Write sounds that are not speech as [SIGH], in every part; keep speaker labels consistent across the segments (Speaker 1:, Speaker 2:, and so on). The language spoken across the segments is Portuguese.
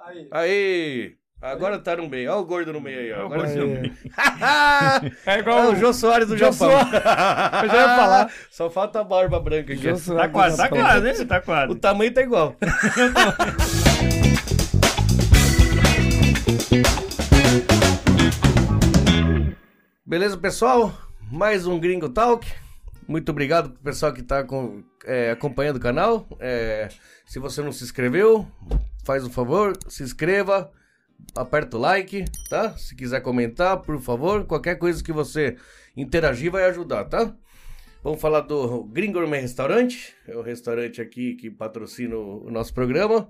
Speaker 1: Aí.
Speaker 2: Aí! Agora tá no meio. Olha o gordo no meio aí, ó.
Speaker 3: Olha o
Speaker 2: Agora
Speaker 3: gordo
Speaker 2: sim.
Speaker 3: no
Speaker 2: [LAUGHS]
Speaker 1: Aí.
Speaker 3: É
Speaker 2: É
Speaker 3: igual
Speaker 2: o
Speaker 3: o
Speaker 2: Jô Soares do
Speaker 3: Jô
Speaker 2: Japão.
Speaker 3: Soares.
Speaker 2: Eu
Speaker 3: já ia falar.
Speaker 2: [LAUGHS] Só falta a barba branca aqui. assim.
Speaker 1: Jô Soares
Speaker 3: Tá
Speaker 1: do
Speaker 3: quase, tá
Speaker 1: Japão.
Speaker 3: quase, hein? Tá
Speaker 2: O
Speaker 3: quase.
Speaker 2: tamanho tá igual. [LAUGHS] Beleza, pessoal? Mais um Gringo Talk. Muito obrigado pro pessoal que tá com- é, acompanhando o canal. É, se você não se inscreveu, faz um favor, se inscreva, aperta o like, tá? Se quiser comentar, por favor, qualquer coisa que você interagir vai ajudar, tá? Vamos falar do Green Gourmet Restaurante, é o restaurante aqui que patrocina o o nosso programa,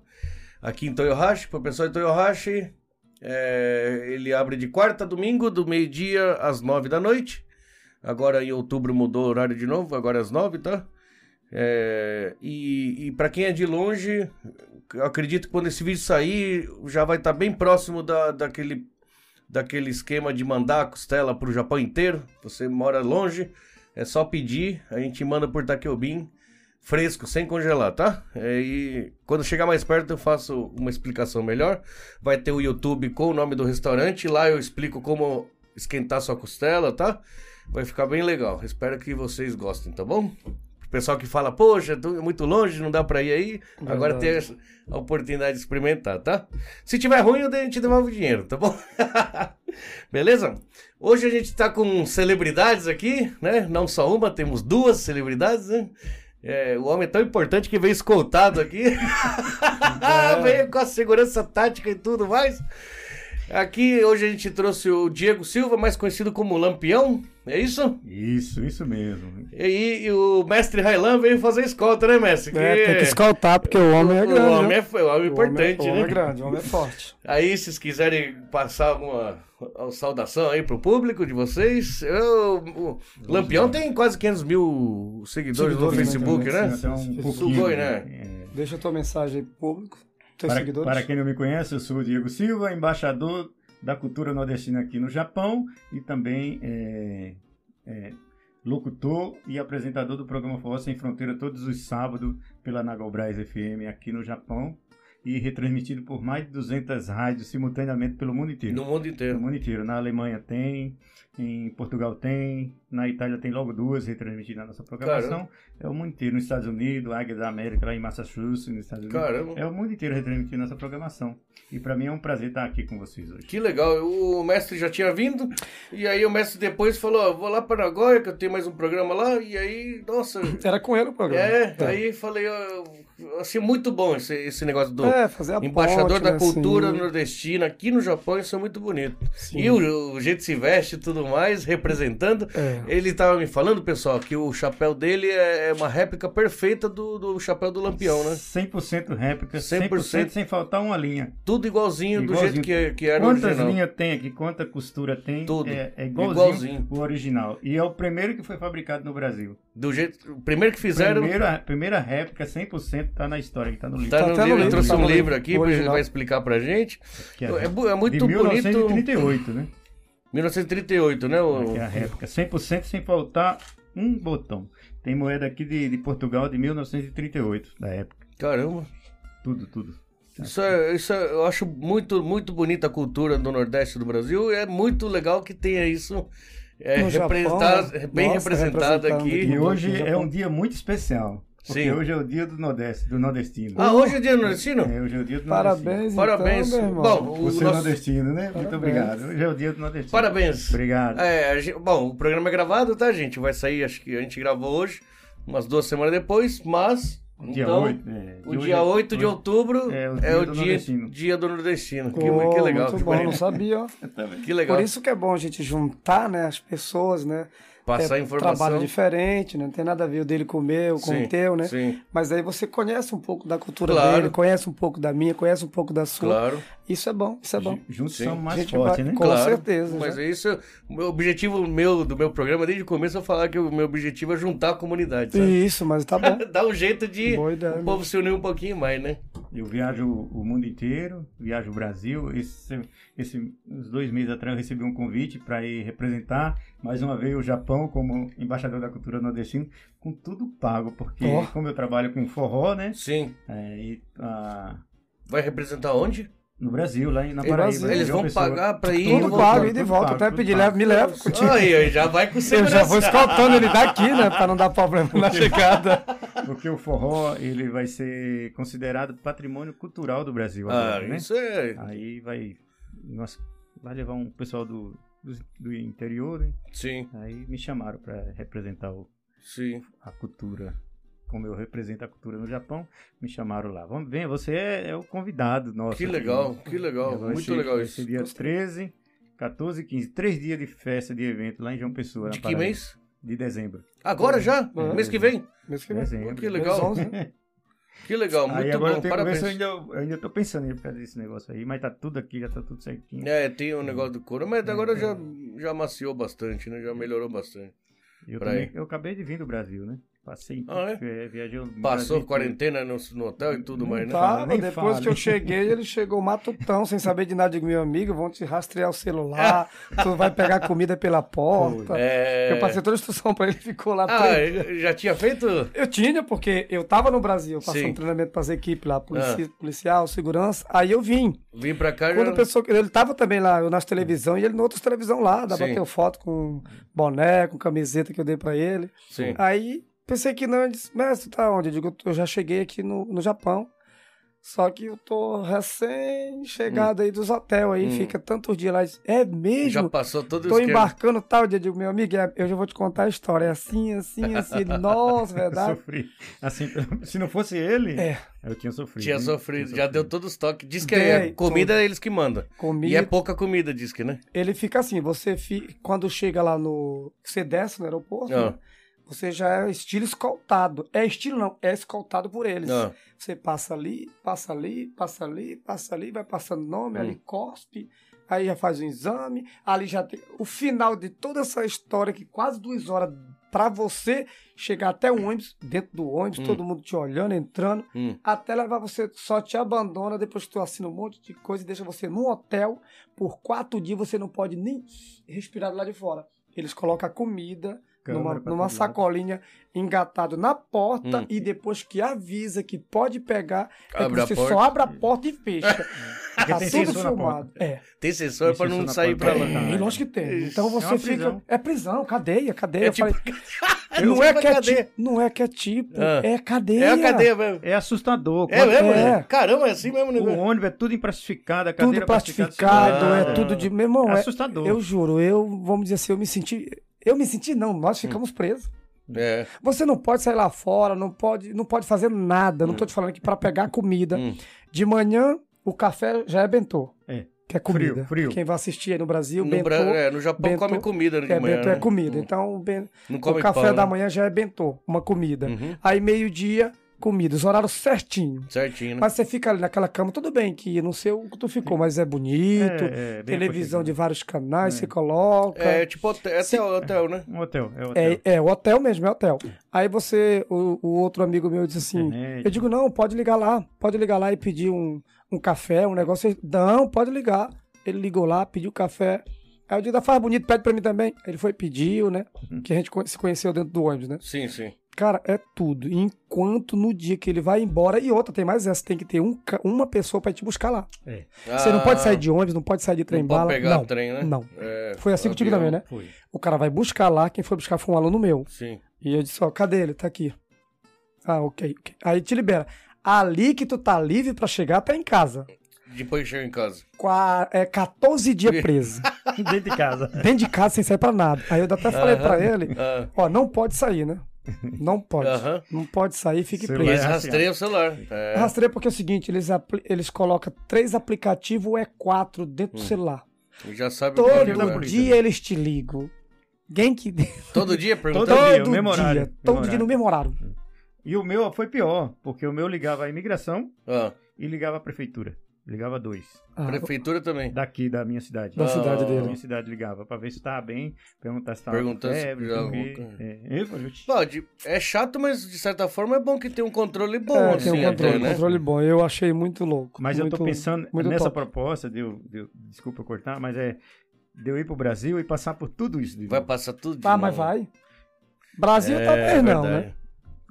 Speaker 2: aqui em Toyohashi, para o pessoal de Toyohashi, é, ele abre de quarta a domingo, do meio-dia às nove da noite, agora em outubro mudou o horário de novo, agora é às nove, tá? É, e e para quem é de longe, eu acredito que quando esse vídeo sair, já vai estar bem próximo da, daquele, daquele esquema de mandar a costela para o Japão inteiro, você mora longe... É só pedir, a gente manda por Takeobin fresco, sem congelar, tá? É, E quando chegar mais perto eu faço uma explicação melhor. Vai ter o YouTube com o nome do restaurante, lá eu explico como esquentar sua costela, tá? Vai ficar bem legal. Espero que vocês gostem, tá bom? O pessoal que fala, poxa, tô muito longe, não dá pra ir aí. Agora tem
Speaker 1: Verdade.
Speaker 2: a oportunidade de experimentar, tá? Se tiver ruim, eu dei- a gente devolve o dinheiro, tá bom? [LAUGHS] Beleza? Hoje a gente tá com celebridades aqui, né? Não só uma, temos duas celebridades, né? É, o homem é tão importante que veio escoltado aqui. [LAUGHS] veio com a segurança tática e tudo mais. Aqui hoje a gente trouxe o Diego Silva, mais conhecido como Lampião, é isso?
Speaker 3: Isso, isso mesmo.
Speaker 2: E, aí, e o mestre Railan veio fazer escolta, né, mestre?
Speaker 1: É, tem que escoltar, porque o homem é grande.
Speaker 2: o
Speaker 1: né?
Speaker 2: homem é, o homem é importante,
Speaker 1: o homem, O homem é
Speaker 2: né?
Speaker 1: grande, o homem é forte.
Speaker 2: Aí, se vocês quiserem passar alguma uma saudação aí pro público de vocês, eu- o Lampião tem quase 500 mil seguidores, no
Speaker 1: Seguidores, né,
Speaker 2: Facebook,
Speaker 1: também,
Speaker 2: né?
Speaker 1: sim.
Speaker 3: Então, um pouquinho,
Speaker 2: Sugoi, né?
Speaker 3: é.
Speaker 1: Deixa tua mensagem aí pro público, teus
Speaker 3: Para,
Speaker 1: seguidores.
Speaker 3: para quem não me conhece, eu sou o Diego Silva, embaixador da cultura nordestina aqui no Japão e também é, é, locutor e apresentador do programa Forró Sem Fronteira todos os sábados pela Nagobras FM aqui no Japão e retransmitido por mais de 200 rádios simultaneamente pelo mundo inteiro.
Speaker 2: No mundo
Speaker 3: Pelo
Speaker 2: inteiro.
Speaker 3: mundo inteiro. Na Alemanha tem, em Portugal tem, na Itália tem logo duas retransmitidas na nossa programação. É o mundo inteiro. Nos Estados Unidos, Águia da América, lá em Massachusetts, nos Estados Unidos.
Speaker 2: Caramba.
Speaker 3: É o mundo inteiro retransmitindo essa programação. E pra mim é um prazer estar aqui com vocês hoje.
Speaker 2: Que legal, o mestre já tinha vindo, e aí o mestre depois falou, ó, vou lá para Nagoya, que eu tenho mais um programa lá, e aí, nossa,
Speaker 1: Era com ele o programa.
Speaker 2: é,
Speaker 1: Tá.
Speaker 2: aí falei, ó, assim, muito bom esse, esse negócio do
Speaker 1: É, fazer a
Speaker 2: embaixador
Speaker 1: ponte,
Speaker 2: da
Speaker 1: né,
Speaker 2: cultura
Speaker 1: assim.
Speaker 2: nordestina aqui no Japão, isso é muito bonito.
Speaker 1: Sim.
Speaker 2: E o, o jeito que se veste e tudo mais, representando.
Speaker 1: É.
Speaker 2: Ele tava me falando, pessoal, que o chapéu dele é é uma réplica perfeita do, do chapéu do Lampião, né?
Speaker 3: 100% réplica, 100%,
Speaker 2: 100%
Speaker 3: sem faltar uma linha.
Speaker 2: Tudo igualzinho, do
Speaker 3: Igualzinho.
Speaker 2: jeito que, que era o
Speaker 3: Quantas
Speaker 2: original.
Speaker 3: linhas tem aqui, quanta costura tem,
Speaker 2: Tudo.
Speaker 3: é, é igualzinho,
Speaker 2: Igualzinho.
Speaker 3: o original. E é o primeiro que foi fabricado no Brasil.
Speaker 2: Do jeito, o primeiro que fizeram,
Speaker 3: Primeira, primeira réplica 100% tá na história, que tá no livro.
Speaker 2: tá,
Speaker 1: Tá
Speaker 2: no
Speaker 1: até no
Speaker 2: livro, eu
Speaker 1: livro,
Speaker 2: trouxe
Speaker 1: tá
Speaker 2: um
Speaker 1: no
Speaker 2: livro
Speaker 1: livro,
Speaker 2: aqui,
Speaker 1: o
Speaker 2: ele
Speaker 1: original.
Speaker 2: vai explicar pra gente.
Speaker 3: Que
Speaker 2: É, bu- é muito
Speaker 3: de
Speaker 2: bonito.
Speaker 3: 1938, né?
Speaker 2: 1938, né? O,
Speaker 3: Aqui é a réplica. 100% sem faltar um botão. Tem moeda aqui de, de Portugal de 1938, da época.
Speaker 2: caramba.
Speaker 3: Tudo, tudo.
Speaker 2: Isso, é, isso é- eu acho muito, muito bonita a cultura do Nordeste do Brasil. e É muito legal que tenha isso é,
Speaker 1: No Japão,
Speaker 2: representado-
Speaker 1: né?
Speaker 2: bem
Speaker 1: Nossa,
Speaker 2: representado
Speaker 1: representado
Speaker 2: aqui.
Speaker 3: E
Speaker 1: Tudo
Speaker 3: hoje
Speaker 1: no Japão.
Speaker 3: é um dia muito especial. Porque
Speaker 2: tá. Sim.
Speaker 3: hoje é o dia do Nordeste, do Nordestino.
Speaker 2: Ah, hoje é dia nordestino?
Speaker 3: É, hoje é o dia do Nordestino.
Speaker 1: Parabéns,
Speaker 2: Parabéns.
Speaker 1: então, meu irmão.
Speaker 2: Bom, o
Speaker 3: Você é
Speaker 2: nosso-
Speaker 3: nordestino, né? Muito
Speaker 1: Parabéns.
Speaker 3: obrigado. Hoje é o dia do Nordestino.
Speaker 2: Parabéns.
Speaker 3: Obrigado.
Speaker 2: É, a gente- bom, o programa é gravado, tá, gente? Vai sair, acho que a gente gravou hoje, umas duas semanas depois, mas.
Speaker 3: Dia
Speaker 2: então,
Speaker 3: 8. é,
Speaker 2: O
Speaker 3: hoje
Speaker 2: dia
Speaker 3: é-
Speaker 2: 8 de
Speaker 3: hoje-
Speaker 2: outubro
Speaker 3: é
Speaker 2: é
Speaker 3: o
Speaker 2: o dia,
Speaker 3: dia do
Speaker 2: do,
Speaker 3: nordestino.
Speaker 2: nordestino. dia do nordestino. Que,
Speaker 1: Pô,
Speaker 2: que legal.
Speaker 1: Muito
Speaker 2: que
Speaker 1: bom, não
Speaker 2: bonito.
Speaker 1: sabia, ó.
Speaker 2: que legal.
Speaker 1: Por isso que é bom a gente juntar, né, as pessoas, né?
Speaker 2: Passar
Speaker 1: É,
Speaker 2: informação.
Speaker 1: Trabalho diferente, né? Não tem nada a ver o dele com o meu, com
Speaker 2: Sim,
Speaker 1: o teu, né?
Speaker 2: sim.
Speaker 1: Mas aí você conhece um pouco da cultura
Speaker 2: Claro.
Speaker 1: dele, conhece um pouco da minha, conhece um pouco da sua.
Speaker 2: Claro.
Speaker 1: Isso é bom, isso é bom.
Speaker 3: Juntos
Speaker 2: Sim.
Speaker 3: somos mais
Speaker 1: Gente,
Speaker 3: fortes,
Speaker 1: vai-
Speaker 3: né?
Speaker 1: Com
Speaker 2: claro,
Speaker 1: certeza,
Speaker 2: Mas é isso, o meu objetivo meu, do meu programa, desde o começo, eu falar que o meu objetivo é juntar a comunidade. Sabe?
Speaker 1: Isso, mas tá bom.
Speaker 2: [LAUGHS] Dá um jeito de
Speaker 1: Boa ideia,
Speaker 3: né?
Speaker 2: o povo se unir um pouquinho mais, né?
Speaker 3: Eu viajo o mundo inteiro, viajo o Brasil. Esse, esse, uns dois meses atrás eu recebi um convite para ir representar mais uma vez o Japão como embaixador da cultura nordestina, com tudo pago, porque
Speaker 1: Ó.
Speaker 3: como eu trabalho com forró, né?
Speaker 2: Sim.
Speaker 3: É, e, ah,
Speaker 2: Vai representar onde?
Speaker 3: No Brasil, lá em, na
Speaker 1: Em Brasil.
Speaker 3: Paraíba.
Speaker 2: Eles
Speaker 3: João
Speaker 2: vão
Speaker 3: Pessoa.
Speaker 2: pagar pra ir.
Speaker 1: Tudo
Speaker 2: vão-
Speaker 1: pago, ida e
Speaker 3: tudo
Speaker 1: volta.
Speaker 3: pago,
Speaker 1: Até
Speaker 3: tudo
Speaker 1: pedir,
Speaker 3: pago.
Speaker 1: leva, me leva contigo.
Speaker 2: Aí, já
Speaker 3: [LAUGHS]
Speaker 2: vai com
Speaker 1: Eu
Speaker 2: segurança.
Speaker 1: já vou escoltando ele daqui, né? Pra não dar problema
Speaker 2: [LAUGHS]
Speaker 1: na chegada.
Speaker 3: Porque o forró, ele vai ser considerado patrimônio cultural do Brasil
Speaker 2: Ah,
Speaker 3: agora, né?
Speaker 2: isso é.
Speaker 3: Aí vai. Nossa, vai levar um pessoal do, do, do interior, né?
Speaker 2: Sim,
Speaker 3: Aí me chamaram para representar o-
Speaker 2: sim.
Speaker 3: a cultura. Como eu represento a cultura no Japão, me chamaram lá. Vamos, vem, você é, é o convidado nosso.
Speaker 2: Que
Speaker 3: aqui,
Speaker 2: legal,
Speaker 3: né?
Speaker 2: que legal.
Speaker 3: Vai
Speaker 2: Muito
Speaker 3: ser-
Speaker 2: legal
Speaker 3: vai ser
Speaker 2: isso.
Speaker 3: dia 13, 14 e 15. Três dias de festa, de evento lá em João Pessoa. na
Speaker 2: De que
Speaker 3: Paraíba.
Speaker 2: mês?
Speaker 3: De dezembro.
Speaker 2: Agora já?
Speaker 1: É.
Speaker 2: Mês que vem?
Speaker 1: Mês que vem.
Speaker 3: Dezembro.
Speaker 2: Que legal.
Speaker 1: Menos 11, né?
Speaker 2: Que legal,
Speaker 3: aí
Speaker 2: muito
Speaker 3: agora eu
Speaker 2: bom.
Speaker 3: tenho que ver
Speaker 2: Parabéns.
Speaker 3: se eu ainda, eu ainda tô pensando em fazer esse negócio aí, mas tá tudo aqui, já tá tudo certinho.
Speaker 2: É, tem o negócio do couro, mas agora já, já maciou bastante, né? Já melhorou bastante.
Speaker 3: eu,
Speaker 2: pra
Speaker 3: também-
Speaker 2: aí.
Speaker 3: eu acabei de vir do Brasil, né? Passei,
Speaker 2: Ah,
Speaker 3: é? viajei o
Speaker 2: Passou
Speaker 3: Brasil
Speaker 2: quarentena no, no hotel e tudo mais, né?
Speaker 3: Tá.
Speaker 1: Tava,
Speaker 3: nem
Speaker 1: depois
Speaker 3: fala.
Speaker 1: que eu cheguei, ele chegou matutão, sem saber de nada. Digo, meu amigo, vão te rastrear
Speaker 2: [LAUGHS]
Speaker 1: o celular, tu vai pegar comida pela porta.
Speaker 2: É...
Speaker 1: Eu passei toda a instrução pra ele, ficou lá.
Speaker 2: Ah,
Speaker 1: três-
Speaker 2: já tinha feito?
Speaker 1: Eu tinha, porque eu tava no Brasil, passando
Speaker 2: Sim. Ah.
Speaker 1: treinamento pras equipes lá, polici- policial, segurança. Aí eu vim.
Speaker 2: Vim pra cá
Speaker 1: Quando
Speaker 2: já...
Speaker 1: a pessoa. Ele tava também lá, eu nas televisão, e ele na outra televisão lá, dá
Speaker 2: Sim.
Speaker 1: bateu foto com boné, com camiseta que eu dei pra ele.
Speaker 2: Sim.
Speaker 1: Aí pensei que não, ele disse, mestre, tu tá onde? Eu digo, "Eu tô- eu já cheguei aqui no, no Japão. Só que eu tô recém-chegado aí dos hotéis aí,
Speaker 2: Hum. é
Speaker 1: fica tantos dias lá. Ele disse, É mesmo?
Speaker 2: já passou todo
Speaker 1: Tô
Speaker 2: o esquema.
Speaker 1: embarcando tal dia. Eu digo, meu amigo, é- eu já vou te contar a história. É assim, assim, assim. Ele, Nossa,
Speaker 3: Eu
Speaker 1: verdade.
Speaker 3: sofri. Assim, [LAUGHS] se não fosse ele,
Speaker 1: Tá. É.
Speaker 3: eu tinha sofrido.
Speaker 2: Tinha
Speaker 3: né?
Speaker 2: sofrido,
Speaker 3: Tinha
Speaker 2: já deu todos os toques. Diz que
Speaker 1: Uhum. Dei
Speaker 2: é comida eles que mandam.
Speaker 1: Comi.
Speaker 2: [LAUGHS] E é pouca comida, diz que, né?
Speaker 1: Ele fica assim, você fica, quando chega lá no. Você desce no aeroporto,
Speaker 2: Ah.
Speaker 1: né? você já é estilo escoltado. É estilo não, é escoltado por eles. é
Speaker 2: Ah,
Speaker 1: Você passa ali, passa ali, passa ali, passa ali, vai passando nome,
Speaker 2: Hum.
Speaker 1: ali cospe, aí já faz um exame, ali já tem. O final de toda essa história, que quase duas horas pra você chegar até o ônibus, dentro do ônibus,
Speaker 2: Hum.
Speaker 1: todo mundo te olhando, entrando,
Speaker 2: hum.
Speaker 1: até levar você, só te abandona depois que tu assina um monte de coisa e deixa você num hotel. Por quatro dias você não pode nem respirar lá de fora. Eles colocam a comida,
Speaker 3: câmera
Speaker 1: numa,
Speaker 3: pra
Speaker 1: numa
Speaker 3: todo lado.
Speaker 1: sacolinha engatado na porta
Speaker 2: Hum.
Speaker 1: e depois que avisa que pode pegar, é que
Speaker 2: Abre a
Speaker 1: você
Speaker 2: porta.
Speaker 1: só abre a porta e
Speaker 3: [LAUGHS]
Speaker 1: fecha.
Speaker 3: Porque
Speaker 1: tá
Speaker 3: tem
Speaker 1: tudo
Speaker 3: sensor na
Speaker 1: filmado. É.
Speaker 2: Tem sensor
Speaker 3: Tem
Speaker 2: pra
Speaker 3: sensor
Speaker 2: não
Speaker 3: na
Speaker 2: sair
Speaker 3: porta.
Speaker 2: pra lá.
Speaker 3: Tem.
Speaker 1: é, lógico que tem.
Speaker 2: Isso
Speaker 1: Então
Speaker 3: é
Speaker 1: você
Speaker 3: uma prisão.
Speaker 1: fica. É prisão, cadeia, cadeia.
Speaker 2: É
Speaker 1: Eu
Speaker 2: tipo- [LAUGHS]
Speaker 1: falei, não, é
Speaker 2: tipo
Speaker 1: que é
Speaker 2: a cadeia.
Speaker 1: ti- não é que é tipo,
Speaker 2: Ah.
Speaker 1: é cadeia.
Speaker 2: É a cadeia mesmo.
Speaker 3: É assustador.
Speaker 2: É mesmo?
Speaker 1: É.
Speaker 2: né? Caramba, é assim mesmo, né?
Speaker 3: O ônibus é tudo plastificado, a cadeira
Speaker 1: Tudo plastificado,
Speaker 2: Ah.
Speaker 1: é tudo de. Meu irmão,
Speaker 3: É
Speaker 1: é-
Speaker 3: assustador.
Speaker 1: eu juro, eu, vamos dizer assim, eu me senti. Eu me senti, não, nós ficamos presos.
Speaker 2: É.
Speaker 1: Você não pode sair lá fora, não pode, não pode fazer nada. Não tô te falando que para pegar comida.
Speaker 2: Hum.
Speaker 1: De manhã, o café já é bentô.
Speaker 3: É.
Speaker 1: Que é comida.
Speaker 3: Frio, frio.
Speaker 1: Quem vai assistir aí no Brasil,
Speaker 2: No,
Speaker 1: bentô,
Speaker 2: Bra- é, no Japão
Speaker 1: bentô,
Speaker 2: come comida de
Speaker 1: é,
Speaker 2: manhã.
Speaker 1: bentô
Speaker 2: né?
Speaker 1: é comida. Então, o, ben-
Speaker 2: Não
Speaker 1: o
Speaker 2: come
Speaker 1: café
Speaker 2: pão,
Speaker 1: da
Speaker 2: né?
Speaker 1: manhã já é bentô, uma comida.
Speaker 2: Uhum.
Speaker 1: Aí, meio-dia, comida. Os horários certinho.
Speaker 2: Certinho, né?
Speaker 1: Mas você fica ali naquela cama, tudo bem que não sei o que tu ficou,
Speaker 2: Hum.
Speaker 1: mas é bonito.
Speaker 3: É, é, bem
Speaker 1: televisão de
Speaker 3: aconchegante.
Speaker 1: vários canais,
Speaker 3: É.
Speaker 1: você coloca.
Speaker 2: É tipo hotel, é
Speaker 1: Se-
Speaker 2: hotel, hotel, né?
Speaker 3: Um hotel, é hotel.
Speaker 1: É, é, o hotel mesmo, é hotel. Aí você, o, o outro amigo meu disse assim,
Speaker 3: Internet.
Speaker 1: eu digo, não, pode ligar lá, pode ligar lá e pedir um, um café, um negócio. Ele, Não, pode ligar. Ele ligou lá, pediu café. Aí eu digo, "Ah, faz bonito, pede pra mim também. Ele foi e pediu, né?
Speaker 2: Uhum.
Speaker 1: Que a gente co- se conheceu dentro do ônibus, né?
Speaker 2: Sim, sim.
Speaker 1: Cara, é tudo. Enquanto no dia que ele vai embora, e outra, tem mais essa, tem que ter um ca- uma pessoa pra te buscar lá. Você não pode sair de ônibus, não pode sair de
Speaker 2: trem
Speaker 1: trem
Speaker 2: Ah. Não
Speaker 1: bala.
Speaker 2: pode pegar
Speaker 1: não.
Speaker 2: trem, né?
Speaker 1: não.
Speaker 2: É,
Speaker 1: Foi assim contigo
Speaker 2: avião.
Speaker 1: também, né?
Speaker 3: Foi.
Speaker 1: O cara vai buscar lá, quem foi buscar foi um aluno meu.
Speaker 2: Sim.
Speaker 1: E eu disse, ó, cadê ele? Tá aqui. Ah, ok, ok. Aí te libera. Ali que tu tá livre pra chegar, tá em casa.
Speaker 2: Depois chega em casa.
Speaker 1: Qua- é
Speaker 2: [LAUGHS]
Speaker 1: 14 dias preso.
Speaker 3: [LAUGHS] Dentro de casa.
Speaker 1: dentro de casa sem sair pra nada. Aí eu até falei pra ele,
Speaker 2: Ah,
Speaker 1: ó, não pode sair, né? Não pode. assim,
Speaker 2: Aham.
Speaker 1: Não pode sair, fique
Speaker 3: Você
Speaker 1: preso.
Speaker 2: mas
Speaker 3: vai-
Speaker 2: rastreia o celular. É.
Speaker 1: Rastreia porque é o seguinte, eles, apli- eles colocam três aplicativos ou é quatro dentro do celular.
Speaker 2: Já Hum. sabe o que é
Speaker 1: Todo
Speaker 2: o
Speaker 3: polícia,
Speaker 1: dia eles te ligam. Quem que... [LAUGHS]
Speaker 2: Todo dia perguntando.
Speaker 3: Todo dia,
Speaker 1: todo
Speaker 3: o mesmo horário,
Speaker 1: dia.
Speaker 3: mesmo
Speaker 1: Todo dia no
Speaker 3: horário.
Speaker 1: mesmo horário.
Speaker 3: E o meu foi pior, porque o meu ligava a imigração
Speaker 2: Ah,
Speaker 3: e ligava a prefeitura. Ligava dois.
Speaker 1: Ah,
Speaker 2: prefeitura também.
Speaker 3: Daqui da minha cidade.
Speaker 1: Da cidade
Speaker 3: Da
Speaker 1: dele.
Speaker 3: minha cidade ligava, pra ver se tava bem, perguntar se tava
Speaker 2: Perguntar
Speaker 3: com
Speaker 2: se
Speaker 3: febre,
Speaker 2: já
Speaker 3: comer.
Speaker 2: alguma coisa.
Speaker 3: É, eu falei,
Speaker 2: Bom, de- é chato, mas de certa forma é bom que tem um controle bom,
Speaker 1: É,
Speaker 2: assim,
Speaker 1: tem um controle,
Speaker 2: até, né?
Speaker 1: controle bom. Eu achei muito louco.
Speaker 3: Mas eu
Speaker 1: muito-
Speaker 3: tô pensando
Speaker 1: muito
Speaker 3: nessa
Speaker 1: top.
Speaker 3: proposta, de eu, de eu- desculpa eu cortar, mas é de eu ir pro Brasil e passar por tudo isso. de
Speaker 2: Vai
Speaker 3: novo.
Speaker 2: passar tudo de
Speaker 1: Ah, mas
Speaker 2: novo.
Speaker 1: vai. Brasil talvez não, né?
Speaker 2: É verdade.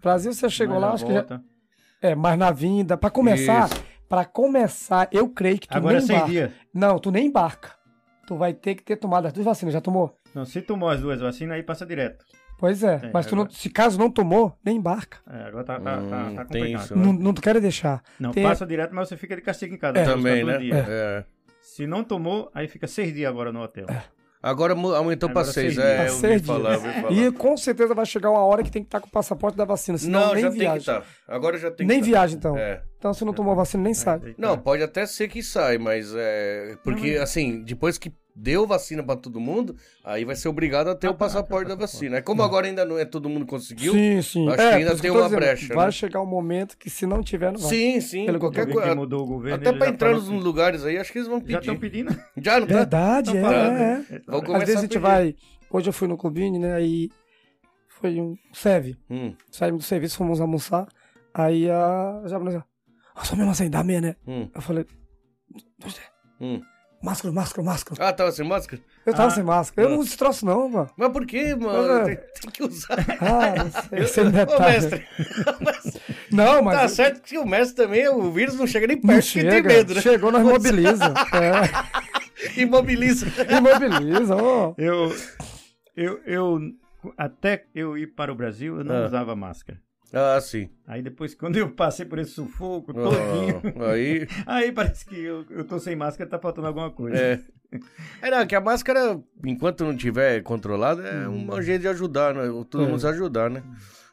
Speaker 1: Brasil você chegou
Speaker 3: Mas
Speaker 1: lá,
Speaker 3: na
Speaker 1: acho
Speaker 3: volta,
Speaker 1: que já... É, mas na vinda, pra começar,
Speaker 2: Isso.
Speaker 1: Pra começar, eu creio que tu
Speaker 3: Agora é
Speaker 1: nem
Speaker 3: 100
Speaker 1: embarca.
Speaker 3: dias.
Speaker 1: Não, tu nem embarca. Tu vai ter que ter tomado as duas vacinas. Já tomou?
Speaker 3: Não, se tomou as duas vacinas, aí passa direto.
Speaker 1: Pois é.
Speaker 3: Tem,
Speaker 1: mas tu não,
Speaker 3: agora.
Speaker 1: se caso não tomou, nem embarca.
Speaker 3: É, agora tá, tá,
Speaker 2: Hum,
Speaker 3: tá, tá
Speaker 2: tem
Speaker 3: complicado.
Speaker 2: isso, né?
Speaker 1: Não, não tu quero deixar.
Speaker 3: Não,
Speaker 1: Tem-
Speaker 3: passa direto, mas você fica de castigo em casa. passa
Speaker 2: Também,
Speaker 3: todo
Speaker 2: né?
Speaker 3: dia.
Speaker 2: É.
Speaker 3: Se não tomou, aí fica seis dias agora no hotel.
Speaker 1: É,
Speaker 2: Agora mu- aumentou pra
Speaker 3: Agora
Speaker 2: seis.
Speaker 3: seis
Speaker 2: É,
Speaker 1: dias.
Speaker 2: eu
Speaker 1: Pra
Speaker 2: ouvi
Speaker 1: seis
Speaker 2: falar, eu ouvi falar.
Speaker 1: E com certeza vai chegar uma hora que tem que estar com o passaporte da vacina. Senão
Speaker 2: Não,
Speaker 1: nem
Speaker 2: já tem
Speaker 1: viaja.
Speaker 2: que estar. Agora já tem
Speaker 1: nem
Speaker 2: que
Speaker 1: viaja, então.
Speaker 2: É.
Speaker 1: Então, se não tomou a vacina, nem sai.
Speaker 3: Aí, tá.
Speaker 2: Não, pode até ser que sai, mas é. Porque, assim, depois que deu vacina pra todo mundo, aí vai ser obrigado a ter
Speaker 3: Ah,
Speaker 2: o
Speaker 3: tá,
Speaker 2: passaporte da
Speaker 3: tá, tá, tá.
Speaker 2: vacina. É Como agora ainda não é todo mundo conseguiu.
Speaker 1: Sim, sim.
Speaker 2: Acho que
Speaker 1: É,
Speaker 2: ainda
Speaker 1: por isso
Speaker 2: tem
Speaker 1: eu tô
Speaker 2: uma brecha,
Speaker 1: Vai
Speaker 2: né?
Speaker 1: chegar um momento que se não tiver, não vai.
Speaker 2: Sim, sim.
Speaker 1: Pelo
Speaker 2: qualquer
Speaker 3: alguém
Speaker 2: coisa.
Speaker 3: que mudou o governo,
Speaker 2: Até
Speaker 3: ele
Speaker 2: pra
Speaker 3: já
Speaker 2: entrar
Speaker 3: falou
Speaker 2: nos
Speaker 1: assim.
Speaker 3: que-
Speaker 2: lugares aí, acho que eles vão
Speaker 3: Já estão
Speaker 2: pedir.
Speaker 3: pedindo. né?
Speaker 2: Já, não tá?
Speaker 1: Verdade, é,
Speaker 3: Estão parando.
Speaker 1: é, é.
Speaker 2: Vou
Speaker 1: Às
Speaker 2: começar
Speaker 1: vezes a
Speaker 2: a
Speaker 1: gente
Speaker 2: pedir.
Speaker 1: vai. Hoje eu fui no clubinho, né? Aí foi um serve.
Speaker 2: Hum,
Speaker 1: Saímos do serviço, fomos almoçar. Aí a japonesa. Ah, só mesmo assim, dá meia, né?
Speaker 2: hum,
Speaker 1: Eu falei,
Speaker 2: hum.
Speaker 1: máscara, máscara, máscara.
Speaker 2: Ah, tava sem máscara?
Speaker 1: Eu tava
Speaker 3: Ah.
Speaker 1: sem máscara. Eu não uso esse troço, não, mano.
Speaker 2: Mas por que, mano?
Speaker 1: é.
Speaker 2: Tem, tem que usar. [LAUGHS]
Speaker 1: Ah, não sei, sem
Speaker 2: Ô,
Speaker 1: detalhe.
Speaker 2: mestre. [LAUGHS]
Speaker 1: Não, mas.
Speaker 2: Tá certo que o mestre também, o vírus não chega nem
Speaker 1: Não
Speaker 2: perto, porque tem
Speaker 1: chega.
Speaker 2: medo, né?
Speaker 1: Chegou, nós mobiliza. [LAUGHS] É,
Speaker 2: Imobiliza.
Speaker 1: imobiliza, ó.
Speaker 3: Eu, eu, eu, até eu ir para o Brasil, eu não
Speaker 2: Ah.
Speaker 3: usava máscara.
Speaker 2: Ah, sim.
Speaker 3: Aí depois, quando eu passei por esse
Speaker 2: Oh.
Speaker 3: sufoco todinho, [LAUGHS]
Speaker 2: Ah, aí.
Speaker 3: aí parece que eu, eu tô sem máscara, tá faltando alguma coisa.
Speaker 2: É. [LAUGHS] É, não, que a máscara, enquanto não tiver controlada, é um jeito de ajudar, né? Todo mundo se ajudar, né?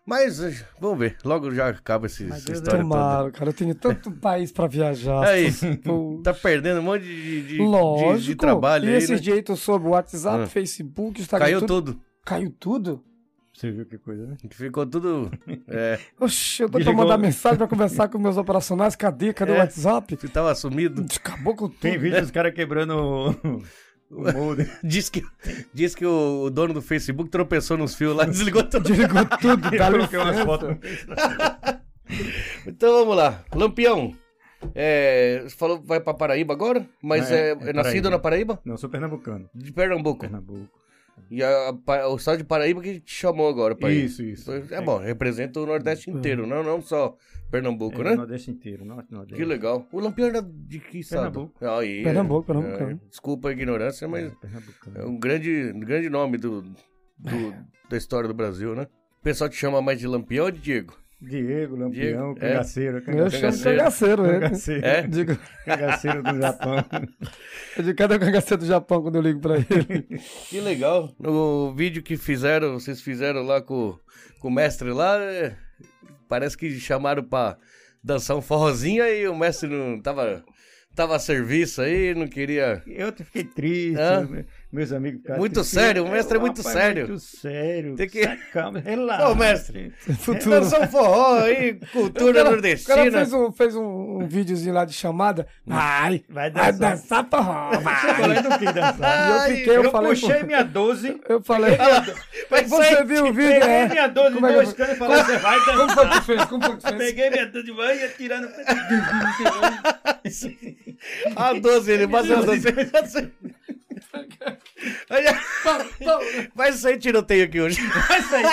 Speaker 2: Mas, eh, vamos ver. Logo já acaba esse-
Speaker 3: Mas
Speaker 2: essa
Speaker 3: Deus
Speaker 1: é
Speaker 2: história toda.
Speaker 1: Tomara, cara. Eu tenho tanto país pra viajar.
Speaker 2: Aí,
Speaker 1: Pô.
Speaker 2: tá perdendo um monte de, de- de-
Speaker 1: Lógico.
Speaker 2: de trabalho
Speaker 1: e
Speaker 2: aí,
Speaker 1: esses
Speaker 2: né?
Speaker 1: direitos sobre WhatsApp,
Speaker 2: Ah.
Speaker 1: Facebook, Instagram.
Speaker 2: Caiu
Speaker 1: tá tudo.
Speaker 2: tudo.
Speaker 1: Caiu tudo?
Speaker 3: Você viu que coisa, né?
Speaker 2: Ficou tudo... É,
Speaker 1: Oxi, eu tô pra
Speaker 3: Desligou.
Speaker 1: mandar mensagem pra conversar com meus operacionais. Cadê? Cadê o
Speaker 2: É.
Speaker 1: WhatsApp?
Speaker 2: que tava sumido. [LAUGHS]
Speaker 1: Acabou com tudo.
Speaker 3: Tem vídeo dos caras quebrando o, o molde.
Speaker 2: Diz que, diz que o, o dono do Facebook tropeçou nos fios lá, desligou tudo.
Speaker 1: Desligou tudo. Dá
Speaker 3: Eu [LAUGHS] coloquei umas
Speaker 1: licença.
Speaker 3: fotos.
Speaker 2: Então vamos lá. Lampião, é, você falou que vai pra Paraíba agora, mas é,
Speaker 3: É, é
Speaker 2: é nascido
Speaker 3: Paraíba.
Speaker 2: na Paraíba?
Speaker 3: Não, sou pernambucano.
Speaker 2: De Pernambuco.
Speaker 3: Pernambuco.
Speaker 2: E a, pa- o estado de Paraíba que te chamou agora pra ir.
Speaker 3: Isso, isso.
Speaker 2: É bom, representa o Nordeste inteiro, não, não só Pernambuco,
Speaker 3: É,
Speaker 2: né?
Speaker 3: O Nordeste inteiro, Norte, Nordeste.
Speaker 2: Que legal. O Lampião era de que estado?
Speaker 3: Pernambuco.
Speaker 2: Aí,
Speaker 1: Pernambuco, Pernambucano.
Speaker 2: é, desculpa a ignorância, mas
Speaker 3: É, pernambucano.
Speaker 2: é um grande, um grande nome do,
Speaker 3: É.
Speaker 2: do- da história do Brasil, né? O pessoal te chama mais de Lampião ou de Diego?
Speaker 3: Diego,
Speaker 2: Diego,
Speaker 3: Lampião,
Speaker 2: é.
Speaker 3: cangaceiro.
Speaker 1: Eu
Speaker 3: cangaceiro.
Speaker 1: chamo de
Speaker 2: Cangaceiro.
Speaker 1: cangaceiro, né?
Speaker 3: Cangaceiro,
Speaker 2: É?
Speaker 1: Digo,
Speaker 3: cangaceiro do
Speaker 2: [LAUGHS]
Speaker 3: Japão.
Speaker 1: eu digo, cadê o cangaceiro do Japão quando eu ligo pra ele?
Speaker 2: Que legal. No vídeo que fizeram, vocês fizeram lá com, com o mestre lá, é, parece que chamaram pra dançar um forrozinho aí o mestre não tava, tava a serviço aí, não queria.
Speaker 3: Eu te fiquei triste,
Speaker 2: Hã?
Speaker 3: me- meus amigos ficaram
Speaker 2: Muito
Speaker 3: tristes.
Speaker 2: sério, o
Speaker 3: Eu,
Speaker 2: mestre é muito
Speaker 3: rapaz,
Speaker 2: sério.
Speaker 3: Muito sério. É
Speaker 2: Tem que-
Speaker 3: Sa- Calma, relaxa.
Speaker 2: Ô, mestre.
Speaker 1: Futuro.
Speaker 2: Dançar um forró aí, cultura
Speaker 1: O cara-
Speaker 2: nordestina.
Speaker 1: O cara fez um, fez um, um videozinho lá de chamada. Vai,
Speaker 3: Vai
Speaker 1: vai
Speaker 3: dançar.
Speaker 1: dançar porra,
Speaker 3: Chegou lá
Speaker 1: vai.
Speaker 3: e não quis dançar.
Speaker 1: E eu fiquei, eu,
Speaker 3: eu
Speaker 1: falei...
Speaker 3: puxei minha
Speaker 2: É.
Speaker 3: 12,
Speaker 1: Eu falei...
Speaker 2: Vai
Speaker 1: Você
Speaker 2: sair-
Speaker 1: viu o vídeo?
Speaker 3: peguei
Speaker 1: É.
Speaker 3: minha 12 em
Speaker 1: Como é que
Speaker 3: dois
Speaker 1: eu-
Speaker 3: canos e falei, você vai
Speaker 1: Como
Speaker 3: dançar.
Speaker 1: foi que tu fez? Como foi que tu fez?
Speaker 3: Peguei minha 12 de mão e ia tirando.
Speaker 2: A 12, Ah, ele bateu a 12. Olha, Vai sair tiroteio aqui hoje. [LAUGHS]
Speaker 3: Essa, aí,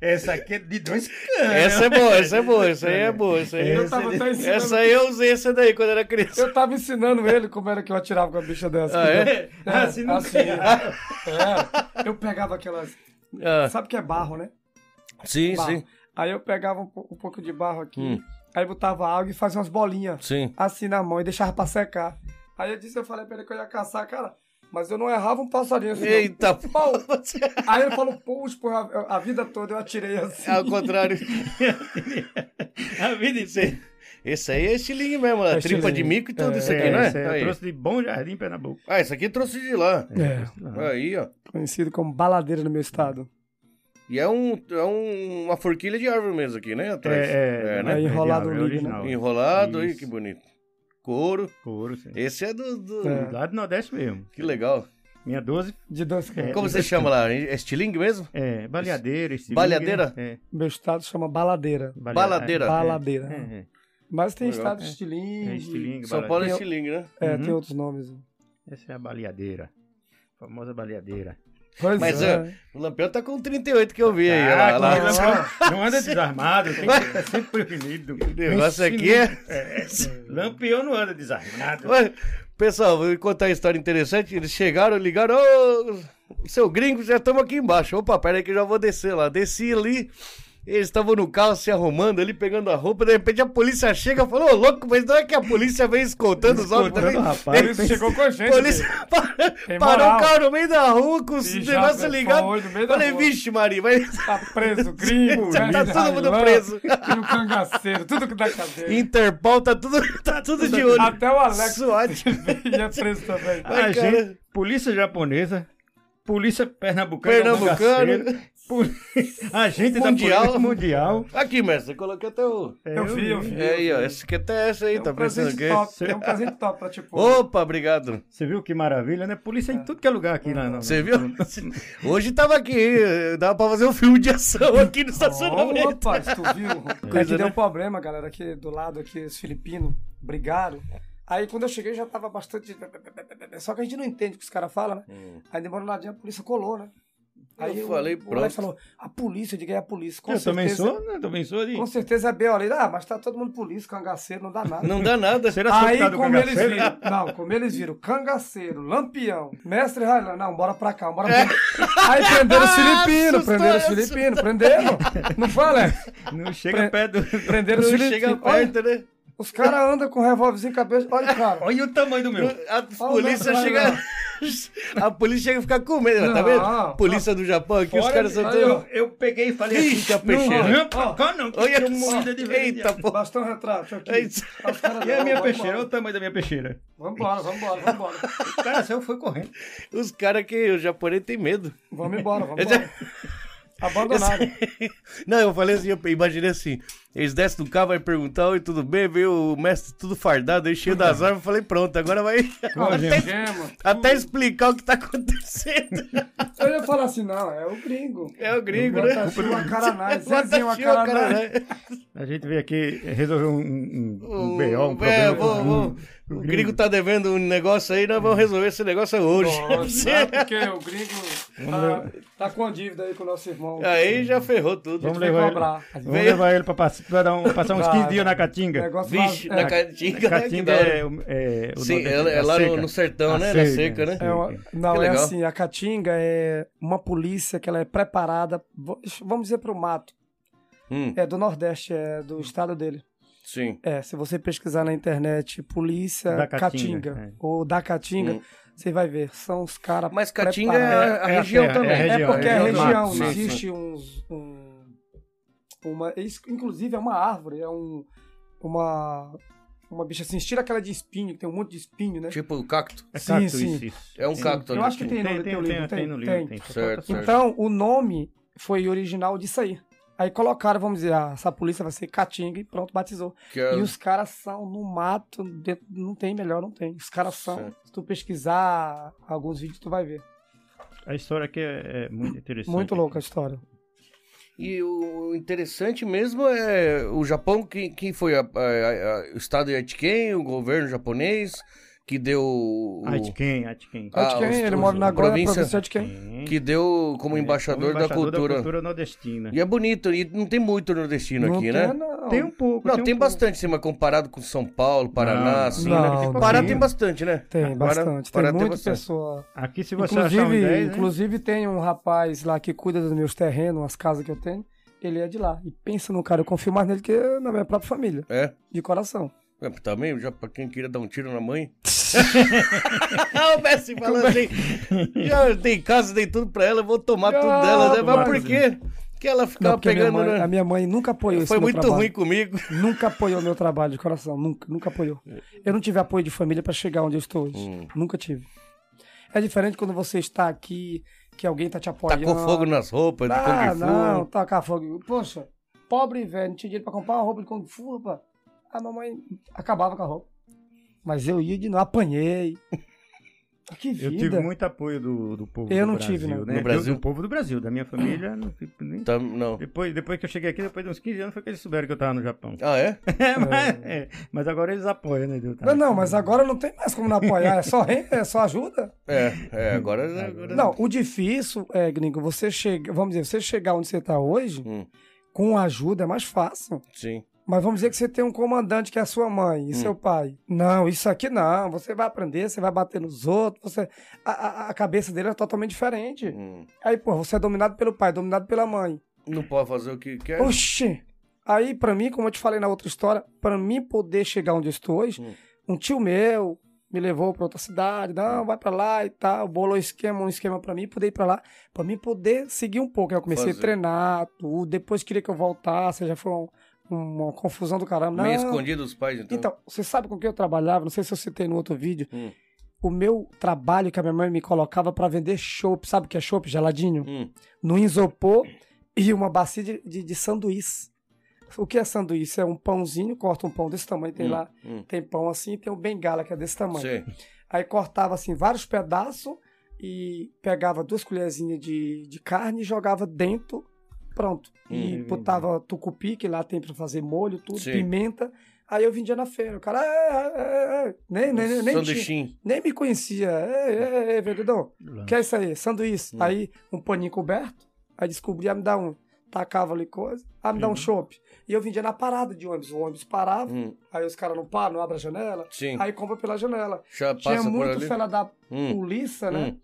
Speaker 3: essa aqui é de dois canos.
Speaker 2: Essa é boa, essa é boa, essa aí é boa. Essa aí,
Speaker 1: Eu tava até ensinando-
Speaker 2: essa aí eu usei essa daí quando era criança.
Speaker 1: Eu tava ensinando ele como era que eu atirava com a bicha dessa.
Speaker 2: Ah, é?
Speaker 3: Assim não
Speaker 1: assim, é. É. Eu pegava aquelas.
Speaker 2: Ah,
Speaker 1: Sabe o que é barro, né?
Speaker 2: sim,
Speaker 1: Barro.
Speaker 2: sim,
Speaker 1: Aí eu pegava um, po- um pouco de barro aqui,
Speaker 2: Hum.
Speaker 1: aí botava água e fazia umas bolinhas
Speaker 2: sim.
Speaker 1: assim na mão e deixava pra secar. Aí eu disse, eu falei pra ele que eu ia caçar, cara. Mas eu não errava um passarinho assim. não.
Speaker 2: Eita,
Speaker 1: Pau.
Speaker 2: você
Speaker 1: Aí ele falou, puxa, porra, eu- a vida toda eu atirei assim.
Speaker 2: Ao É contrário.
Speaker 3: [LAUGHS] A vida inteira.
Speaker 2: Esse aí é estilingue mesmo,
Speaker 3: Tá
Speaker 2: né?
Speaker 1: É
Speaker 2: tripa de
Speaker 1: estilingue.
Speaker 2: mico e tudo
Speaker 1: É,
Speaker 2: isso aqui, né?
Speaker 3: essa
Speaker 2: Aí.
Speaker 3: Eu trouxe de Bom Jardim, Pernambuco.
Speaker 2: Ah, isso aqui eu trouxe de lá.
Speaker 1: É,
Speaker 2: Aí, ó.
Speaker 1: conhecido como baladeira no meu estado.
Speaker 2: E é, um, é um- uma forquilha de árvore mesmo aqui, né? Atrás. né?
Speaker 1: Aí enrolado
Speaker 3: é
Speaker 1: o língua,
Speaker 3: original.
Speaker 2: Enrolado, aí
Speaker 3: Isso.
Speaker 2: que bonito. Couro.
Speaker 3: Couro, sim.
Speaker 2: Esse é do. do-
Speaker 1: É.
Speaker 3: Lá do Nordeste mesmo.
Speaker 2: Que legal.
Speaker 3: Minha 12
Speaker 1: De dança.
Speaker 3: É.
Speaker 2: Como você chama lá? É Estilingue mesmo?
Speaker 3: é baleadeira. Estilingue,
Speaker 2: Baleadeira?
Speaker 3: É,
Speaker 1: Meu estado chama baladeira.
Speaker 2: Baladeira. É.
Speaker 1: Baladeira.
Speaker 3: É, é,
Speaker 1: Mas tem
Speaker 2: Legal.
Speaker 1: estado
Speaker 3: É.
Speaker 1: estilingue.
Speaker 3: é estilingue,
Speaker 2: São
Speaker 3: baleadeira.
Speaker 2: Paulo é
Speaker 1: Eu-
Speaker 2: Estilingue, né?
Speaker 1: É, tem
Speaker 3: Uhum.
Speaker 1: outros nomes.
Speaker 3: Essa é a baleadeira. Famosa baleadeira.
Speaker 1: Pois
Speaker 2: Mas
Speaker 1: é.
Speaker 2: ó, o Lampião tá com 38 que eu vi aí.
Speaker 3: Ah,
Speaker 2: olha lá, olha
Speaker 3: como
Speaker 2: lá.
Speaker 3: Lampião- Não anda desarmado, tem que é
Speaker 2: [LAUGHS]
Speaker 3: sempre prevenido.
Speaker 2: O
Speaker 3: Um
Speaker 2: negócio aqui é.
Speaker 3: Lampião não anda desarmado.
Speaker 2: Olha, Pessoal, vou contar uma história interessante. Eles chegaram, ligaram, ô, seu gringo, já estamos aqui embaixo. Opa, peraí que eu já vou descer lá. Desci ali, eles estavam no carro se arrumando ali, pegando a roupa. De repente a polícia chega e fala, ô, louco, mas não é que a polícia vem escoltando os
Speaker 3: Escoltando
Speaker 2: óculos também?
Speaker 3: o rapaz,
Speaker 2: Eles-
Speaker 1: Ele chegou com a gente.
Speaker 2: Polícia [LAUGHS]
Speaker 1: velho.
Speaker 2: par-
Speaker 1: Tem
Speaker 2: parou
Speaker 1: moral.
Speaker 2: o carro no meio da rua com os
Speaker 1: E já
Speaker 2: negócios
Speaker 1: foi
Speaker 2: ligados.
Speaker 1: longe, no meio da
Speaker 2: Falei,
Speaker 1: rua.
Speaker 2: vixe, Maria, vai. [LAUGHS]
Speaker 1: Tá preso, gringo.
Speaker 2: Tá
Speaker 1: Charlie
Speaker 2: todo mundo
Speaker 1: Hylan,
Speaker 2: preso.
Speaker 1: E o cangaceiro, tudo que dá cadeia.
Speaker 2: Interpol tá tudo, [LAUGHS] tá tudo de olho.
Speaker 1: Até o Alex [LAUGHS]
Speaker 2: SWAT.
Speaker 1: ia preso também. tá?
Speaker 3: A
Speaker 2: Ai, cara.
Speaker 3: gente, polícia japonesa, polícia pernambucana,
Speaker 2: Pernambucano.
Speaker 3: cangaceiro, poli- [LAUGHS] agente
Speaker 2: Mundial.
Speaker 3: da polícia mundial.
Speaker 2: Aqui, mestre, eu coloquei até o.
Speaker 3: É,
Speaker 1: Eu vi, eu vi.
Speaker 2: É aí, ó. Esse que até essa aí,
Speaker 1: É um
Speaker 2: tá pensando
Speaker 1: presente
Speaker 2: que.
Speaker 1: top. É um presente top pra tipo.
Speaker 2: Opa, obrigado.
Speaker 3: Você viu que maravilha, né? Polícia em tudo que é lugar aqui lá. na-
Speaker 2: Você viu? Hoje tava aqui, eh, dava pra fazer um filme de ação aqui no
Speaker 1: Ô,
Speaker 2: estacionamento.
Speaker 1: rapaz, tu
Speaker 2: [LAUGHS]
Speaker 1: viu?
Speaker 2: Coisa,
Speaker 1: é que deu
Speaker 2: né?
Speaker 1: um problema, galera, aqui do lado, aqui, os filipinos brigaram. Aí quando eu cheguei já tava bastante. Só que a gente não entende o que os caras falam, né? Aí demorou um ladinho, a polícia colou, né? Aí
Speaker 2: Hum. Eu
Speaker 1: o-
Speaker 2: falei,
Speaker 1: o
Speaker 2: pronto.
Speaker 1: Alex falou, a polícia, eu digo, é a polícia. Com
Speaker 3: Eu também
Speaker 1: certeza,
Speaker 3: sou, né? Também sou de...
Speaker 1: Com certeza é B.O. ali. Ah, mas tá todo mundo polícia, cangaceiro, não dá nada.
Speaker 2: Não dá nada.
Speaker 3: Será
Speaker 1: Aí,
Speaker 3: soldado
Speaker 1: como eles
Speaker 3: cangaceiro?
Speaker 1: viram. Não, como eles viram, cangaceiro, lampião, mestre Railan, não, bora pra cá, bora pra cá. Aí prenderam os filipinos,
Speaker 2: É. Ah, Assustou,
Speaker 1: prenderam os
Speaker 2: assustou.
Speaker 1: filipinos, prenderam. Não fala, é?
Speaker 3: Não chega perto do...
Speaker 1: Prenderam os
Speaker 2: Não
Speaker 1: filipinos.
Speaker 2: chega
Speaker 1: Olha,
Speaker 2: perto, né?
Speaker 1: os caras andam com revólverzinho em cabeça. Olha, cara.
Speaker 3: Olha o tamanho do meu.
Speaker 2: A polícia
Speaker 1: não,
Speaker 2: chega. [LAUGHS] A polícia chega a ficar com medo, tá
Speaker 1: Não.
Speaker 2: vendo? Polícia do Japão aqui, os
Speaker 3: Fora,
Speaker 2: caras são
Speaker 1: aí, ó.
Speaker 2: todos.
Speaker 3: Eu peguei e falei assim,
Speaker 2: Ixi, a peixeira.
Speaker 3: Não, pra cá não, que
Speaker 2: Olha
Speaker 3: eu
Speaker 2: só.
Speaker 3: morri de vergonha.
Speaker 2: Eita, pô.
Speaker 1: Bastão retrato aqui.
Speaker 2: É isso.
Speaker 1: Aí os caras,
Speaker 3: E a
Speaker 1: não,
Speaker 3: minha
Speaker 1: vambora,
Speaker 3: peixeira, olha o tamanho da minha peixeira.
Speaker 1: Vambora, vambora, vambora.
Speaker 3: O cara saiu, foi correndo.
Speaker 2: Os caras que o japonês tem medo.
Speaker 1: Vamos embora, vamos
Speaker 2: é-
Speaker 1: embora. Abandonado.
Speaker 2: [LAUGHS] Não, eu falei assim, eu imaginei assim. Eles descem do carro, vai perguntar, oi, tudo bem? Veio o mestre tudo fardado, aí cheio das armas, eu falei, pronto, agora
Speaker 3: [LAUGHS]
Speaker 2: vai. até,
Speaker 1: Gema.
Speaker 2: até explicar o que tá acontecendo.
Speaker 1: Eu ia falar assim, não, é o gringo.
Speaker 2: [LAUGHS] É o gringo, né?
Speaker 1: Guataxi, o Acaranai. Zezinho, o
Speaker 2: Guataxi, o
Speaker 1: Acaranai.
Speaker 2: Acaranai.
Speaker 3: A gente veio aqui resolver um, um,
Speaker 2: [LAUGHS]
Speaker 3: um
Speaker 2: O-
Speaker 3: B.O., um problema.
Speaker 2: é, vou-
Speaker 3: um-
Speaker 2: vou-
Speaker 3: um
Speaker 2: O gringo tá devendo um negócio aí, nós vamos resolver esse negócio hoje. [LAUGHS]
Speaker 1: Nossa, é porque o gringo tá, tá com a dívida aí com o nosso irmão.
Speaker 2: aí já ferrou tudo.
Speaker 3: Vamos
Speaker 1: vai
Speaker 3: levar
Speaker 1: cobrar.
Speaker 3: ele, vamos
Speaker 2: Veio-
Speaker 3: levar ele pra, pass- pra dar um- passar uns
Speaker 1: Vai.
Speaker 3: 15 dias na Caatinga.
Speaker 1: Negócio
Speaker 2: Vixe, né?
Speaker 1: lá-
Speaker 2: na
Speaker 1: é,
Speaker 2: Caatinga. que
Speaker 3: Caatinga
Speaker 2: da hora.
Speaker 3: é, o- é o
Speaker 2: Sim,
Speaker 3: Nordeste,
Speaker 2: é, é
Speaker 3: a
Speaker 2: lá no,
Speaker 3: seca.
Speaker 2: no sertão,
Speaker 3: A
Speaker 2: né? Na
Speaker 3: seca,
Speaker 2: seca, né?
Speaker 3: a
Speaker 1: é uma-
Speaker 2: Que
Speaker 1: não, é
Speaker 2: legal.
Speaker 1: assim, a Caatinga é uma polícia que ela é preparada, vo- vamos dizer, pro mato.
Speaker 2: Hum,
Speaker 1: É do Nordeste, é do estado dele.
Speaker 2: sim.
Speaker 1: É, se você pesquisar na internet polícia
Speaker 3: Da Caatinga,
Speaker 1: Caatinga, ou da Caatinga,
Speaker 2: Hum.
Speaker 1: você vai ver. São os caras
Speaker 2: Mas Caatinga é,
Speaker 1: preparados.
Speaker 2: a
Speaker 3: É a
Speaker 2: região
Speaker 3: terra,
Speaker 2: também.
Speaker 3: é a
Speaker 1: É porque é
Speaker 3: é
Speaker 1: a
Speaker 3: do
Speaker 1: região,
Speaker 3: mato, sim,
Speaker 2: né?
Speaker 1: existe uns. um- uma, isso, inclusive é uma árvore, é um. Uma. Uma bicha assim, estira aquela de espinho, que tem um monte de espinho, né?
Speaker 2: Tipo o cacto.
Speaker 3: É
Speaker 1: Sim,
Speaker 3: cacto,
Speaker 1: sim.
Speaker 3: isso, isso.
Speaker 2: É um
Speaker 1: Sim.
Speaker 2: cacto.
Speaker 1: Eu
Speaker 2: ali.
Speaker 1: acho que tem, no teu livro. Tem,
Speaker 3: tem no livro, tem. assim,
Speaker 2: Certo, certo.
Speaker 1: Então, o nome foi original disso aí. Aí colocaram, vamos dizer, ah, essa polícia vai ser Caatinga e pronto, batizou.
Speaker 2: Que é-
Speaker 1: E os caras são no mato, dentro- não tem melhor, não tem. Os caras são, se tu pesquisar alguns vídeos, tu vai ver.
Speaker 3: A história aqui é, é muito interessante.
Speaker 1: Muito louca a história.
Speaker 2: E o interessante mesmo é o Japão, quem, quem foi a- a- a- o Estado Yatken, o governo japonês, que deu. o-
Speaker 3: Aitken, Aitken.
Speaker 2: Ah,
Speaker 1: Ah, de quem?
Speaker 2: os-
Speaker 1: Ele
Speaker 2: os-
Speaker 1: mora na
Speaker 2: a
Speaker 1: Goiânia,
Speaker 2: província-
Speaker 1: província de quem?
Speaker 3: Ken.
Speaker 2: Que deu como
Speaker 3: É,
Speaker 2: embaixador,
Speaker 3: como embaixador
Speaker 2: da, cultura.
Speaker 3: nordestina.
Speaker 2: E é bonito, e não tem muito nordestino
Speaker 1: Não
Speaker 2: aqui,
Speaker 1: tem,
Speaker 2: né?
Speaker 1: não.
Speaker 3: Tem um pouco.
Speaker 2: Não,
Speaker 3: um
Speaker 2: tem,
Speaker 3: pouco.
Speaker 2: bastante, sim, mas comparado com São Paulo, Paraná,
Speaker 3: Não,
Speaker 2: assim,
Speaker 1: não,
Speaker 2: né?
Speaker 1: não.
Speaker 2: Pará tem bastante, né?
Speaker 1: Tem
Speaker 2: Pará-
Speaker 1: bastante.
Speaker 2: Pará
Speaker 1: tem muita
Speaker 2: bastante.
Speaker 1: pessoa.
Speaker 3: Aqui, se você achar um
Speaker 1: Inclusive,
Speaker 3: 10, né?
Speaker 1: inclusive tem um rapaz lá que cuida dos meus terrenos, umas casas que eu tenho. Ele é de lá. E pensa no cara, eu confio mais nele que na minha própria família.
Speaker 2: É.
Speaker 1: De coração.
Speaker 2: É, Também, já pra quem queira dar um tiro na [LAUGHS] mãe. o Messi falando assim: já dei casa, dei tudo pra ela, vou tomar
Speaker 1: Já,
Speaker 2: tudo dela, né? Mas por
Speaker 1: mas-
Speaker 2: quê? Que ela
Speaker 1: Não,
Speaker 2: ficava
Speaker 1: porque a minha,
Speaker 2: pegando.
Speaker 1: mãe,
Speaker 2: né?
Speaker 1: a minha mãe nunca apoiou esse
Speaker 2: Foi
Speaker 1: meu
Speaker 2: muito
Speaker 1: trabalho.
Speaker 2: ruim [LAUGHS] comigo.
Speaker 1: Nunca apoiou meu trabalho de coração, nunca, nunca apoiou. Eu não tive apoio de família pra chegar onde eu estou hoje.
Speaker 2: Hum.
Speaker 1: Nunca tive. É diferente quando você está aqui, que alguém tá te apoiando.
Speaker 2: Tacou fogo nas roupas, de
Speaker 1: Ah,
Speaker 2: Kung Fu.
Speaker 1: não, tacar fogo. Poxa, pobre velho, não tinha dinheiro pra comprar uma roupa de Kung Fu, rapaz. A mamãe acabava com a roupa. Mas eu ia de não, apanhei. [LAUGHS] Que vida.
Speaker 3: Eu tive muito apoio do, do povo
Speaker 1: Eu
Speaker 3: do
Speaker 1: não
Speaker 3: Brasil,
Speaker 1: tive, não.
Speaker 3: né?
Speaker 2: No
Speaker 3: Do-
Speaker 2: Brasil?
Speaker 3: Do povo do Brasil, da minha família, não tive nem...
Speaker 2: Tam- não.
Speaker 3: Depois, depois que eu cheguei aqui, depois de uns 15 anos, foi que eles souberam que eu tava no Japão.
Speaker 2: Ah, é?
Speaker 3: É, mas, é, [LAUGHS] mas agora eles apoiam, né, Deus?
Speaker 1: Mas É. não, mas agora não tem mais como não apoiar, é só, re- é só ajuda.
Speaker 2: É, é agora. agora-
Speaker 1: Hum. Não, o difícil é, gringo, você chega, vamos dizer, você chegar onde você está hoje,
Speaker 2: Hum.
Speaker 1: com ajuda é mais fácil.
Speaker 2: Sim.
Speaker 1: Mas vamos dizer que você tem um comandante que é a sua mãe
Speaker 2: Hum.
Speaker 1: e seu pai. Não, isso aqui não. Você vai aprender, você vai bater nos outros. Você... A, a- a cabeça dele é totalmente diferente.
Speaker 2: Hum.
Speaker 1: Aí, pô, você é dominado pelo pai, dominado pela mãe.
Speaker 2: Não pode fazer o que quer.
Speaker 1: Oxi! Aí, pra mim, como eu te falei na outra história, pra mim poder chegar onde eu estou hoje,
Speaker 2: Hum.
Speaker 1: um tio meu me levou pra outra cidade, não, vai pra lá e tal, bolou um esquema, um esquema pra mim, poder ir pra lá, pra mim poder seguir um pouco. Aí eu comecei
Speaker 2: Fazer.
Speaker 1: a treinar, tudo, depois queria que eu voltasse, já foi um- uma confusão do caramba.
Speaker 2: Meio
Speaker 1: Não,
Speaker 2: escondido dos pais, então.
Speaker 1: então, você sabe com quem eu trabalhava? Não sei se eu citei no outro vídeo.
Speaker 2: Hum.
Speaker 1: O meu trabalho que a minha mãe me colocava pra vender chopp, sabe o que é chopp? Geladinho?
Speaker 2: Hum.
Speaker 1: No isopor e uma bacia de, de, de sanduíche. O que é sanduíche? É um pãozinho, corta um pão desse tamanho, tem
Speaker 2: hum,
Speaker 1: lá.
Speaker 2: hum.
Speaker 1: Tem pão assim, tem um bengala que é desse tamanho.
Speaker 2: Sei.
Speaker 1: Aí cortava assim vários pedaços e pegava duas colherzinhas de, de carne e jogava dentro, pronto.
Speaker 2: Hum,
Speaker 1: E
Speaker 3: entendi.
Speaker 1: botava tucupi, que lá tem pra fazer molho, tudo,
Speaker 2: Sim.
Speaker 1: pimenta. Aí eu vendia na feira. O cara, é, é, é, é. nem, nem, nem, nem, tinha-
Speaker 2: Sanduichinho.
Speaker 1: nem me conhecia. É, é, é, vendedor, que é isso aí? Sanduíche.
Speaker 2: Hum.
Speaker 1: Aí um paninho coberto, aí descobria, me dá um. Tacava ali coisa, ah, me dá um
Speaker 3: Uhum.
Speaker 1: chopp. E eu vendia na parada de ônibus. O ônibus parava,
Speaker 2: Hum.
Speaker 1: aí os caras não param, não abrem a janela.
Speaker 2: Sim.
Speaker 1: Aí compra pela janela
Speaker 2: Já
Speaker 1: tinha
Speaker 2: passa por
Speaker 1: muito
Speaker 2: ali.
Speaker 1: fela da
Speaker 2: Hum.
Speaker 1: polícia, né?
Speaker 2: Hum.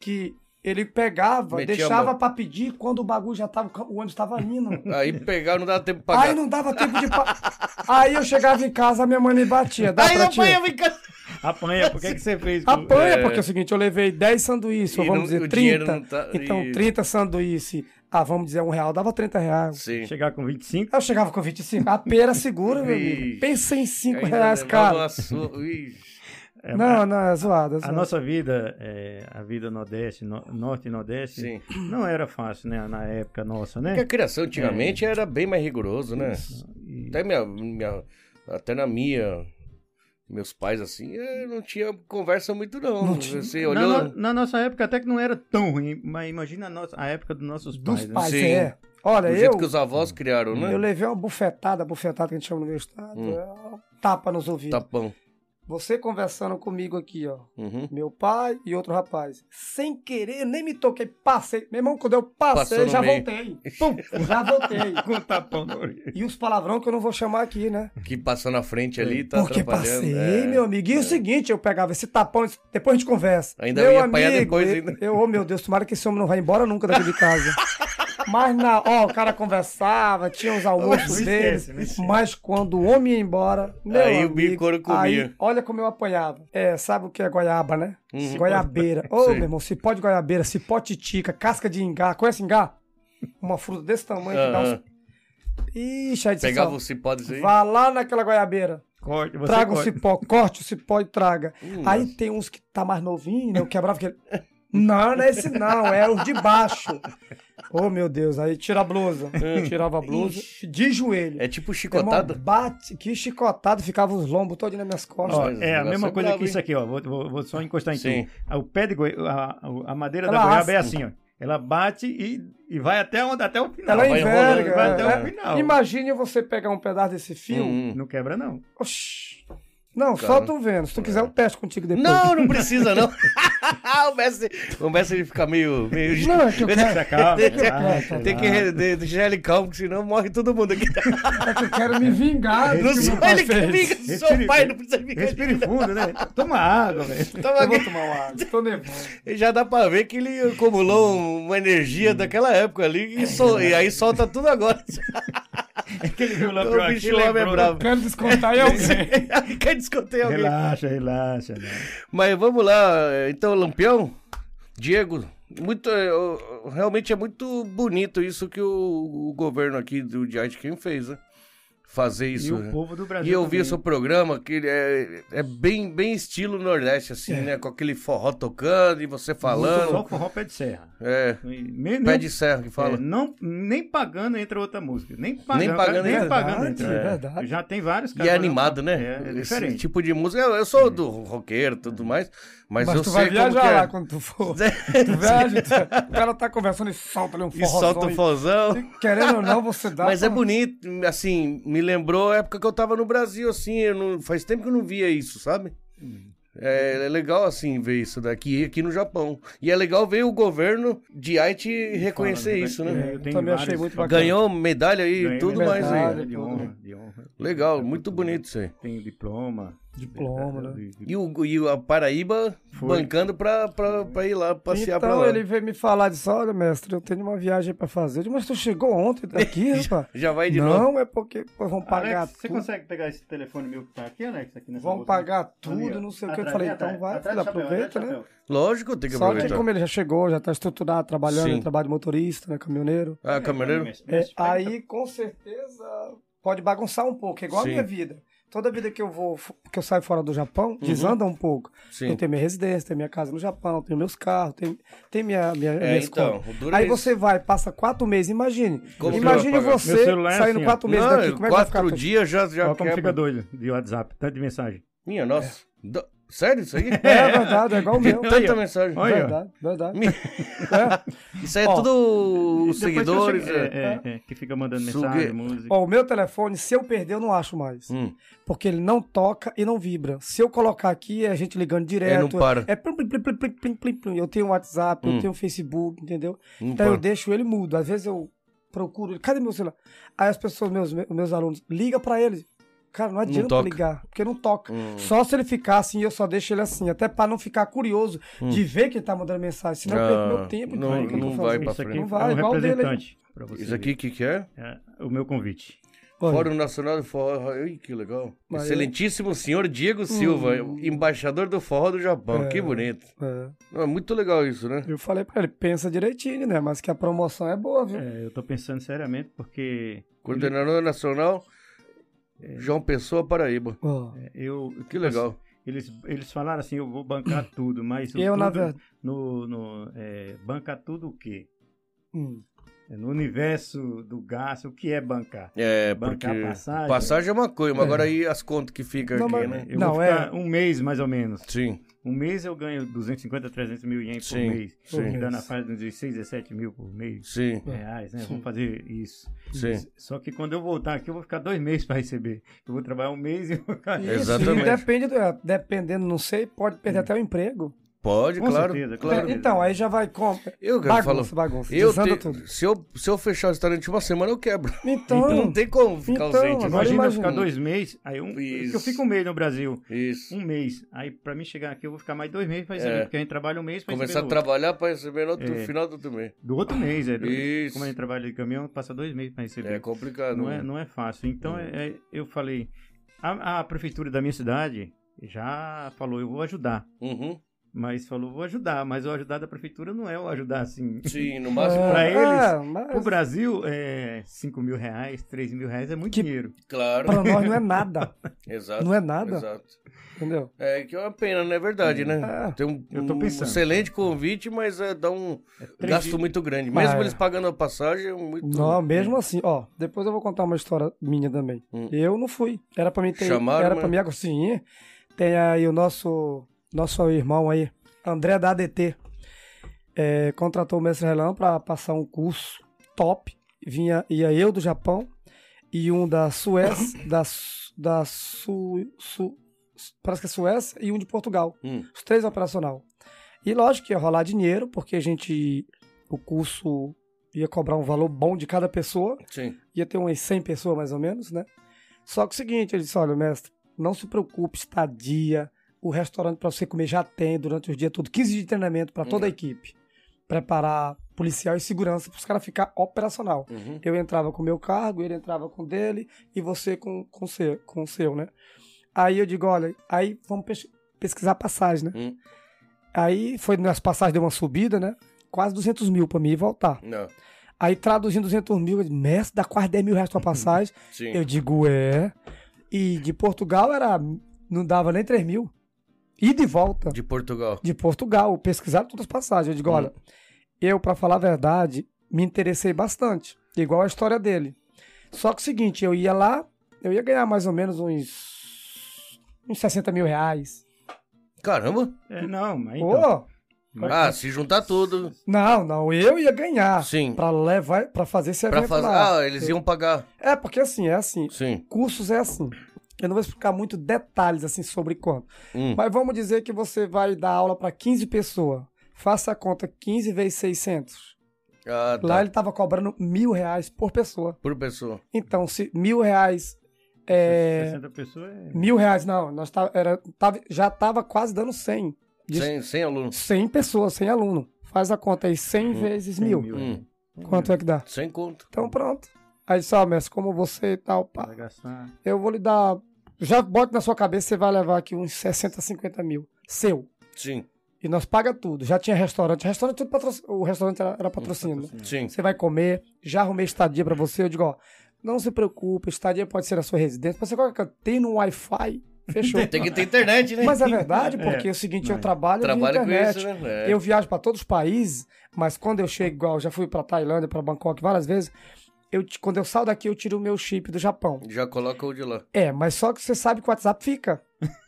Speaker 1: Que ele pegava,
Speaker 2: Metia a
Speaker 1: deixava
Speaker 2: mão.
Speaker 1: pra pedir quando o bagulho já tava, o ônibus tava indo.
Speaker 2: [LAUGHS] Aí pegar, não dá tempo pra pagar.
Speaker 1: Aí não dava tempo de. pa- Aí eu chegava em casa, minha mãe me batia. Dá
Speaker 2: Aí
Speaker 1: pra
Speaker 2: não
Speaker 1: ti?
Speaker 2: apanha, vem cá.
Speaker 3: Apanha, por que, que você fez? com-
Speaker 1: Apanha,
Speaker 2: É.
Speaker 1: porque é o seguinte, eu levei 10 sanduíches, ou
Speaker 2: E
Speaker 1: vamos
Speaker 2: não- o
Speaker 1: dizer,
Speaker 2: dinheiro
Speaker 1: 30.
Speaker 2: não tá-
Speaker 1: Então,
Speaker 2: e-
Speaker 1: 30 sanduíches, ah, vamos dizer, um real, dava 30 reais.
Speaker 2: Sim.
Speaker 3: Chegar com 25?
Speaker 1: Aí Eu chegava com 25, a pera é segura, meu
Speaker 2: Ixi.
Speaker 1: amigo. Pensa em 5
Speaker 2: Ainda
Speaker 1: reais,
Speaker 2: levava
Speaker 1: cara.
Speaker 2: uma su- Ixi.
Speaker 3: É,
Speaker 1: Não, não, é zoado. É
Speaker 3: A
Speaker 1: zoado.
Speaker 3: nossa vida, é, a vida nordeste, no- norte e nordeste,
Speaker 2: Sim.
Speaker 3: não era fácil, né? Na época nossa,
Speaker 2: Porque
Speaker 3: né?
Speaker 2: É a criação
Speaker 1: É.
Speaker 2: antigamente era bem mais rigoroso, né?
Speaker 3: E-
Speaker 2: Até, minha, minha- até na minha, meus pais, assim, eh, não tinha conversa muito, não. Você
Speaker 3: Na,
Speaker 2: olhou... um
Speaker 3: no- na nossa época até que não era tão ruim, mas imagina a, nossa, a época dos nossos
Speaker 1: Dos
Speaker 3: pais. né?
Speaker 1: pais,
Speaker 2: Sim.
Speaker 1: é. Olha,
Speaker 2: Do
Speaker 1: eu.
Speaker 2: jeito que os avós criaram, né?
Speaker 1: Eu levei uma bufetada, bufetada que a gente chama no meu estado,
Speaker 2: Hum.
Speaker 1: é uma tapa nos ouvidos.
Speaker 2: Tapão.
Speaker 1: Você conversando comigo aqui, ó,
Speaker 2: Uhum.
Speaker 1: meu pai e outro rapaz, sem querer, nem me toquei, passei. Meu irmão, quando eu passei,
Speaker 2: Passou no
Speaker 1: já
Speaker 2: meio. um
Speaker 1: voltei. Pum, já
Speaker 2: [LAUGHS]
Speaker 1: voltei.
Speaker 3: Com tapão na orelha.
Speaker 1: E os palavrão que eu não vou chamar aqui, né?
Speaker 2: Que passou na frente ali, tá
Speaker 1: Porque
Speaker 2: atrapalhando.
Speaker 1: passei,
Speaker 2: é.
Speaker 1: meu amigo. E o seguinte, eu pegava esse tapão, depois a gente conversa.
Speaker 2: Ainda
Speaker 1: meu
Speaker 2: ia apanhar
Speaker 1: amigo,
Speaker 2: depois
Speaker 1: eu-
Speaker 2: ainda.
Speaker 1: Eu, oh, meu Deus, tomara que esse homem não vá embora nunca daqui de casa.
Speaker 2: [LAUGHS]
Speaker 1: Mas na, ó, o cara conversava, tinha os almoços
Speaker 3: Não esquece,
Speaker 1: dele.
Speaker 3: não esquece.
Speaker 1: Mas quando o homem ia embora, meu
Speaker 2: Aí o
Speaker 1: amigo,
Speaker 2: bicouro comia.
Speaker 1: aí, olha como eu apanhava. É, sabe o que é goiaba, né?
Speaker 2: Uhum.
Speaker 1: Goiabeira. Ô,
Speaker 2: [LAUGHS] Sim.
Speaker 1: meu irmão, cipó de goiabeira, cipó titica, casca de ingá. Conhece ingá? Uma fruta desse tamanho que dá
Speaker 2: Ah,
Speaker 1: uns... assim, Ixi, aí disse
Speaker 2: Pegava
Speaker 1: só,
Speaker 2: o cipó disso aí.
Speaker 1: Vá lá naquela goiabeira.
Speaker 3: Corte, você
Speaker 1: Traga o
Speaker 3: corta.
Speaker 1: cipó, corte o cipó e traga.
Speaker 2: Hum,
Speaker 1: Aí tem uns que tá mais novinho, né? Eu quebrava aquele. Não, não é esse não, é o de baixo. Oh, meu Deus, aí tira a blusa. Tirava a blusa de joelho.
Speaker 2: É tipo
Speaker 1: Meu irmão,
Speaker 2: chicotada.
Speaker 1: Bate, que chicotado, ficava os lombos todos nas minhas costas.
Speaker 3: Ó,
Speaker 2: Mas
Speaker 3: é a
Speaker 2: o negócio
Speaker 3: mesma
Speaker 2: é
Speaker 3: coisa
Speaker 2: brabo,
Speaker 3: que isso
Speaker 2: hein?
Speaker 3: aqui, ó. Vou, vou- vou só encostar em
Speaker 2: Sim.
Speaker 3: tudo. A- O pé de goi... a, a- a madeira
Speaker 1: Ela
Speaker 3: da goiaba é
Speaker 1: raspa.
Speaker 3: assim, ó. Ela bate e, e vai até onde? Até o final.
Speaker 1: Ela
Speaker 2: vai
Speaker 1: enverga.
Speaker 2: enrolando, né?
Speaker 3: vai até
Speaker 1: é.
Speaker 3: o final.
Speaker 1: Imagine você pegar um pedaço desse fio.
Speaker 2: Hum, hum.
Speaker 3: Não quebra, não.
Speaker 2: [LAUGHS]
Speaker 1: Oxi. Não,
Speaker 2: Cara.
Speaker 1: só tu vendo. Se tu quiser, eu testo contigo depois.
Speaker 2: Não, não precisa,
Speaker 1: [LAUGHS]
Speaker 2: não. [LAUGHS] o mestre, o mestre ele fica meio. meio...
Speaker 1: Não, é que eu quero,
Speaker 3: Se
Speaker 2: [LAUGHS]
Speaker 3: calma,
Speaker 2: Tem que-
Speaker 3: relaxa,
Speaker 2: Tem que re- de- deixar ele calmo, que senão morre todo mundo aqui.
Speaker 1: é que eu quero me vingar.
Speaker 2: [LAUGHS] Não
Speaker 1: do que
Speaker 2: sou
Speaker 1: meu pai
Speaker 2: ele que
Speaker 1: fez.
Speaker 2: liga, sou
Speaker 3: Respire-
Speaker 2: pai, não precisa ficar de
Speaker 3: Respire fundo, né? Toma água,
Speaker 2: [LAUGHS]
Speaker 3: velho.
Speaker 2: Tava
Speaker 1: Eu
Speaker 2: aqui.
Speaker 1: vou tomar uma água, tô nervoso.
Speaker 2: E já dá pra ver que ele acumulou uma energia daquela época ali
Speaker 1: É
Speaker 2: e, sol- e aí solta tudo agora.
Speaker 3: Aquele viu lá
Speaker 2: o bicho lá é bravo.
Speaker 1: Quero descontar em alguém.
Speaker 2: [LAUGHS] Aí Quer descontar em alguém.
Speaker 3: Relaxa, relaxa. Né?
Speaker 2: Mas vamos lá, então, Lampião, Diego, muito, é, o- realmente é muito bonito isso que o, o governo aqui do Diante quem fez, né? fazer isso.
Speaker 3: E
Speaker 2: né?
Speaker 3: o povo do Brasil.
Speaker 2: E eu vi
Speaker 3: também.
Speaker 2: o seu programa, que ele é, é bem, bem estilo Nordeste, assim,
Speaker 1: É.
Speaker 2: né? Com aquele forró tocando e você falando.
Speaker 3: Só forró pé de serra.
Speaker 2: É,
Speaker 3: Mesmo,
Speaker 2: pé de serra que fala.
Speaker 3: É, não, nem pagando entra outra música. Nem pagando,
Speaker 2: Nem pagando
Speaker 1: entra.
Speaker 3: nem pagando
Speaker 1: Verdade,
Speaker 3: entra.
Speaker 1: verdade.
Speaker 3: Já tem vários
Speaker 2: e
Speaker 3: caras
Speaker 2: é
Speaker 3: fazendo-
Speaker 2: animado, né?
Speaker 3: É, é
Speaker 2: Esse
Speaker 3: diferente. Hum.
Speaker 2: tipo de música. Eu eu sou do roqueiro e tudo mais, mas,
Speaker 1: Mas,
Speaker 2: eu
Speaker 1: tu
Speaker 2: sei
Speaker 1: vai
Speaker 2: como
Speaker 1: viajar lá
Speaker 2: [LAUGHS] que
Speaker 1: quando tu for.
Speaker 2: é.
Speaker 1: Tu viaja, tu- o cara tá conversando e solta ali um
Speaker 2: e
Speaker 1: forrozão.
Speaker 2: solta um forrozão.
Speaker 1: e- Querendo ou não, você dá.
Speaker 2: Mas é
Speaker 1: pra-
Speaker 2: bonito, assim, me lembrou a época que eu tava no Brasil, assim, eu não- faz tempo que eu não via isso, sabe? É, é legal, assim, ver isso daqui aqui no Japão. E é legal ver o governo de
Speaker 1: né?
Speaker 2: Haiti reconhecer
Speaker 3: Fala,
Speaker 2: isso,
Speaker 3: é,
Speaker 2: né?
Speaker 3: eu tenho
Speaker 1: Também achei
Speaker 3: vários-
Speaker 1: muito bacana.
Speaker 2: Ganhou medalha aí e
Speaker 3: Ganhei
Speaker 2: tudo
Speaker 3: medalha,
Speaker 2: mais
Speaker 1: medalha. É
Speaker 2: aí.
Speaker 1: aí.
Speaker 3: De honra, de honra. É
Speaker 2: Legal, muito bonito isso aí.
Speaker 3: Tem diploma. É,
Speaker 1: Diploma, né?
Speaker 3: De- de-
Speaker 2: E, o, e a Paraíba
Speaker 3: Foi.
Speaker 2: bancando pra, pra, pra ir lá, passear pra
Speaker 1: Então
Speaker 2: lá.
Speaker 1: ele veio me falar disse: Olha, mestre, eu tenho uma viagem pra fazer. Eu disse, mas tu chegou ontem daqui, rapaz?
Speaker 2: [LAUGHS] Já vai de novo.
Speaker 1: Não, é porque pô, vão pagar
Speaker 3: Alex, você
Speaker 1: tudo.
Speaker 3: consegue pegar esse telefone meu que tá aqui, Alex? Aqui nessa
Speaker 1: Vão
Speaker 3: bolsa?
Speaker 1: pagar
Speaker 3: Ali, ó.
Speaker 1: tudo, não sei o que. Eu
Speaker 3: Atrás,
Speaker 1: falei,
Speaker 3: atrás,
Speaker 1: então vai,
Speaker 3: atrás
Speaker 1: filho,
Speaker 3: do chapéu,
Speaker 1: aproveita,
Speaker 3: atrás do
Speaker 1: né?
Speaker 3: chapéu.
Speaker 2: Lógico, tem que
Speaker 1: Só que
Speaker 2: aproveitar.
Speaker 1: como ele já chegou, já tá estruturado, trabalhando,
Speaker 2: Sim.
Speaker 1: ele trabalha de motorista, né, caminhoneiro.
Speaker 2: Ah, caminhoneiro?
Speaker 1: É, aí, com certeza, pode bagunçar um pouco, é igual
Speaker 2: Sim.
Speaker 1: a minha vida. Toda vida que eu vou, que eu saio fora do Japão, desanda um pouco.
Speaker 2: Uhum. Sim.
Speaker 1: Eu tenho minha residência, tenho minha casa no Japão, tenho meus carros, tenho, tenho minha, minha, minha
Speaker 2: É, então,
Speaker 1: escola.
Speaker 2: o duro
Speaker 1: Aí
Speaker 2: é
Speaker 1: você vai, passa quatro meses, imagine.
Speaker 2: Como que
Speaker 1: imagine
Speaker 2: vai pagar?
Speaker 1: você
Speaker 3: Meu celular é
Speaker 1: saindo
Speaker 3: assim, ó.
Speaker 1: quatro meses
Speaker 2: Não,
Speaker 1: daqui, como é que vai ficar? um
Speaker 2: quatro
Speaker 1: tu-
Speaker 2: dias já, já
Speaker 3: Olha como
Speaker 2: quebra.
Speaker 3: fica doido de WhatsApp, tanto de mensagem.
Speaker 2: Minha nossa.
Speaker 3: É.
Speaker 2: Do- Sério isso
Speaker 3: [LAUGHS]
Speaker 2: aí?
Speaker 1: É verdade, é igual
Speaker 2: [LAUGHS]
Speaker 1: o meu.
Speaker 2: Tanta mensagem.
Speaker 3: Olha.
Speaker 1: Verdade, verdade.
Speaker 2: Mi- Isso aí é
Speaker 1: Ó,
Speaker 2: tudo os
Speaker 3: Depois que eu
Speaker 2: seguidores.
Speaker 3: cheguei-
Speaker 2: é.
Speaker 3: é, é, é, que fica mandando
Speaker 2: Sugue-
Speaker 3: mensagem, música.
Speaker 1: Ó, o meu telefone, se eu perder, eu não acho mais.
Speaker 2: Hum.
Speaker 1: Porque ele não toca e não vibra. Se eu colocar aqui, é gente ligando direto.
Speaker 2: não para. Hum.
Speaker 1: É plim, plim, plim, plim, plim, plim, plim. Eu tenho WhatsApp, eu tenho Facebook, entendeu?
Speaker 2: Não
Speaker 1: então
Speaker 2: para.
Speaker 1: eu deixo ele mudo. Às vezes eu procuro, ele, cadê meu celular? Aí as pessoas, meus, meus alunos, liga pra ele. Cara, não adianta
Speaker 2: toca. Hum.
Speaker 1: ligar, porque não toca. Só se ele ficar assim, eu só deixo ele assim, até pra não ficar curioso de ver que ele tá mandando mensagem, senão eu
Speaker 2: Hum.
Speaker 1: perco
Speaker 2: Ah,
Speaker 1: meu tempo.
Speaker 2: não-
Speaker 1: entendeu? O que eu tô
Speaker 2: não
Speaker 1: fazendo?
Speaker 2: vai pra
Speaker 3: Isso aqui
Speaker 2: frente.
Speaker 1: Não vai,
Speaker 3: é um
Speaker 1: igual o dele aí.
Speaker 3: representante pra você.
Speaker 2: Isso aqui o que, que é?
Speaker 3: ver. É o meu convite.
Speaker 1: Olha,
Speaker 2: Fórum Nacional do Forró. Ai, que legal.
Speaker 1: Mas
Speaker 2: Excelentíssimo senhor Diego Silva,
Speaker 3: Hum.
Speaker 2: embaixador do forró do Japão.
Speaker 1: É.
Speaker 2: Que bonito.
Speaker 1: é.
Speaker 2: Não, É muito legal isso, né?
Speaker 1: Eu falei pra ele, pensa direitinho, né? Mas que a promoção é boa, viu?
Speaker 3: É, eu tô pensando seriamente porque
Speaker 2: Coordenador Nacional
Speaker 3: É.
Speaker 2: João Pessoa, Paraíba.
Speaker 1: Ó,
Speaker 3: eu... assim,
Speaker 2: Que legal.
Speaker 3: Eles, eles falaram assim, eu vou
Speaker 2: [COUGHS]
Speaker 3: bancar tudo, mas... o
Speaker 1: Eu, na
Speaker 3: tudo é
Speaker 1: verdade-
Speaker 3: No, no, é, bancar tudo o quê?
Speaker 1: hum.
Speaker 3: É, No universo do gasto, o que é bancar?
Speaker 2: É, porque
Speaker 3: Bancar passagem? né?
Speaker 2: passagem é uma coisa, mas agora aí as contas que fica
Speaker 1: Não,
Speaker 2: aqui,
Speaker 1: mas-
Speaker 2: né?
Speaker 3: Eu
Speaker 1: Não,
Speaker 3: vou
Speaker 1: é-
Speaker 3: ficar um mês, mais ou menos.
Speaker 2: Sim.
Speaker 3: Um mês eu ganho 250, 300 mil ienes por
Speaker 2: Sim,
Speaker 3: mês.
Speaker 2: sim.
Speaker 3: Que dá na fase de 16, 17 mil por mês.
Speaker 2: Sim,
Speaker 1: É.
Speaker 3: Reais, né? Vamos fazer isso.
Speaker 2: sim.
Speaker 3: Só que quando eu voltar aqui, eu vou ficar dois meses para receber. Eu vou trabalhar um mês e vou ficar...
Speaker 1: Isso,
Speaker 2: Exatamente.
Speaker 1: e depende do, é, dependendo, não sei, pode perder até o emprego.
Speaker 2: Pode,
Speaker 3: Com
Speaker 2: claro.
Speaker 3: certeza, com
Speaker 2: claro.
Speaker 3: certeza.
Speaker 1: Então, aí já vai com
Speaker 2: Eu que falo-
Speaker 1: bagunça, bagunça,
Speaker 2: Eu
Speaker 1: desanda
Speaker 2: te-
Speaker 1: tudo.
Speaker 2: se, eu, se eu fechar o restaurante uma semana, eu quebro.
Speaker 1: Então,
Speaker 2: [LAUGHS] não tem como ficar
Speaker 1: então,
Speaker 2: ausente.
Speaker 1: agora
Speaker 3: Imagina eu
Speaker 1: imagina.
Speaker 3: ficar dois meses, aí um,
Speaker 2: Isso.
Speaker 3: porque eu fico um mês no Brasil.
Speaker 2: Isso.
Speaker 3: Um mês. Aí para mim chegar aqui, eu vou ficar mais dois meses para receber. Porque a gente trabalha um mês para
Speaker 2: Começar
Speaker 3: receber
Speaker 2: a
Speaker 3: do
Speaker 2: trabalhar para receber no outro-
Speaker 3: É.
Speaker 2: final do outro mês.
Speaker 3: outro. do outro mês. É, do-
Speaker 2: Isso.
Speaker 3: Como a gente trabalha de caminhão, passa dois meses para receber.
Speaker 2: É complicado.
Speaker 3: não
Speaker 2: né?
Speaker 3: é, não é fácil. Então é- é- eu falei, a, a prefeitura da minha cidade já falou, eu vou ajudar.
Speaker 2: Uhum.
Speaker 3: Mas falou, vou ajudar, mas o ajudar da prefeitura não é o ajudar assim.
Speaker 2: Sim, no máximo.
Speaker 3: pra
Speaker 1: É,
Speaker 3: eles,
Speaker 1: mas
Speaker 3: O Brasil, é, 5 mil reais, 3 mil reais é muito
Speaker 1: Que-
Speaker 3: dinheiro.
Speaker 2: Claro.
Speaker 1: pra nós não é nada,
Speaker 2: Exato.
Speaker 1: não é nada.
Speaker 2: Exato.
Speaker 1: entendeu?
Speaker 2: É que é uma pena, não é verdade, né?
Speaker 1: É.
Speaker 2: Tem um,
Speaker 3: Eu tô
Speaker 2: um
Speaker 3: pensando.
Speaker 2: excelente convite, mas é, dá um
Speaker 3: três
Speaker 2: gasto
Speaker 3: dias.
Speaker 2: muito grande.
Speaker 1: Mas-
Speaker 2: Mesmo eles pagando a passagem, é muito.
Speaker 1: Não, mesmo assim, ó, depois eu vou contar uma história minha também.
Speaker 2: Hum.
Speaker 1: Eu não fui, era pra mim ter,
Speaker 2: Chamaram,
Speaker 1: era
Speaker 2: mas-
Speaker 1: pra mim, agora sim, tem aí o nosso, nosso irmão aí, André da ADT, é, contratou o mestre Relan pra passar um curso top, vinha, ia eu do Japão e um da Suécia,
Speaker 2: [COUGHS]
Speaker 1: da, Su- da Su, Su, parece que é Suécia, e um de Portugal.
Speaker 2: Hum.
Speaker 1: Os três operacional. E lógico que ia rolar dinheiro, porque a gente. O curso ia cobrar um valor bom de cada pessoa.
Speaker 2: Sim.
Speaker 1: Ia ter umas 100 pessoas mais ou menos, né? Só que o seguinte, ele disse: olha, mestre, não se preocupe, estadia. O restaurante para você comer já tem durante os dias tudo. 15 dias de treinamento para toda a equipe. Preparar policial e segurança para os caras ficar operacional.
Speaker 2: Uhum.
Speaker 1: Eu entrava com o meu cargo, ele entrava com o dele e você com, com, o seu, com o seu, né? Aí eu digo, olha, aí vamos pes- pesquisar passagem, né?
Speaker 2: Hum.
Speaker 1: Aí foi nas passagens, deu uma subida, né? Quase 200 mil pra mim e voltar.
Speaker 2: Não.
Speaker 1: Aí traduzindo 200 mil, ele disse, mestre, dá quase 10 mil reais tua
Speaker 2: [LAUGHS]
Speaker 1: passagem.
Speaker 2: Sim.
Speaker 1: Eu digo, é. E de Portugal era. Não dava nem 3 mil. E de volta
Speaker 2: De Portugal.
Speaker 1: de Portugal, pesquisaram todas as passagens. Eu digo, olha,
Speaker 2: Hum.
Speaker 1: eu, pra falar a verdade, me interessei bastante, igual a história dele. Só que o seguinte, eu ia lá, eu ia ganhar mais ou menos uns, uns 60 mil reais.
Speaker 2: Caramba.
Speaker 3: É, não, mas
Speaker 1: Ô,
Speaker 3: então,
Speaker 2: Ah, se juntar tudo.
Speaker 1: não, não, eu ia ganhar.
Speaker 2: Sim.
Speaker 1: Ah, Pra levar, para fazer esse
Speaker 2: Pra
Speaker 1: evento
Speaker 2: fazer.
Speaker 1: lá.
Speaker 2: Ah, eles iam pagar.
Speaker 1: É, porque assim, é assim,
Speaker 2: Sim.
Speaker 1: cursos é assim. Eu não vou explicar muito detalhes assim sobre quanto.
Speaker 2: Hum.
Speaker 1: Mas vamos dizer que você vai dar aula pra 15 pessoas. Faça a conta 15 vezes 600.
Speaker 2: Ah, tá.
Speaker 1: Lá ele tava cobrando mil reais por pessoa.
Speaker 2: Por pessoa.
Speaker 1: Então, se mil reais. É,
Speaker 3: 60 pessoas é...
Speaker 1: mil reais, não. Nós tá- era, tava- já tava quase dando 100. De-
Speaker 2: Sem, sem alunos.
Speaker 1: 100 pessoas, 100 aluno. Faz a conta aí, 100 vezes
Speaker 3: 100
Speaker 1: mil.
Speaker 3: mil.
Speaker 2: Hum.
Speaker 1: Quanto é que dá?
Speaker 2: Sem conto.
Speaker 1: Então, pronto. Aí só, ó, mestre, como você e tal, pá,
Speaker 3: Vai gastar.
Speaker 1: eu vou lhe dar. Já bota na sua cabeça, você vai levar aqui uns 60, 50 mil. Seu.
Speaker 2: Sim.
Speaker 1: E nós paga tudo. Já tinha restaurante. Restaurante tudo patrocínio. O restaurante era, era patrocínio. né?
Speaker 2: Sim.
Speaker 1: Você vai comer, já arrumei estadia pra você. Eu digo, ó, não se preocupe, estadia pode ser a sua residência. Pode ser qualquer coisa. Tem no Wi-Fi, fechou.
Speaker 2: [LAUGHS] Tem que ter internet, né?
Speaker 1: Mas é verdade,
Speaker 3: [LAUGHS] É,
Speaker 1: porque é o seguinte,
Speaker 3: é.
Speaker 1: eu trabalho de
Speaker 2: Trabalha com
Speaker 1: internet.
Speaker 2: isso, né? É.
Speaker 1: Eu viajo pra todos os países, mas quando eu chego, igual, eu já fui pra Tailândia, pra Bangkok várias vezes, eu, ti- quando eu saio daqui, eu tiro o meu chip do Japão.
Speaker 2: Já coloca o de lá.
Speaker 1: É, mas só que você sabe que o WhatsApp fica.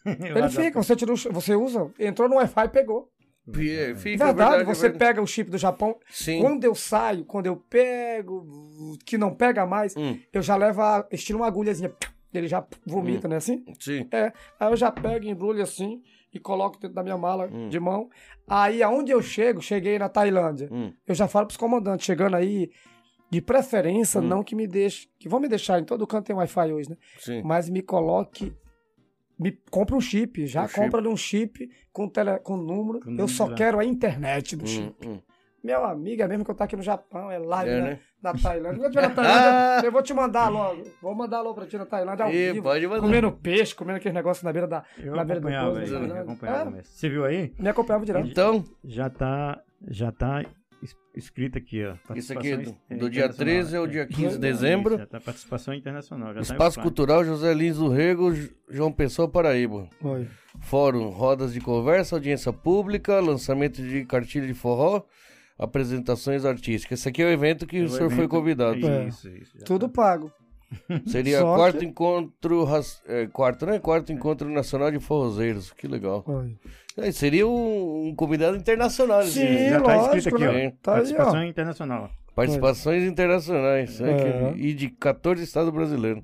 Speaker 1: Ele fica, você tirou, o chi- você usa, entrou no Wi-Fi e pegou.
Speaker 2: Pie- Fica,
Speaker 1: verdade,
Speaker 2: é
Speaker 1: você
Speaker 2: verdade.
Speaker 1: pega o chip do Japão.
Speaker 2: Sim.
Speaker 1: Quando eu saio, quando eu pego, que não pega mais,
Speaker 2: Hum,
Speaker 1: eu já levo, a, estilo uma agulhazinha, ele já
Speaker 2: Hum.
Speaker 1: vomita, né, assim?
Speaker 2: sim.
Speaker 1: É, aí eu já pego, embrulho assim e coloco dentro da minha mala
Speaker 2: Hum.
Speaker 1: de mão. Aí aonde eu chego, cheguei na Tailândia,
Speaker 2: Hum.
Speaker 1: eu já falo pros comandantes, chegando aí, de preferência,
Speaker 2: Hum.
Speaker 1: não que me deixe, que vão me deixar, em todo canto tem Wi-Fi hoje, né?
Speaker 2: Sim.
Speaker 1: Mas me coloque, me compra um chip, já
Speaker 2: Um chip. é.
Speaker 1: compra de um chip com, tele, com número,
Speaker 3: Com
Speaker 1: eu
Speaker 3: número
Speaker 1: só
Speaker 3: lá.
Speaker 1: quero a internet do chip.
Speaker 2: Hum, hum.
Speaker 1: Meu amigo, é mesmo que eu tô aqui no Japão, é live,
Speaker 2: É,
Speaker 1: né?
Speaker 2: né?
Speaker 1: na Tailândia. Quando eu tiver na
Speaker 2: [LAUGHS]
Speaker 1: Tailândia, eu vou te mandar logo. Vou mandar logo pra ti na Tailândia ao
Speaker 2: E
Speaker 1: vivo.
Speaker 2: pode mandar.
Speaker 1: Comendo peixe, comendo aqueles negócios na beira da.
Speaker 3: Eu
Speaker 1: na beira do
Speaker 3: acompanhava,
Speaker 1: poço,
Speaker 3: aí,
Speaker 1: né?
Speaker 3: eu acompanhava
Speaker 1: É.
Speaker 3: mesmo. Você viu aí?
Speaker 1: Me acompanhava direto.
Speaker 2: Então,
Speaker 3: Já tá, já tá es- escrito aqui, ó.
Speaker 2: isso
Speaker 3: Participação
Speaker 2: aqui é do,
Speaker 3: in-
Speaker 2: do dia
Speaker 3: internacional.
Speaker 2: 13 ao
Speaker 3: É.
Speaker 2: dia 15 de
Speaker 3: Isso,
Speaker 2: dezembro.
Speaker 3: Já tá participação internacional. Já
Speaker 2: Espaço
Speaker 3: tá em plano.
Speaker 2: Cultural José Lins do Rego, J- João Pessoa, Paraíba. Fórum, rodas de conversa, audiência pública, lançamento de cartilha de forró, apresentações artísticas. Esse aqui é o evento que o,
Speaker 3: É
Speaker 2: senhor foi
Speaker 3: evento-
Speaker 2: convidado.
Speaker 1: É.
Speaker 3: Isso, isso. já
Speaker 1: Tudo
Speaker 3: tá.
Speaker 1: pago.
Speaker 2: Seria
Speaker 1: Só
Speaker 2: quarto
Speaker 1: que-
Speaker 2: encontro, ras- é, quarto, né? Quarto encontro nacional de forrozeiros. Que legal.
Speaker 1: Oi.
Speaker 2: É, seria um, um convidado internacional.
Speaker 1: Sim,
Speaker 2: esse
Speaker 3: já tá escrito
Speaker 1: lógico,
Speaker 3: aqui,
Speaker 2: ó.
Speaker 3: ó.
Speaker 1: né? Tá aí, ó.
Speaker 3: participação internacional.
Speaker 2: Participações internacionais. né,
Speaker 1: É.
Speaker 2: que- e de 14 estados brasileiros.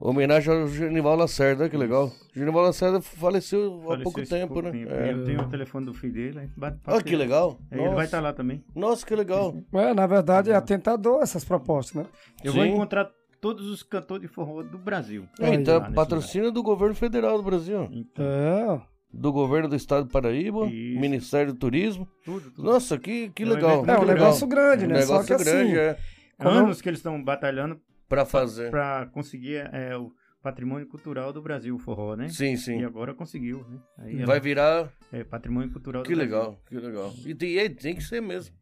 Speaker 2: Homenagem ao Genival Lacerda, olha que legal. Genival Lacerda faleceu, há
Speaker 3: Faleceu
Speaker 2: pouco
Speaker 3: esse
Speaker 2: tempo, né? É.
Speaker 3: Eu tenho o telefone do filho dele. aí Bate,
Speaker 2: Olha que legal.
Speaker 3: Aí Ele vai estar lá também.
Speaker 2: Nossa, que legal.
Speaker 1: É, na verdade, é atentador essas propostas, né?
Speaker 3: Eu vou
Speaker 2: Sim.
Speaker 3: encontrar todos os cantores de forró do Brasil.
Speaker 1: Olha aí,
Speaker 2: então,
Speaker 3: lá nesse
Speaker 2: patrocínio do governo federal do Brasil.
Speaker 3: Então,
Speaker 1: É.
Speaker 2: Do governo do estado do Paraíba,
Speaker 3: Isso.
Speaker 2: Ministério do Turismo.
Speaker 3: tudo, tudo.
Speaker 2: Nossa, que, que
Speaker 3: É um
Speaker 2: legal.
Speaker 3: evento
Speaker 1: É um
Speaker 2: Muito
Speaker 1: negócio
Speaker 2: legal.
Speaker 1: grande,
Speaker 2: Um
Speaker 1: né?
Speaker 2: negócio
Speaker 1: Só que
Speaker 2: grande,
Speaker 1: assim.
Speaker 2: é.
Speaker 3: Anos que eles estão batalhando
Speaker 2: Pra fazer.
Speaker 3: para conseguir é, o patrimônio cultural do Brasil, o forró, né?
Speaker 2: Sim, sim.
Speaker 3: E agora conseguiu, né? Aí ela-
Speaker 2: Vai virar.
Speaker 3: é patrimônio cultural
Speaker 2: Que
Speaker 3: do Brasil.
Speaker 2: legal, que legal. E tem, e aí, tem que ser mesmo.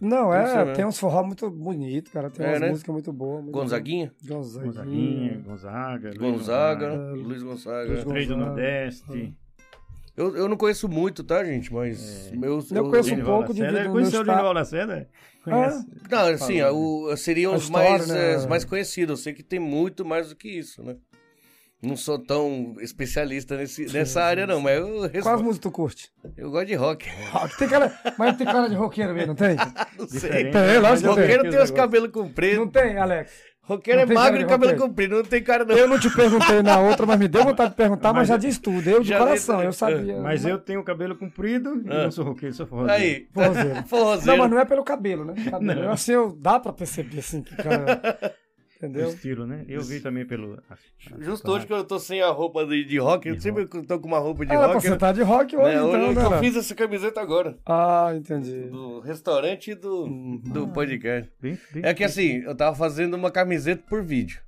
Speaker 1: Não,
Speaker 2: Tem que ser, né?
Speaker 1: é. Tem uns forró muito bonito, cara. Tem
Speaker 2: É,
Speaker 1: umas
Speaker 2: né?
Speaker 1: músicas muito boas. muito
Speaker 2: Gonzaguinha?
Speaker 1: boas. Gonzaguinha.
Speaker 3: Gonzaguinha, Gonzaga, Luiz
Speaker 2: Gonzaga, né?
Speaker 1: Gonzaga.
Speaker 2: Luiz Gonzaga.
Speaker 1: Luiz Gonzaga. É.
Speaker 3: Três do Nordeste.
Speaker 2: Eu, eu não conheço muito, tá, gente? Mas. meus-
Speaker 1: Eu conheço
Speaker 2: eu-
Speaker 1: um pouco de
Speaker 3: Lacerda.
Speaker 1: vida no
Speaker 3: Conheceu o
Speaker 1: estado. Ah,
Speaker 3: Linival Lacerda? Conhece?
Speaker 2: Não, assim, o, seriam
Speaker 1: A
Speaker 2: os
Speaker 1: história,
Speaker 2: mais,
Speaker 1: né?
Speaker 2: eh, os mais conhecidos. Eu sei que tem muito mais do que isso, né? Não sou tão especialista nesse, nessa área, não, mas eu, respo-
Speaker 1: Quais músicas tu curte?
Speaker 2: eu gosto de rock. [LAUGHS]
Speaker 1: Rock. [LAUGHS] Tem cara, mas tem cara de roqueiro mesmo, não tem?
Speaker 2: Não sei.
Speaker 3: Diferente. né?
Speaker 1: Tem,
Speaker 2: Mas
Speaker 1: É, lógico que tem.
Speaker 2: roqueiro um tem os
Speaker 3: negócios.
Speaker 2: cabelos compridos.
Speaker 1: Não tem, Alex.
Speaker 2: Roqueiro é
Speaker 1: não tem
Speaker 2: magro e
Speaker 1: cara de
Speaker 2: cabelo
Speaker 1: roqueiro.
Speaker 2: comprido. Não tem cara, não.
Speaker 1: Eu não te perguntei na outra, mas me deu vontade de perguntar,
Speaker 3: Mas-
Speaker 1: mas, já disse tudo. Eu de
Speaker 2: Já é,
Speaker 1: coração,
Speaker 2: dei-
Speaker 1: eu sabia.
Speaker 3: Mas eu tenho cabelo comprido e não sou roqueiro, sou forró.
Speaker 2: Ah. [LAUGHS] Aí.
Speaker 1: Forrozeiro. Não,
Speaker 2: Forrozeiro.
Speaker 1: mas não é pelo cabelo, né? Cabelo. Eu, assim, eu, dá pra perceber, assim, que cara...
Speaker 2: [LAUGHS]
Speaker 3: O
Speaker 1: Entendeu?
Speaker 3: estilo, né? Eu vi também pelo...
Speaker 1: é- Ah.
Speaker 2: Justo hoje que eu tô sem a roupa de, de rock, eu sempre tô com uma roupa de
Speaker 1: Era pra
Speaker 2: rock.
Speaker 1: você tá de rock hoje,
Speaker 2: né?
Speaker 1: então,
Speaker 2: Hoje
Speaker 1: né?
Speaker 2: eu
Speaker 1: Léo?
Speaker 2: fiz essa camiseta agora.
Speaker 1: Ah, entendi.
Speaker 2: Do restaurante e do, do
Speaker 1: Uhum.
Speaker 2: podcast.
Speaker 3: Bem- bem-
Speaker 2: É que assim, eu tava fazendo uma camiseta por vídeo.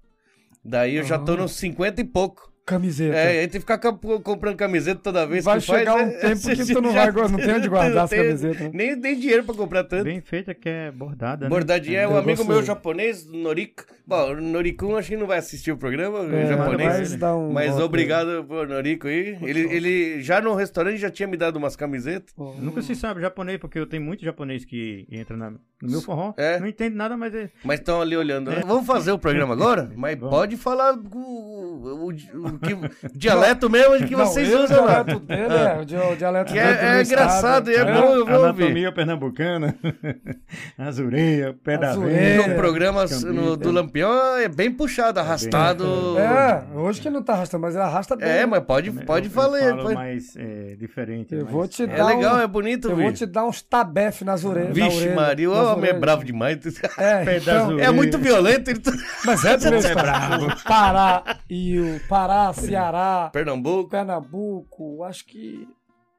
Speaker 2: Daí eu já tô nos 50 e pouco.
Speaker 1: Camiseta.
Speaker 2: É, a gente ficar cap- comprando camiseta toda vez
Speaker 1: vai
Speaker 2: que faz,
Speaker 1: chegar
Speaker 2: né? [LAUGHS]
Speaker 1: um tempo que tu não
Speaker 2: Já-
Speaker 1: vai go- não
Speaker 2: [LAUGHS]
Speaker 1: tem onde guardar as
Speaker 2: tem-
Speaker 1: camisetas. né?
Speaker 2: Nem, nem dinheiro pra comprar tanto.
Speaker 3: Bem feita que é bordada, né?
Speaker 2: Bordadinha é um
Speaker 1: Eu
Speaker 2: amigo
Speaker 1: gosto-
Speaker 2: meu japonês, Norik. Bom, o Norikun acho que não vai assistir o programa,
Speaker 1: É,
Speaker 2: o japonês. né?
Speaker 1: mas dá um
Speaker 2: Mas
Speaker 1: voto.
Speaker 2: obrigado por Norico aí. Ele, ele já no restaurante já tinha me dado umas camisetas.
Speaker 1: Pô,
Speaker 3: Nunca se sabe japonês, porque eu tenho muito japonês que entra na- no meu forró.
Speaker 2: É.
Speaker 3: Não entende nada, mas é.
Speaker 2: Mas estão ali olhando. né? Vamos fazer o programa agora?
Speaker 1: [LAUGHS]
Speaker 2: Mas
Speaker 3: Vamos.
Speaker 2: pode falar o, o, o, o que- o dialeto mesmo que
Speaker 1: Não,
Speaker 2: vocês
Speaker 1: ele,
Speaker 2: usam
Speaker 1: O
Speaker 2: lá.
Speaker 1: dialeto dele
Speaker 2: Ah.
Speaker 1: é o di- o dialeto
Speaker 2: Que
Speaker 1: dele do
Speaker 2: é, é
Speaker 1: estado.
Speaker 2: engraçado e é
Speaker 1: Então,
Speaker 2: bom, eu vou ouvir.
Speaker 3: Anatomia pernambucana, [LAUGHS] azureia, pé da
Speaker 1: Azureia.
Speaker 3: venda.
Speaker 2: No programa s- no- do
Speaker 3: Cambista.
Speaker 2: Lampião é bem puxado, arrastado.
Speaker 1: É, hoje que ele não tá arrastando, mas ele arrasta bem.
Speaker 2: É, mas pode, pode
Speaker 3: eu,
Speaker 2: falar.
Speaker 3: Eu falo
Speaker 2: pode-
Speaker 3: mais é, diferente.
Speaker 1: Eu
Speaker 3: mais-
Speaker 1: vou te
Speaker 3: é,
Speaker 1: dar
Speaker 2: É legal,
Speaker 1: um-
Speaker 2: é bonito,
Speaker 1: Eu vou
Speaker 2: viu?
Speaker 1: te dar uns tabef nas ore- na orelhas.
Speaker 2: Vixe, Maria, o homem é
Speaker 1: nas
Speaker 2: bravo demais.
Speaker 1: orelhas. É,
Speaker 3: Pé das
Speaker 1: então,
Speaker 3: orelhas.
Speaker 2: [LAUGHS] É muito violento. Ele... tá-
Speaker 1: [LAUGHS] mas é do meu estado. Pará, Rio, Pará, Ceará,
Speaker 2: Pernambuco.
Speaker 1: Pernambuco, acho que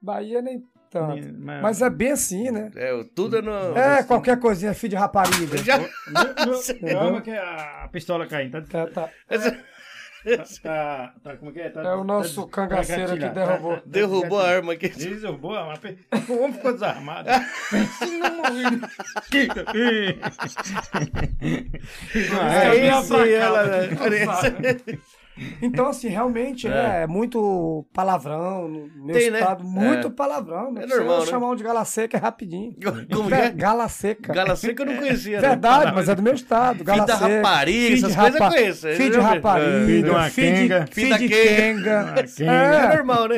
Speaker 1: Bahia nem tanto.
Speaker 3: mas- [LAUGHS]
Speaker 1: Mas é bem assim, né?
Speaker 2: É, o- tudo é no.
Speaker 1: É, qualquer coisinha, filho de rapariga.
Speaker 2: Já... [LAUGHS]
Speaker 3: Meu- meu- Calma que a a pistola caindo. Tá,
Speaker 1: Tá, tá.
Speaker 3: tá, tá, tá- como que é? Tá-
Speaker 1: É o nosso
Speaker 3: tá- tá-
Speaker 1: cangaceiro que
Speaker 3: tá-
Speaker 1: derrubou.
Speaker 3: tá- tá-
Speaker 2: Derrubou a
Speaker 3: tá-
Speaker 2: arma aqui. [LAUGHS]
Speaker 3: Ele derrubou a arma. [LAUGHS] pe- O homem ficou desarmado. Pense num morrido. Eita, [LAUGHS] ih.
Speaker 1: É
Speaker 2: Aí
Speaker 3: Vem
Speaker 2: sim,
Speaker 3: pra cá,
Speaker 2: ela- [LAUGHS]
Speaker 3: tá cansado.
Speaker 1: Então, assim, realmente é, é muito palavrão no meu
Speaker 2: Tem, né?
Speaker 1: estado. Muito
Speaker 2: É.
Speaker 1: palavrão. Não
Speaker 2: É
Speaker 1: precisa
Speaker 2: normal, né?
Speaker 1: chamar um de gala seca é rapidinho.
Speaker 2: Como que
Speaker 1: Vé,
Speaker 2: é?
Speaker 1: Gala seca.
Speaker 2: Gala seca eu não conhecia. né?
Speaker 1: Verdade, mas é do meu estado. Gala
Speaker 2: da
Speaker 1: seca,
Speaker 2: rapariga,
Speaker 1: filho de
Speaker 2: essas coisas eu
Speaker 1: rapa-
Speaker 2: conheço,
Speaker 1: Filho de
Speaker 2: eu já vi.
Speaker 1: rapariga,
Speaker 3: Filho de uma
Speaker 1: filho
Speaker 3: quenga.
Speaker 1: de,
Speaker 2: Filho
Speaker 1: filho
Speaker 2: da
Speaker 1: de
Speaker 2: quenga.
Speaker 1: quenga.
Speaker 3: Uma quenga.
Speaker 2: É
Speaker 1: É,
Speaker 2: normal, né?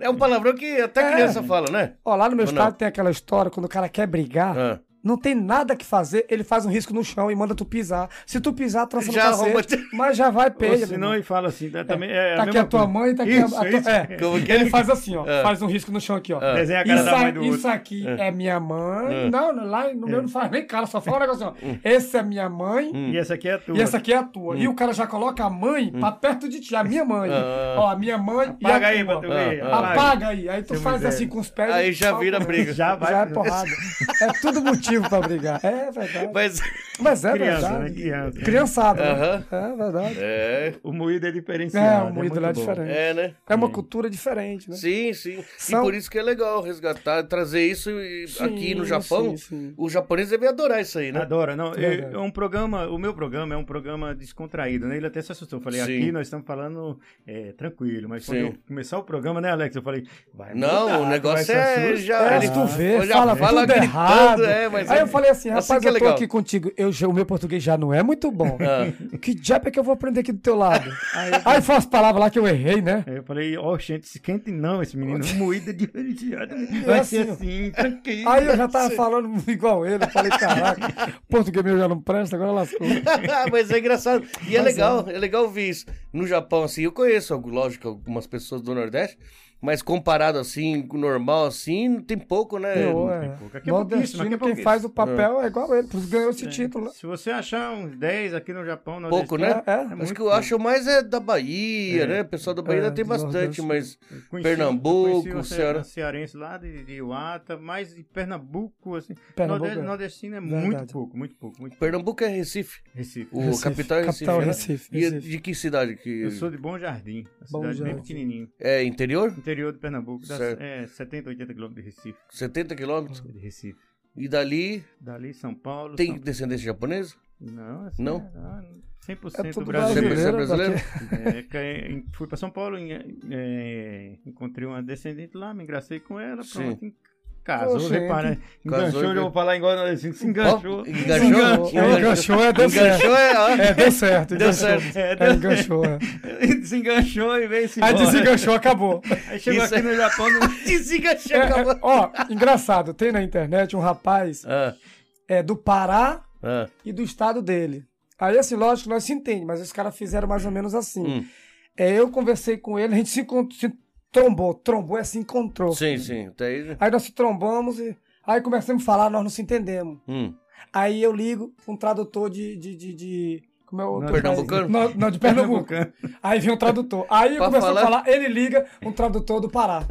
Speaker 1: é.
Speaker 2: É um palavrão que até
Speaker 1: É.
Speaker 2: criança fala, né?
Speaker 1: Ó, lá no meu
Speaker 2: Ou não?
Speaker 1: estado tem aquela história, quando o cara quer brigar,
Speaker 2: Ah.
Speaker 1: não tem nada que fazer, ele faz um risco no chão e manda tu pisar. Se tu pisar, trança
Speaker 2: Já
Speaker 1: no cacete,
Speaker 2: arruma-
Speaker 1: mas já vai
Speaker 3: Ou
Speaker 1: peia. meu
Speaker 3: senão
Speaker 1: irmão.
Speaker 3: ele fala assim, tá, também, é,
Speaker 1: Tá aqui a
Speaker 3: mesma
Speaker 1: tua
Speaker 3: coisa.
Speaker 1: mãe, tá aqui
Speaker 3: isso,
Speaker 1: a, a tua...
Speaker 3: Isso, Ah.
Speaker 1: É.
Speaker 2: Como que é?
Speaker 1: Ele faz assim, ó.
Speaker 2: É.
Speaker 1: Faz um risco no chão aqui, ó.
Speaker 2: É.
Speaker 3: Desenha a cara
Speaker 1: Isso,
Speaker 3: da mãe
Speaker 1: aí-
Speaker 3: do
Speaker 1: isso
Speaker 3: outro.
Speaker 1: aqui é. minha mãe.
Speaker 2: É. Hum.
Speaker 1: Não, lá no meu não faz nem cara, só fala um negócio assim, ó. Essa é minha mãe
Speaker 3: E essa aqui é a tua.
Speaker 1: e essa aqui é a tua. E o cara já coloca a mãe pra perto de ti, a minha mãe.
Speaker 2: Hum. Ah.
Speaker 1: Ó, a minha mãe
Speaker 3: Apaga
Speaker 1: e
Speaker 3: aí,
Speaker 1: é a tua.
Speaker 3: Batu. aí,
Speaker 2: Ah,
Speaker 3: apaga.
Speaker 1: Apaga aí. Aí tu
Speaker 3: Tem
Speaker 1: faz
Speaker 3: uma
Speaker 1: assim
Speaker 3: ideia.
Speaker 1: com os pés.
Speaker 2: Aí
Speaker 1: e
Speaker 2: já
Speaker 1: pau
Speaker 2: vira
Speaker 1: comendo.
Speaker 2: briga.
Speaker 3: Já vai.
Speaker 1: Já é porrada. É tudo motivo pra brigar. É verdade.
Speaker 2: Ah. Mas.
Speaker 1: Mas é
Speaker 3: Criança,
Speaker 1: verdade.
Speaker 3: né? Criança.
Speaker 1: Criançado, né?
Speaker 2: Aham.
Speaker 1: É verdade.
Speaker 2: É.
Speaker 3: O moído é diferenciado.
Speaker 1: É, o moído lá é
Speaker 3: muito bom.
Speaker 1: diferente.
Speaker 2: [LAUGHS] É, né?
Speaker 1: É uma cultura diferente, né?
Speaker 2: Sim, sim. E
Speaker 1: São-
Speaker 2: por isso que é legal resgatar, trazer isso e-
Speaker 1: Sim,
Speaker 2: aqui no Japão.
Speaker 1: sim, sim.
Speaker 2: O japonês deve adorar isso aí, né?
Speaker 3: Adora, não. eu-
Speaker 1: Verdade.
Speaker 3: É um programa, o meu programa é um programa descontraído, né? Ele até se assustou. Eu falei,
Speaker 2: Sim.
Speaker 3: aqui nós estamos falando é, tranquilo, mas quando
Speaker 2: Sim.
Speaker 3: eu começar o programa, né, Alex? Eu falei, vai
Speaker 2: Não, o
Speaker 3: mudar, tu vai se
Speaker 2: negócio é
Speaker 3: assustar.
Speaker 2: já.
Speaker 1: É,
Speaker 2: ele-
Speaker 1: se tu vê,
Speaker 2: já
Speaker 1: fala, tudo
Speaker 2: gritando,
Speaker 1: errado.
Speaker 2: É, mas
Speaker 1: Aí
Speaker 2: é-
Speaker 1: eu
Speaker 2: [LAUGHS]
Speaker 1: falei assim,
Speaker 2: é
Speaker 1: rapaz,
Speaker 2: que é
Speaker 1: eu tô
Speaker 2: legal.
Speaker 1: aqui contigo, eu, já- o meu português já não é
Speaker 2: [LAUGHS]
Speaker 1: muito bom.
Speaker 2: Ah.
Speaker 1: Que diabo é que eu vou aprender aqui do teu lado? Aí foi umas palavras lá que eu errei, né?
Speaker 3: Aí eu falei, ó, gente, se quente não, esse menino. O moído é [LAUGHS] diferenciado.
Speaker 1: É Ah,
Speaker 3: Vai
Speaker 1: assim,
Speaker 3: ser
Speaker 1: ó.
Speaker 3: assim, tranquilo.
Speaker 1: Aí eu já tava falando [LAUGHS] igual ele, eu falei, caraca,
Speaker 2: [LAUGHS]
Speaker 1: português meu já não presta, agora lascou.
Speaker 2: Mas é engraçado. E é legal, é legal ver isso. No Japão, assim, eu conheço, algo- lógico, algumas pessoas do Nordeste, mas comparado assim, com o normal, assim, tem pouco, né?
Speaker 1: Eu, é.
Speaker 3: pouco. Aqui é pouquíssimo, aqui é
Speaker 1: Nordestino, quem
Speaker 3: pouquíssimo.
Speaker 1: faz o papel é igual ele, por isso ganhou esse título. né?
Speaker 3: Se você achar uns 10 aqui no Japão, nós
Speaker 2: Pouco, É. né?
Speaker 1: É, é.
Speaker 2: Acho que eu acho mais é da Bahia, né? O pessoal da Bahia
Speaker 1: É,
Speaker 2: ainda tem
Speaker 1: do
Speaker 2: bastante,
Speaker 1: Nordeste.
Speaker 2: mas
Speaker 3: Conheci-
Speaker 2: Pernambuco,
Speaker 3: conheci o ce-
Speaker 2: Ceará.
Speaker 3: o cearense lá de, de Iuata, mas de Pernambuco, assim.
Speaker 1: Pernambuco,
Speaker 3: Nordeste-
Speaker 1: é.
Speaker 3: nordestino é
Speaker 1: Verdade.
Speaker 3: muito pouco, muito pouco, muito pouco.
Speaker 2: Pernambuco é Recife.
Speaker 3: Recife.
Speaker 2: O
Speaker 1: Recife.
Speaker 2: capital é Recife.
Speaker 1: Capital é
Speaker 2: né?
Speaker 1: Recife,
Speaker 2: E é
Speaker 1: Recife.
Speaker 2: de que cidade? Que...
Speaker 3: Eu sou de Bom Jardim, uma
Speaker 1: Bom
Speaker 3: cidade bem
Speaker 1: Jardim.
Speaker 3: pequenininha.
Speaker 2: É interior?
Speaker 3: Interior de Pernambuco, dá,
Speaker 2: Certo.
Speaker 3: é, 70, 80 quilômetros de Recife.
Speaker 2: 70 quilômetros?
Speaker 1: É
Speaker 3: De Recife.
Speaker 2: E dali
Speaker 3: Dali, São Paulo.
Speaker 2: tem
Speaker 3: São...
Speaker 2: descendência japonesa?
Speaker 3: Não, assim,
Speaker 2: Não?
Speaker 3: é, é 100%
Speaker 1: É tudo
Speaker 3: brasileiro.
Speaker 1: brasileiro.
Speaker 2: 100% brasileiro?
Speaker 3: É, que, é, fui para São Paulo, em, é, encontrei uma descendente lá, me engracei com ela,
Speaker 2: Sim.
Speaker 3: pronto. em- Casou,
Speaker 1: Ô,
Speaker 3: repara. Enganchou,
Speaker 2: Casou,
Speaker 3: eu vou falar igual assim, se
Speaker 2: Ó,
Speaker 3: enganchou.
Speaker 2: Enganchou?
Speaker 1: É, enganchou, é, deu certo.
Speaker 2: Enganchou é. ó.
Speaker 1: É, deu certo.
Speaker 2: Deu
Speaker 1: enganchou.
Speaker 2: certo.
Speaker 3: É,
Speaker 1: É, enganchou,
Speaker 2: [LAUGHS]
Speaker 1: é.
Speaker 3: desenganchou e veio se
Speaker 1: Aí desenganchou, acabou.
Speaker 3: Aí chegou
Speaker 2: Isso
Speaker 3: aqui no Japão, não...
Speaker 2: [LAUGHS]
Speaker 1: [LAUGHS] É,
Speaker 2: Desenganchou,
Speaker 1: é,
Speaker 2: acabou.
Speaker 1: ó, engraçado, tem na internet um rapaz
Speaker 2: Ah,
Speaker 1: é, do Pará
Speaker 2: ah,
Speaker 1: e do estado dele. Aí, assim, lógico, nós se entende, mas os caras fizeram mais ou menos assim.
Speaker 2: Hum.
Speaker 1: É, eu conversei com ele, a gente se, encont- se trombou, trombou é se encontrou.
Speaker 2: Sim, sim. Até aí. né?
Speaker 1: Aí nós se trombamos e aí começamos a falar, nós não se entendemos.
Speaker 2: Hum.
Speaker 1: Aí eu ligo pra um tradutor de. de, de, de- como é o. outro
Speaker 2: Pernambucano?
Speaker 1: país? Não, não, de Pernambuco. Aí vem um tradutor. Aí
Speaker 2: Pra
Speaker 1: começou a
Speaker 2: falar?
Speaker 1: falar, ele liga um tradutor
Speaker 2: [LAUGHS]
Speaker 1: do Pará.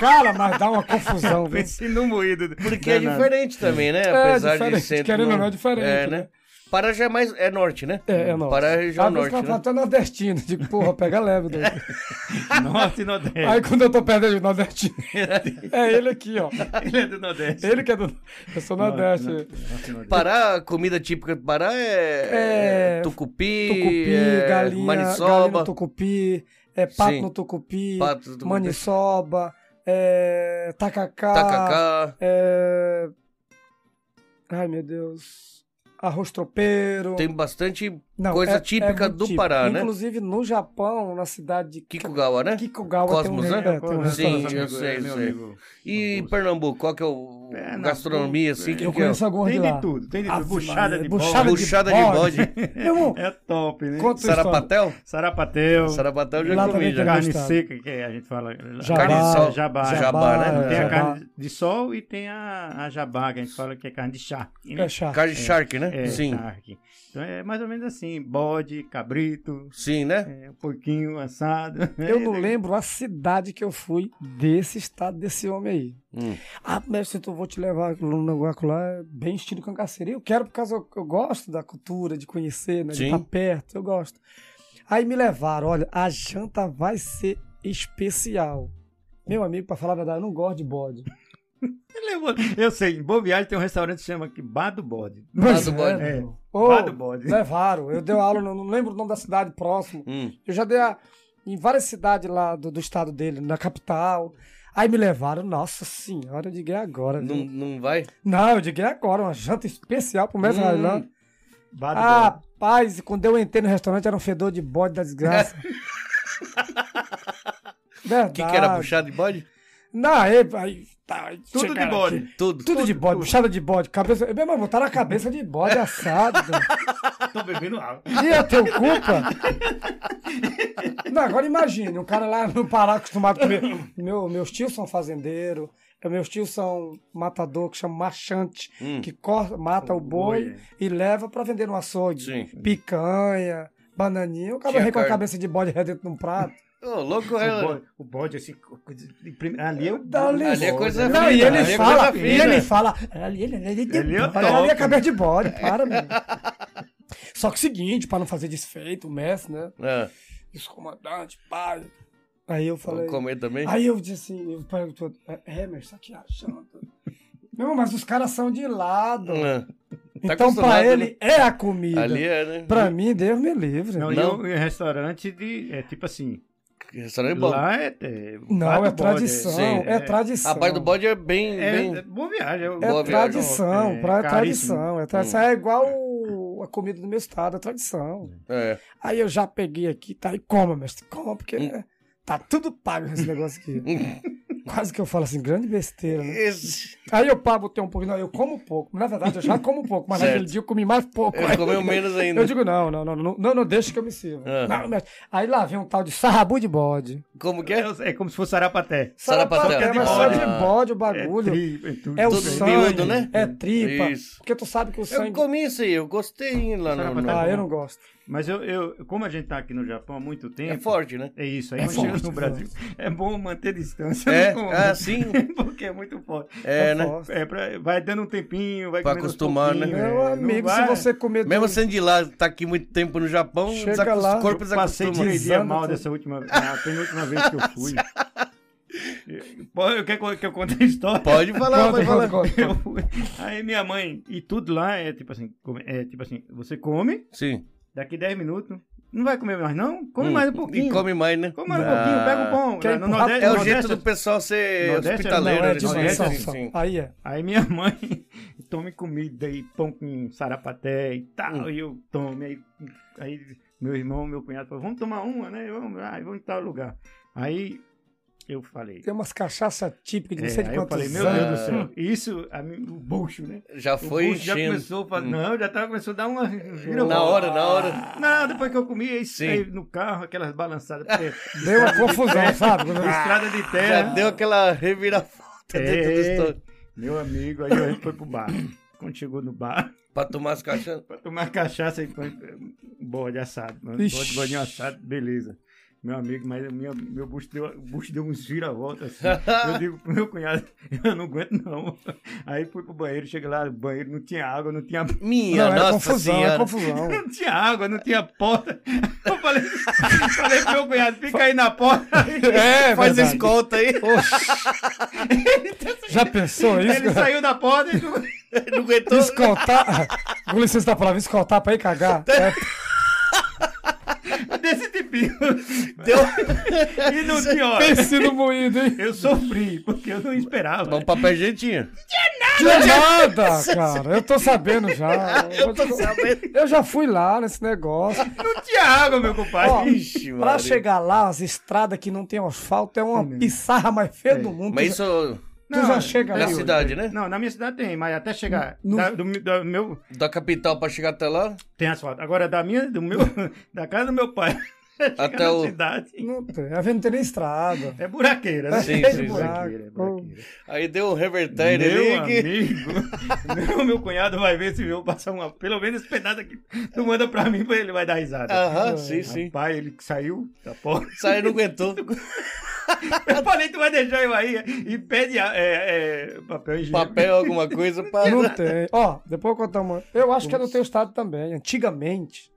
Speaker 1: Cara, mas dá uma confusão, viu?
Speaker 3: Pensei no moído.
Speaker 2: Porque é diferente também, né?
Speaker 1: É,
Speaker 2: Apesar de
Speaker 1: diferente,
Speaker 2: ser. um-
Speaker 1: querendo ou não, é diferente,
Speaker 2: É,
Speaker 1: né?
Speaker 2: né? Pará já é mais. É norte, né?
Speaker 1: É, é norte.
Speaker 2: Pará é
Speaker 1: Aí
Speaker 2: região
Speaker 1: eu
Speaker 2: norte.
Speaker 1: ficava
Speaker 2: Né?
Speaker 1: falando até tá nordestino. Digo, porra, pega leve, doido.
Speaker 2: [LAUGHS]
Speaker 3: Norte e Nordeste.
Speaker 1: Aí quando eu tô perdendo
Speaker 2: [LAUGHS]
Speaker 1: o nordestino, é ele aqui, ó.
Speaker 3: [LAUGHS] Ele é do Nordeste.
Speaker 1: Ele que é do... Eu sou nordeste.
Speaker 3: Norte e Nordeste.
Speaker 2: Pará, a comida típica do Pará é,
Speaker 1: É,
Speaker 2: tucupi,
Speaker 1: Tucupi,
Speaker 2: é,
Speaker 1: galinha,
Speaker 2: maniçoba,
Speaker 1: galinha no tucupi, é, pato
Speaker 2: Sim.
Speaker 1: no tucupi,
Speaker 2: pato, tucupi,
Speaker 1: maniçoba, é, tacacá,
Speaker 2: tacacá,
Speaker 1: é, ai meu Deus, arroz tropeiro.
Speaker 2: tem bastante
Speaker 1: Não,
Speaker 2: coisa
Speaker 1: é- é
Speaker 2: típica
Speaker 1: muito
Speaker 2: do
Speaker 1: típico.
Speaker 2: Pará, né?
Speaker 1: Inclusive no Japão, na cidade de
Speaker 2: Kikugawa, né?
Speaker 1: Kikugawa
Speaker 2: Cosmos,
Speaker 1: tem um,
Speaker 2: né?
Speaker 1: re- é, tem um
Speaker 2: Cosmos. Sim,
Speaker 1: restaurante.
Speaker 2: eu
Speaker 3: É,
Speaker 2: sei, eu sei. E
Speaker 3: Augusto.
Speaker 2: Pernambuco, qual que é o
Speaker 3: Pernambuco,
Speaker 2: gastronomia assim? Que
Speaker 1: Eu
Speaker 2: que é?
Speaker 1: conheço alguns de
Speaker 3: Tem
Speaker 1: lá.
Speaker 3: de tudo, tem de tudo.
Speaker 1: Ave
Speaker 3: Buchada
Speaker 1: Maria,
Speaker 3: de
Speaker 1: buchada
Speaker 3: bode.
Speaker 2: Buchada de
Speaker 1: bode.
Speaker 2: bode,
Speaker 1: [LAUGHS] Meu irmão,
Speaker 3: É top, né?
Speaker 1: Conta-
Speaker 2: sarapatel?
Speaker 3: Sarapatel,
Speaker 2: Sarapatel eu
Speaker 1: Lá
Speaker 2: já
Speaker 1: também
Speaker 2: comi
Speaker 1: tem
Speaker 2: já.
Speaker 3: carne
Speaker 1: gostado.
Speaker 3: seca, que a gente fala...
Speaker 1: Jabá.
Speaker 2: Carne de sol.
Speaker 3: Jabá.
Speaker 2: é Jabá, né?
Speaker 3: Tem a
Speaker 1: jabá. é.
Speaker 3: carne de sol e tem a, a jabá, que a gente fala que é carne de charque. né?
Speaker 1: É chato.
Speaker 2: Carne de shark, né?
Speaker 3: É,
Speaker 2: Sim.
Speaker 3: charque. Então é mais ou menos assim, bode, cabrito,
Speaker 2: Sim, né?
Speaker 3: é, porquinho assado. [LAUGHS]
Speaker 1: Eu não lembro a cidade que eu fui desse estado desse homem aí.
Speaker 2: Hum.
Speaker 1: Ah, mestre, então eu vou te levar no negócio lá, é bem estilo cangaceiro. E Eu quero, por causa eu, eu gosto da cultura, de conhecer, né? De
Speaker 2: Sim.
Speaker 1: estar perto, eu gosto. Aí me levaram, olha, a janta vai ser especial. Meu amigo, pra falar a verdade, eu não gosto de bode.
Speaker 3: Levou- é Eu sei, em Boa Viagem tem um restaurante que chama aqui Bar do Bode.
Speaker 1: Mas
Speaker 2: do bode.
Speaker 1: é,
Speaker 3: É,
Speaker 1: meu.
Speaker 3: Bar do
Speaker 1: Ô, né?
Speaker 3: Bode.
Speaker 1: Levaram. Eu dei aula, não não lembro o nome da cidade próximo.
Speaker 2: Hum.
Speaker 1: Eu já dei a- em várias cidades lá do, do estado dele, na capital. Aí me levaram, nossa senhora, eu digo, é agora. viu?
Speaker 2: Não,
Speaker 1: Não,
Speaker 2: não vai?
Speaker 1: eu digo, é agora, uma janta especial pro mestre
Speaker 2: Hum.
Speaker 1: Railan.
Speaker 3: Bar do
Speaker 1: Ah,
Speaker 3: Bode.
Speaker 1: Rapaz, quando eu entrei no restaurante era um fedor de bode da desgraça. Verdade.
Speaker 2: O que, que era puxado de bode?
Speaker 1: Não, aí, aí, tá, aí
Speaker 3: Tudo
Speaker 1: chegaram
Speaker 3: de bode.
Speaker 1: aqui.
Speaker 2: Tudo.
Speaker 1: Tudo de bode, puxada de bode, cabeça. Meu irmão, botaram a cabeça de bode assado.
Speaker 3: Tô
Speaker 2: [LAUGHS]
Speaker 3: bebendo água.
Speaker 1: E é teu culpa? Não, agora imagine, um cara lá no Pará acostumado a comer. Meu, meus tios são fazendeiros, meus tios são matador, que chama machante,
Speaker 2: Hum.
Speaker 1: que corta, mata o,
Speaker 3: O
Speaker 1: boi
Speaker 3: boi,
Speaker 1: e leva pra vender no açougue.
Speaker 2: Sim.
Speaker 1: Picanha, bananinha, o cara
Speaker 2: Tinha
Speaker 1: vem com a
Speaker 2: carne.
Speaker 1: cabeça de bode dentro de um prato.
Speaker 2: Ô, louco,
Speaker 3: O
Speaker 2: é.
Speaker 3: bode, o bode assim, co- coisa de prim- ali é o
Speaker 1: Dali-
Speaker 2: Ali é coisa
Speaker 1: Não,
Speaker 2: fina,
Speaker 1: e ele
Speaker 2: ali é
Speaker 1: fala,
Speaker 2: coisa
Speaker 1: e
Speaker 2: fina.
Speaker 1: ele fala, ali, ele, ele, ele,
Speaker 3: Ele é
Speaker 1: bode, ali é
Speaker 3: top.
Speaker 1: cabeça de bode, para, mano. Só que o seguinte, pra não fazer desfeito, o mestre, né?
Speaker 2: Ah,
Speaker 1: Isso, comandante, pai. Aí eu falei.
Speaker 2: vou comer também.
Speaker 1: Aí eu disse assim, eu pergunto, é, mas tá aqui a janta. Não, mas os caras são de lado.
Speaker 2: [LAUGHS] Ah, tá
Speaker 1: então, pra
Speaker 2: acostumado,
Speaker 1: ele, é a comida.
Speaker 2: ali é, né?
Speaker 1: Pra mim, Deus me livre.
Speaker 3: Não,
Speaker 1: Não,
Speaker 3: e
Speaker 2: Não.
Speaker 3: o- E o restaurante de. É tipo assim.
Speaker 2: Restaurante bom.
Speaker 3: Lá é. é bar do
Speaker 1: é
Speaker 3: bode,
Speaker 1: tradição,
Speaker 2: sim,
Speaker 1: é, tradição.
Speaker 2: A parte do bode é bem.
Speaker 3: É,
Speaker 2: bem-
Speaker 3: é, boa viagem.
Speaker 1: É
Speaker 2: Boa viagem.
Speaker 1: tradição,
Speaker 3: É
Speaker 1: pra- é
Speaker 3: caríssimo.
Speaker 1: tradição, é
Speaker 2: Hum.
Speaker 1: tradição. É igual o- a comida do meu estado, é tradição.
Speaker 2: é.
Speaker 1: Aí eu já peguei aqui, tá, e coma, mestre, coma, porque
Speaker 2: Hum.
Speaker 1: né, tá tudo pago esse
Speaker 2: [LAUGHS]
Speaker 1: negócio aqui. Quase que eu falo assim, grande besteira, né?
Speaker 2: Esse-
Speaker 1: Aí eu pá, botei um pouco. Não, eu como pouco. Na verdade, eu já como pouco, mas
Speaker 2: Certo.
Speaker 1: naquele dia eu comi mais pouco.
Speaker 2: Ele comeu menos ainda.
Speaker 1: Eu digo, não, não, não, não, não, não deixa que eu me sirva.
Speaker 2: Ah.
Speaker 1: Não, mas- Aí lá vem um tal de sarrabu de bode.
Speaker 2: Como que é?
Speaker 3: É, é como se fosse sarapaté.
Speaker 2: Sarapatel.
Speaker 1: Sarapatel, mas só
Speaker 3: Ah.
Speaker 1: de bode o
Speaker 3: É,
Speaker 1: bagulho.
Speaker 3: tri- é tudo.
Speaker 1: É, o
Speaker 2: Tudo
Speaker 1: sangue,
Speaker 2: miúdo, né?
Speaker 1: é tripa.
Speaker 2: Isso.
Speaker 1: Porque tu sabe que o
Speaker 2: Eu
Speaker 1: sangue...
Speaker 2: comi isso aí, eu gostei lá no.
Speaker 3: né?
Speaker 2: no-
Speaker 1: Ah, eu não gosto.
Speaker 3: Mas eu, eu, como a gente tá aqui no Japão há muito tempo.
Speaker 2: É forte, né?
Speaker 3: É isso, aí
Speaker 1: É
Speaker 3: quando chega
Speaker 1: forte,
Speaker 3: no Brasil. É bom manter distância.
Speaker 2: É,
Speaker 3: não come.
Speaker 2: ah, sim.
Speaker 3: [LAUGHS] Porque é muito forte.
Speaker 2: É, né?
Speaker 1: forte.
Speaker 3: É, pra- vai dando um tempinho, vai
Speaker 2: Pra
Speaker 3: comendo aos
Speaker 2: acostumar, né?
Speaker 3: pouquinhos, é,
Speaker 1: Meu
Speaker 3: não
Speaker 1: amigo, se
Speaker 3: vai-
Speaker 1: você comer...
Speaker 2: Mesmo
Speaker 1: tudo-
Speaker 2: sendo de lá, tá aqui muito tempo no Japão,
Speaker 1: Chega
Speaker 2: desacu-
Speaker 1: lá,
Speaker 2: o corpo
Speaker 3: Eu passei
Speaker 2: desacostuma.
Speaker 3: [LAUGHS] três dias
Speaker 1: Desanda
Speaker 3: mal
Speaker 1: tudo.
Speaker 3: dessa última, na penúltima vez que eu fui.
Speaker 2: [LAUGHS]
Speaker 3: Eu- Pô, Eu quero que eu conte a história.
Speaker 2: Pode falar,
Speaker 1: Conta,
Speaker 2: pode falar.
Speaker 1: conta, conta.
Speaker 3: Eu fui- Aí minha mãe, e tudo lá é tipo assim, come- é tipo assim, você come,
Speaker 2: Sim.
Speaker 3: daqui 10 minutos, não vai comer mais não? Come
Speaker 2: Hum,
Speaker 3: mais um
Speaker 2: E
Speaker 3: pouquinho. Come,
Speaker 2: come mais, né?
Speaker 3: mais um pouquinho, pega um pão.
Speaker 1: Quer
Speaker 3: Lá
Speaker 1: empurrar-
Speaker 2: É o
Speaker 1: Nordeste-
Speaker 2: jeito do pessoal ser
Speaker 3: Nordeste é-
Speaker 1: Não,
Speaker 2: hospitaleiro.
Speaker 1: é
Speaker 2: eles são-
Speaker 1: dimensão.
Speaker 2: sim, sim.
Speaker 1: Aí é.
Speaker 3: Aí minha [LAUGHS] mãe tome comida e pão com sarapaté e
Speaker 2: Hum.
Speaker 3: tal, e eu tome. Aí, aí meu irmão, meu cunhado falou, vamos tomar uma, né? Vamos lá, vamos em tal lugar. Aí eu falei.
Speaker 1: Tem umas cachaças típicas de não
Speaker 3: é,
Speaker 1: sei de
Speaker 3: aí eu
Speaker 1: quantos
Speaker 3: falei, meu
Speaker 1: anos.
Speaker 3: Deus do céu, isso, a mim, o bucho, né?
Speaker 2: Já
Speaker 3: O
Speaker 2: foi
Speaker 3: bucho já
Speaker 2: enchendo.
Speaker 3: começou, a falar,
Speaker 2: Hum.
Speaker 3: não, já tava começando a dar uma... vira-
Speaker 2: Na hora, na hora.
Speaker 3: Não, depois que eu comi, aí
Speaker 2: Sim.
Speaker 3: saí no carro, aquelas
Speaker 2: [LAUGHS]
Speaker 3: balançadas, porque
Speaker 1: Deu uma confusão, sabe?
Speaker 3: estrada de terra.
Speaker 2: Já deu aquela reviravolta dentro do
Speaker 3: É.
Speaker 2: estômago.
Speaker 3: Meu amigo, aí a gente foi pro bar. Quando chegou no bar,
Speaker 2: Pra tomar as caixas.
Speaker 3: então, é, Pra tomar cachaça e põe bode um assado. né? Mano.
Speaker 1: Ixi.
Speaker 3: Bode, bode assado, beleza. Meu amigo, mas minha, meu bucho deu, bucho deu uns vira-volta assim. Eu digo pro meu cunhado, [LAUGHS] eu não aguento não. Aí fui pro banheiro, cheguei lá, o banheiro não tinha água, não tinha. [LAUGHS]
Speaker 2: Minha
Speaker 1: não,
Speaker 2: nossa
Speaker 1: é confusão,
Speaker 2: senhora.
Speaker 1: é confusão.
Speaker 3: Não tinha água, não tinha porta. Eu falei, falei pro meu cunhado, fica aí na porta.
Speaker 1: É,
Speaker 2: Faz
Speaker 1: verdade.
Speaker 2: escolta
Speaker 1: [LAUGHS]
Speaker 2: aí.
Speaker 1: Já pensou isso?
Speaker 3: Ele saiu da porta e tu...
Speaker 2: Não aguentou. [LAUGHS]
Speaker 1: Escoltar. Com licença da palavra, escoltar pra ir cagar.
Speaker 2: Tá
Speaker 1: É,
Speaker 3: desse tipinho.
Speaker 2: Deu...
Speaker 3: [LAUGHS] E não tinha hora.
Speaker 1: pense no moído, hein?
Speaker 3: Eu sofri, porque eu não esperava.
Speaker 2: Vamos papel jeitinho.
Speaker 1: De nada, cara. Eu tô sabendo já.
Speaker 2: Tá Eu tô sabendo.
Speaker 1: Eu já fui lá nesse negócio.
Speaker 3: Não tinha água, meu
Speaker 1: Ó,
Speaker 3: compadre.
Speaker 2: Ixi,
Speaker 1: pra
Speaker 2: Maria.
Speaker 1: chegar lá, as estradas que não tem asfalto é uma pissarra mais feia do mundo.
Speaker 2: [LAUGHS] Mas
Speaker 1: Tu
Speaker 2: isso é.
Speaker 1: já- tu já chega
Speaker 2: na
Speaker 1: lá.
Speaker 2: cidade, né?
Speaker 3: Não, na minha cidade tem, mas até chegar
Speaker 1: No-
Speaker 3: da- do, mi- da meu
Speaker 2: Da capital pra chegar até lá,
Speaker 3: tem asfalto. Agora da minha, do meu, [LAUGHS] da casa do meu pai [LAUGHS]
Speaker 2: até
Speaker 3: na
Speaker 2: o...
Speaker 3: cidade
Speaker 1: Não tem. A venda não tem nem
Speaker 2: [LAUGHS]
Speaker 1: estrada.
Speaker 3: é buraqueira, né?
Speaker 2: Sim,
Speaker 3: é
Speaker 2: sim, sim.
Speaker 3: buraqueira, é buraqueira.
Speaker 2: Aí deu um revertério
Speaker 3: Meu
Speaker 2: ali. que-
Speaker 3: amigo, [LAUGHS] meu, meu cunhado vai ver se eu passar uma, pelo menos esse pedaço aqui. Tu manda pra mim, ele vai dar risada.
Speaker 2: Aham, sim, Ah, sim.
Speaker 3: Pai, ele saiu da porta. [LAUGHS]
Speaker 2: Saiu, não aguentou.
Speaker 3: Eu falei, tu vai deixar eu aí e pede é, é, papel higiênico.
Speaker 2: Papel, alguma coisa pra...
Speaker 1: Não tem. Ó, depois eu vou contar uma. Eu acho que é do teu estado também. Antigamente,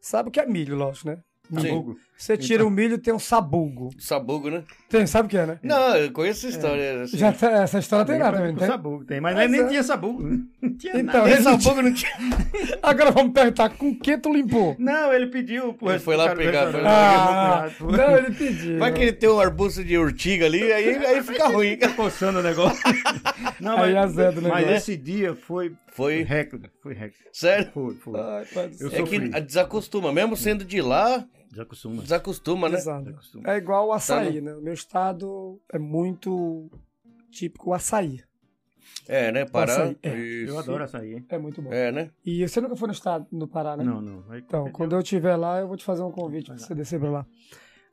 Speaker 1: sabe o que é milho, lógico, né?
Speaker 2: Sim.
Speaker 3: Fogo.
Speaker 1: Você tira o milho e tem um sabugo.
Speaker 2: Sabugo, né?
Speaker 1: Tem, sabe o que é, né?
Speaker 2: Não, eu conheço a história. assim.
Speaker 1: Já, tá- essa história tem nada também,
Speaker 3: Com
Speaker 1: não tem?
Speaker 3: sabugo tem, mas,
Speaker 1: Mas
Speaker 3: nem
Speaker 1: é.
Speaker 3: tinha sabugo. [LAUGHS] Não tinha
Speaker 1: Então,
Speaker 3: nada.
Speaker 2: Esse sabugo não tinha.
Speaker 1: Agora vamos perguntar, com que tu limpou?
Speaker 3: Não, ele pediu. Pô,
Speaker 2: Ele foi lá pegar, foi
Speaker 3: lá
Speaker 1: Ah, não, ele pediu.
Speaker 2: Vai que ele tem um arbusto de urtiga ali, aí, aí fica ruim.
Speaker 3: [LAUGHS] Fica coçando o
Speaker 1: [LAUGHS]
Speaker 3: negócio. Não,
Speaker 1: Aí azeda o
Speaker 3: mas
Speaker 1: negócio.
Speaker 3: esse dia foi
Speaker 2: Foi.
Speaker 3: recorde. Foi recorde.
Speaker 2: Sério?
Speaker 3: Foi, foi.
Speaker 1: Ai, pai do céu.
Speaker 3: Eu
Speaker 2: É que
Speaker 3: sofri.
Speaker 2: desacostuma, mesmo sendo de lá,
Speaker 3: Já costuma.
Speaker 2: desacostuma, né?
Speaker 1: Exato.
Speaker 3: Acostuma.
Speaker 1: É igual o açaí, né? O meu estado é muito típico o açaí.
Speaker 2: É, né? Pará.
Speaker 1: Açaí, é.
Speaker 2: Isso.
Speaker 3: Eu adoro açaí, hein?
Speaker 1: É muito bom.
Speaker 2: É, né?
Speaker 1: E você nunca foi no estado no Pará, né?
Speaker 3: Não, não. Vai-
Speaker 1: Então, quando eu estiver lá, eu vou te fazer um convite pra você descer pra lá.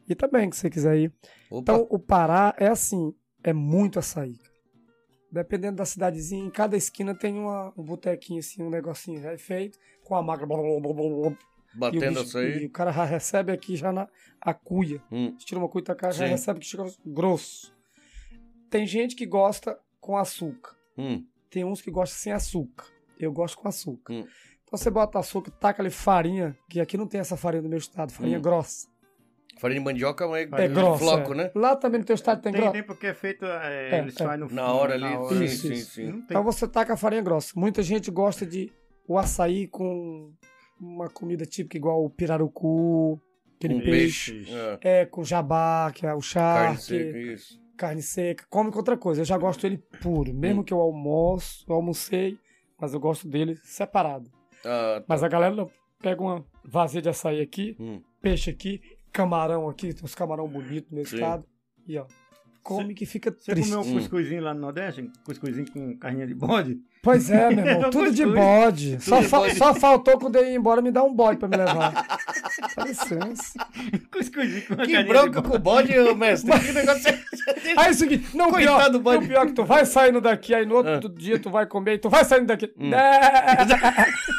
Speaker 1: E também, que você quiser ir.
Speaker 2: Opa.
Speaker 1: Então, o Pará é assim, é muito açaí. Dependendo da cidadezinha, em cada esquina tem uma, um botequinho, assim, um negocinho já feito, com a magra. blá, blá, blá, blá, blá, e, o
Speaker 2: batendo
Speaker 1: bicho-
Speaker 2: isso aí.
Speaker 1: e o cara já recebe aqui já na a cuia.
Speaker 2: Hum.
Speaker 1: Você tira uma cuia da cara, já
Speaker 2: Sim.
Speaker 1: recebe que chega grosso. Tem gente que gosta com açúcar.
Speaker 2: Hum.
Speaker 1: Tem uns que gostam sem açúcar. Eu gosto com açúcar.
Speaker 2: Hum.
Speaker 1: Então você bota açúcar, taca ali farinha, que aqui não tem essa farinha do meu estado, farinha
Speaker 2: Hum.
Speaker 1: grossa.
Speaker 2: Farinha de mandioca, mas
Speaker 1: É
Speaker 3: Farinha de
Speaker 1: grossa.
Speaker 2: floco,
Speaker 1: é.
Speaker 2: né?
Speaker 1: Lá também no teu estado tem,
Speaker 3: Tem,
Speaker 1: grossa.
Speaker 3: tem porque é feito. é,
Speaker 1: É,
Speaker 3: eles
Speaker 1: é.
Speaker 3: fazem no
Speaker 2: Na hora ali.
Speaker 3: hora.
Speaker 2: Sim,
Speaker 1: Isso,
Speaker 2: sim,
Speaker 1: isso.
Speaker 2: sim.
Speaker 3: Não tem
Speaker 1: Então você taca a farinha grossa. Muita gente gosta de o açaí com uma comida típica igual o pirarucu, aquele
Speaker 2: Com peixe.
Speaker 1: peixe.
Speaker 3: Um peixe.
Speaker 2: é,
Speaker 1: É, com jabá, que é o
Speaker 2: Carne
Speaker 1: charque.
Speaker 2: seca, isso.
Speaker 1: carne seca, come com outra coisa. Eu já gosto dele puro,
Speaker 2: Hum.
Speaker 1: mesmo que eu almoço, eu almocei, mas eu gosto dele separado.
Speaker 2: Ah,
Speaker 1: Mas a galera não. pega uma vazia de açaí aqui,
Speaker 2: hum.
Speaker 1: peixe aqui, camarão aqui, tem uns camarão bonito no meu
Speaker 2: Sim.
Speaker 1: estado, e ó, come que fica
Speaker 3: Você
Speaker 1: triste.
Speaker 3: comeu um
Speaker 2: Hum.
Speaker 3: cuscuzinho lá no Nordeste? Um Cuscuzinho com carninha de [LAUGHS] bode?
Speaker 1: Pois é,
Speaker 2: [LAUGHS]
Speaker 1: meu irmão,
Speaker 3: Eu
Speaker 1: tudo de
Speaker 3: gostei.
Speaker 1: bode. Só,
Speaker 2: de
Speaker 1: fa-
Speaker 2: bode.
Speaker 1: só faltou quando eu ia embora me dar um bode pra me levar. Dá licença.
Speaker 3: Um Cuscuzinho com a
Speaker 2: Que
Speaker 3: carninha
Speaker 2: bronca
Speaker 3: de bode.
Speaker 2: com o bode, ô, mestre. Que negócio é
Speaker 1: Aí é o seguinte, não pior,
Speaker 2: Coitado do
Speaker 1: não
Speaker 2: bode. Ah.
Speaker 1: pior é que tu vai saindo daqui, aí no outro dia tu vai comer e tu vai saindo daqui.
Speaker 2: Hum.
Speaker 1: Né? [LAUGHS]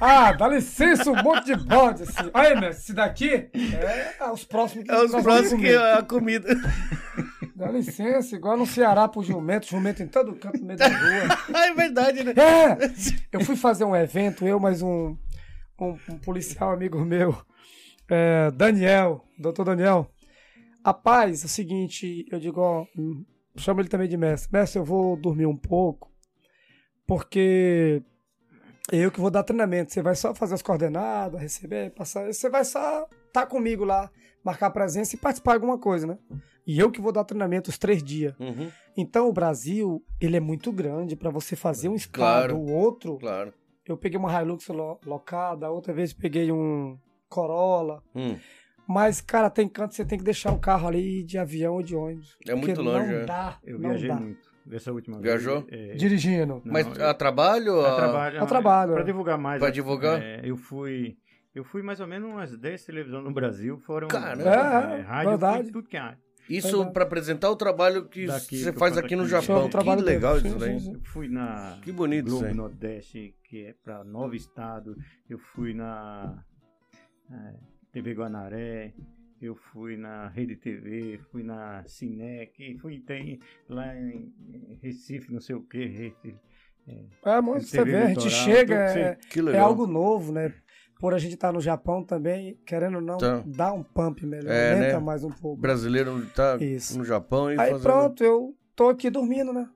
Speaker 1: ah, dá licença, um monte de bode assim. Olha, meu, esse daqui é ah, os próximos que
Speaker 2: É os
Speaker 1: nós vamos
Speaker 2: próximos que
Speaker 1: comer.
Speaker 2: a comida.
Speaker 1: Dá licença, igual no Ceará pro jumento, jumento em todo canto no meio da rua.
Speaker 2: [LAUGHS] Ah, é verdade, né?
Speaker 1: É! Eu fui fazer um evento, eu mais um, um, um policial amigo meu, é, Daniel, doutor Daniel. Rapaz, é o seguinte, eu digo, ó, hum, chamo ele também de mestre. Mestre, eu vou dormir um pouco, porque eu que vou dar treinamento. Você vai só fazer as coordenadas, receber, passar. Você vai só estar comigo lá, marcar presença e participar de alguma coisa, né? E eu que vou dar treinamento os três dias.
Speaker 2: Uhum,
Speaker 1: Então o Brasil, ele é muito grande para você fazer um estado,
Speaker 2: Claro.
Speaker 1: o outro.
Speaker 2: claro.
Speaker 1: Eu peguei uma Hilux lo- locada, outra vez peguei um Corolla.
Speaker 2: Hum.
Speaker 1: Mas, cara, tem canto que você tem que deixar o carro ali de avião ou de ônibus.
Speaker 2: É muito
Speaker 1: porque
Speaker 2: longe,
Speaker 1: Não
Speaker 2: é.
Speaker 1: dá.
Speaker 3: Eu
Speaker 1: não
Speaker 3: viajei
Speaker 1: dá.
Speaker 3: muito. Dessa última
Speaker 2: Viajou?
Speaker 3: vez. é,
Speaker 1: Dirigindo.
Speaker 3: não,
Speaker 2: Mas
Speaker 3: eu-
Speaker 2: a trabalho?
Speaker 3: A
Speaker 2: a-
Speaker 3: trabalho.
Speaker 1: a trabalho,
Speaker 3: Para
Speaker 1: é.
Speaker 3: né? divulgar mais.
Speaker 2: Pra divulgar?
Speaker 3: é, eu fui. Eu fui mais ou menos umas 10 televisões no Brasil, foram
Speaker 2: Cara,
Speaker 1: é,
Speaker 3: rádio,
Speaker 1: verdade.
Speaker 3: fui tudo que há.
Speaker 2: Isso
Speaker 1: Verdade.
Speaker 2: pra apresentar o trabalho que
Speaker 3: Daqui,
Speaker 2: você
Speaker 3: que eu
Speaker 2: faz
Speaker 3: faço
Speaker 2: aqui no
Speaker 3: aqui.
Speaker 1: Isso é um
Speaker 2: Japão. Que
Speaker 1: trabalho dele.
Speaker 2: legal
Speaker 1: Sim,
Speaker 2: isso daí.
Speaker 1: sim, sim.
Speaker 3: Eu fui na
Speaker 2: Que bonito
Speaker 3: Globo
Speaker 2: isso aí.
Speaker 3: Nordeste, que é para nove estados. Eu fui na é, TV Guanaré. eu fui na Rede TV, fui na Cinec, fui tem, lá em Recife, não sei o que,
Speaker 1: [LAUGHS]
Speaker 3: Recife.
Speaker 1: É, mas você
Speaker 3: TV
Speaker 1: vê, a gente
Speaker 3: Litoral,
Speaker 1: chega,
Speaker 3: tudo,
Speaker 1: é,
Speaker 2: Que
Speaker 1: é algo novo, né? Por a gente estar no Japão também, querendo ou não,
Speaker 2: Tá.
Speaker 1: dá um pump melhor,
Speaker 2: É,
Speaker 1: aumenta
Speaker 2: né?
Speaker 1: mais um pouco.
Speaker 2: Brasileiro tá
Speaker 1: Isso.
Speaker 2: no Japão e
Speaker 1: Aí
Speaker 2: fazendo...
Speaker 1: pronto, eu tô aqui dormindo, né?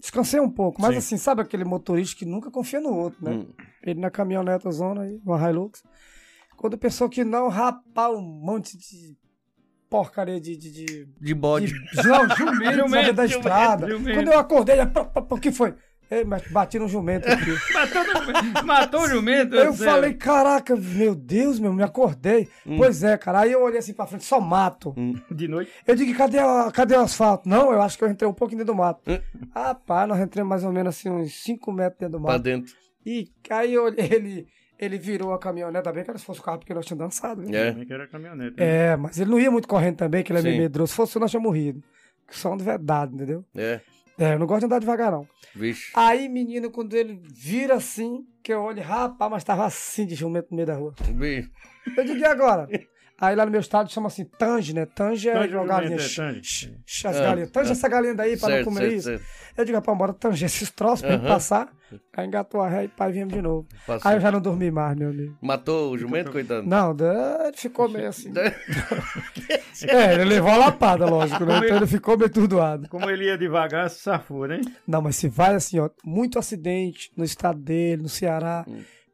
Speaker 1: Descansei um pouco, mas
Speaker 2: Sim.
Speaker 1: assim, sabe aquele motorista que nunca confia no outro, né?
Speaker 2: Hum,
Speaker 1: Ele na caminhoneta zona aí, uma Hilux. Quando pensou que não, rapaz, um monte de porcaria de. de, de,
Speaker 2: de bode.
Speaker 1: de não, jumento,
Speaker 3: Jumento,
Speaker 1: jumento da
Speaker 3: jumento,
Speaker 1: estrada.
Speaker 3: jumento.
Speaker 1: Quando eu acordei, ele, "Pá, pá, pá, o que foi? Ei, mas bati no jumento aqui.
Speaker 3: Matou o jumento,
Speaker 1: eu falei, caraca, meu Deus, meu, me acordei. Pois é, cara. Aí eu olhei assim pra frente, só mato.
Speaker 3: De noite.
Speaker 1: Eu digo, cadê, a, cadê o asfalto? Não, eu acho que eu entrei um pouco dentro do mato.
Speaker 2: Hum.
Speaker 1: Rapaz, nós entramos mais ou menos assim, uns 5 metros dentro do
Speaker 2: Pra
Speaker 1: mato.
Speaker 2: dentro.
Speaker 1: E aí eu olhei, ele, ele virou a caminhonete, ainda bem que era se fosse o carro, porque nós tínhamos dançado. Né?
Speaker 2: É.
Speaker 3: Também que era caminhonete. né?
Speaker 1: É, mas ele não ia muito correndo também, que ele é meio
Speaker 2: Sim.
Speaker 1: medroso. Se fosse, eu, nós tínhamos morrido. Só um vedado, entendeu?
Speaker 2: É.
Speaker 1: É, eu não gosto de andar devagar, não.
Speaker 2: Vixe.
Speaker 1: Aí, menino, quando ele vira assim, que eu olho, rapaz, mas tava assim de jumento no meio da rua.
Speaker 2: Vixe.
Speaker 1: Eu digo, e agora? Aí lá no meu estado chama assim tange, né? Tange é
Speaker 3: Tange jumento,
Speaker 1: jogar galinha.
Speaker 3: é,
Speaker 1: Sh-
Speaker 3: tange.
Speaker 1: sh- sh- as
Speaker 2: Ah,
Speaker 1: galinhas. Tange
Speaker 2: ah.
Speaker 1: essa galinha daí pra não
Speaker 2: Certo,
Speaker 1: comer
Speaker 2: certo,
Speaker 1: isso.
Speaker 2: certo.
Speaker 1: Eu digo, rapaz, bora tanger esses troços pra gente
Speaker 2: Aham.
Speaker 1: passar. Aí engatou a ré e pai viemos de novo.
Speaker 2: Passou.
Speaker 1: Aí eu já não dormi mais, meu amigo.
Speaker 2: Matou o jumento, coitado?
Speaker 1: Não, da- ele ficou meio assim. [LAUGHS] É, ele levou a lapada, lógico, né? Então ele ficou meio turdoado.
Speaker 3: Como ele ia devagar, safou, né?
Speaker 1: Não, mas se vai assim, ó, muito acidente no estado dele, no Ceará.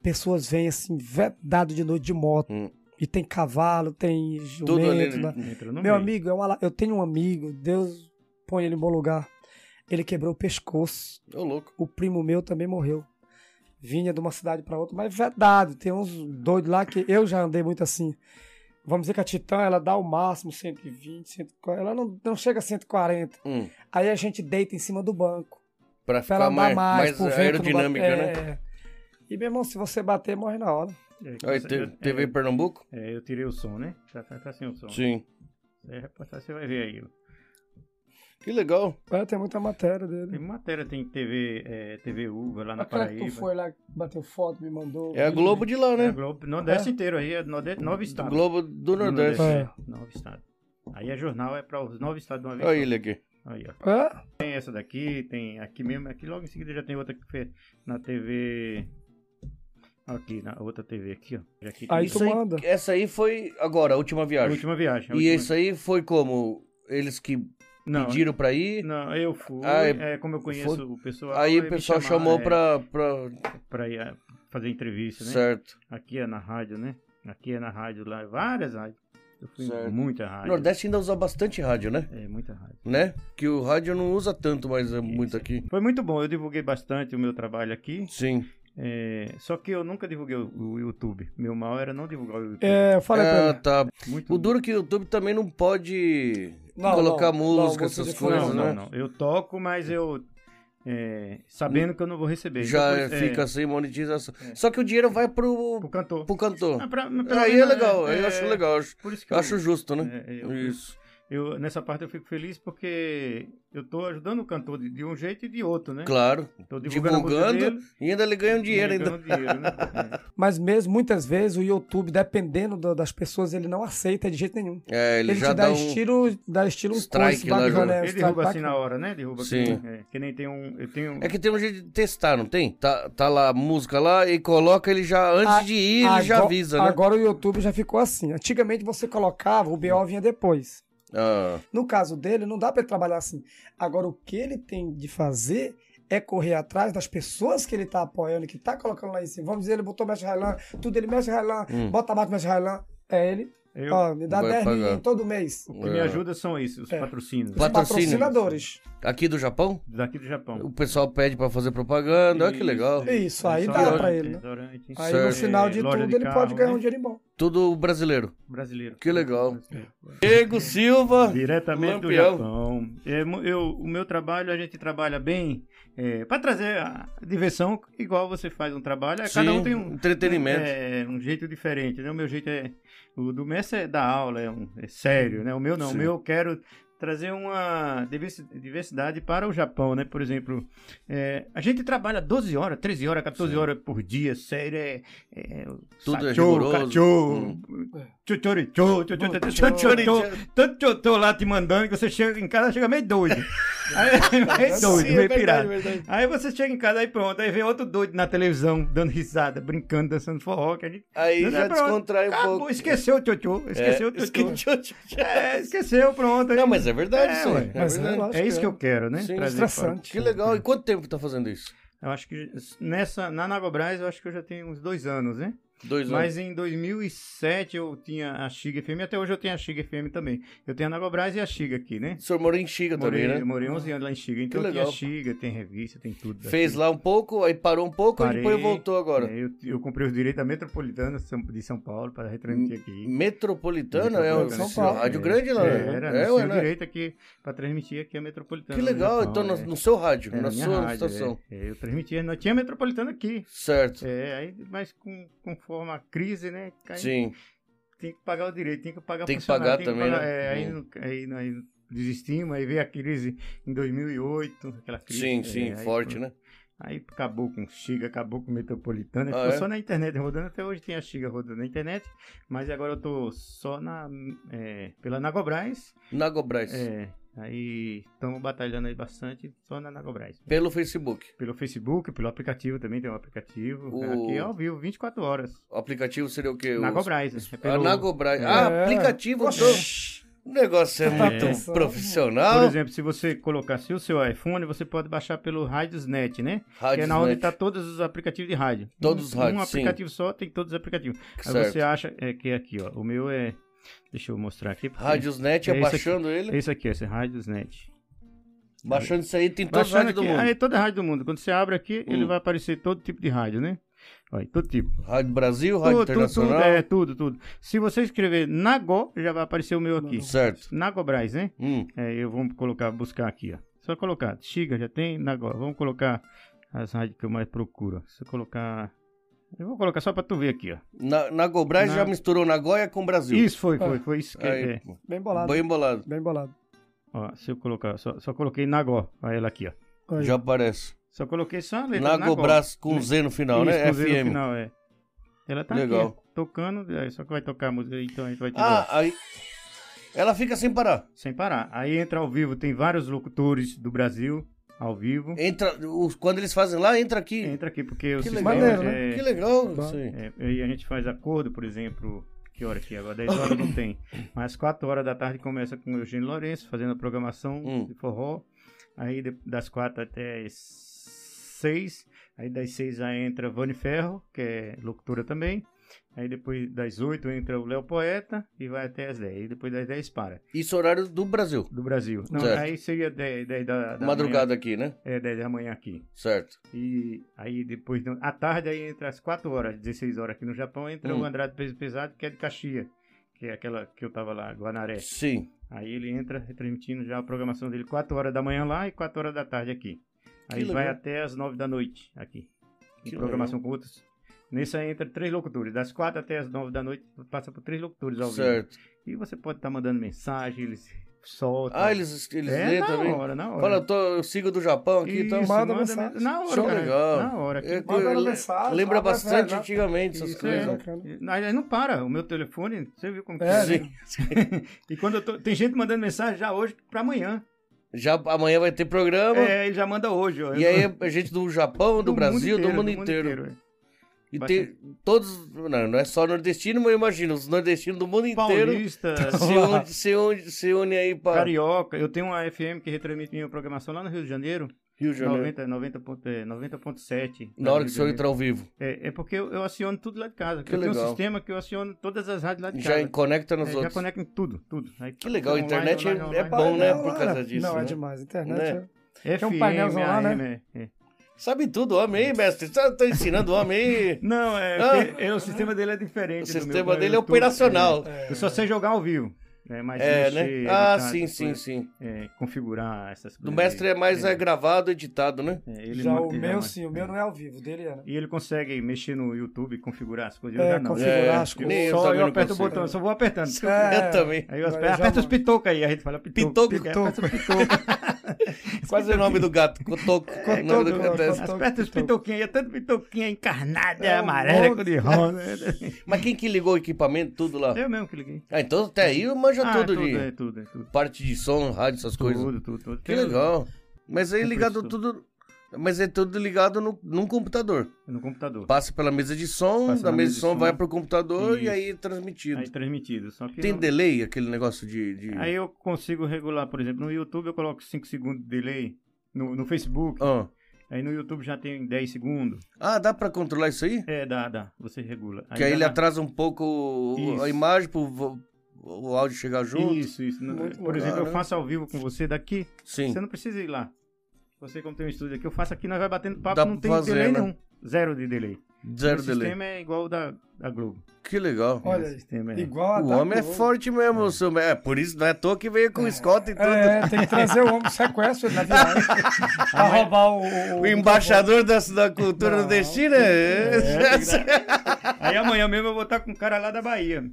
Speaker 1: Pessoas vêm assim, vedado de noite de moto.
Speaker 2: Hum.
Speaker 1: E tem cavalo, tem jumento.
Speaker 2: Tudo ali.
Speaker 1: né?
Speaker 3: Entrou no
Speaker 1: Meu
Speaker 3: meio.
Speaker 1: amigo, é uma la- eu tenho um amigo, Deus põe ele em bom lugar. Ele quebrou o pescoço.
Speaker 2: Ô, louco.
Speaker 1: O primo meu também morreu. Vinha de uma cidade para outra, mas verdade, tem uns doidos lá que eu já andei muito assim. Vamos dizer que a Titã, ela dá o máximo 120, 140, ela não, não chega a 140.
Speaker 2: Hum.
Speaker 1: Aí a gente deita em cima do banco,
Speaker 2: Pra
Speaker 1: pra ela
Speaker 2: ficar
Speaker 1: andar
Speaker 2: mais,
Speaker 1: mais,
Speaker 2: mais,
Speaker 1: pro vento não
Speaker 2: aerodinâmica,
Speaker 1: bater.
Speaker 2: né?
Speaker 1: É. E meu irmão, se você bater, morre na hora.
Speaker 3: É, que
Speaker 2: Aí,
Speaker 3: você-
Speaker 2: te- TV
Speaker 3: é,
Speaker 2: Pernambuco?
Speaker 3: é, eu tirei o som, né? Tá, tá, tá sem o som.
Speaker 2: Sim.
Speaker 3: É, rapaz, você vai ver aí. ó.
Speaker 2: Que legal.
Speaker 1: É, tem muita matéria dele.
Speaker 3: Tem matéria, tem TV, é, TV Uva lá na
Speaker 1: Aquela Ah, que tu
Speaker 3: Paraíba.
Speaker 1: foi lá, bateu foto, me mandou.
Speaker 2: É a Globo de lá,
Speaker 3: É,
Speaker 2: né?
Speaker 3: Globo, Nordeste inteiro aí, é nove, nove
Speaker 2: Do
Speaker 3: estados.
Speaker 2: Globo do
Speaker 3: Do
Speaker 2: Nordeste.
Speaker 3: Nordeste, é, Nove estados. Aí a jornal é para os nove estados de uma vez.
Speaker 2: Olha ele aqui.
Speaker 3: só. Aí, ó.
Speaker 1: É?
Speaker 3: Tem essa daqui, tem aqui mesmo. Aqui logo em seguida já tem outra que foi na TV. Aqui, na outra TV aqui, ó. Já Aqui,
Speaker 1: Aí
Speaker 3: tem-
Speaker 1: tu manda.
Speaker 2: Essa aí foi agora, a última
Speaker 3: a
Speaker 2: viagem.
Speaker 3: última viagem. a
Speaker 2: E
Speaker 3: última-
Speaker 2: isso aí foi como? Eles que
Speaker 3: não,
Speaker 2: pediram pra ir,
Speaker 3: Não, eu fui.
Speaker 2: Ah, é-
Speaker 3: é, como eu conheço
Speaker 2: foi-
Speaker 3: o pessoal.
Speaker 2: aí
Speaker 3: me
Speaker 2: o pessoal
Speaker 3: chamaram,
Speaker 2: chamou
Speaker 3: é,
Speaker 2: pra, pra...
Speaker 3: pra ir é, fazer entrevista, né?
Speaker 2: Certo.
Speaker 3: Aqui é na rádio, né? Aqui é na rádio lá, várias rádios. Eu fui em
Speaker 2: Certo.
Speaker 3: muita
Speaker 2: O
Speaker 3: rádio.
Speaker 2: Nordeste ainda usa bastante rádio, né?
Speaker 3: É, muita rádio.
Speaker 2: Né? Que o rádio não usa tanto, mas é muito aqui.
Speaker 3: Foi muito bom, eu divulguei bastante o meu trabalho aqui.
Speaker 2: Sim.
Speaker 3: é, só que eu nunca divulguei o, o YouTube. Meu mal era não divulgar o YouTube.
Speaker 1: É, eu falei pra
Speaker 2: Ah,
Speaker 1: ele.
Speaker 2: tá.
Speaker 3: Muito
Speaker 2: O duro que o YouTube também não pode
Speaker 1: Não,
Speaker 2: colocar
Speaker 1: não,
Speaker 2: música,
Speaker 1: não, você
Speaker 2: essas
Speaker 1: disse-
Speaker 2: coisas,
Speaker 3: não,
Speaker 2: né?
Speaker 3: não, não. Eu toco, mas eu. é, sabendo que eu não vou receber.
Speaker 2: Já
Speaker 3: Depois, é,
Speaker 2: fica sem monetização. Só que o dinheiro vai pro,
Speaker 3: pro cantor.
Speaker 2: pro cantor.
Speaker 3: Ah, pra- pelo
Speaker 2: Aí é
Speaker 3: menos,
Speaker 2: legal, aí
Speaker 3: é,
Speaker 2: eu acho legal. acho-
Speaker 3: Por isso que
Speaker 2: Eu acho justo, né?
Speaker 3: é, é, eu-
Speaker 2: Isso.
Speaker 3: Eu, nessa parte eu fico feliz porque eu tô ajudando o cantor de, de um jeito e de outro, né?
Speaker 2: Claro.
Speaker 3: Tô divulgando, a música
Speaker 2: Divulgando
Speaker 3: dele,
Speaker 2: e ainda ele ganha um dinheiro ainda.
Speaker 3: divulgando dinheiro,
Speaker 2: [LAUGHS]
Speaker 3: né? É.
Speaker 1: Mas mesmo, muitas vezes, o YouTube, dependendo do- das pessoas, ele não aceita de jeito nenhum.
Speaker 2: É, ele,
Speaker 1: Ele,
Speaker 2: já
Speaker 1: te dá,
Speaker 2: dá um.
Speaker 1: estilo, dá estilo um
Speaker 2: strike né,
Speaker 1: coice
Speaker 2: lá,
Speaker 1: bacana,
Speaker 2: João.
Speaker 1: é, um
Speaker 3: Ele
Speaker 1: strike
Speaker 3: derruba assim
Speaker 1: bacana.
Speaker 3: na hora, né? Derruba
Speaker 2: Sim.
Speaker 3: Que, é, que nem tem um. Eu tenho
Speaker 2: É que tem um jeito de testar, não tem? Tá, tá lá a música lá e coloca ele já, antes
Speaker 1: A-
Speaker 2: de ir, ele já
Speaker 1: Agora-
Speaker 2: avisa, né?
Speaker 1: Agora o YouTube já ficou assim. Antigamente você colocava, o BO vinha depois.
Speaker 2: Ah,
Speaker 1: No caso dele, não dá pra ele trabalhar assim. Agora, o que ele tem de fazer é correr atrás das pessoas que ele tá apoiando, que tá colocando lá em cima. Vamos dizer, ele botou Mestre Railan, tudo ele Mestre Railan,
Speaker 2: Hum.
Speaker 1: bota mais Mestre Railan. É ele,
Speaker 3: eu,
Speaker 1: ó, me dá
Speaker 2: Vai
Speaker 1: 10 mil
Speaker 2: pagar.
Speaker 1: todo mês.
Speaker 3: o que me
Speaker 2: é.
Speaker 3: ajuda são esses, os
Speaker 1: É.
Speaker 3: patrocínios
Speaker 1: Os
Speaker 2: Pat- Patrocínio.
Speaker 1: patrocinadores.
Speaker 2: aqui do Japão,
Speaker 3: daqui do Japão.
Speaker 2: o pessoal pede pra fazer propaganda, olha que legal.
Speaker 1: É Isso, aí dá
Speaker 3: Restaurante,
Speaker 1: pra ele, né?
Speaker 3: restaurante,
Speaker 1: Aí
Speaker 2: Certo.
Speaker 1: no final de
Speaker 3: é, loja
Speaker 1: tudo ele
Speaker 3: carro,
Speaker 1: pode ganhar um
Speaker 3: né?
Speaker 1: dinheiro bom.
Speaker 2: Tudo brasileiro.
Speaker 3: brasileiro.
Speaker 2: Que legal. Diego Silva.
Speaker 3: Diretamente do
Speaker 2: Lampião.
Speaker 3: Japão. É, mu- eu- o meu trabalho, a gente trabalha bem para trazer a diversão, igual você faz um trabalho. é,
Speaker 2: Sim,
Speaker 3: cada um tem um,
Speaker 2: entretenimento.
Speaker 3: é, um jeito diferente. Né? O meu jeito é. O do Messi é da aula, é, um- é sério, né? O meu não.
Speaker 2: Sim.
Speaker 3: O meu eu quero trazer uma diversi- diversidade para o Japão, né? Por exemplo, é, a gente trabalha 12 horas, 13 horas, 14 horas por dia, sério, é, é,
Speaker 2: Tudo é
Speaker 3: sachô,
Speaker 2: rigoroso. Hum.
Speaker 3: cachô, tchotchorichô, tchotchô, tchotchô, tanto eu tô lá te mandando que você chega em casa, chega meio doido.
Speaker 2: [LAUGHS]
Speaker 3: Aí,
Speaker 2: é
Speaker 3: meio doido, meio pirado. Aí você chega em casa, aí pronto, aí vem outro doido na televisão, dando risada, brincando, dançando forró, que a gente...
Speaker 2: Aí
Speaker 3: Não,
Speaker 2: já
Speaker 3: não, pronto.
Speaker 2: descontrai um
Speaker 3: Acabou,
Speaker 2: pouco.
Speaker 3: esqueceu o tchotchô, esqueceu o tchotchô. [LAUGHS] É, esqueceu, pronto. aí-
Speaker 2: Não, mas é verdade,
Speaker 3: É,
Speaker 2: isso
Speaker 3: ué.
Speaker 2: aí.
Speaker 1: Mas
Speaker 2: verdade.
Speaker 1: é lá.
Speaker 3: É isso que eu quero, né?
Speaker 2: Sim,
Speaker 3: Trazer
Speaker 1: frustrante.
Speaker 2: Que legal. E quanto tempo que tá fazendo isso?
Speaker 3: fora. Eu acho que nessa, na Nagobras, eu acho que eu já tenho uns dois anos, né?
Speaker 2: Dois anos.
Speaker 3: Mas em 2007 eu tinha a Xiga FM, e até hoje eu tenho a Xiga FM também. Eu tenho a Nagobras e a Xiga aqui, né?
Speaker 2: O senhor morou em Xiga
Speaker 3: Morei,
Speaker 2: também, né?
Speaker 3: morei 11 anos lá em Xiga, então
Speaker 2: Que
Speaker 3: eu tinha
Speaker 2: legal.
Speaker 3: Xiga, tem revista, tem tudo.
Speaker 2: Fez
Speaker 3: daqui.
Speaker 2: lá um pouco, aí parou um pouco e
Speaker 3: Parei.
Speaker 2: depois voltou agora.
Speaker 3: É, eu, eu comprei os direitos da Metropolitana de São Paulo para retransmitir aqui.
Speaker 2: Metropolitana é o
Speaker 1: São Paulo.
Speaker 2: rádio grande lá, né?
Speaker 3: Era,
Speaker 2: É,
Speaker 3: é,
Speaker 2: ué,
Speaker 3: tinha
Speaker 2: né?
Speaker 3: direito aqui para transmitir aqui a Metropolitana.
Speaker 2: Que
Speaker 3: no
Speaker 2: legal.
Speaker 3: Japão,
Speaker 2: Então,
Speaker 3: é.
Speaker 2: no, no seu rádio,
Speaker 3: Era
Speaker 2: na
Speaker 3: a minha
Speaker 2: sua
Speaker 3: rádio,
Speaker 2: estação.
Speaker 3: é. É, eu transmitia, não tinha metropolitana aqui.
Speaker 2: Certo.
Speaker 3: É, aí, mas com, conforme a crise, né? aí
Speaker 2: Sim.
Speaker 3: Tem que pagar o direito, tem que pagar
Speaker 2: Tem que pagar
Speaker 3: funcionário,
Speaker 2: também, né?
Speaker 3: é, aí,
Speaker 2: Hum.
Speaker 3: não- aí, não- aí desistimos, aí veio a crise em 2008, aquela crise.
Speaker 2: Sim,
Speaker 3: é,
Speaker 2: sim,
Speaker 3: aí
Speaker 2: forte,
Speaker 3: foi-
Speaker 2: né?
Speaker 3: Aí acabou com Xiga, acabou com Metropolitana.
Speaker 2: Ah,
Speaker 3: ficou
Speaker 2: é?
Speaker 3: só na internet rodando. Até hoje tem a Xiga rodando na internet. Mas agora eu tô só na, é, pela Nagobras.
Speaker 2: Nagobras.
Speaker 3: É, aí estamos batalhando aí bastante só na Nagobras.
Speaker 2: Pelo Facebook.
Speaker 3: Pelo Facebook, pelo aplicativo também, tem um aplicativo.
Speaker 2: O-
Speaker 3: Aqui é ao vivo, 24 horas.
Speaker 2: O aplicativo seria o quê? Os-
Speaker 3: Nagobras. né? É
Speaker 2: A
Speaker 3: pelo-
Speaker 2: Nagobras.
Speaker 3: É.
Speaker 2: Ah, aplicativo. do-
Speaker 1: Oxi.
Speaker 2: O negócio é
Speaker 1: Tá
Speaker 2: muito
Speaker 1: pensando.
Speaker 3: Por
Speaker 2: profissional.
Speaker 3: exemplo, se você colocasse o seu iPhone, você pode baixar pelo Radiosnet, né? que
Speaker 2: Rádio
Speaker 3: é na onde
Speaker 2: Net.
Speaker 3: tá todos os aplicativos de rádio.
Speaker 2: Todos os
Speaker 3: Um-
Speaker 2: rádios,
Speaker 3: Um
Speaker 2: sim.
Speaker 3: aplicativo só tem todos os aplicativos. Aí
Speaker 2: Certo.
Speaker 3: você acha é, que é aqui, ó. O meu é. Deixa eu mostrar aqui. porque-
Speaker 2: Radiosnet,
Speaker 3: É esse aqui.
Speaker 2: abaixando ele.
Speaker 3: É Esse aqui, esse é Radiosnet.
Speaker 2: Baixando isso aí, tem todas as
Speaker 3: Baixando
Speaker 2: rádios do
Speaker 3: aqui,
Speaker 2: mundo.
Speaker 3: aí é, toda a rádio do mundo. Quando você abre aqui, ele
Speaker 2: Hum.
Speaker 3: vai aparecer todo tipo de rádio, né? Olha, todo tipo.
Speaker 2: Rádio Brasil, Rádio
Speaker 3: tudo, tudo, tudo,
Speaker 2: Internacional.
Speaker 3: é, tudo, tudo. Se você escrever Nago, já vai aparecer o meu aqui.
Speaker 2: Certo.
Speaker 3: Nagobras, né?
Speaker 2: Hum,
Speaker 3: É, eu vou colocar, buscar aqui, ó. Só colocar, Xiga já tem, Nagoya. Vamos colocar as rádios que eu mais procuro. Se eu colocar... Eu vou colocar só pra tu ver aqui, ó.
Speaker 2: Na, Nagobras
Speaker 3: Na-
Speaker 2: já misturou Nagoya com Brasil.
Speaker 3: Isso, foi,
Speaker 1: Ah.
Speaker 3: foi, foi isso que...
Speaker 2: Aí,
Speaker 3: é.
Speaker 1: Bem bolado.
Speaker 2: Bem bolado.
Speaker 1: Bem bolado.
Speaker 3: Ó, se eu colocar, só, só coloquei Nagoya, olha ela aqui, ó.
Speaker 1: Aí.
Speaker 2: Já aparece.
Speaker 3: Só coloquei só a letra Nagoya.
Speaker 2: Nagobras com Z no final,
Speaker 3: Então, Isso,
Speaker 2: né?
Speaker 3: com Z no
Speaker 2: FM.
Speaker 3: final, é. Ela tá
Speaker 2: Legal.
Speaker 3: aqui, ó, tocando, é, só que vai tocar a música, então a gente vai tirar.
Speaker 2: Ah, aí. Ela fica sem parar.
Speaker 3: Sem parar. Aí entra ao vivo, tem vários locutores do Brasil, ao vivo.
Speaker 2: Entra, os- quando eles fazem lá, entra aqui.
Speaker 3: Entra aqui, porque o
Speaker 2: Que
Speaker 3: sistema...
Speaker 2: legal,
Speaker 1: Maneiro,
Speaker 3: é,
Speaker 1: né?
Speaker 2: Que legal
Speaker 1: Tá.
Speaker 2: isso aí.
Speaker 3: É, e a gente faz acordo, por exemplo, que hora aqui agora? 10 horas
Speaker 2: [COUGHS]
Speaker 3: não tem. Mas 4 horas da tarde começa com o Eugênio Lourenço fazendo a programação
Speaker 2: Hum.
Speaker 3: de forró. Aí de- das 4 até 6. Aí das 6 já entra Vani Ferro, que é locutora também. Aí depois das 8 entra o Léo Poeta e vai até as 10. E depois das 10 para.
Speaker 2: Isso é horário do Brasil.
Speaker 3: Do Brasil. Não,
Speaker 2: Certo.
Speaker 3: aí seria 10, 10 da, da
Speaker 2: Madrugada aqui, né?
Speaker 3: Manhã, é, 10 da manhã aqui.
Speaker 2: Certo.
Speaker 3: E aí depois, do- à tarde, aí entre as 4 horas, 16 horas aqui no Japão, entra
Speaker 2: Hum.
Speaker 3: o Andrade Peso Pesado, que é de Caxias, que é aquela que eu tava lá, Guanaré.
Speaker 2: Sim.
Speaker 3: Aí ele entra transmitindo já a programação dele 4 horas da manhã lá e 4 horas da tarde aqui. Aí
Speaker 2: Que
Speaker 3: vai
Speaker 2: legal.
Speaker 3: até as 9 da noite aqui.
Speaker 2: Que
Speaker 3: Que programação com outros. Nessa entra três locutores, das 4 até as 9 da noite, passa por três locutores ao vivo.
Speaker 2: Certo.
Speaker 3: E você pode estar mandando mensagem, eles soltam.
Speaker 2: Ah, eles, eles
Speaker 3: é,
Speaker 2: lêem
Speaker 3: na
Speaker 2: também.
Speaker 3: hora, na hora.
Speaker 2: Fala, eu, tô- eu sigo do Japão aqui e tal.
Speaker 3: Isso,
Speaker 1: manda
Speaker 3: manda
Speaker 1: mensagem.
Speaker 3: mensagem. Na hora,
Speaker 2: Show
Speaker 3: cara.
Speaker 2: legal.
Speaker 3: Na hora. aqui.
Speaker 2: É,
Speaker 1: Manda
Speaker 2: le-
Speaker 1: mensagem,
Speaker 2: lembra
Speaker 1: fala,
Speaker 2: bastante
Speaker 1: né?
Speaker 2: antigamente essas
Speaker 3: é, Isso
Speaker 2: coisas.
Speaker 3: é.
Speaker 2: né?
Speaker 1: Bacana.
Speaker 3: Aí aí não para, o meu telefone, você viu como que
Speaker 1: É,
Speaker 3: é,
Speaker 2: né?
Speaker 3: né? E quando eu tô, tem gente mandando mensagem já hoje pra amanhã.
Speaker 2: Já amanhã vai ter programa.
Speaker 3: É, ele já manda hoje, ó.
Speaker 2: Tá E aí a gente do Japão, do,
Speaker 3: mundo
Speaker 2: Brasil,
Speaker 3: inteiro,
Speaker 2: do mundo inteiro.
Speaker 3: é.
Speaker 2: E tem todos. Não, não é só nordestino, mas eu imagino, os nordestinos do mundo inteiro
Speaker 3: é. Paulista,
Speaker 2: se
Speaker 3: [LAUGHS]
Speaker 2: une, se une- se une aí para
Speaker 3: carioca. Eu tenho uma FM que retransmite minha programação lá no Rio de Janeiro,
Speaker 2: Rio de Janeiro.
Speaker 3: 90 90 ponto- é,
Speaker 2: Na hora que o
Speaker 3: 90.7. Rio de
Speaker 2: senhor
Speaker 3: Janeiro.
Speaker 2: entrar ao vivo.
Speaker 3: É, é porque eu, eu aciono tudo lá de casa.
Speaker 2: Que
Speaker 3: eu tenho
Speaker 2: legal.
Speaker 3: um sistema que eu aciono todas as rádios lá de
Speaker 2: Já
Speaker 3: casa.
Speaker 2: conecta nos
Speaker 3: É, já
Speaker 2: outros.
Speaker 3: conecta em tudo, tudo. Aí
Speaker 2: Que legal, a
Speaker 3: online,
Speaker 2: internet é-
Speaker 3: online,
Speaker 2: é
Speaker 3: online.
Speaker 2: bom, né,
Speaker 1: Não,
Speaker 2: por
Speaker 1: olha,
Speaker 2: causa disso,
Speaker 1: Não,
Speaker 2: né?
Speaker 1: é demais. Internet
Speaker 2: Né?
Speaker 1: é-
Speaker 3: FM,
Speaker 1: Tem um painelzão lá,
Speaker 3: AM, é, é.
Speaker 2: Sabe tudo, homem aí, mestre. Tá, tá ensinando o
Speaker 3: [LAUGHS]
Speaker 2: homem aí.
Speaker 3: Não, é,
Speaker 2: Ah.
Speaker 3: porque é, o sistema dele é diferente.
Speaker 2: O
Speaker 3: do meu,
Speaker 2: sistema
Speaker 3: eu
Speaker 2: dele é
Speaker 3: tô-
Speaker 2: operacional.
Speaker 3: é, tá, Eu só sei jogar ao vivo. né? Mas
Speaker 2: É,
Speaker 3: mexer,
Speaker 2: né? Ah,
Speaker 3: editar,
Speaker 2: sim,
Speaker 3: essas
Speaker 2: sim,
Speaker 3: coisas,
Speaker 2: sim.
Speaker 3: é, configurar essas
Speaker 2: Do
Speaker 3: coisas.
Speaker 2: mestre é mais
Speaker 3: É.
Speaker 2: é, gravado, editado, né?
Speaker 3: É, ele
Speaker 1: já
Speaker 3: ma-
Speaker 1: o
Speaker 3: ele
Speaker 1: meu,
Speaker 3: ama-
Speaker 1: sim, o meu não é ao vivo, o dele é. né?
Speaker 3: E ele consegue mexer no YouTube, configurar as coisas.
Speaker 1: É,
Speaker 3: eu já não.
Speaker 1: configurar
Speaker 2: É,
Speaker 1: as coisas.
Speaker 2: nem eu
Speaker 3: só
Speaker 2: também
Speaker 3: eu
Speaker 2: não
Speaker 3: aperto o
Speaker 2: consigo.
Speaker 3: botão, eu só vou apertando. Porque
Speaker 1: [LAUGHS]
Speaker 3: eu-
Speaker 1: É.
Speaker 2: Eu também.
Speaker 3: Aí eu
Speaker 1: Agora
Speaker 3: aperto,
Speaker 1: já
Speaker 3: aperta os
Speaker 1: não.
Speaker 3: pitocas aí, a gente fala pitoco.
Speaker 2: Pitoco.
Speaker 3: pica- Aperta os pitocos.
Speaker 2: Quase o nome do gato.
Speaker 3: [LAUGHS]
Speaker 2: Cotoco. o nome do
Speaker 1: Cotoco,
Speaker 2: gato é esse.
Speaker 1: Pitoco,
Speaker 3: Aperta os
Speaker 1: pitoco.
Speaker 3: pitoquinhos, é tanto pitoquinha encarnada,
Speaker 1: É um
Speaker 3: amarela,
Speaker 1: monte.
Speaker 3: cor de rosa. [LAUGHS]
Speaker 2: Mas quem que ligou o equipamento, tudo lá?
Speaker 3: Eu mesmo que liguei.
Speaker 2: Ah, então até aí eu manjo
Speaker 3: Ah,
Speaker 2: tudo,
Speaker 3: tudo,
Speaker 2: de
Speaker 3: é tudo, é tudo.
Speaker 2: parte de som, rádio, essas coisas.
Speaker 3: Tudo, tudo, tudo.
Speaker 2: Que
Speaker 3: Tem no-
Speaker 2: legal. Mas aí
Speaker 3: Tem
Speaker 2: ligado
Speaker 3: tudo.
Speaker 2: tudo... Mas é tudo ligado no, num computador.
Speaker 3: No computador.
Speaker 2: Passa pela mesa de som,
Speaker 3: Passa
Speaker 2: da
Speaker 3: na
Speaker 2: mesa de som, vai pro computador e
Speaker 3: Isso.
Speaker 2: aí é transmitido.
Speaker 3: Aí transmitido. Só que
Speaker 2: Tem
Speaker 3: eu-
Speaker 2: delay aquele negócio de... de-
Speaker 3: Aí eu consigo regular, por exemplo, no YouTube eu coloco 5 segundos de delay. No, no Facebook,
Speaker 2: Ah.
Speaker 3: aí no YouTube já tem 10 segundos.
Speaker 2: Ah, dá pra controlar isso aí?
Speaker 3: É, dá, dá. Você regula.
Speaker 2: que aí
Speaker 3: dá
Speaker 2: ele
Speaker 3: na-
Speaker 2: atrasa um pouco o-
Speaker 3: Isso.
Speaker 2: a imagem pro vo- o áudio chegar junto.
Speaker 3: Isso, isso. No-
Speaker 1: Muito
Speaker 3: por exemplo,
Speaker 2: legal,
Speaker 3: eu faço ao vivo com você daqui.
Speaker 2: Sim.
Speaker 3: Você não precisa ir lá. Você, como tem um estúdio aqui, eu faço aqui, nós vai batendo papo,
Speaker 2: Dá
Speaker 3: não
Speaker 2: pra
Speaker 3: tem
Speaker 2: fazer,
Speaker 3: delay
Speaker 2: né?
Speaker 3: nenhum. Zero de delay.
Speaker 2: Zero
Speaker 3: o
Speaker 2: delay.
Speaker 3: sistema é igual o da, da Globo.
Speaker 2: Que legal.
Speaker 3: É,
Speaker 1: Olha
Speaker 3: o
Speaker 1: aí,
Speaker 2: [LAUGHS]
Speaker 3: sistema é-
Speaker 1: Igual a
Speaker 2: o
Speaker 1: da
Speaker 2: homem é
Speaker 1: Globo.
Speaker 2: forte mesmo, o seu. É, por isso não é à toa que veio com o Scott e tudo.
Speaker 1: É, tem que trazer o homem do sequestro né, ele na viagem. né?
Speaker 2: [LAUGHS]
Speaker 1: pra roubar o.
Speaker 2: O embaixador da, da cultura
Speaker 1: Não.
Speaker 2: nordestina. [LAUGHS] É.
Speaker 3: Aí amanhã mesmo eu vou estar com um cara lá da Bahia.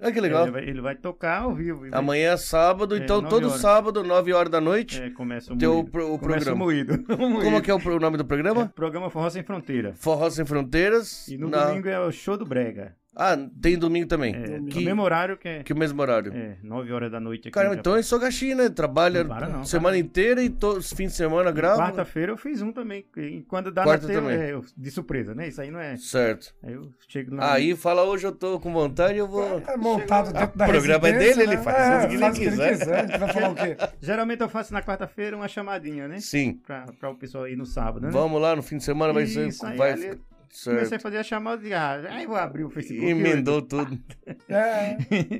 Speaker 2: Olha Ah, que
Speaker 3: Ele
Speaker 2: legal.
Speaker 3: vai, ele vai tocar ao vivo. e vai-
Speaker 2: Amanhã é sábado,
Speaker 3: É,
Speaker 2: então
Speaker 3: nove
Speaker 2: todo
Speaker 3: horas.
Speaker 2: sábado, 9 horas da noite.
Speaker 3: É, começa o
Speaker 2: Tem o
Speaker 3: moído.
Speaker 2: pro- o
Speaker 3: começa
Speaker 2: programa.
Speaker 3: o moído. [LAUGHS]
Speaker 2: Como que é o, pro- o nome do
Speaker 3: é?
Speaker 2: programa?
Speaker 3: Programa Forró Sem Fronteira.
Speaker 2: Forró Sem Fronteiras.
Speaker 3: É. E no
Speaker 2: na-
Speaker 3: domingo é o show do Brega.
Speaker 2: Ah, tem domingo também.
Speaker 3: É, no
Speaker 2: Que,
Speaker 3: mesmo horário que é,
Speaker 2: que mesmo horário.
Speaker 3: é 9 horas da noite aqui.
Speaker 2: Cara,
Speaker 3: no
Speaker 2: então é só gaxi, né? Trabalha
Speaker 3: Não para não,
Speaker 2: semana inteira e todos os fins de semana
Speaker 3: Japão.
Speaker 2: grava.
Speaker 3: Quarta-feira eu fiz um também. E quando dá
Speaker 2: Quarta
Speaker 3: na tela,
Speaker 2: também.
Speaker 3: é, eu- de surpresa, né? Isso aí não é.
Speaker 2: Certo.
Speaker 3: Aí eu chego lá.
Speaker 2: Aí fala, hoje eu tô com vontade, eu vou.
Speaker 1: É montado dentro da
Speaker 2: O programa é
Speaker 1: residência,
Speaker 2: dele,
Speaker 1: né?
Speaker 2: ele faz
Speaker 1: É,
Speaker 2: o que ele
Speaker 1: faz
Speaker 2: quiser.
Speaker 1: A gente vai falar o
Speaker 2: [LAUGHS]
Speaker 1: quê?
Speaker 3: Geralmente eu faço na quarta-feira uma chamadinha, né?
Speaker 2: Sim.
Speaker 3: Pra, pra o pessoal ir no sábado, né?
Speaker 2: Vamos lá, no fim de semana vai ser.
Speaker 3: Isso aí,
Speaker 2: vai-
Speaker 3: ali- Comecei
Speaker 2: Certo.
Speaker 3: a fazer a chamada de ah, aí vou abrir o Facebook.
Speaker 2: Emendou tudo.
Speaker 1: É,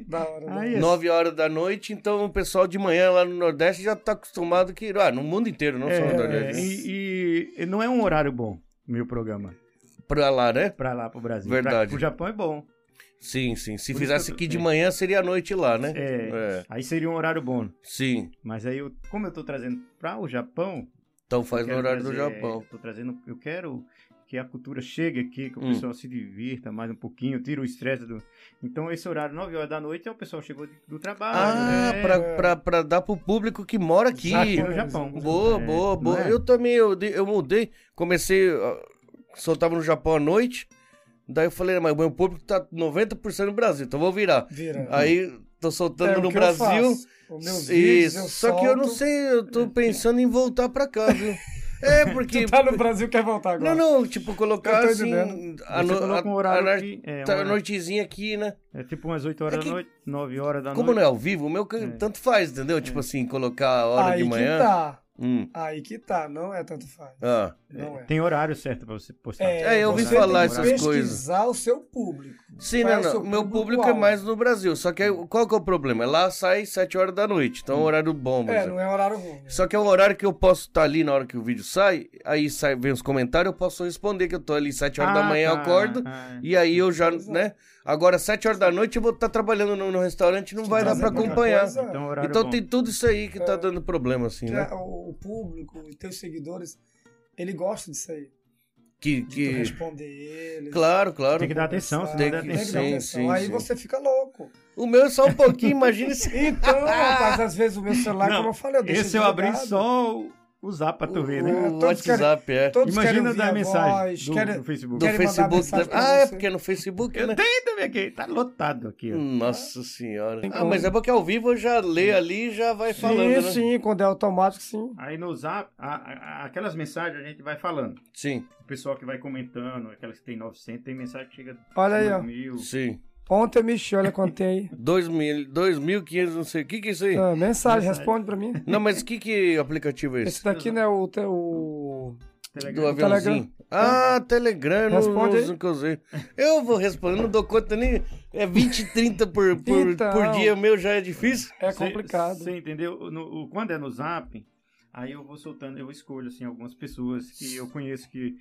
Speaker 1: da hora. da hora.
Speaker 3: Aí,
Speaker 2: 9 horas da noite, então o pessoal de manhã lá no Nordeste já tá acostumado que. Ah, no mundo inteiro, não só no
Speaker 3: é,
Speaker 2: Nordeste.
Speaker 3: e, e não é um horário bom, meu programa.
Speaker 2: Pra lá, né?
Speaker 3: Pra lá, pro Brasil.
Speaker 2: Verdade.
Speaker 3: Pra, pro Japão é bom.
Speaker 2: Sim, sim. Se
Speaker 3: Por isso
Speaker 2: fizesse
Speaker 3: eu-
Speaker 2: aqui de manhã, seria a noite lá, né?
Speaker 3: É,
Speaker 2: É.
Speaker 3: Aí seria um horário bom.
Speaker 2: Sim.
Speaker 3: Mas aí, eu, como eu tô trazendo pra o Japão.
Speaker 2: Então faz no
Speaker 3: quero
Speaker 2: horário do
Speaker 3: trazer-
Speaker 2: Japão.
Speaker 3: Eu, tô trazendo, eu quero que a cultura chegue aqui, que o
Speaker 2: Hum.
Speaker 3: pessoal se divirta mais um pouquinho, tira o estresse do. Então, esse horário, 9 horas da noite, é o pessoal chegou de- do
Speaker 2: Ah,
Speaker 3: trabalho.
Speaker 1: é.
Speaker 3: né?
Speaker 2: pra, pra, pra dar pro público que mora aqui.
Speaker 3: Aqui no Japão.
Speaker 2: Boa,
Speaker 1: né?
Speaker 3: É,
Speaker 2: boa,
Speaker 3: não
Speaker 2: boa.
Speaker 3: é?
Speaker 2: Eu também, eu, dei- eu mudei, comecei, ah, soltava no Japão à noite, daí eu falei, mas o meu público tá 90% no Brasil, então eu vou virar.
Speaker 1: Vira.
Speaker 2: Aí, tô soltando
Speaker 1: Uhum. É o
Speaker 2: no
Speaker 1: que eu
Speaker 2: Brasil,
Speaker 1: faço. Os meus vídeos,
Speaker 2: isso, só que eu não
Speaker 1: solto.
Speaker 2: sei, eu tô pensando em voltar pra cá,
Speaker 1: [LAUGHS]
Speaker 2: viu? É, porque...
Speaker 1: Tu tá no Brasil quer voltar agora.
Speaker 2: Não, não, tipo, colocar
Speaker 1: Eu tô
Speaker 2: assim,
Speaker 1: entendendo.
Speaker 2: a,
Speaker 3: Você
Speaker 2: no-
Speaker 3: coloca um
Speaker 2: a-
Speaker 3: horário
Speaker 2: a-
Speaker 3: que- é, um
Speaker 2: tá, a
Speaker 3: horário-
Speaker 2: noitezinha aqui, né?
Speaker 3: É tipo umas 8 horas
Speaker 2: É que-
Speaker 3: da noite, 9 horas da
Speaker 2: Como não
Speaker 3: noite.
Speaker 2: é ao vivo, o meu que- tanto faz, entendeu? Tipo assim, colocar a hora
Speaker 1: Aí
Speaker 2: de manhã.
Speaker 1: que tá.
Speaker 2: Hum,
Speaker 1: Aí que tá. Não é tanto faz.
Speaker 2: ah.
Speaker 1: Não é.
Speaker 3: Tem horário certo pra você postar.
Speaker 2: É, eu ouvi
Speaker 1: você
Speaker 2: falar
Speaker 1: tem que um
Speaker 2: essas coisas.
Speaker 1: pesquisar o seu público.
Speaker 2: Sim,
Speaker 1: Qual é
Speaker 2: não,
Speaker 1: o
Speaker 2: não.
Speaker 1: seu
Speaker 2: Meu público é
Speaker 1: público-alvo?
Speaker 2: mais no Brasil. Só que aí, qual que é o problema? Lá sai 7 horas da noite, então é um horário bom. por
Speaker 1: É,
Speaker 2: exemplo.
Speaker 1: não é horário ruim.
Speaker 2: Só que é um horário que eu posso estar ali na hora que o vídeo sai, aí sai, vem os comentários, eu posso responder que eu tô ali 7 horas da
Speaker 3: Ah,
Speaker 2: manhã, eu
Speaker 3: tá,
Speaker 2: acordo,
Speaker 3: ah, é.
Speaker 2: e aí eu já, né? Agora, 7 horas da noite eu vou estar trabalhando no, no restaurante não vai dar
Speaker 1: Fazer
Speaker 2: pra
Speaker 1: qualquer
Speaker 2: acompanhar.
Speaker 1: coisa,
Speaker 3: Então, horário
Speaker 2: Então
Speaker 3: bom.
Speaker 2: tem tudo isso aí que tá
Speaker 1: É.
Speaker 2: dando problema, assim,
Speaker 1: Que
Speaker 2: né?
Speaker 1: a- o, o público e teus seguidores, ele gosta disso aí.
Speaker 2: Que,
Speaker 1: De tu
Speaker 2: que...
Speaker 1: responder eles.
Speaker 2: Claro, claro.
Speaker 3: Tem que dar atenção,
Speaker 1: conversar,
Speaker 3: senão
Speaker 2: Tem
Speaker 3: dá
Speaker 2: que-
Speaker 1: tem que
Speaker 3: atenção.
Speaker 1: dar
Speaker 2: sim,
Speaker 1: atenção.
Speaker 2: sim,
Speaker 1: aí
Speaker 2: sim.
Speaker 1: você fica louco. [LAUGHS]
Speaker 2: O meu é só um pouquinho, imagina se...
Speaker 1: Então, rapaz, às vezes o meu celular,
Speaker 3: Não,
Speaker 1: como eu falei, eu deixo
Speaker 3: Esse eu abri
Speaker 1: desligado.
Speaker 3: só o, o zap pra [LAUGHS] tu ver, né?
Speaker 1: É,
Speaker 2: O
Speaker 1: todos querem-
Speaker 2: Ah, WhatsApp, é.
Speaker 1: Todos querem
Speaker 3: Imagina
Speaker 1: ouvir
Speaker 3: dar
Speaker 1: a
Speaker 3: mensagem
Speaker 1: voz,
Speaker 3: do,
Speaker 1: querem-
Speaker 3: do Facebook.
Speaker 2: Do
Speaker 1: Querem mandar
Speaker 2: Facebook.
Speaker 1: mensagem
Speaker 2: também.
Speaker 1: pra
Speaker 2: Ah, é
Speaker 1: você?
Speaker 2: porque no Facebook, né?
Speaker 3: Eu tenho também aqui, tá lotado aqui. ó.
Speaker 1: Hum.
Speaker 2: Nossa senhora. Ah,
Speaker 1: como.
Speaker 2: mas é porque ao vivo eu já lê ali e já vai falando,
Speaker 1: sim,
Speaker 2: né?
Speaker 1: sim, quando é automático, sim.
Speaker 3: Aí no zap, a- a- a- aquelas mensagens a gente vai falando.
Speaker 2: Sim,
Speaker 3: O pessoal que vai comentando, aquelas que tem 900, tem mensagem que chega
Speaker 1: Olha aí, ó.
Speaker 3: mil.
Speaker 2: sim.
Speaker 1: Ontem, Michi, olha quanto tem
Speaker 3: [LAUGHS]
Speaker 1: aí.
Speaker 2: 2.500, não sei. O que que é isso aí?
Speaker 1: Ah, mensagem, responde pra mim.
Speaker 2: Não, mas que que aplicativo é esse?
Speaker 1: Esse daqui não é o. te- o...
Speaker 2: Do
Speaker 3: Telegram.
Speaker 2: aviãozinho? Ah, Telegram, eu não-
Speaker 1: Responde
Speaker 2: não
Speaker 1: aí.
Speaker 2: sei o que eu usei. Eu vou responder, não dou conta nem. É 20, 30 por, por,
Speaker 1: Então.
Speaker 2: por dia, o meu já é difícil.
Speaker 1: É
Speaker 3: Cê-
Speaker 1: complicado.
Speaker 3: Você entendeu? No- o- quando é no zap, aí eu vou soltando, eu escolho assim, algumas pessoas que eu conheço que.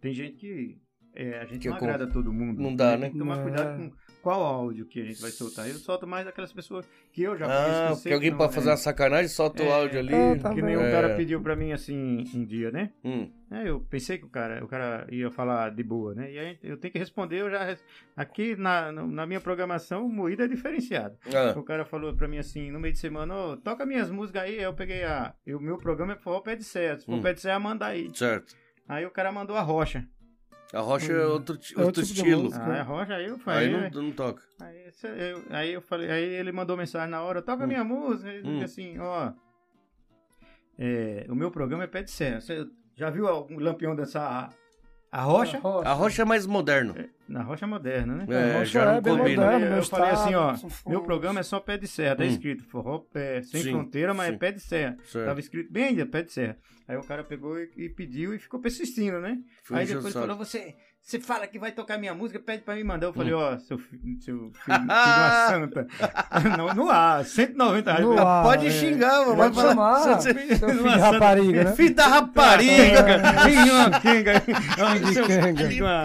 Speaker 3: Tem gente que é, a gente
Speaker 2: Que
Speaker 3: não
Speaker 2: eu com-
Speaker 3: agrada todo mundo.
Speaker 2: Não dá,
Speaker 3: A gente Tem que tomar
Speaker 1: né?
Speaker 3: cuidado com qual áudio que a gente vai soltar. Eu solto mais aquelas pessoas que eu já conheço. que
Speaker 2: Ah,
Speaker 3: eu sei
Speaker 2: porque alguém
Speaker 3: que
Speaker 2: pra
Speaker 3: não-
Speaker 2: fazer uma sacanagem solta o
Speaker 3: É.
Speaker 2: áudio ali.
Speaker 1: É, tá.
Speaker 3: Que nem
Speaker 2: É.
Speaker 3: um cara pediu pra mim assim um dia, né?
Speaker 2: Hum.
Speaker 3: É, eu pensei que o cara, o cara ia falar de boa, né? E aí eu tenho que responder, eu já. res- Aqui na, na minha programação, moída é diferenciado.
Speaker 2: Ah,
Speaker 3: O cara falou pra mim assim, no meio de semana, ô, toca minhas músicas aí, aí eu peguei a. e O meu programa é forró pé de serra. Se for
Speaker 2: Hum.
Speaker 3: pé de serra, manda aí.
Speaker 2: certo.
Speaker 3: é Aí o cara mandou a rocha.
Speaker 2: A rocha é
Speaker 1: Hum.
Speaker 2: outro, ti-
Speaker 1: É outro
Speaker 2: outro
Speaker 1: tipo de
Speaker 2: estilo.
Speaker 1: música.
Speaker 3: Ah, é rocha, aí eu
Speaker 2: Aí
Speaker 3: falei.
Speaker 2: não, não toca.
Speaker 3: Aí, cê- eu, aí eu falei, aí ele mandou mensagem na hora, toca
Speaker 2: Hum.
Speaker 3: minha música, e
Speaker 2: Hum.
Speaker 3: assim, ó. é, o meu programa é pé de serra. Você já viu algum lampião dançar a, a rocha?
Speaker 2: A rocha é mais moderno.
Speaker 3: Na rocha moderna, né?
Speaker 2: É,
Speaker 1: rocha
Speaker 2: já não
Speaker 1: bem
Speaker 2: combina.
Speaker 1: moderno,
Speaker 3: Eu
Speaker 1: meu
Speaker 3: falei
Speaker 1: estado,
Speaker 3: assim, ó,
Speaker 1: são
Speaker 3: Meu
Speaker 1: fortes.
Speaker 3: programa é só pé de serra, tá
Speaker 2: Hum.
Speaker 3: escrito forró é, sem
Speaker 2: Sim,
Speaker 3: fronteira, mas
Speaker 2: sim.
Speaker 3: é pé de serra. Tava
Speaker 2: Certo.
Speaker 3: escrito bem ainda, pé de serra. Aí o cara pegou e, e pediu e ficou persistindo, né?
Speaker 2: Fui
Speaker 3: aí
Speaker 2: encher o
Speaker 3: depois
Speaker 2: saco.
Speaker 3: falou, você, você fala que vai tocar minha música, pede pra me mandar. Eu
Speaker 2: Hum.
Speaker 3: falei, ó, seu, fi- seu filho, filho
Speaker 2: [LAUGHS]
Speaker 3: de uma santa. [LAUGHS] não, no ar, 190 reais.
Speaker 1: No ar,
Speaker 2: Pode
Speaker 1: é.
Speaker 2: xingar, mas vai
Speaker 1: Pode
Speaker 2: falar.
Speaker 1: chamar.
Speaker 2: [LAUGHS] Você-
Speaker 1: Seu
Speaker 2: você-
Speaker 1: filho de
Speaker 3: Nossa, [LAUGHS]
Speaker 1: rapariga, né?
Speaker 2: Filho da rapariga!
Speaker 3: Quinga,
Speaker 2: [LAUGHS]
Speaker 3: quinga.
Speaker 1: de
Speaker 3: Seu
Speaker 1: quenga.
Speaker 3: filho de uma-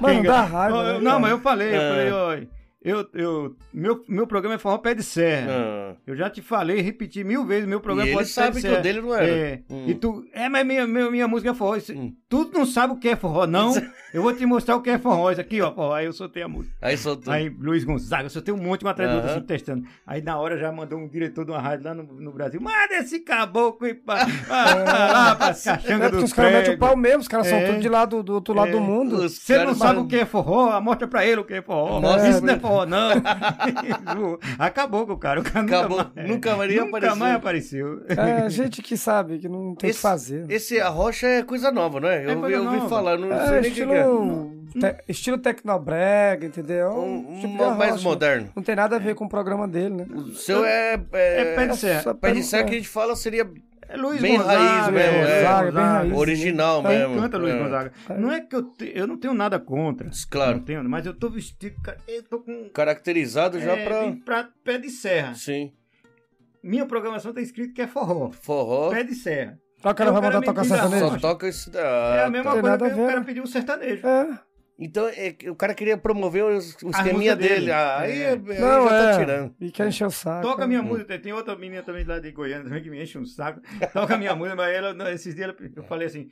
Speaker 1: Mano, dá raiva.
Speaker 3: Ó, eu-
Speaker 1: né,
Speaker 3: Não,
Speaker 1: cara?
Speaker 3: mas eu falei, eu
Speaker 2: É.
Speaker 3: falei, ó, eu, eu, meu, meu programa é forró pé de serra.
Speaker 2: Ah,
Speaker 3: Eu já te falei, repeti mil vezes, meu
Speaker 2: E
Speaker 3: programa
Speaker 2: ele
Speaker 3: pode
Speaker 2: sabe que
Speaker 3: ser.
Speaker 2: o dele não era.
Speaker 3: é,
Speaker 2: Hum.
Speaker 3: E tu, é, mas minha, minha, minha música é forró. Isso,
Speaker 2: Hum.
Speaker 3: Tu não sabe o que é forró, não? Eu vou te mostrar o que é forró. Isso aqui, ó, forró. Aí eu soltei a música.
Speaker 2: Aí soltou.
Speaker 3: Aí Luiz Gonzaga, eu soltei um monte, uma atrás do outro,
Speaker 2: Aham.
Speaker 3: assim, testando. Aí na hora já mandou um diretor de uma rádio lá no, no Brasil, manda esse caboclo e pá, lá
Speaker 1: [LAUGHS]
Speaker 3: pra
Speaker 1: É
Speaker 3: caixanga
Speaker 1: porque
Speaker 3: do
Speaker 1: os caras metem o pau
Speaker 3: prego.
Speaker 1: mesmo, os caras são
Speaker 3: É.
Speaker 1: tudo de lá do, do outro lado
Speaker 3: É. [LAUGHS]
Speaker 1: do mundo.
Speaker 2: Os
Speaker 3: Você não
Speaker 2: caras
Speaker 3: sabe
Speaker 2: falam-
Speaker 3: o que é forró? Mostra pra ele o que é forró.
Speaker 2: Mostra
Speaker 3: Isso
Speaker 2: pra
Speaker 3: não é
Speaker 2: ele.
Speaker 3: forró, não. Acabou com o cara. O cara nunca
Speaker 2: Acabou,
Speaker 3: mais-
Speaker 2: nunca mais
Speaker 3: nunca
Speaker 2: apareceu.
Speaker 3: mais apareceu.
Speaker 1: É, gente que sabe, que não tem o que
Speaker 2: Esse-
Speaker 1: fazer. né?
Speaker 2: Esse a rocha é coisa nova, não é? Eu,
Speaker 3: É coisa
Speaker 2: eu ouvi
Speaker 3: nova.
Speaker 2: falar, não sei
Speaker 1: É,
Speaker 2: nem o que que
Speaker 1: estilo,
Speaker 2: é.
Speaker 1: te- estilo tecnobrega, entendeu?
Speaker 2: Um, um
Speaker 1: Tipo de
Speaker 2: mais
Speaker 1: arrocha.
Speaker 2: moderno.
Speaker 1: Não tem nada a ver com o programa dele, né?
Speaker 2: O seu é.
Speaker 3: É pé
Speaker 2: É,
Speaker 3: de serra.
Speaker 1: Só
Speaker 2: pé
Speaker 1: pé
Speaker 2: de
Speaker 1: no-
Speaker 2: serra que a gente fala seria
Speaker 3: É Luiz
Speaker 2: Bem
Speaker 3: Gonzaga.
Speaker 2: raiz mesmo,
Speaker 1: é. Gonzaga, bem raiz.
Speaker 2: original
Speaker 3: Aí
Speaker 2: mesmo.
Speaker 3: canta Luiz
Speaker 2: É,
Speaker 3: Gonzaga. Não é que eu, te- eu não tenho nada contra. Não
Speaker 2: Claro.
Speaker 3: tenho, mas eu tô vestido, cara, eu tô com
Speaker 2: Caracterizado já
Speaker 3: é,
Speaker 2: pra.
Speaker 3: de- pra pé de serra.
Speaker 2: Sim.
Speaker 3: Minha programação tá escrito que é forró.
Speaker 2: Forró.
Speaker 3: Pé de serra.
Speaker 1: Só o cara
Speaker 3: Eu
Speaker 1: vai
Speaker 3: quero
Speaker 1: mandar tocar
Speaker 3: mentira,
Speaker 1: sertanejo.
Speaker 2: Só
Speaker 3: rocha.
Speaker 2: toca esse.
Speaker 3: é
Speaker 2: Ah,
Speaker 3: a mesma
Speaker 2: tá.
Speaker 1: tem
Speaker 3: coisa
Speaker 1: nada
Speaker 3: que
Speaker 1: a
Speaker 3: o
Speaker 1: ver,
Speaker 3: cara
Speaker 1: né?
Speaker 3: pediu um sertanejo.
Speaker 1: É.
Speaker 2: Então é que o cara queria promover o esqueminha
Speaker 3: música
Speaker 2: dele.
Speaker 3: dele.
Speaker 2: Ah, aí,
Speaker 3: É.
Speaker 2: aí
Speaker 1: Não,
Speaker 2: já tá
Speaker 1: é.
Speaker 2: tirando.
Speaker 1: E quer encher o saco.
Speaker 3: Toca
Speaker 1: né?
Speaker 3: minha música. Tem outra menina também lá de Goiânia também que me enche um saco. Toca minha música, mas ela, não, esses dias ela-
Speaker 2: É.
Speaker 3: eu falei assim: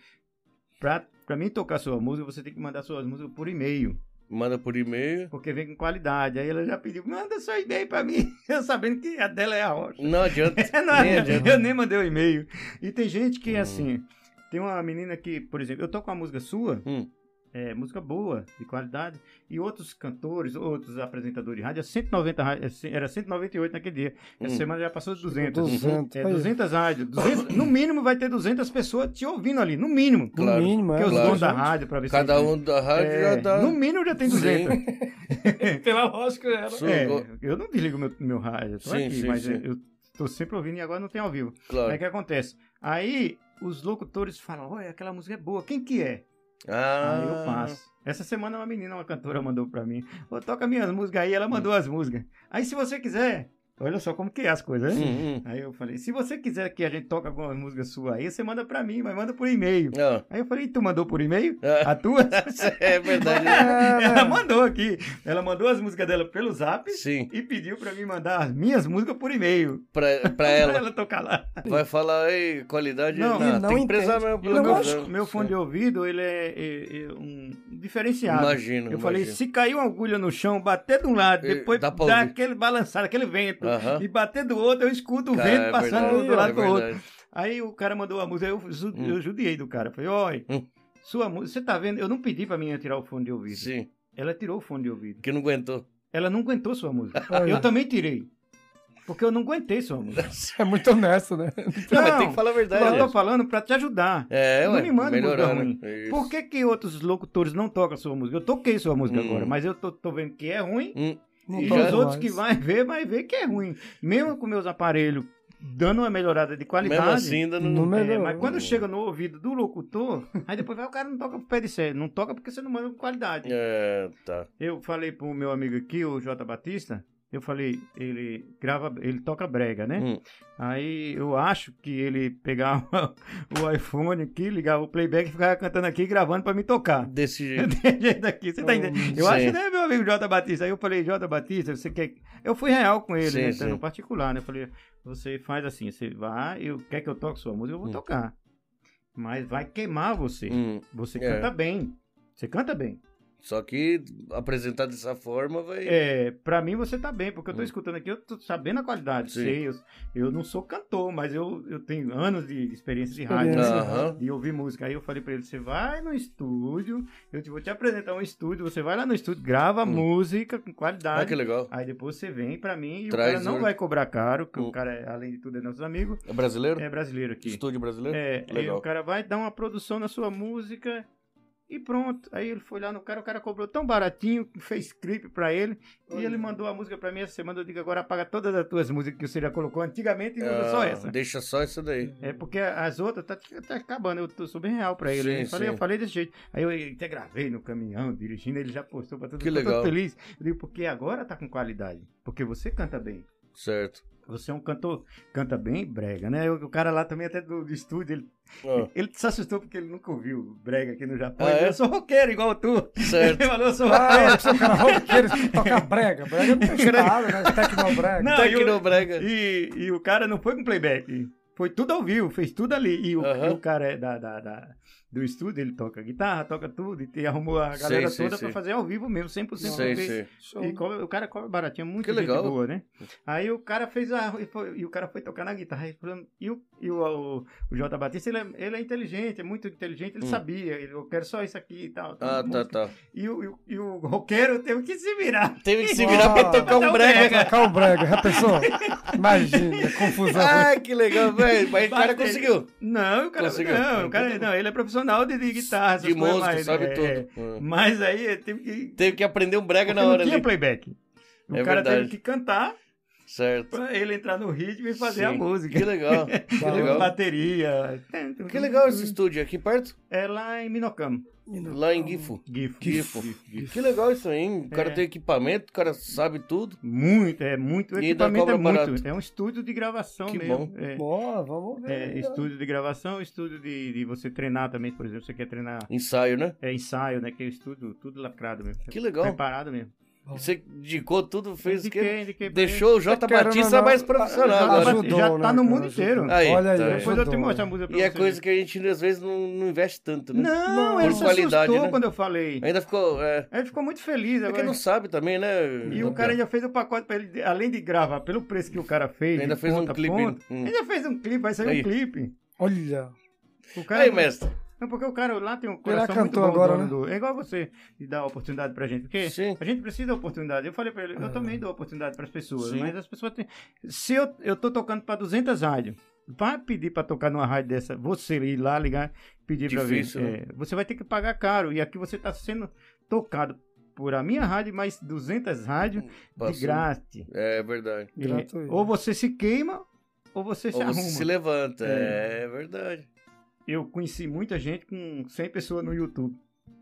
Speaker 3: pra, pra mim tocar sua música, você tem que mandar suas músicas por e-mail.
Speaker 2: Manda por e-mail.
Speaker 3: Porque vem com qualidade. Aí ela já pediu, manda seu e-mail pra mim. [LAUGHS] Eu sabendo que a dela é a rocha.
Speaker 2: Não adianta.
Speaker 3: É, [LAUGHS] não,
Speaker 2: Nem adianta.
Speaker 3: eu nem mandei o e-mail. E tem gente que
Speaker 2: Hum.
Speaker 3: é assim. Tem uma menina que, por exemplo, eu toco uma música sua,
Speaker 2: Hum.
Speaker 3: é, música boa, de qualidade, e outros cantores, outros apresentadores de rádio, é 190, ra- é ce- era 198 naquele dia. Essa
Speaker 2: Hum.
Speaker 3: semana já passou de 200.
Speaker 1: 200.
Speaker 3: É,
Speaker 1: Aí,
Speaker 3: 200 rádios. 200 no mínimo vai ter 200 pessoas te ouvindo ali, no mínimo.
Speaker 1: No
Speaker 2: Claro.
Speaker 1: mínimo,
Speaker 3: Porque
Speaker 1: é.
Speaker 3: os
Speaker 2: claro.
Speaker 3: donos da rádio, pra ver se-
Speaker 2: Cada um da rádio
Speaker 3: É,
Speaker 2: já dá.
Speaker 3: No mínimo já tem 200.
Speaker 2: Sim.
Speaker 1: Pela lógica era.
Speaker 2: Sim,
Speaker 3: É,
Speaker 2: go-
Speaker 3: eu não desligo meu, meu rádio, eu tô
Speaker 2: Sim,
Speaker 3: aqui,
Speaker 2: sim,
Speaker 3: mas
Speaker 2: sim.
Speaker 3: eu tô sempre ouvindo e agora não tem ao vivo. Aí o
Speaker 2: Claro.
Speaker 3: que acontece? Aí os locutores falam, olha, aquela música é boa, quem que é?
Speaker 2: Ah,
Speaker 3: Aí eu passo. Essa semana uma menina, uma cantora, mandou pra mim, ô, toca minhas músicas aí, ela
Speaker 2: Hum.
Speaker 3: mandou as músicas. Aí se você quiser, olha só como que é as coisas, né?
Speaker 2: Hum, hum.
Speaker 3: Aí eu falei, se você quiser que a gente toque alguma música sua aí, você manda pra mim, mas manda por e-mail.
Speaker 2: Ah,
Speaker 3: Aí eu falei, tu mandou por e-mail?
Speaker 2: ah,
Speaker 3: A tua?
Speaker 2: [LAUGHS]
Speaker 3: [LAUGHS]
Speaker 2: é verdade.
Speaker 1: né?
Speaker 3: ela mandou aqui. Ela mandou as músicas dela pelo zap
Speaker 2: Sim,
Speaker 3: e pediu pra mim mandar as minhas músicas por e-mail.
Speaker 2: pra,
Speaker 3: [LAUGHS]
Speaker 2: pra ela.
Speaker 3: tocar lá.
Speaker 2: Vai falar aí, qualidade.
Speaker 3: Não,
Speaker 2: não,
Speaker 1: não
Speaker 2: tem que prezar
Speaker 1: entende.
Speaker 2: mesmo.
Speaker 1: Eu
Speaker 2: Pelo
Speaker 1: não
Speaker 3: meu,
Speaker 1: gosto.
Speaker 2: gosto.
Speaker 3: meu fone de ouvido, ele é, é- é um diferenciado.
Speaker 2: Imagino.
Speaker 3: Eu falei,
Speaker 2: imagino.
Speaker 3: se cair uma agulha no chão, bater de um lado,
Speaker 2: Eh,
Speaker 3: depois
Speaker 2: dá
Speaker 3: dá,
Speaker 2: pra ouvir.
Speaker 3: aquele balançar, aquele vento,
Speaker 2: Aham.
Speaker 3: e bater do outro, eu escuto o
Speaker 2: Cara,
Speaker 3: vento
Speaker 2: é
Speaker 3: passando
Speaker 2: verdade,
Speaker 3: do lado
Speaker 2: é
Speaker 3: do outro.
Speaker 2: verdade.
Speaker 3: Aí o cara mandou a música, eu, ju-
Speaker 2: Hum.
Speaker 3: eu judiei do cara. Falei, oi,
Speaker 2: Hum.
Speaker 3: sua música, você tá vendo? Eu não pedi pra menina tirar o fone de ouvido.
Speaker 2: Sim,
Speaker 3: Ela tirou o fone de ouvido.
Speaker 2: que não aguentou.
Speaker 3: Ela não aguentou
Speaker 2: [LAUGHS]
Speaker 3: sua música.
Speaker 1: Olha.
Speaker 3: Eu também tirei. Porque eu não aguentei sua música.
Speaker 1: É muito honesto, né?
Speaker 2: Não, mas
Speaker 3: Não,
Speaker 2: tem que falar a verdade.
Speaker 3: eu tô
Speaker 2: né?
Speaker 3: falando pra te ajudar.
Speaker 2: É,
Speaker 3: Não
Speaker 2: ué,
Speaker 3: me manda
Speaker 2: melhorar,
Speaker 3: música
Speaker 2: né? Isso.
Speaker 3: Por que, que outros locutores não tocam sua música? Eu toquei sua música
Speaker 2: Hum.
Speaker 3: agora, mas eu tô, tô vendo que é ruim.
Speaker 2: Hum,
Speaker 1: Não
Speaker 3: E
Speaker 1: toca
Speaker 3: os outros
Speaker 1: mais.
Speaker 3: que vai ver, vai ver que é ruim. Mesmo com meus aparelhos dando uma melhorada de qualidade.
Speaker 2: mesmo assim, ainda não.
Speaker 1: Não
Speaker 3: é,
Speaker 1: melhorou.
Speaker 3: mas quando chega no ouvido do locutor, [LAUGHS] aí depois vai, o cara não toca pro pé de série. Não toca porque você não manda com qualidade.
Speaker 2: É, tá.
Speaker 3: Eu falei pro meu amigo aqui, o J Batista, Eu falei, ele grava, ele toca brega, né?
Speaker 2: Hum.
Speaker 3: Aí eu acho que ele pegava [LAUGHS] o iPhone aqui, ligava o playback e ficava cantando aqui, gravando pra me tocar.
Speaker 2: Desse
Speaker 3: [LAUGHS]
Speaker 2: jeito.
Speaker 3: Desse jeito aqui, você tá entendendo? Eu
Speaker 2: Sim.
Speaker 3: acho, né, meu amigo Jota Batista? Aí eu falei, Jota Batista, você quer. Eu fui real com ele,
Speaker 2: Sim,
Speaker 3: né?
Speaker 2: sim.
Speaker 3: No particular, né? Eu falei, você faz assim, você vai, eu quer que eu toque sua música, eu vou
Speaker 2: Hum.
Speaker 3: tocar. Mas vai queimar você.
Speaker 2: Hum.
Speaker 3: Você
Speaker 2: É.
Speaker 3: canta bem. Você canta bem.
Speaker 2: Só que apresentar dessa forma vai.
Speaker 3: É, pra mim você tá bem, porque eu tô
Speaker 2: Hum.
Speaker 3: escutando aqui, eu tô sabendo a qualidade.
Speaker 2: Sim.
Speaker 3: Sei, eu, eu não sou cantor, mas eu, eu tenho anos de experiência de rádio né?
Speaker 1: Experiência.
Speaker 2: Aham.
Speaker 3: e ouvir música. Aí eu falei pra ele: você vai no estúdio, eu te- vou te apresentar um estúdio, você vai lá no estúdio, grava
Speaker 2: Hum.
Speaker 3: música com
Speaker 2: Ah,
Speaker 3: qualidade.
Speaker 2: que legal.
Speaker 3: Aí depois você vem pra mim e
Speaker 2: Traz um
Speaker 3: o cara não
Speaker 2: o-
Speaker 3: vai cobrar caro, porque
Speaker 2: Hum.
Speaker 3: o cara, é, além de tudo, é nosso amigo,
Speaker 2: É brasileiro?
Speaker 3: é brasileiro aqui.
Speaker 2: Estúdio brasileiro?
Speaker 3: É, aí
Speaker 2: Legal.
Speaker 3: o cara vai dar uma produção na sua música e pronto. Aí ele foi lá no cara, o cara cobrou tão baratinho, fez clipe pra ele
Speaker 1: Olha.
Speaker 3: e ele mandou a música pra mim essa semana. Eu digo, agora apaga todas as tuas músicas que você já colocou antigamente e usa só
Speaker 2: Ah,
Speaker 3: essa.
Speaker 2: Deixa só isso daí.
Speaker 3: É porque as outras tá, tá acabando, eu tô, sou bem real pra ele. né?
Speaker 2: Sim,
Speaker 3: eu, falei,
Speaker 2: sim.
Speaker 3: eu falei desse jeito. Aí eu até gravei no caminhão, dirigindo, ele já postou pra todo
Speaker 2: Que
Speaker 3: mundo. eu tô
Speaker 2: legal.
Speaker 3: todo feliz. Eu digo, porque agora tá com qualidade. Porque você canta bem.
Speaker 2: Certo.
Speaker 3: Você é um cantor, canta bem brega, né? O o cara lá também, até do, do estúdio, ele
Speaker 2: Ah,
Speaker 3: ele se assustou porque ele nunca ouviu brega aqui no Japão.
Speaker 2: Ah,
Speaker 3: Ele
Speaker 2: é?
Speaker 3: falou, Eu sou roqueiro igual tu.
Speaker 2: certo.
Speaker 3: [LAUGHS] Ele falou, eu sou
Speaker 1: Ah,
Speaker 3: roqueiro.
Speaker 1: eu sou um cara roqueiro, tocar brega. Brega não tem nada, né? Tecnobrega.
Speaker 3: Não,
Speaker 2: Até
Speaker 3: e
Speaker 2: que
Speaker 3: o-
Speaker 2: não Tá brega.
Speaker 3: E, e o cara não foi com playback. Foi tudo ao vivo, fez tudo ali. E o,
Speaker 2: Aham.
Speaker 3: e o cara é da, da- da- do estúdio, ele toca guitarra, toca tudo. E te- arrumou a galera
Speaker 2: Sei, sei,
Speaker 3: toda
Speaker 2: sei.
Speaker 3: pra fazer ao vivo mesmo, 100%.
Speaker 2: Sei,
Speaker 3: fez.
Speaker 2: sei.
Speaker 1: Show.
Speaker 3: E cobra- o cara cobra baratinho, muito
Speaker 2: Que
Speaker 3: gente
Speaker 2: legal.
Speaker 3: boa, né? Aí o cara fez a. E, foi- e o cara foi tocar na guitarra. E, falando- e o, e o, o, o Jota Batista, ele é, ele é inteligente, é muito inteligente, ele
Speaker 2: Hum.
Speaker 3: sabia. Ele, eu quero só isso aqui e tal. Então,
Speaker 2: Ah, tá, tá.
Speaker 3: E o, e o, e o roqueiro teve que se virar.
Speaker 2: Teve que se
Speaker 3: Ah,
Speaker 2: virar pra tocar
Speaker 3: tá
Speaker 2: um brega.
Speaker 1: Pra tocar o brega, já pensou? Imagina, confusão.
Speaker 2: Ah, que legal, velho. Mas o cara
Speaker 3: Bateu.
Speaker 2: conseguiu.
Speaker 3: Não, o cara.
Speaker 2: Conseguiu.
Speaker 3: Não, o cara.
Speaker 2: Então tá
Speaker 3: Não, ele é profissional de, de guitarra. essas
Speaker 2: De
Speaker 3: coisas,
Speaker 2: música,
Speaker 3: mas,
Speaker 2: sabe
Speaker 3: é,
Speaker 2: tudo. Ah.
Speaker 3: Mas aí ele teve que.
Speaker 2: Teve que aprender um brega
Speaker 3: porque
Speaker 2: na hora
Speaker 3: não tinha
Speaker 2: ali.
Speaker 3: playback. O
Speaker 2: É
Speaker 3: cara
Speaker 2: verdade.
Speaker 3: teve que cantar
Speaker 2: Certo.
Speaker 3: pra ele entrar no ritmo e fazer a
Speaker 2: Sim.
Speaker 3: música. Então,
Speaker 2: Que legal. Que
Speaker 1: Tá.
Speaker 2: legal.
Speaker 3: Bateria.
Speaker 2: Que legal esse estúdio aqui perto,
Speaker 3: É lá em Minocamo.
Speaker 2: lá em Gifo.
Speaker 3: Gifo.
Speaker 2: Gifo.
Speaker 3: Gifo.
Speaker 2: Que legal isso aí, hein? O cara
Speaker 3: É.
Speaker 2: tem equipamento, o cara sabe tudo.
Speaker 3: Muito, é muito. O
Speaker 2: E ainda
Speaker 3: equipamento é
Speaker 2: cobra
Speaker 3: muito.
Speaker 2: barato.
Speaker 3: É um estúdio de gravação
Speaker 2: Que
Speaker 3: mesmo.
Speaker 2: bom.
Speaker 3: É.
Speaker 1: Boa, vamos ver.
Speaker 3: É, estúdio de gravação, estúdio de, de você treinar também, por exemplo, você quer treinar
Speaker 2: Ensaio, né?
Speaker 3: é, ensaio, né? Que é estúdio, tudo lacrado mesmo.
Speaker 2: Que legal.
Speaker 3: Preparado mesmo.
Speaker 2: Você indicou tudo, fez o quê?
Speaker 3: Indiquei, indiquei pra ele.
Speaker 2: Deixou o J
Speaker 1: Querendo ou
Speaker 2: Batista é
Speaker 1: não,
Speaker 2: mais profissional agora. é
Speaker 1: Ajudou,
Speaker 3: Já tá
Speaker 1: né,
Speaker 3: no
Speaker 1: cara,
Speaker 3: mundo
Speaker 1: ajudou.
Speaker 3: inteiro.
Speaker 2: Aí,
Speaker 1: Olha aí,
Speaker 2: tá aí.
Speaker 3: Depois eu te
Speaker 1: ajudou.
Speaker 3: mostro a música pra
Speaker 2: E
Speaker 3: você.
Speaker 2: é coisa que a gente às vezes não, não investe tanto, né?
Speaker 3: Não,
Speaker 1: Não,
Speaker 3: ele
Speaker 1: por
Speaker 3: se
Speaker 2: qualidade,
Speaker 3: assustou
Speaker 2: né?
Speaker 3: quando eu falei.
Speaker 2: Ainda ficou. É,
Speaker 3: Ele ficou muito feliz
Speaker 2: é que
Speaker 3: agora.
Speaker 2: não sabe também, né?
Speaker 3: E o cara ainda fez o pacote pra ele, além de gravar, pelo preço que o cara fez.
Speaker 2: ainda
Speaker 3: de
Speaker 2: fez um
Speaker 3: ponta a
Speaker 2: clipe.
Speaker 3: ponta,
Speaker 2: Hum.
Speaker 3: Ainda fez um clipe, vai sair
Speaker 2: Aí.
Speaker 3: um clipe.
Speaker 1: Olha.
Speaker 3: O cara, é
Speaker 2: Aí, mestre.
Speaker 3: Não, porque o cara lá tem um coração muito
Speaker 1: cantou
Speaker 3: bom.
Speaker 1: agora,
Speaker 3: dono do- É igual você, de dar oportunidade pra gente. Porque
Speaker 2: né? Sim. É.
Speaker 3: a gente precisa da oportunidade. Eu falei pra ele, eu
Speaker 1: Ah.
Speaker 3: também dou oportunidade pras pessoas.
Speaker 2: Sim.
Speaker 3: Mas as pessoas têm... Se eu, eu tô tocando pra 200 rádios, vai pedir pra tocar numa rádio dessa, você ir lá ligar, pedir
Speaker 2: Difícil,
Speaker 3: pra
Speaker 2: né?
Speaker 3: ver. É, você vai ter que pagar caro. E aqui você tá sendo tocado por a minha rádio, mais 200 rádios
Speaker 2: Hum, Passou.
Speaker 3: de graça.
Speaker 2: É verdade.
Speaker 3: É,
Speaker 1: Gratuito.
Speaker 3: Ou você se queima, ou você se
Speaker 2: Ou
Speaker 3: arruma.
Speaker 2: você se levanta. É,
Speaker 3: É.
Speaker 2: verdade.
Speaker 3: Eu conheci muita gente com 100 pessoas no YouTube.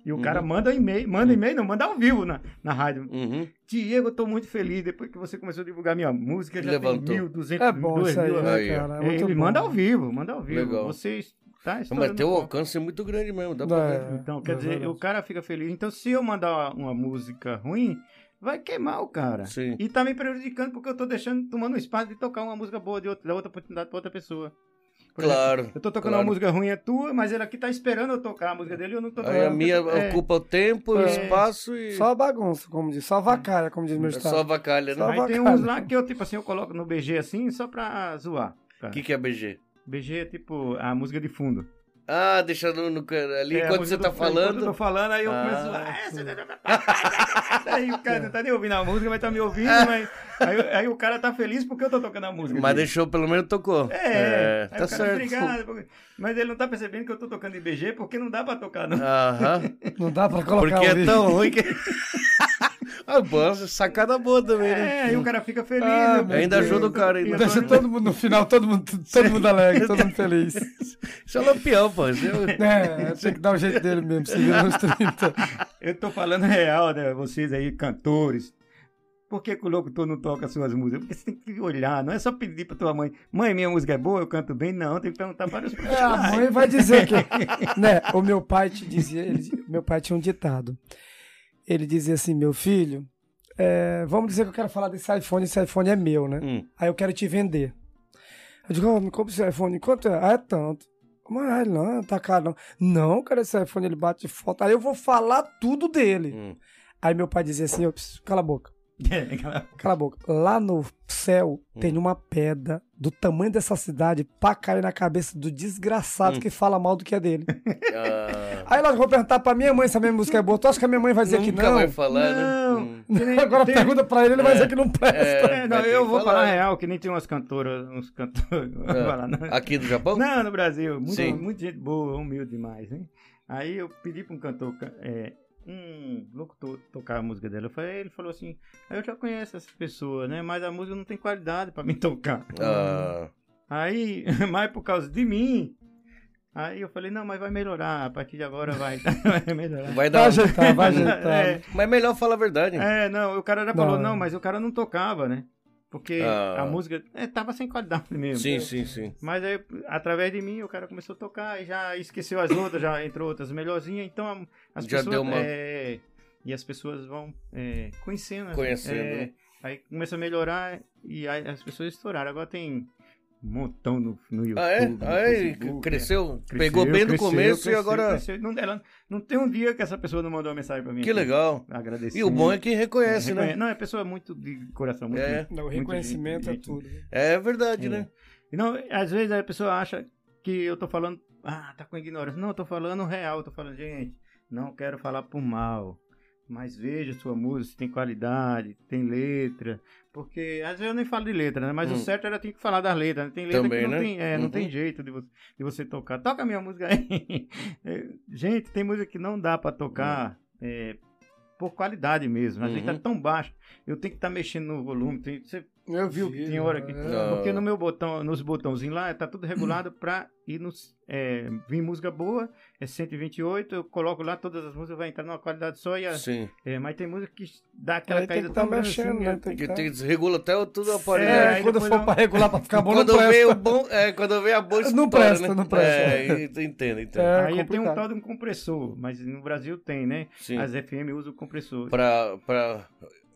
Speaker 3: E o
Speaker 2: Uhum.
Speaker 3: cara manda um e-mail, manda e-mail, não, manda ao vivo na, na rádio.
Speaker 2: Uhum.
Speaker 3: Diego, eu tô muito feliz. Depois que você começou a divulgar minha música, já
Speaker 2: Levantou.
Speaker 3: tem 1.200,
Speaker 1: É bom isso aí,
Speaker 2: Aí, ó.
Speaker 1: né, cara? É muito
Speaker 3: Ele
Speaker 1: bom.
Speaker 3: manda ao vivo, manda ao vivo.
Speaker 2: Legal.
Speaker 3: Você está
Speaker 2: Mas
Speaker 3: estourando
Speaker 2: teu
Speaker 3: foto.
Speaker 2: alcance é muito grande mesmo. Dá pra ver.
Speaker 1: É,
Speaker 3: Então, quer
Speaker 1: é
Speaker 3: dizer,
Speaker 1: verdade.
Speaker 3: o cara fica feliz. Então, se eu mandar uma música ruim, vai queimar o cara.
Speaker 2: Sim.
Speaker 3: E tá me prejudicando porque eu tô deixando, tomando espaço de tocar uma música boa de outra, da outra oportunidade pra outra pessoa. Por exemplo,
Speaker 2: Claro.
Speaker 3: eu tô tocando
Speaker 2: claro.
Speaker 3: uma música ruim é tua, mas ele aqui tá esperando eu tocar a música dele e eu não tô tocando.
Speaker 2: Aí a minha
Speaker 3: é,
Speaker 2: ocupa o tempo, o
Speaker 1: É.
Speaker 2: espaço e.
Speaker 1: Só bagunça, como diz. Só vacalha, como diz meu
Speaker 2: é só
Speaker 1: estado.
Speaker 2: vacalha, né?
Speaker 1: Só-
Speaker 3: Aí tem
Speaker 1: bacana.
Speaker 3: uns lá que eu, tipo assim, eu coloco no BG assim só pra zoar.
Speaker 2: O
Speaker 3: cara.
Speaker 2: que, que é BG?
Speaker 3: BG é tipo a música de fundo.
Speaker 2: Ah, deixa no, no can- ali
Speaker 3: É, a
Speaker 2: enquanto
Speaker 3: música
Speaker 2: você tá
Speaker 3: do-
Speaker 2: falando.
Speaker 3: Enquanto eu tô falando, aí eu
Speaker 2: Ah,
Speaker 3: começo a zoar. "É, [LAUGHS] Aí o cara não tá nem ouvindo a música, mas tá me ouvindo, mas. Aí, aí o cara tá feliz porque eu tô tocando a música.
Speaker 2: É. Mas
Speaker 3: dele.
Speaker 2: deixou, pelo menos tocou.
Speaker 3: É, aí
Speaker 2: tá
Speaker 3: o cara,
Speaker 2: certo.
Speaker 3: Obrigado, porque- mas ele não tá percebendo que eu tô tocando IBG porque não dá pra tocar,
Speaker 2: Ah,
Speaker 3: não.
Speaker 2: Aham.
Speaker 1: Não dá pra colocar
Speaker 2: Porque
Speaker 1: o
Speaker 2: é
Speaker 1: vídeo.
Speaker 2: tão ruim que. [LAUGHS] ah, boa, sacada boa também, né?
Speaker 3: É, aí o cara fica feliz.
Speaker 1: Ah,
Speaker 3: eu-
Speaker 1: meu
Speaker 2: Ainda ajuda o cara ainda.
Speaker 3: Eu
Speaker 1: Deixa
Speaker 3: tô-
Speaker 1: todo mundo no final, todo mundo, todo mundo alegre, todo
Speaker 2: [LAUGHS]
Speaker 1: mundo feliz.
Speaker 2: Isso é lampião, pô. Isso é-
Speaker 1: É, tem que dar o jeito dele mesmo, se vira nos 30.
Speaker 3: [LAUGHS] Eu tô falando real, né? Vocês aí, cantores, Por que, que o locutor não toca suas músicas? Porque você tem que olhar, não é só pedir pra tua mãe, mãe, minha música é boa, eu canto bem, não, tem que perguntar
Speaker 2: [LAUGHS]
Speaker 3: para os
Speaker 1: É, a
Speaker 2: Ah.
Speaker 3: profissionais.
Speaker 1: mãe vai dizer que. né, o meu pai te dizia, ele- meu pai tinha um ditado. Ele dizia assim, meu filho, é, vamos dizer que eu quero falar desse iPhone, esse iPhone é meu, né?
Speaker 2: Hum.
Speaker 1: Aí eu quero te vender. Eu digo, "Ó, me compra esse iPhone, quanto é? Ah, é tanto. Mas ah, não, tá caro não. Não, cara, esse iPhone ele bate foto. Aí eu vou falar tudo dele.
Speaker 2: Hum.
Speaker 1: Aí meu pai dizia assim, eu, "Pss, cala a boca.
Speaker 3: É, aquela-
Speaker 1: Cala a boca. Lá no céu
Speaker 2: Hum.
Speaker 1: tem uma pedra do tamanho dessa cidade pra cair na cabeça do desgraçado
Speaker 2: Hum.
Speaker 1: que fala mal do que é dele.
Speaker 2: Ah,
Speaker 1: Aí ela vou perguntar pra minha mãe se a minha música é boa. Tu acha que a minha mãe vai dizer que
Speaker 2: nunca
Speaker 1: não? [LAUGHS]
Speaker 2: vai falar,
Speaker 3: Não.
Speaker 2: né? Hum.
Speaker 3: Que nem-
Speaker 1: Agora
Speaker 3: tem-
Speaker 1: pergunta pra ele, ele vai dizer que não presta.
Speaker 2: É,
Speaker 3: É,
Speaker 2: vai
Speaker 3: não,
Speaker 2: ter
Speaker 3: eu
Speaker 2: que
Speaker 3: vou falar real, que nem tem umas cantoras, uns cantores. [LAUGHS] eu vou
Speaker 2: É.
Speaker 3: falar, não.
Speaker 2: Aqui do Japão?
Speaker 3: Não, no Brasil. Muita,
Speaker 2: Sim.
Speaker 3: muita gente boa, humilde demais, hein? Aí eu pedi pra um cantor, ca- é, um locutor tocar a música dela. Eu falei, ele falou assim, eu já conheço essas pessoas, né? Mas a música não tem qualidade pra mim [LAUGHS] tocar.
Speaker 2: Ah,
Speaker 3: Aí, [LAUGHS] mas por causa de mim. Aí eu falei, não, mas vai melhorar, a partir de agora vai, [LAUGHS] vai melhorar.
Speaker 2: vai
Speaker 1: Vai
Speaker 2: dar. um-
Speaker 1: ajeitar, vai ajeitar.
Speaker 3: É.
Speaker 2: Mas é melhor falar a verdade.
Speaker 3: É, não, o cara já falou,
Speaker 1: Não.
Speaker 3: não, mas o cara não tocava, né? Porque
Speaker 2: Ah.
Speaker 3: a música é, tava sem qualidade mesmo.
Speaker 2: Sim, sim, sim.
Speaker 3: Mas aí, através de mim, o cara começou a tocar e já esqueceu as outras, já entrou outras melhorzinhas. Então, as
Speaker 2: Já
Speaker 3: pessoas.
Speaker 2: deu uma-
Speaker 3: é, e as pessoas vão é, conhecendo. né?
Speaker 2: Conhecendo,
Speaker 3: É,
Speaker 2: né?
Speaker 3: aí começou a melhorar e aí as pessoas estouraram. Agora tem um montão no, no YouTube.
Speaker 2: Ah, é?
Speaker 3: no
Speaker 2: Ah, é?
Speaker 3: Facebook,
Speaker 2: Cresceu,
Speaker 3: é.
Speaker 2: Pegou bem no
Speaker 3: cresceu,
Speaker 2: começo e
Speaker 3: cresceu,
Speaker 2: agora.
Speaker 3: cresceu. Não, ela, não tem um dia que essa pessoa não mandou uma mensagem pra mim.
Speaker 2: Que legal.
Speaker 3: Agradecer.
Speaker 2: E o bom é que reconhece,
Speaker 3: Reconhe-
Speaker 2: né?
Speaker 3: Não, é pessoa muito de coração, muito
Speaker 2: É.
Speaker 3: de-
Speaker 1: Não, o
Speaker 3: muito
Speaker 1: reconhecimento
Speaker 3: de-
Speaker 1: é
Speaker 3: de-
Speaker 1: tudo.
Speaker 2: É verdade,
Speaker 3: É.
Speaker 2: né?
Speaker 3: Não, às vezes a pessoa acha que eu tô falando, ah, tá com ignorância. Não, eu tô falando real, eu tô falando, gente, não quero falar por mal. Mas veja sua música, se tem qualidade, tem letra. Porque às vezes eu nem falo de letra, né? Mas
Speaker 2: Hum.
Speaker 3: o certo era ter que falar das letras. né? Tem letra
Speaker 2: Também,
Speaker 3: que não,
Speaker 2: né?
Speaker 3: tem, é,
Speaker 2: Uhum.
Speaker 3: não tem jeito de você, de você tocar. Toca minha música aí. [LAUGHS] É, gente, tem música que não dá pra tocar é, por qualidade mesmo. A gente tá
Speaker 2: Hum. Uhum.
Speaker 3: tão baixo. Eu tenho que estar mexendo no volume. Tem, você
Speaker 1: Eu vi o
Speaker 3: Tem
Speaker 1: vídeo.
Speaker 3: hora que-
Speaker 1: É.
Speaker 3: porque
Speaker 2: Ah.
Speaker 3: no meu botão, nos botãozinhos lá, tá tudo regulado pra ir nos. É, vir música boa, é 128, eu coloco lá todas as músicas, vai entrar numa qualidade só e a,
Speaker 2: Sim.
Speaker 3: é, Mas tem música que dá aquela
Speaker 1: Aí tem
Speaker 3: caída
Speaker 1: que tá
Speaker 3: tão grande
Speaker 1: mexendo,
Speaker 3: assim,
Speaker 1: né?
Speaker 3: eu
Speaker 1: Tem que
Speaker 2: Que
Speaker 1: tá...
Speaker 2: tem, regula até o- tudo a
Speaker 1: É,
Speaker 2: parede.
Speaker 3: É,
Speaker 2: né?
Speaker 3: aí
Speaker 1: quando
Speaker 3: depois
Speaker 1: for
Speaker 3: eu-
Speaker 1: pra regular pra ficar bom, não
Speaker 2: quando
Speaker 1: presta.
Speaker 2: vem o bom, é, quando vem a boa
Speaker 1: Não
Speaker 2: história,
Speaker 1: presta,
Speaker 2: né?
Speaker 1: não presta.
Speaker 2: É, e- entendo, entendo.
Speaker 1: É,
Speaker 3: Aí tem um
Speaker 1: complicado.
Speaker 3: tal de um compressor, mas no Brasil tem, né?
Speaker 2: Sim.
Speaker 3: As FM usam o compressor.
Speaker 2: Pra, pra...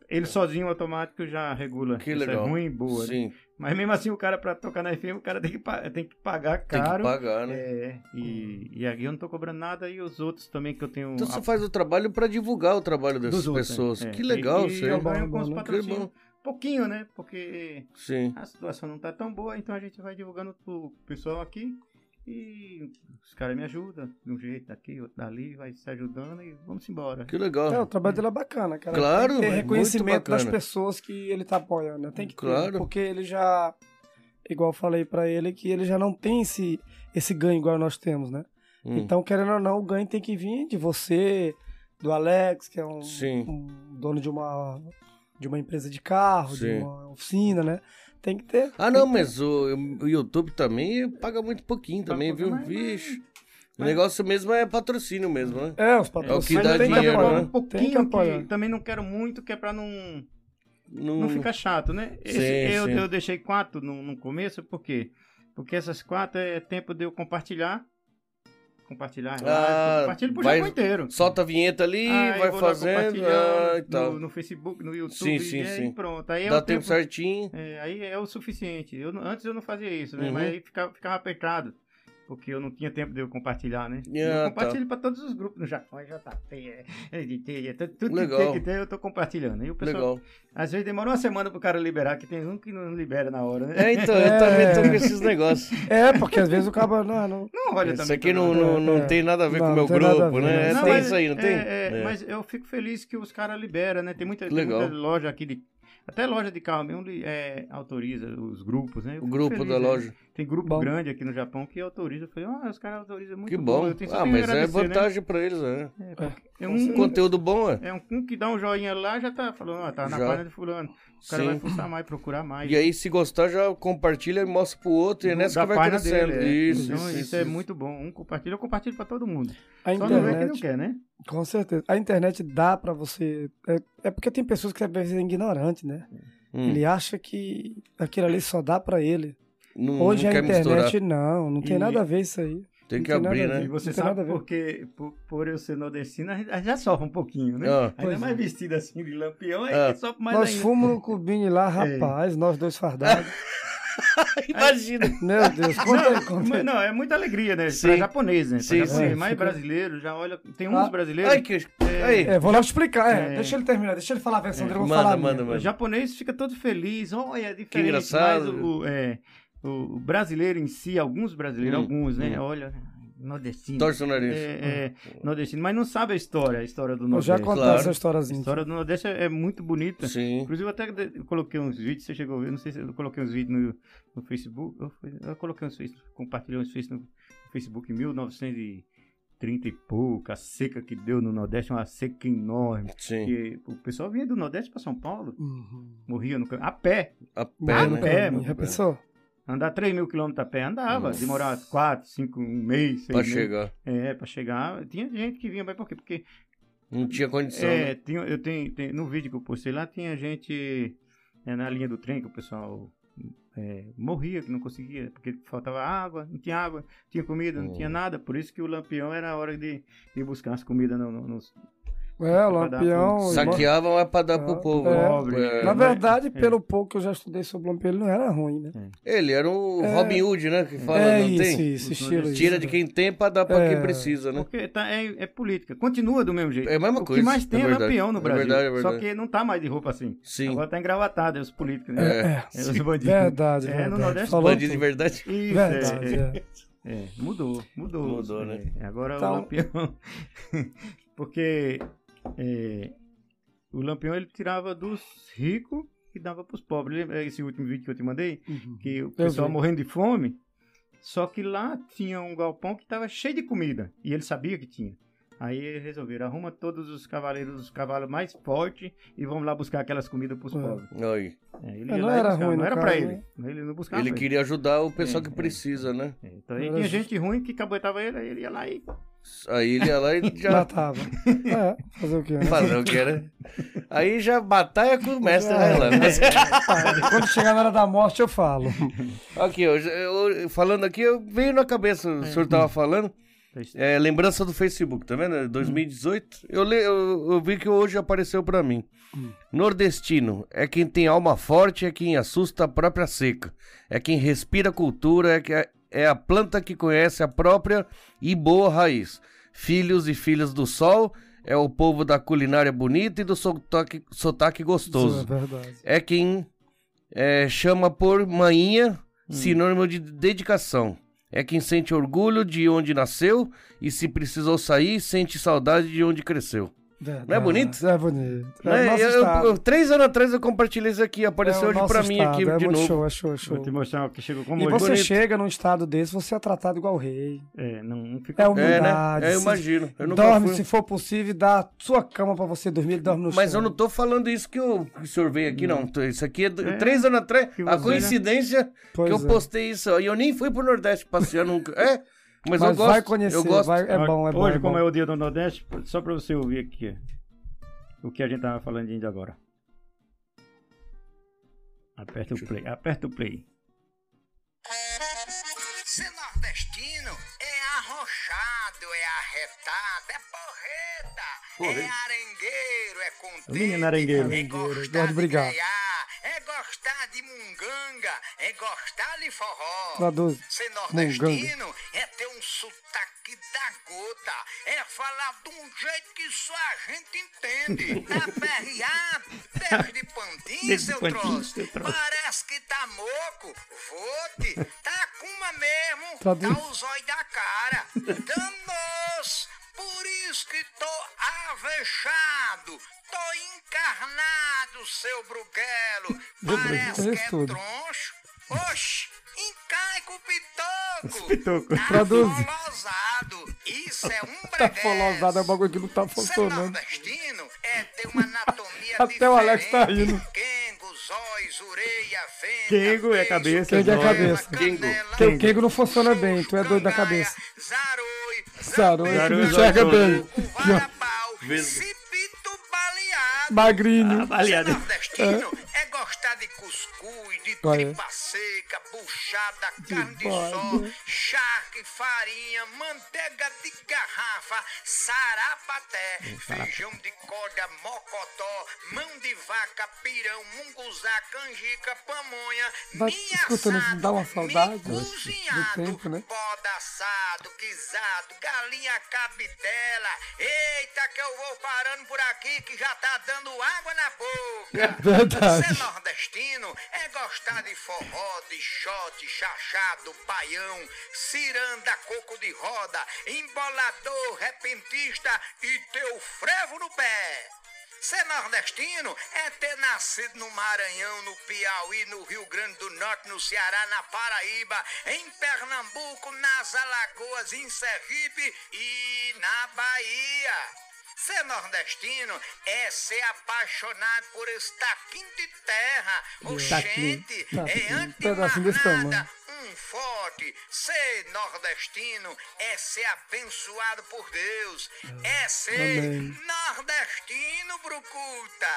Speaker 3: Ele sozinho automático já regula.
Speaker 2: Que
Speaker 3: Isso
Speaker 2: legal.
Speaker 3: é ruim e boa. né?
Speaker 2: Sim,
Speaker 3: Mas mesmo assim, o cara, pra tocar na FM, o cara tem que, pa- tem que pagar
Speaker 2: tem que
Speaker 3: caro.
Speaker 2: pagar, né?
Speaker 3: É, e, e aqui eu não tô cobrando nada e os outros também que eu tenho.
Speaker 2: Então você
Speaker 3: Hum, a-
Speaker 2: faz o trabalho pra divulgar o trabalho dessas
Speaker 3: dos outros,
Speaker 2: pessoas.
Speaker 3: é.
Speaker 2: Que legal
Speaker 3: e,
Speaker 2: isso
Speaker 3: E eu
Speaker 2: aí.
Speaker 1: Bom,
Speaker 3: ganho com os
Speaker 1: bom,
Speaker 2: que
Speaker 3: patrocínios.
Speaker 2: né? bom.
Speaker 3: Pouquinho, né? Porque
Speaker 2: Sim.
Speaker 3: a situação não tá tão boa, então a gente vai divulgando pro pessoal aqui. E os caras me ajudam de um jeito daqui, outro dali, vai se ajudando e vamos embora.
Speaker 2: Que
Speaker 1: É, o
Speaker 3: Então,
Speaker 2: legal.
Speaker 1: trabalho dele é bacana, cara.
Speaker 2: Claro,
Speaker 1: Tem
Speaker 2: é muito
Speaker 1: reconhecimento das
Speaker 2: bacana.
Speaker 1: pessoas que ele tá apoiando, né? Tem que ter,
Speaker 2: Claro.
Speaker 1: porque ele já, igual eu falei pra ele, que ele já não tem esse, esse ganho igual nós temos, né?
Speaker 2: Hum.
Speaker 1: Então, querendo ou não, o ganho tem que vir de você, do Alex, que é um,
Speaker 2: Sim.
Speaker 1: um dono de uma, de uma empresa de carro,
Speaker 2: Sim.
Speaker 1: de uma oficina, né? Tem que ter.
Speaker 2: Ah,
Speaker 3: então.
Speaker 2: não, mas o, o YouTube também paga muito pouquinho
Speaker 3: Paga
Speaker 2: também, viu?
Speaker 3: pouquinho, mas-
Speaker 2: Vixe. O
Speaker 3: mas-
Speaker 2: negócio mesmo é patrocínio mesmo, né?
Speaker 1: É, os
Speaker 2: que
Speaker 1: patrocínios
Speaker 2: dá
Speaker 1: tem
Speaker 2: dinheiro,
Speaker 1: que
Speaker 2: né?
Speaker 1: apoiar.
Speaker 3: um
Speaker 1: Tem que
Speaker 3: pouquinho
Speaker 1: apoiar.
Speaker 3: que também não quero muito, que é pra não,
Speaker 2: Não,
Speaker 3: não ficar chato, né? Esse-
Speaker 2: Hum. Sim,
Speaker 3: eu,
Speaker 2: sim.
Speaker 3: eu deixei quatro no, no começo, por quê? Porque essas quatro é tempo de eu compartilhar. Compartilhar,
Speaker 2: Ah,
Speaker 3: ah, compartilho pro
Speaker 2: vai-
Speaker 3: Japão inteiro.
Speaker 2: Solta a vinheta ali,
Speaker 3: Aí
Speaker 2: vai
Speaker 3: Ah, vou lá
Speaker 2: fazendo
Speaker 3: compartilhando
Speaker 2: ah, e tal.
Speaker 3: No, no Facebook, no YouTube,
Speaker 2: Sim, sim,
Speaker 3: e aí
Speaker 2: sim.
Speaker 3: pronto. Aí é
Speaker 2: Dá
Speaker 3: o
Speaker 2: tempo
Speaker 3: tempo,
Speaker 2: certinho.
Speaker 3: é, aí é o suficiente. Eu, não- antes eu não fazia isso, né?
Speaker 2: Uhum.
Speaker 3: Mas aí ficava, ficava apertado. Porque eu não tinha tempo de eu compartilhar, né?
Speaker 2: Ah, tá.
Speaker 3: eu compartilho pra todos os grupos no Japão, JP, é, LDT, é tudo, tudo que
Speaker 2: Legal.
Speaker 3: tem que ter, eu tô compartilhando. E o pessoal,
Speaker 2: Legal.
Speaker 3: às vezes demora uma semana pro cara liberar, que tem um que não libera na hora, né?
Speaker 2: É, então, eu
Speaker 1: É.
Speaker 2: também tô
Speaker 3: [LAUGHS]
Speaker 2: com esses negócios.
Speaker 1: É, porque às vezes o cara. Não, não.
Speaker 3: Não olha
Speaker 2: Isso
Speaker 3: também
Speaker 2: aqui não,
Speaker 3: todo
Speaker 2: não, não
Speaker 1: É.
Speaker 2: tem nada a ver
Speaker 1: Não,
Speaker 2: com o meu
Speaker 1: não tem nada a
Speaker 2: grupo,
Speaker 1: ver,
Speaker 2: né?
Speaker 1: né?
Speaker 2: tem
Speaker 3: mas
Speaker 2: isso aí, não
Speaker 3: é-
Speaker 2: tem?
Speaker 3: é,
Speaker 2: É.
Speaker 3: Mas eu fico feliz que os caras liberam, né? Tem muita, tem
Speaker 2: Legal.
Speaker 3: muita loja aqui de. Até loja de carro mesmo li- é, autoriza os grupos, né? Eu
Speaker 2: O
Speaker 3: fico
Speaker 2: grupo
Speaker 3: feliz,
Speaker 2: da
Speaker 3: né?
Speaker 2: loja.
Speaker 3: Tem grupo
Speaker 1: Bom.
Speaker 3: grande aqui no Japão que autoriza. Eu falei, ah, os caras autorizam muito.
Speaker 2: Que bom.
Speaker 3: Eu tenho- só
Speaker 2: Ah,
Speaker 3: tenho a
Speaker 2: mas é
Speaker 3: agradecer, né?
Speaker 2: vantagem pra eles, né?
Speaker 3: [LAUGHS] É
Speaker 2: Um
Speaker 3: um,
Speaker 2: conteúdo bom, é.
Speaker 3: é um, um que dá um joinha lá já tá falando, ó, tá na
Speaker 2: Já.
Speaker 3: página de fulano. O cara
Speaker 2: Sim.
Speaker 3: vai fuçar mais, procurar mais.
Speaker 2: E aí, se gostar, já compartilha e mostra pro outro, e é nessa
Speaker 3: Da
Speaker 2: que vai
Speaker 3: página
Speaker 2: crescendo.
Speaker 3: dele, é.
Speaker 2: Isso,
Speaker 3: Então,
Speaker 2: isso,
Speaker 3: isso, é muito bom. Um compartilha, eu compartilho pra todo mundo.
Speaker 1: A
Speaker 3: Só não vê quem não
Speaker 1: internet.
Speaker 3: quer, né?
Speaker 1: Com certeza. A internet dá pra você. É, é porque tem pessoas que às vezes é ignorante, né?
Speaker 2: Hum,
Speaker 1: Ele acha que aquilo ali só dá pra ele.
Speaker 2: não,
Speaker 1: Hoje
Speaker 2: Hum, não
Speaker 1: a
Speaker 2: quer
Speaker 1: internet
Speaker 2: misturar.
Speaker 1: não, não tem
Speaker 3: E-
Speaker 1: nada a ver isso aí.
Speaker 2: Tem
Speaker 1: não
Speaker 2: que
Speaker 1: tem nada
Speaker 2: abrir,
Speaker 1: a
Speaker 2: né?
Speaker 1: ver.
Speaker 3: E você
Speaker 1: Não tem nada
Speaker 3: sabe
Speaker 1: a ver.
Speaker 3: porque, por, por eu ser nordestino, a gente a gente já sofre um pouquinho, né?
Speaker 2: Ah.
Speaker 1: Pois
Speaker 3: Ainda
Speaker 1: é.
Speaker 3: mais vestido assim de lampião, aí
Speaker 2: Ah.
Speaker 3: sofre mais
Speaker 1: nós
Speaker 3: ainda.
Speaker 1: fomos no clubinho lá, rapaz, nós dois fardados.
Speaker 3: [LAUGHS]
Speaker 2: Imagina.
Speaker 1: Meu Deus, conta aí,
Speaker 3: Não,
Speaker 1: conta
Speaker 3: mas
Speaker 1: aí.
Speaker 3: não, é muita alegria, né?
Speaker 2: Sim.
Speaker 3: Pra japonês, né? Pra
Speaker 2: Sim,
Speaker 3: japonês.
Speaker 1: né? sim.
Speaker 3: Mas
Speaker 1: Fica-
Speaker 3: brasileiro já olha. Tem uns
Speaker 1: Ah.
Speaker 3: brasileiros.
Speaker 2: Ai, que... Aí.
Speaker 1: É, vou lá explicar, é.
Speaker 3: É.
Speaker 1: Deixa ele terminar, deixa ele falar a versão dele, eu vou
Speaker 2: É, Manda,
Speaker 1: falar. a minha.
Speaker 2: manda,
Speaker 3: O
Speaker 2: manda.
Speaker 3: japonês fica todo feliz, olha, é diferente.
Speaker 2: engraçado.
Speaker 3: Mas o, é, o brasileiro em si, alguns brasileiros,
Speaker 2: Hum,
Speaker 3: alguns, né?
Speaker 2: hum.
Speaker 3: Olha, nordestino.
Speaker 2: Torce o nariz.
Speaker 3: É, é, nordestino, mas não sabe a história, a história do
Speaker 1: Eu
Speaker 3: Nordeste.
Speaker 1: já contei
Speaker 2: Claro.
Speaker 1: essa
Speaker 3: A
Speaker 1: historiazinha.
Speaker 3: história do Nordeste é é muito bonita.
Speaker 2: Sim.
Speaker 3: Inclusive, eu até de- eu coloquei uns vídeos, você chegou a ver, não sei se eu coloquei uns vídeos no, no Facebook. Eu, fui- eu coloquei uns vídeos, compartilhei uns vídeos no Facebook em 1930 e pouco, a seca que deu no Nordeste, uma seca enorme.
Speaker 2: Sim.
Speaker 3: E o pessoal vinha do Nordeste para São Paulo,
Speaker 1: Uhum.
Speaker 3: morria no caminho, a pé,
Speaker 2: A
Speaker 1: Ah,
Speaker 2: pé, né?
Speaker 3: É, pé,
Speaker 1: mano, Já pensou?
Speaker 3: andar 3 mil quilômetros a pé, andava,
Speaker 2: Nossa.
Speaker 3: demorava 4, 5, um mês, 6
Speaker 2: Pra
Speaker 3: meses.
Speaker 2: chegar.
Speaker 3: É, para chegar. Tinha gente que vinha, mas por quê? Porque
Speaker 2: Não tinha condição.
Speaker 3: É,
Speaker 2: né?
Speaker 3: tem, eu tenho, tem- no vídeo que eu postei lá, tinha gente né, na linha do trem que o pessoal é, morria, que não conseguia, porque faltava água, não tinha água, não tinha comida, não
Speaker 2: Hum.
Speaker 3: tinha nada. Por isso que o lampião era a hora de, de buscar as comidas no, no, nos-
Speaker 1: É,
Speaker 3: pra dar
Speaker 1: Lampião.
Speaker 3: pro-
Speaker 1: irmão-
Speaker 2: Saqueavam é pra dar
Speaker 1: Ah,
Speaker 2: pro povo.
Speaker 1: é.
Speaker 3: Pobre.
Speaker 2: É.
Speaker 1: Na
Speaker 3: mas-
Speaker 1: verdade,
Speaker 3: é.
Speaker 1: pelo pouco que eu já estudei sobre o Lampião, ele não era ruim, né?
Speaker 2: Ele era o
Speaker 1: É.
Speaker 2: Robin Hood, né? Que fala,
Speaker 1: é
Speaker 2: não
Speaker 1: isso,
Speaker 2: tem?
Speaker 1: isso, estilo. isso.
Speaker 2: Tira de quem tem pra dar pra
Speaker 1: É.
Speaker 2: quem precisa, né?
Speaker 3: Porque tá, é, é política. Continua do mesmo jeito.
Speaker 2: É a mesma
Speaker 3: o
Speaker 2: coisa,
Speaker 3: que mais tem
Speaker 2: é
Speaker 3: é,
Speaker 2: verdade.
Speaker 3: lampião no
Speaker 2: É
Speaker 3: Brasil.
Speaker 2: verdade, é
Speaker 3: Só
Speaker 2: verdade.
Speaker 3: que não tá mais de roupa assim.
Speaker 2: Sim.
Speaker 3: Agora tá engravatado, é os políticos, né?
Speaker 1: É,
Speaker 2: É.
Speaker 1: é.
Speaker 3: É, os bandidos.
Speaker 1: Verdade,
Speaker 3: É, no
Speaker 1: verdade.
Speaker 3: Nordeste,
Speaker 1: Falou
Speaker 2: Bandido de
Speaker 1: tudo.
Speaker 2: verdade.
Speaker 3: Isso, é,
Speaker 1: Verdade,
Speaker 3: é.
Speaker 1: é.
Speaker 3: [LAUGHS] É, mudou, mudou.
Speaker 2: Mudou,
Speaker 3: É,
Speaker 2: né?
Speaker 3: Agora
Speaker 1: Então-
Speaker 3: o Lampião. [LAUGHS] Porque é, o Lampião ele tirava dos ricos e dava pros pobres. Lembra esse último vídeo que eu te mandei?
Speaker 1: Uhum.
Speaker 3: Que o pessoal
Speaker 1: vi.
Speaker 3: morrendo de fome. Só que lá tinha um galpão que estava cheio de comida. E ele sabia que tinha. Aí eles resolveram, arruma todos os cavaleiros, os cavalos mais fortes e vamos lá buscar aquelas comidas pros
Speaker 1: É.
Speaker 3: pobres.
Speaker 2: Aí.
Speaker 3: É, ele
Speaker 1: É,
Speaker 3: ia
Speaker 1: não
Speaker 3: lá e
Speaker 1: era
Speaker 3: buscava, não
Speaker 1: ruim, no
Speaker 3: era pra
Speaker 1: caso,
Speaker 3: ele.
Speaker 1: né?
Speaker 3: Ele não buscava.
Speaker 2: Ele
Speaker 3: ele.
Speaker 2: queria ajudar o pessoal
Speaker 3: Ah, É,
Speaker 2: que
Speaker 3: é.
Speaker 2: precisa, né?
Speaker 3: É, Então aí
Speaker 1: Era
Speaker 3: tinha
Speaker 1: justo.
Speaker 3: gente ruim que cabotava ele, aí ele ia lá e
Speaker 2: Aí ele ia lá
Speaker 1: [LAUGHS]
Speaker 2: e já
Speaker 1: Matava. É, fazer o quê? Né?
Speaker 2: fazer o que era. Aí já batalha com o mestre, né, lá. Mas,
Speaker 1: Ah, Quando chegar na hora da morte, eu falo.
Speaker 2: aqui, eu, eu- falando aqui, eu, veio na cabeça, o senhor tava falando,
Speaker 3: Tá
Speaker 2: é, lembrança do Facebook, tá vendo? 2018. Eu, le- eu, eu vi que hoje apareceu pra mim. Nordestino é quem tem alma forte, é quem assusta a própria seca, é quem respira cultura, é, que é, é a planta que conhece a própria e boa raiz. Filhos e filhas do sol, é o povo da culinária bonita e do sotaque, sotaque gostoso
Speaker 1: Isso é verdade.
Speaker 2: é quem é, chama por mainha,
Speaker 1: Hum.
Speaker 2: sinônimo de dedicação. É quem sente orgulho de onde nasceu e se precisou sair, sente saudade de onde cresceu.
Speaker 1: Verdade.
Speaker 2: Não é bonito?
Speaker 1: É bonito. É o
Speaker 2: Né?
Speaker 1: nosso
Speaker 2: Eu- eu-
Speaker 1: estado.
Speaker 2: eu- três anos atrás eu compartilhei isso aqui, apareceu
Speaker 1: É o
Speaker 2: hoje
Speaker 1: nosso
Speaker 2: pra mim
Speaker 1: estado,
Speaker 2: aqui
Speaker 1: é
Speaker 2: de
Speaker 1: muito
Speaker 2: novo.
Speaker 1: Show, é show, é show.
Speaker 3: Vou te mostrar o que chegou como é
Speaker 1: E
Speaker 3: hoje.
Speaker 1: você
Speaker 2: bonito.
Speaker 1: chega num estado desse, você é tratado igual rei.
Speaker 3: É, não, não fica.
Speaker 1: É
Speaker 2: É, né?
Speaker 1: humildade.
Speaker 2: É, eu
Speaker 1: se-
Speaker 2: imagino. Eu nunca
Speaker 1: dorme,
Speaker 2: fui. um
Speaker 1: se for possível, dá sua cama pra você dormir, ele dorme no
Speaker 2: Mas eu
Speaker 1: chão.
Speaker 2: não tô falando isso que o, que o senhor veio aqui, não.
Speaker 1: Hum.
Speaker 2: Tô- Isso aqui é, do- três anos atrás.
Speaker 3: que
Speaker 2: A
Speaker 3: você-
Speaker 2: coincidência
Speaker 1: Pois
Speaker 2: que eu
Speaker 1: é.
Speaker 2: postei isso. ó, E eu nem fui pro Nordeste passear nunca. É, mas, eu
Speaker 1: Mas
Speaker 2: gosto.
Speaker 1: vai conhecer,
Speaker 2: eu gosto.
Speaker 1: vai- é bom, é bom.
Speaker 3: Hoje,
Speaker 1: é bom.
Speaker 3: como é o dia do Nordeste, só pra você ouvir aqui ó, o que a gente tava falando ainda agora. Aperta o play, aperta o play.
Speaker 4: Ser nordestino é arrochado, é arretado, é porreta, é arengueiro, é
Speaker 3: O
Speaker 4: contente,
Speaker 3: menino arengueiro.
Speaker 4: é
Speaker 1: Arengueiro,
Speaker 4: gostar
Speaker 1: gosto de
Speaker 4: de
Speaker 1: brigar.
Speaker 4: gaiar, é gostar de munganga, é gostar de forró.
Speaker 1: Traduz.
Speaker 4: Ser
Speaker 1: Munganga.
Speaker 4: nordestino é ter um sotaque da gota, é falar de um jeito que só a gente entende. Tá perreado, peixe de pantinho,
Speaker 3: Peixe de
Speaker 4: seu
Speaker 3: pantinho,
Speaker 4: troço.
Speaker 3: seu troço.
Speaker 4: Parece que tá moco, vote, tá cuma mesmo,
Speaker 1: Traduz.
Speaker 4: tá os olhos da cara. Danos, por isso que tô avexado, tô encarnado, seu bruguelo. Parece que
Speaker 1: Bruguelo.
Speaker 4: é
Speaker 1: Tudo.
Speaker 4: troncho, oxe, encaico pitoco.
Speaker 3: Pitoco.
Speaker 4: Tá
Speaker 1: Traduz.
Speaker 4: folosado, isso é um
Speaker 1: [LAUGHS] Tá
Speaker 4: breguês.
Speaker 1: folosado, é um bagulho que não tá
Speaker 4: Ser
Speaker 1: funcionando.
Speaker 4: nordestino é ter uma anatomia
Speaker 1: [LAUGHS] Até o Alex tá
Speaker 4: diferente.
Speaker 1: rindo.
Speaker 4: Kengo, zóis, ureia, venda,
Speaker 3: Kengo é
Speaker 4: beijo,
Speaker 3: cabeça,
Speaker 1: Kengo é
Speaker 4: canela,
Speaker 1: cabeça.
Speaker 4: canela,
Speaker 1: Porque o Kego não funciona bem, tu é doido da
Speaker 4: cangaia,
Speaker 1: cabeça.
Speaker 4: Zaroi,
Speaker 1: Zaroi,
Speaker 3: tu não
Speaker 4: zambeta,
Speaker 3: enxerga
Speaker 4: jambuco,
Speaker 1: bem.
Speaker 4: varapau,
Speaker 2: Vezes-
Speaker 4: Cipito baleado.
Speaker 2: Ah,
Speaker 1: Magrinho.
Speaker 4: Ser
Speaker 5: Avaliado.
Speaker 4: nordestino é gostar de cuscuz, de
Speaker 1: Olha.
Speaker 4: tripa seca, buchada, carne de sol, charque, farinha, manteiga de garrafa, sarapaté, feijão de corda, mocotó, mão de vaca, pirão, munguzá, canjica, pamonha,
Speaker 1: Vai
Speaker 4: minha
Speaker 1: escutando,
Speaker 4: assado,
Speaker 1: dá uma saudade né?
Speaker 4: milho
Speaker 1: do
Speaker 4: cozinhado,
Speaker 1: tempo, né?
Speaker 4: Poda assado, guisado, galinha cabidela. Eita, que eu vou parando por aqui que já tá dando água na boca.
Speaker 1: Verdade.
Speaker 4: Ser nordestino é gostar de forró, de shot, chachado, baião, ciranda, coco de roda, embolador, repentista e teu frevo no pé. Ser nordestino é ter nascido no Maranhão, no Piauí, no Rio Grande do Norte, no Ceará, na Paraíba, em Pernambuco, nas Alagoas, em Sergipe e na Bahia. Ser nordestino é ser apaixonado por esse taquinho de terra.
Speaker 1: Tá Taquinho.
Speaker 4: Oxente, é
Speaker 1: Taquinho,
Speaker 4: antes de
Speaker 1: Tá Um pedacinho
Speaker 4: mais
Speaker 1: desse
Speaker 4: nada,
Speaker 1: tamanho.
Speaker 4: um forte. Ser nordestino é ser abençoado por Deus. É ser
Speaker 1: Ah, Amém.
Speaker 4: nordestino, Brucuta.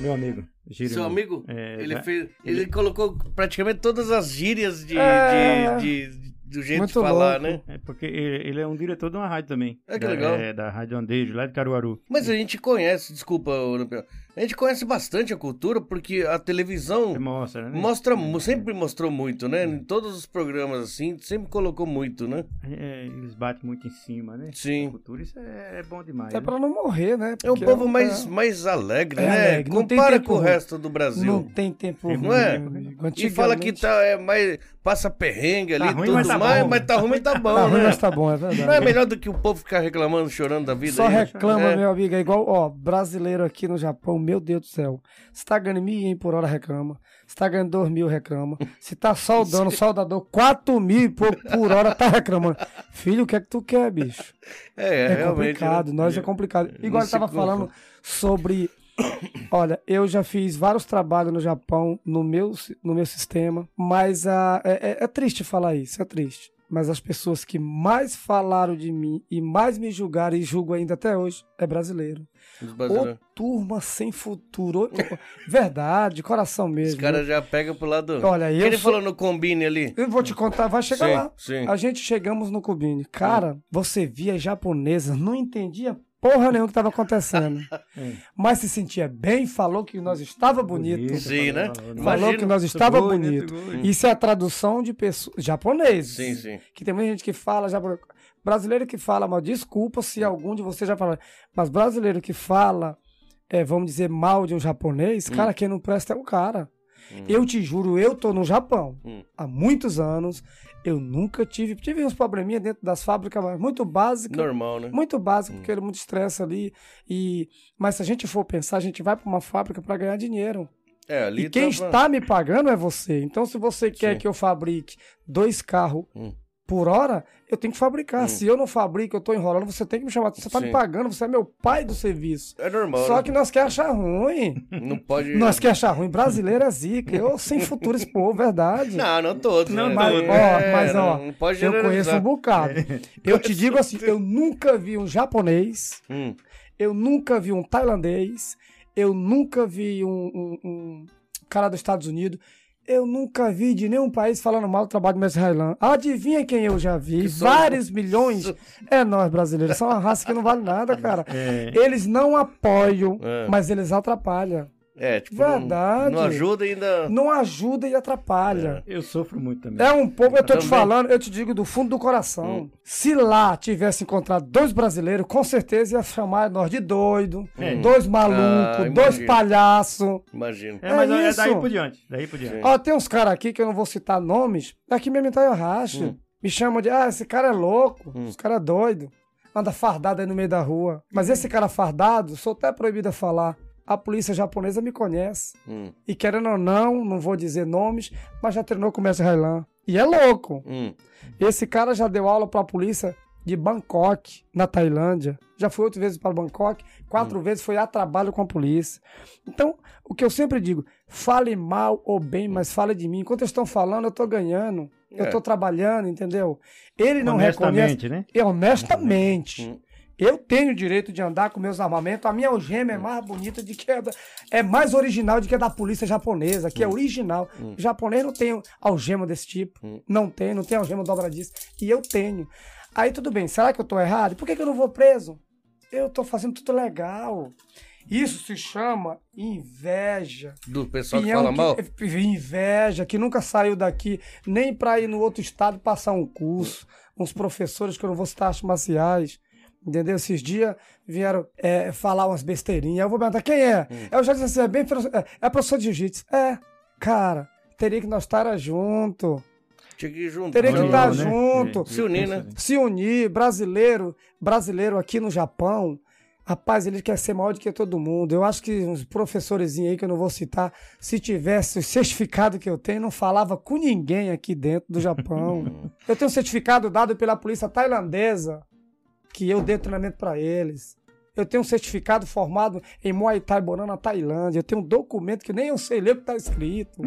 Speaker 3: Meu amigo, Giro.
Speaker 2: Seu amigo,
Speaker 3: É,
Speaker 2: ele,
Speaker 3: né?
Speaker 2: fez, ele colocou praticamente todas as gírias de,
Speaker 1: É.
Speaker 2: de- de- de- do jeito de
Speaker 1: Muito
Speaker 2: falar,
Speaker 1: louco.
Speaker 2: né?
Speaker 3: É porque ele ele é um diretor de uma rádio também.
Speaker 2: Ah, que
Speaker 3: Da-
Speaker 2: legal.
Speaker 3: é, da Rádio Andejo, lá de Caruaru.
Speaker 2: Mas a gente conhece, desculpa, ô, Lampião, a gente conhece bastante a cultura porque a televisão
Speaker 3: É, Mostra, né?
Speaker 2: Hum. mostra, mu- sempre mostrou muito, né? Em todos os programas, assim, sempre colocou muito, né?
Speaker 3: É, eles batem muito em cima, né?
Speaker 2: Sim.
Speaker 3: Da Cultura, isso é, é bom demais.
Speaker 1: Até
Speaker 3: né?
Speaker 1: pra não morrer, né?
Speaker 2: É um
Speaker 1: Porque
Speaker 2: povo
Speaker 1: um-
Speaker 2: mais, mais alegre,
Speaker 1: É
Speaker 2: né?
Speaker 1: alegre, não tem
Speaker 2: Compara
Speaker 1: tempo
Speaker 2: com o
Speaker 1: ruim.
Speaker 2: resto do
Speaker 1: Não
Speaker 2: Brasil.
Speaker 1: tem tempo.
Speaker 3: Não
Speaker 1: ruim,
Speaker 2: é?
Speaker 1: né?
Speaker 2: E fala que
Speaker 1: Antigamente-
Speaker 2: tá, é, mais, passa perrengue ali,
Speaker 3: Tá ruim,
Speaker 2: tudo
Speaker 3: mas tá
Speaker 2: mais,
Speaker 3: bom.
Speaker 2: mas tá ruim, mas tá bom,
Speaker 1: Tá ruim,
Speaker 2: né?
Speaker 1: mas tá
Speaker 2: [LAUGHS]
Speaker 1: bom, é
Speaker 2: Não é
Speaker 1: verdade.
Speaker 2: melhor do que o povo ficar reclamando, chorando da vida?
Speaker 1: Só
Speaker 2: aí, né?
Speaker 1: reclama,
Speaker 2: É.
Speaker 1: meu amigo. É igual, ó, brasileiro aqui no Japão, meu Deus do céu. Se tá ganhando mil ien por hora, reclama. Se tá ganhando dois mil, reclama. Se
Speaker 2: [LAUGHS]
Speaker 1: tá soldando, soldador, quatro mil e pouco por hora, tá reclamando. Filho, o que é que tu quer, bicho?
Speaker 2: É,
Speaker 1: É,
Speaker 2: realmente.
Speaker 1: complicado,
Speaker 2: né?
Speaker 1: nós é complicado.
Speaker 2: Não
Speaker 1: Igual ele
Speaker 2: se
Speaker 1: tava
Speaker 2: culpa.
Speaker 1: falando sobre. [COUGHS] Olha, eu já fiz vários trabalhos no Japão, no meu, si- no meu sistema, mas a, é, é- é triste falar isso, é triste. Mas as pessoas que mais falaram de mim e mais me julgaram e julgo ainda até hoje é brasileiro.
Speaker 2: Os
Speaker 1: Ô
Speaker 2: brasileiros.
Speaker 1: turma sem futuro. ô- ô- verdade, coração
Speaker 2: Os
Speaker 1: mesmo. né?
Speaker 2: caras já pegam pro lado.
Speaker 1: Olha,
Speaker 2: que
Speaker 1: eu
Speaker 2: ele
Speaker 1: sou-
Speaker 2: falou no combine ali.
Speaker 1: Eu vou te contar, vai chegar
Speaker 2: sim,
Speaker 1: lá.
Speaker 2: Sim.
Speaker 1: A gente chegamos no Cubine. Cara, você via japonesa, não entendia porra nenhuma o que estava acontecendo.
Speaker 3: Hum.
Speaker 1: mas se sentia bem, falou que nós estava bonito.
Speaker 2: Sim, né?
Speaker 1: Falou
Speaker 2: Imagina.
Speaker 1: que nós estava
Speaker 3: Muito bom,
Speaker 1: bonito.
Speaker 3: muito bom.
Speaker 1: Isso é a tradução de pessoas japoneses.
Speaker 2: Sim, sim.
Speaker 1: Que tem muita gente que fala japonês. Brasileiro que fala, mas desculpa se algum de vocês já falou. Mas brasileiro que fala, é, vamos dizer, mal de um japonês, cara, quem não presta é o cara.
Speaker 2: Hum.
Speaker 1: Eu te juro, eu tô no Japão
Speaker 2: Hum.
Speaker 1: há muitos anos. Eu nunca tive. Tive uns probleminha dentro das fábricas, mas muito básico.
Speaker 2: Normal, né?
Speaker 1: Muito básico, porque ele muito estressa ali. E... Mas se a gente for pensar, a gente vai pra uma fábrica pra ganhar dinheiro.
Speaker 2: É, ali
Speaker 1: e quem
Speaker 2: tava-
Speaker 1: está me pagando é você. Então, se você quer
Speaker 2: Sim.
Speaker 1: que eu fabrique dois carros
Speaker 2: Hum.
Speaker 1: por hora, eu tenho que fabricar.
Speaker 2: Hum.
Speaker 1: Se eu não fabrico, eu tô enrolando, você tem que me chamar. Você tá
Speaker 2: Sim.
Speaker 1: me pagando, você é meu pai do serviço.
Speaker 2: É normal.
Speaker 1: Só
Speaker 2: né?
Speaker 1: que nós quer achar ruim.
Speaker 2: [LAUGHS] Não pode.
Speaker 1: Nós que achar ruim, brasileiro é zica. Eu sem futuro esse povo, verdade.
Speaker 2: Não, não todos.
Speaker 3: Não,
Speaker 2: né?
Speaker 1: mas,
Speaker 2: É,
Speaker 1: ó, mas, ó,
Speaker 2: não pode
Speaker 1: eu conheço um
Speaker 2: generalizar.
Speaker 1: bocado.
Speaker 2: É.
Speaker 1: Eu te
Speaker 2: [LAUGHS]
Speaker 1: digo assim, eu nunca vi um japonês,
Speaker 2: Hum,
Speaker 1: eu nunca vi um tailandês, eu nunca vi um, um- um cara dos Estados Unidos, eu nunca vi de nenhum país falando mal do trabalho do mestre Railan. Adivinha quem eu já vi?
Speaker 2: Que são-
Speaker 1: Vários milhões. É nós, brasileiros. São uma raça que não vale nada, cara.
Speaker 3: É,
Speaker 1: Eles não apoiam,
Speaker 2: É.
Speaker 1: mas eles atrapalham.
Speaker 2: É, tipo. não-
Speaker 1: Verdade.
Speaker 2: Não ajuda ainda.
Speaker 1: Não ajuda e atrapalha.
Speaker 3: eu sofro muito também.
Speaker 1: É um povo, eu tô te
Speaker 2: Também. Hum.
Speaker 1: falando, eu te digo do fundo do coração. Se lá tivesse encontrado dois brasileiros, com certeza ia chamar nós de doido,
Speaker 3: É.
Speaker 1: dois malucos,
Speaker 2: Ah,
Speaker 1: dois
Speaker 2: imagino.
Speaker 1: palhaços.
Speaker 2: Imagina.
Speaker 3: É, mas
Speaker 1: é
Speaker 3: é,
Speaker 1: isso.
Speaker 3: daí por diante. Daí por diante.
Speaker 1: Ó, tem uns caras aqui que eu não vou citar nomes, aqui mesmo em Itaiorache.
Speaker 2: Hum.
Speaker 1: Me chamam de, ah, esse cara é louco, esse cara é doido. Anda fardado aí no meio da rua. Mas esse cara fardado, sou até proibido a falar. A polícia japonesa me conhece.
Speaker 2: Hum,
Speaker 1: E querendo ou não, não vou dizer nomes, mas já treinou com o mestre Railan. E é louco.
Speaker 2: hum.
Speaker 1: Esse cara já deu aula pra polícia de Bangkok, na Tailândia. Já foi oito vezes para Bangkok, quatro vezes foi a trabalho com a polícia. Então, o que eu sempre digo, fale mal ou bem, mas fale de mim. Enquanto eles estão falando, eu tô ganhando, eu
Speaker 2: É.
Speaker 1: tô trabalhando, entendeu? Ele não reconhece.
Speaker 3: Honestamente, né?
Speaker 1: E honestamente.
Speaker 2: Hum.
Speaker 1: Eu tenho o direito de andar com meus armamentos. A minha algema é mais bonita de que a da, é mais original de que a da polícia japonesa, que é original. Japonês não tem algema desse tipo. Não tem, não tem algema dobradiça. E eu tenho. Aí tudo bem, será que eu tô errado? Por que, que eu não vou preso? Eu tô fazendo tudo legal. Isso se chama inveja.
Speaker 2: Do pessoal que
Speaker 1: Pinhão
Speaker 2: fala mal?
Speaker 1: que- é, Inveja, que nunca saiu daqui, nem para ir no outro estado passar um curso. Uns professores que eu não vou citar as marciais. Entendeu? Esses dias vieram é, falar umas besteirinhas. Eu vou perguntar quem é?
Speaker 2: Hum.
Speaker 1: Eu já disse assim: é bem profe- é, é professor de jiu-jitsu. É, cara, teria que nós estar junto.
Speaker 2: Tinha que juntar.
Speaker 1: Teria que
Speaker 3: União,
Speaker 1: estar
Speaker 3: né?
Speaker 1: junto
Speaker 2: Se unir, né?
Speaker 1: se unir, brasileiro, brasileiro aqui no Japão, rapaz, ele quer ser maior do que todo mundo. Eu acho que uns professorezinhos aí que eu não vou citar, se tivesse o certificado que eu tenho, não falava com ninguém aqui dentro do Japão.
Speaker 2: [LAUGHS]
Speaker 1: eu tenho um certificado dado pela polícia tailandesa que eu dei treinamento para eles. Eu tenho um certificado formado em Muay Thai Bonan na Tailândia. Eu tenho um documento que nem eu sei ler o que
Speaker 2: [LAUGHS]
Speaker 1: tá escrito.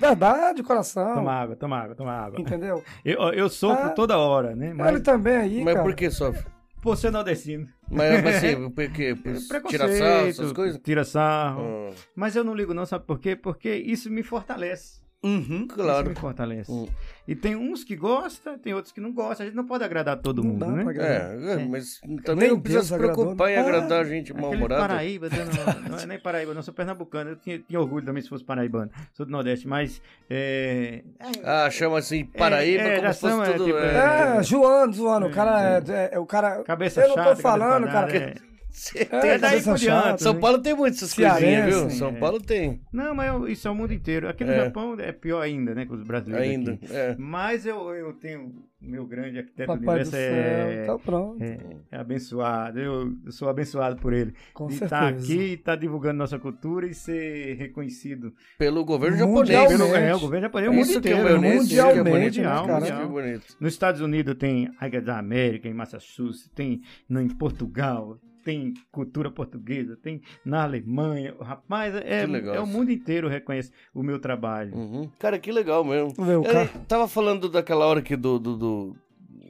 Speaker 1: Verdade, coração.
Speaker 3: Toma água, toma água, toma água.
Speaker 1: Entendeu?
Speaker 3: Eu, eu sofro
Speaker 1: Ah.
Speaker 3: toda hora, né?
Speaker 1: Então, Ele
Speaker 3: Mas
Speaker 1: também aí,
Speaker 2: Mas
Speaker 1: cara.
Speaker 2: por que sofre?
Speaker 3: por ser nordestino.
Speaker 2: Mas, mas assim, por quê? Por tirar sarro, essas coisas?
Speaker 3: Tira sarro.
Speaker 2: Hum,
Speaker 3: Mas eu não ligo não, sabe por quê? Porque isso me fortalece. Isso
Speaker 2: claro.
Speaker 3: me fortalece.
Speaker 2: Hum.
Speaker 3: E tem uns que gostam, tem outros que não gostam. A gente não pode agradar todo
Speaker 1: Não
Speaker 3: mundo,
Speaker 1: dá
Speaker 3: né?
Speaker 1: pra
Speaker 2: É, é,
Speaker 3: É.
Speaker 2: mas também não
Speaker 1: Nem
Speaker 2: precisa
Speaker 1: Deus
Speaker 2: se
Speaker 1: agradou,
Speaker 2: preocupar em
Speaker 1: né?
Speaker 2: agradar a gente
Speaker 3: Ah, Aquele
Speaker 2: mal-humorada.
Speaker 3: Paraíba, eu não, não é nem Paraíba, não, sou pernambucano. Eu tinha, tinha orgulho também se fosse paraibano, sou do Nordeste, mas. É,
Speaker 2: Ah, chama assim Paraíba
Speaker 3: É, é,
Speaker 2: como se fosse
Speaker 3: geração, é,
Speaker 2: tudo.
Speaker 3: tipo,
Speaker 2: é.
Speaker 1: É, zoando, zoando. O cara é, é- é o cara.
Speaker 3: cabeça
Speaker 1: eu não
Speaker 3: chata,
Speaker 1: tô falando,
Speaker 3: cabeça
Speaker 1: cara.
Speaker 3: parada, é.
Speaker 1: É,
Speaker 3: É daí
Speaker 1: cabeça
Speaker 3: por diante.
Speaker 1: chata.
Speaker 2: Ah, São Paulo tem muito essas coisinhas,
Speaker 1: Cearense,
Speaker 2: viu? São
Speaker 3: é.
Speaker 2: Paulo tem,
Speaker 3: Não, mas eu- isso é o mundo inteiro. Aqui no
Speaker 2: É.
Speaker 3: Japão é pior ainda, né? Com os brasileiros.
Speaker 2: ainda.
Speaker 3: aqui.
Speaker 2: É.
Speaker 3: Mas eu, eu tenho. Meu grande arquiteto
Speaker 1: Papai do
Speaker 3: do universo
Speaker 1: céu.
Speaker 3: é,
Speaker 1: Então pronto.
Speaker 3: é abençoado. Eu, eu sou abençoado por ele.
Speaker 1: Com
Speaker 3: de
Speaker 1: certeza.
Speaker 3: estar aqui e estar divulgando nossa cultura e ser reconhecido
Speaker 2: Pelo governo
Speaker 1: Mundialmente.
Speaker 2: japonês.
Speaker 3: Pelo, é, o governo japonês, o mundo
Speaker 2: Isso que é
Speaker 3: inteiro,
Speaker 2: bonito, isso que é bonito,
Speaker 1: mundialmente,
Speaker 2: isso que é
Speaker 1: né, cara?
Speaker 2: bonito.
Speaker 3: Nos Estados Unidos tem Águia da América, em Massachusetts, tem no, em Portugal, tem cultura portuguesa, tem na Alemanha. Rapaz, é,
Speaker 2: Que legal
Speaker 3: é o
Speaker 2: isso.
Speaker 3: mundo inteiro reconhece o meu trabalho.
Speaker 2: Uhum. Cara, que legal mesmo.
Speaker 1: Vê,
Speaker 2: Eu
Speaker 1: o cara-
Speaker 2: tava falando daquela hora que do, do, do,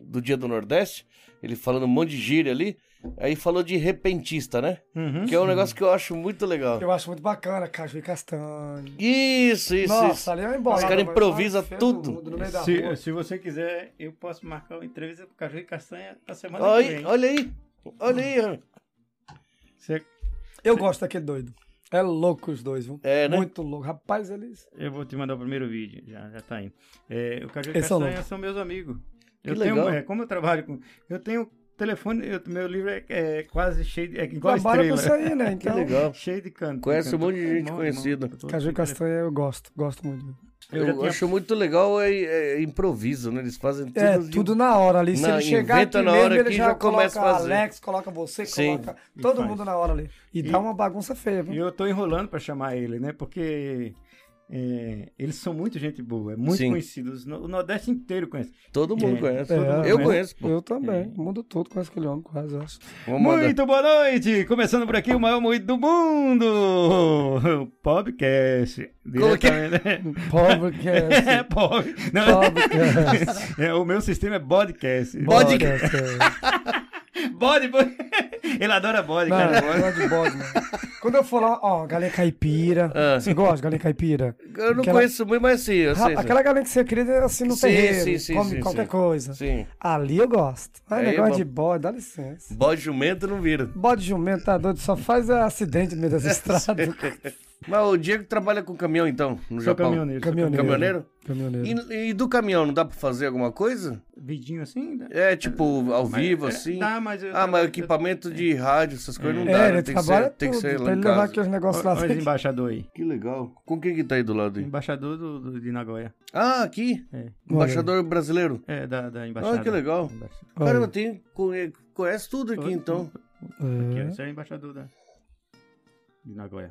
Speaker 2: do Dia do Nordeste, ele falando um monte de gíria ali, aí falou de repentista, né?
Speaker 3: Uhum.
Speaker 2: Que é um negócio que eu acho muito legal.
Speaker 1: Eu acho muito bacana, Caju e Castanho.
Speaker 2: Isso, isso,
Speaker 1: Nossa,
Speaker 2: isso.
Speaker 1: ali é uma embolada.
Speaker 2: Os caras
Speaker 1: mas
Speaker 2: improvisa
Speaker 1: mais feio
Speaker 2: tudo.
Speaker 1: do mundo, no meio da
Speaker 3: Se,
Speaker 1: rua.
Speaker 3: se você quiser, eu posso marcar uma entrevista com o Caju e Castanha na
Speaker 1: é
Speaker 3: semana que
Speaker 2: Olha, aí,
Speaker 3: vem.
Speaker 2: olha aí, olha aí. ó.
Speaker 3: Você-
Speaker 1: Eu gosto daquele doido. É louco os dois, viu?
Speaker 2: É, né?
Speaker 1: Muito louco. Rapaz, eles.
Speaker 3: eu vou te mandar o primeiro vídeo, já, já tá indo. É, o Caju e
Speaker 1: Eles são
Speaker 3: Castanha
Speaker 1: loucos.
Speaker 3: são meus amigos.
Speaker 2: Que
Speaker 3: eu tenho,
Speaker 2: legal.
Speaker 3: é, como eu trabalho com. Eu tenho telefone, eu- meu livro é, é quase cheio de. É igual
Speaker 1: Trabalha com
Speaker 3: estrela.
Speaker 1: isso aí,
Speaker 2: [LAUGHS]
Speaker 1: né? Então.
Speaker 2: legal.
Speaker 3: Cheio de canto.
Speaker 2: Conhece
Speaker 3: canto.
Speaker 2: um monte de gente
Speaker 3: Irmão,
Speaker 2: conhecida.
Speaker 3: irmão, todo
Speaker 1: Caju e
Speaker 3: mundo.
Speaker 1: Castanho eu gosto, gosto muito.
Speaker 3: né? Eu já
Speaker 2: Eu
Speaker 3: tinha-
Speaker 2: acho muito legal é, é improviso, né? Eles fazem tudo.
Speaker 1: É,
Speaker 2: de-
Speaker 1: tudo na hora ali. Se
Speaker 2: Não,
Speaker 1: ele chegar
Speaker 2: inventa
Speaker 1: aqui
Speaker 2: na
Speaker 1: mesmo,
Speaker 2: hora
Speaker 1: ele
Speaker 2: que
Speaker 1: já,
Speaker 2: já começa a
Speaker 1: coloca
Speaker 2: fazer.
Speaker 1: Alex, coloca você,
Speaker 2: Sim.
Speaker 1: coloca
Speaker 3: E
Speaker 1: todo
Speaker 3: faz.
Speaker 1: mundo na hora ali. E, dá uma bagunça feia,
Speaker 3: E
Speaker 1: viu?
Speaker 3: eu tô enrolando pra chamar ele, né? Porque é, eles são muito gente boa, é muito
Speaker 2: Sim.
Speaker 3: conhecidos. O Nordeste inteiro conhece.
Speaker 2: Todo mundo
Speaker 3: É,
Speaker 2: conhece.
Speaker 1: todo mundo
Speaker 2: eu
Speaker 1: conhece.
Speaker 2: conheço. pô.
Speaker 1: né?
Speaker 2: Hum.
Speaker 1: Eu também. O mundo todo conhece aquele homem, quase, eu acho.
Speaker 2: Vou mandar.
Speaker 3: Muito boa noite! Começando por aqui o maior moído do mundo! O [LAUGHS] podcast.
Speaker 2: Como que é?
Speaker 3: Diretamente- né? [LAUGHS]
Speaker 1: Pobre que é.
Speaker 3: É, pobre. Não,
Speaker 1: Pobre
Speaker 2: [LAUGHS]
Speaker 1: que
Speaker 3: [LAUGHS]
Speaker 1: é.
Speaker 3: é, o meu sistema é podcast.
Speaker 2: Bod-
Speaker 1: Bode que é.
Speaker 3: Bode, bode. [LAUGHS] Ele adora bode,
Speaker 1: Não,
Speaker 3: cara.
Speaker 1: eu gosto de bode, mano. Quando eu for lá, ó, galinha caipira.
Speaker 2: Ah.
Speaker 1: Você gosta de galinha caipira?
Speaker 2: Eu não
Speaker 1: Aquela-
Speaker 2: conheço muito, mas sim, eu sei.
Speaker 1: Ra- Aquela galinha que você cria assim no
Speaker 2: Sim,
Speaker 1: terreiro.
Speaker 2: sim, sim,
Speaker 1: come
Speaker 2: sim,
Speaker 1: qualquer
Speaker 2: sim.
Speaker 1: coisa.
Speaker 2: Sim.
Speaker 1: Ali eu gosto. Mas
Speaker 2: Aí é
Speaker 1: negócio
Speaker 2: bom.
Speaker 1: de bode, dá licença.
Speaker 2: Bode jumento não vira.
Speaker 1: Bode de jumento, tá doido? Só faz é, acidente no
Speaker 2: [LAUGHS]
Speaker 1: meio das estradas.
Speaker 2: Mas o Diego trabalha com caminhão, então, no
Speaker 3: Sou
Speaker 2: Japão.
Speaker 3: caminhoneiro. sou
Speaker 1: Caminhoneiro.
Speaker 2: Caminhoneiro?
Speaker 1: Caminhoneiro.
Speaker 2: E, e do caminhão, não dá pra fazer alguma coisa?
Speaker 3: Vidinho assim? né?
Speaker 2: É, tipo, ao vivo,
Speaker 3: é,
Speaker 2: assim?
Speaker 3: dá, mas eu
Speaker 2: Ah, mas
Speaker 3: trabalho- é.
Speaker 2: equipamento de rádio, essas coisas não dá.
Speaker 1: É,
Speaker 2: né?
Speaker 1: ele
Speaker 2: tem, que
Speaker 1: trabalha
Speaker 2: ser, tem que
Speaker 1: tudo.
Speaker 2: ser lá
Speaker 1: pra
Speaker 2: em
Speaker 1: ele levar
Speaker 2: casa.
Speaker 1: aqueles negócios lá.
Speaker 3: Olha os embaixadores aí.
Speaker 2: Que legal. Com quem que tá aí do lado aí?
Speaker 3: Embaixador do, do- de Nagoya.
Speaker 2: Ah, aqui.
Speaker 3: Hum. É.
Speaker 2: Embaixador brasileiro.
Speaker 3: É, da, da embaixada.
Speaker 2: Ah, que legal.
Speaker 3: Embaixa-
Speaker 1: Olha.
Speaker 2: Caramba, tem, conhe- conhece tudo aqui,
Speaker 3: Todo-
Speaker 2: então.
Speaker 3: Aqui, ó,
Speaker 1: É.
Speaker 3: esse é o embaixador da... de Nagoya.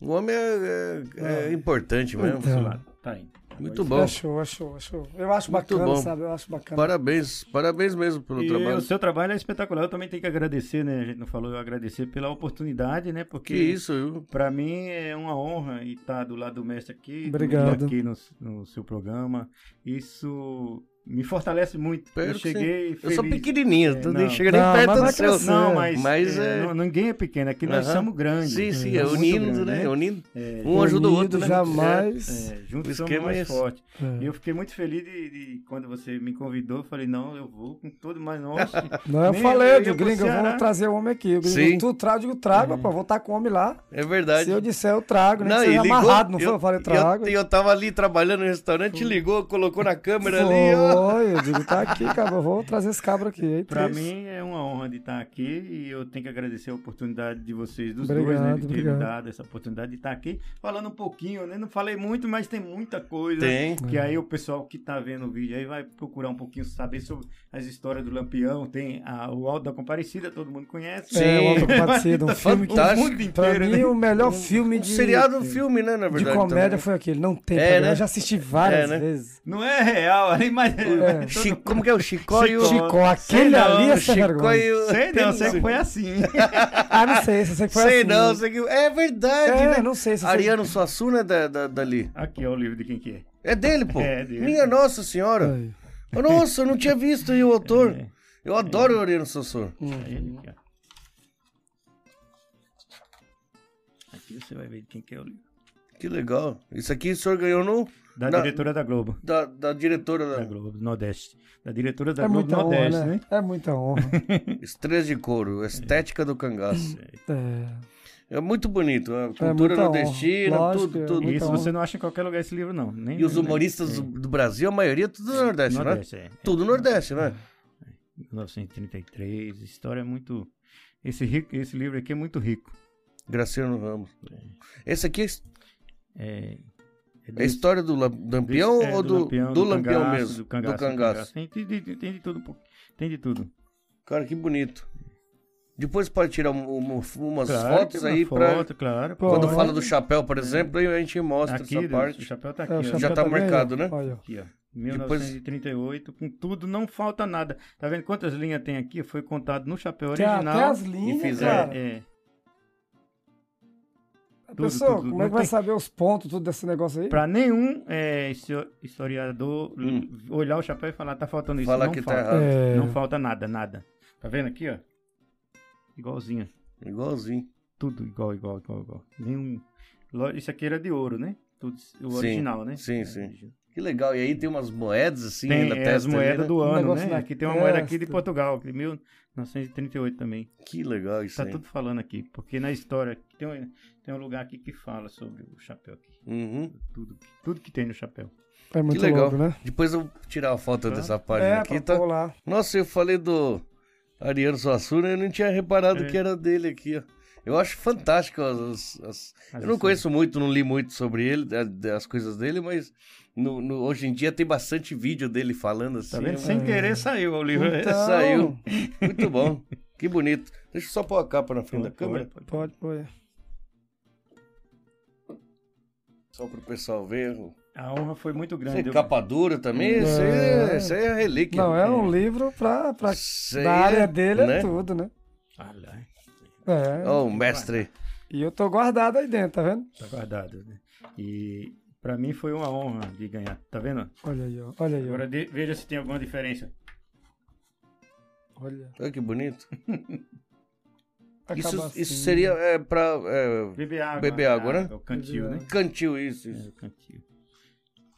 Speaker 2: O homem é, é- é importante mesmo.
Speaker 1: Então.
Speaker 3: Do lado. Tá indo.
Speaker 2: Muito bom.
Speaker 1: Achou, achou, achou. é Eu acho
Speaker 2: Muito
Speaker 1: bacana,
Speaker 2: bom.
Speaker 1: sabe? Eu acho bacana.
Speaker 2: Parabéns, parabéns mesmo pelo
Speaker 3: é E
Speaker 2: trabalho.
Speaker 3: o seu trabalho é espetacular. Eu também tenho que agradecer, né? A gente não falou, eu agradecer pela oportunidade, né?
Speaker 2: Que
Speaker 3: Porque
Speaker 2: isso, viu?
Speaker 3: pra mim é uma honra estar do lado do mestre aqui.
Speaker 1: Obrigado.
Speaker 3: do- Aqui no, no seu programa. Isso Me fortalece muito.
Speaker 2: Pelo
Speaker 3: eu
Speaker 2: que
Speaker 3: cheguei
Speaker 2: sim.
Speaker 3: feliz.
Speaker 2: Eu sou pequenininho,
Speaker 3: É,
Speaker 2: tu
Speaker 3: não.
Speaker 2: nem chega nem
Speaker 1: Não, mas
Speaker 2: perto
Speaker 1: não é
Speaker 2: do
Speaker 1: aquela-
Speaker 2: céu.
Speaker 1: Você-
Speaker 3: Não, mas,
Speaker 2: Mas
Speaker 3: é,
Speaker 2: é-
Speaker 3: não- ninguém é pequeno, aqui nós
Speaker 2: Aham.
Speaker 3: somos grandes.
Speaker 2: Sim, sim,
Speaker 3: Nós
Speaker 2: é
Speaker 3: somos
Speaker 2: unindo,
Speaker 3: grandes,
Speaker 2: né? Unindo.
Speaker 3: É,
Speaker 2: Um ajuda o outro, né?
Speaker 1: jamais.
Speaker 3: é, juntos
Speaker 2: O
Speaker 3: somos
Speaker 2: esquema
Speaker 3: mais
Speaker 2: é esse.
Speaker 3: fortes.
Speaker 1: É.
Speaker 3: E eu fiquei muito feliz de, de quando você me convidou. Eu falei, não, eu vou com todo mas
Speaker 1: [LAUGHS]
Speaker 3: nossa.
Speaker 1: Não, eu
Speaker 3: nem-
Speaker 1: falei,
Speaker 3: eu
Speaker 1: eu
Speaker 3: ia
Speaker 1: digo,
Speaker 3: pro
Speaker 1: gringo, eu
Speaker 3: Ceará.
Speaker 1: vou trazer o homem aqui. O gringo,
Speaker 2: Sim.
Speaker 1: tu traz, eu digo, trago, rapaz, vou estar com o homem lá.
Speaker 2: É verdade.
Speaker 1: Se eu disser, eu trago, nem
Speaker 2: Não,
Speaker 1: que
Speaker 2: e
Speaker 1: seja
Speaker 2: ligou-
Speaker 1: amarrado, não foi?
Speaker 2: eu-
Speaker 1: Eu falei, eu
Speaker 2: e
Speaker 1: trago.
Speaker 2: Eu, e eu tava ali trabalhando no restaurante, ligou, colocou na câmera ali, ó.
Speaker 1: Foi, eu digo, tá aqui, cabra, eu vou trazer esse cabra aqui. Aí,
Speaker 3: Pra
Speaker 1: trouxe.
Speaker 3: mim é uma honra de estar aqui e eu tenho que agradecer a oportunidade de vocês, dos dois, né?
Speaker 1: Obrigado,
Speaker 3: De ter
Speaker 1: obrigado.
Speaker 3: me dado essa oportunidade de estar aqui falando um pouquinho, né? Não falei muito, mas tem muita coisa.
Speaker 2: Tem.
Speaker 3: Que
Speaker 1: É.
Speaker 3: aí o pessoal que tá vendo o vídeo aí vai procurar um pouquinho saber sobre as histórias do Lampião. Tem a- o Alto da Comparecida, todo mundo conhece.
Speaker 1: É, o
Speaker 2: Sim.
Speaker 1: Auto da
Speaker 2: [LAUGHS]
Speaker 3: [LAUGHS]
Speaker 1: Compadecida, um filme que...
Speaker 2: Fantástico.
Speaker 3: O mundo
Speaker 1: Pra
Speaker 3: inteiro,
Speaker 1: mim,
Speaker 3: né?
Speaker 1: o melhor
Speaker 2: Um-
Speaker 1: filme de...
Speaker 2: Um seriado, um filme, né, na
Speaker 1: de
Speaker 2: verdade.
Speaker 1: comédia
Speaker 2: também.
Speaker 1: foi aquele. Não tem
Speaker 2: É,
Speaker 1: problema.
Speaker 2: né?
Speaker 1: Eu já assisti várias
Speaker 2: É, né?
Speaker 1: vezes.
Speaker 3: Não é real, ali, mas.
Speaker 1: É.
Speaker 3: todo-
Speaker 2: Chico, como que é o Chicó e o...
Speaker 3: Chicó.
Speaker 1: Chico,
Speaker 3: Sei
Speaker 1: aquele
Speaker 3: não,
Speaker 1: ali é
Speaker 2: o
Speaker 1: sem
Speaker 2: Chicó
Speaker 1: vergonha.
Speaker 2: e o...
Speaker 3: [LAUGHS] Sei não, sei que foi assim.
Speaker 1: Ah, não sei, você sei que foi
Speaker 2: Sei
Speaker 1: assim.
Speaker 2: não, sei que... É verdade,
Speaker 1: É,
Speaker 2: né?
Speaker 1: não sei. Você
Speaker 2: Ariano Suassuna é da, da- dali.
Speaker 3: Aqui é o livro de quem que é.
Speaker 2: É dele, pô.
Speaker 3: É dele.
Speaker 2: Minha nossa senhora.
Speaker 1: Sei.
Speaker 2: Nossa, eu não tinha visto aí o autor. Eu adoro o Ariano Suassuna.
Speaker 1: Uhum.
Speaker 3: É ele aqui, ó. Aqui você vai ver de quem que é o livro.
Speaker 2: Que legal. Isso aqui o senhor ganhou no...
Speaker 3: Da
Speaker 2: na-
Speaker 3: diretora da Globo.
Speaker 2: da, da diretora
Speaker 3: Da
Speaker 2: da
Speaker 3: Globo, do Nordeste. Da diretora da
Speaker 1: É
Speaker 3: Globo
Speaker 1: muita honra,
Speaker 3: Nordeste,
Speaker 1: né?
Speaker 3: né?
Speaker 1: É
Speaker 2: [LAUGHS]
Speaker 1: muita honra.
Speaker 2: Estresse de couro, estética do cangaço.
Speaker 1: É.
Speaker 2: É muito bonito, a cultura
Speaker 1: muita honra.
Speaker 2: nordestina,
Speaker 1: Lógico,
Speaker 2: tudo,
Speaker 1: é
Speaker 2: tudo.
Speaker 1: muito
Speaker 3: E isso
Speaker 1: honra.
Speaker 3: você não acha em qualquer lugar esse livro, não. Nem,
Speaker 2: E os
Speaker 3: nem-
Speaker 2: humoristas do, do Brasil, a maioria, é tudo do Nordeste,
Speaker 3: Nordeste,
Speaker 2: né?
Speaker 3: é.
Speaker 2: Tudo Nordeste, né?
Speaker 3: 1933, história é muito. Esse, rico- esse livro aqui é muito rico.
Speaker 2: Graciano Ramos. Esse aqui é
Speaker 3: É, é
Speaker 2: a história do Lam- Lampião
Speaker 3: é,
Speaker 2: ou do, do Lampião,
Speaker 3: cangaço,
Speaker 2: mesmo?
Speaker 3: Do cangaço.
Speaker 2: do cangaço.
Speaker 3: Tem, de- de- tem de tudo. um pouco. Tem de tudo.
Speaker 2: Cara, que bonito. Depois pode tirar um- um- umas
Speaker 3: Claro,
Speaker 2: fotos
Speaker 3: tem uma
Speaker 2: aí pra.
Speaker 3: foto, claro.
Speaker 1: Pô,
Speaker 2: Quando
Speaker 1: Pode.
Speaker 2: fala do chapéu, por exemplo, aí a gente mostra
Speaker 3: aqui,
Speaker 2: essa
Speaker 3: do- o
Speaker 2: parte.
Speaker 3: chapéu tá aqui.
Speaker 1: É, o
Speaker 3: ó.
Speaker 1: chapéu
Speaker 2: Já tá
Speaker 1: também,
Speaker 2: marcado,
Speaker 1: ó.
Speaker 2: né?
Speaker 1: Olha, ó.
Speaker 3: Aqui, ó.
Speaker 2: Depois-
Speaker 3: 1938, com tudo, não falta nada. Tá vendo quantas linhas tem aqui? Foi contado no chapéu
Speaker 1: Tem
Speaker 3: original.
Speaker 1: até as
Speaker 2: e
Speaker 1: linhas,
Speaker 2: fizeram.
Speaker 1: cara.
Speaker 3: É, é.
Speaker 1: A
Speaker 3: tudo,
Speaker 1: Pessoa,
Speaker 3: tudo.
Speaker 1: como é
Speaker 3: Não
Speaker 1: que vai
Speaker 3: tem-
Speaker 1: saber os pontos, tudo desse negócio aí?
Speaker 3: Pra nenhum é, histo- historiador l- olhar o chapéu e falar, tá faltando isso.
Speaker 2: Falar
Speaker 3: não
Speaker 2: Hum. que tá
Speaker 3: falta.
Speaker 2: errado.
Speaker 1: É.
Speaker 3: Não falta nada, nada. Tá vendo aqui, ó? Igualzinho.
Speaker 2: Igualzinho.
Speaker 3: Tudo igual, igual, igual, igual. Nenhum. Lo- Isso aqui era de ouro, né? Tudo, o
Speaker 2: Sim,
Speaker 3: original, né?
Speaker 2: sim,
Speaker 3: É,
Speaker 2: sim.
Speaker 3: original.
Speaker 2: Que legal. E aí tem umas moedas assim
Speaker 3: Tem
Speaker 2: na
Speaker 3: é,
Speaker 2: testa.
Speaker 3: as
Speaker 2: ali,
Speaker 3: moedas
Speaker 2: né?
Speaker 3: do
Speaker 1: Um
Speaker 3: ano,
Speaker 1: negócio
Speaker 3: né?
Speaker 1: na
Speaker 3: Aqui tem uma moeda aqui de
Speaker 1: testa.
Speaker 3: Portugal, de 1938 também.
Speaker 2: Que legal isso
Speaker 3: Tá
Speaker 2: aí.
Speaker 3: tudo falando aqui, porque na história tem um, tem um lugar aqui que fala sobre o chapéu aqui.
Speaker 2: Uhum.
Speaker 3: Tudo, que- tudo que tem no chapéu.
Speaker 1: É muito
Speaker 2: que legal.
Speaker 1: louco, né?
Speaker 2: Depois eu vou tirar a foto
Speaker 3: Tá.
Speaker 2: dessa página
Speaker 1: É,
Speaker 2: aqui.
Speaker 1: pra
Speaker 2: Tá...
Speaker 1: pôr lá.
Speaker 2: Nossa, eu falei do Ariano Suassuna eu não tinha reparado
Speaker 3: É.
Speaker 2: que era dele aqui, ó. Eu acho fantástico as- as- as-
Speaker 3: As
Speaker 2: Eu não
Speaker 3: histórias.
Speaker 2: conheço muito, não li muito sobre ele, da- das coisas dele, mas no- no- hoje em dia tem bastante vídeo dele falando assim.
Speaker 3: Tá vendo? Sem querer saiu o livro. É.
Speaker 1: Então,
Speaker 2: Saiu. Muito bom. Que bonito. Deixa eu só pôr a capa na frente da
Speaker 3: Pode,
Speaker 2: câmera,
Speaker 3: pode, pode.
Speaker 1: Pode, pode.
Speaker 2: só pro pessoal ver.
Speaker 3: A honra foi muito grande.
Speaker 2: Isso é
Speaker 3: eu-
Speaker 2: capa dura também, isso aí é, isso aí é relíquia.
Speaker 1: Não, é um livro pra, pra
Speaker 2: Isso aí
Speaker 1: da
Speaker 2: é,
Speaker 1: área dele
Speaker 2: né?
Speaker 1: é tudo, né?
Speaker 3: Ah, lá,
Speaker 1: É.
Speaker 2: Ó, o mestre.
Speaker 1: E eu tô guardado aí dentro, tá vendo?
Speaker 3: tá guardado. né? E pra mim foi uma honra de ganhar. Tá vendo?
Speaker 1: Olha aí, ó. Olha aí, ó.
Speaker 3: Agora de- veja se tem alguma diferença.
Speaker 1: Olha.
Speaker 2: Olha que bonito. Isso,
Speaker 1: Acaba assim.
Speaker 2: isso seria é, pra. é,
Speaker 3: Beber água.
Speaker 2: Beber água, né?
Speaker 3: O cantil, né?
Speaker 2: cantil, isso. isso.
Speaker 3: É, o cantil.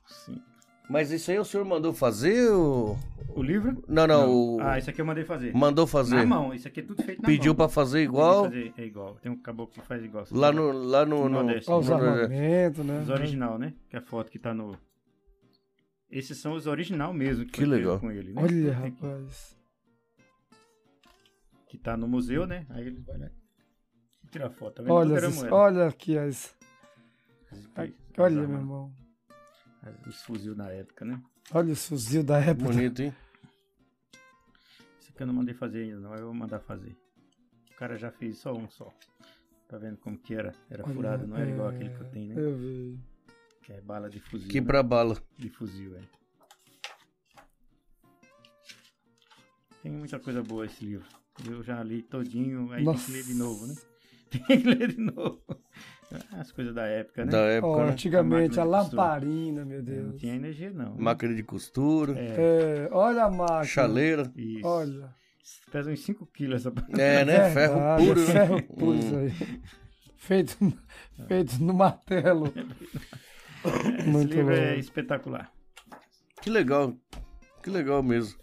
Speaker 3: Sim.
Speaker 2: Mas isso aí o senhor mandou fazer? Ou...
Speaker 3: O livro?
Speaker 2: Não, não. o-
Speaker 3: Ah, isso aqui eu mandei fazer.
Speaker 2: Mandou
Speaker 3: Na
Speaker 2: fazer.
Speaker 3: mão. Isso aqui é tudo feito na mão.
Speaker 2: Pediu pra fazer igual.
Speaker 3: Fazer é igual. Tem um caboclo que faz igual.
Speaker 2: Lá no. Lá no, no...
Speaker 3: Nordeste.
Speaker 1: Olha os
Speaker 2: no-
Speaker 1: armamentos, né?
Speaker 3: Os original, né? Que é a foto que tá no... Esses são os original mesmo. Que,
Speaker 2: Que
Speaker 3: foi feito
Speaker 2: legal.
Speaker 3: Com ele, né?
Speaker 1: Olha,
Speaker 3: Tem que-
Speaker 1: rapaz.
Speaker 3: Que tá no museu, né? Aí eles vão lá e tiram a foto. Tá vendo?
Speaker 1: Olha,
Speaker 3: Tudo era
Speaker 1: as-
Speaker 3: moeda.
Speaker 1: olha aqui as.
Speaker 3: As- as
Speaker 1: Olha, meu
Speaker 3: armas,
Speaker 1: irmão.
Speaker 3: as- é, Os fuzil na época, né?
Speaker 1: Olha os fuzil da época.
Speaker 2: Bonito, hein?
Speaker 3: Isso aqui eu não mandei fazer ainda, não. Eu vou mandar fazer. O cara já fez só um só. Tá vendo como que era? Era
Speaker 1: Olha,
Speaker 3: furado, não era igual
Speaker 1: é,
Speaker 3: aquele que eu tenho, né?
Speaker 1: [LAUGHS] Eu vi.
Speaker 3: Que é bala de fuzil. né?
Speaker 2: Quebra bala.
Speaker 3: de fuzil, é. Tem muita coisa boa esse livro. Eu já li todinho, aí tem que ler de novo, né? [LAUGHS] Tem que ler de novo. As coisas da época, né?
Speaker 2: Da época,
Speaker 1: Ó,
Speaker 2: né?
Speaker 1: antigamente, a
Speaker 3: A máquina de costura.
Speaker 1: lamparina, meu
Speaker 3: Não
Speaker 1: Deus.
Speaker 3: tinha energia, não.
Speaker 2: Máquina de costura,
Speaker 1: É, olha a máquina.
Speaker 2: chaleira.
Speaker 3: Isso.
Speaker 1: Olha.
Speaker 3: Pesa uns 5 quilos essa parada.
Speaker 2: É, né? Ferro
Speaker 1: Verdade,
Speaker 2: puro. né?
Speaker 1: Ferro
Speaker 3: [LAUGHS]
Speaker 1: puro isso
Speaker 2: Hum.
Speaker 1: aí. Feito, feito no martelo.
Speaker 3: Esse
Speaker 1: Muito
Speaker 3: livro é
Speaker 1: bom.
Speaker 3: espetacular.
Speaker 2: Que legal. Que legal mesmo.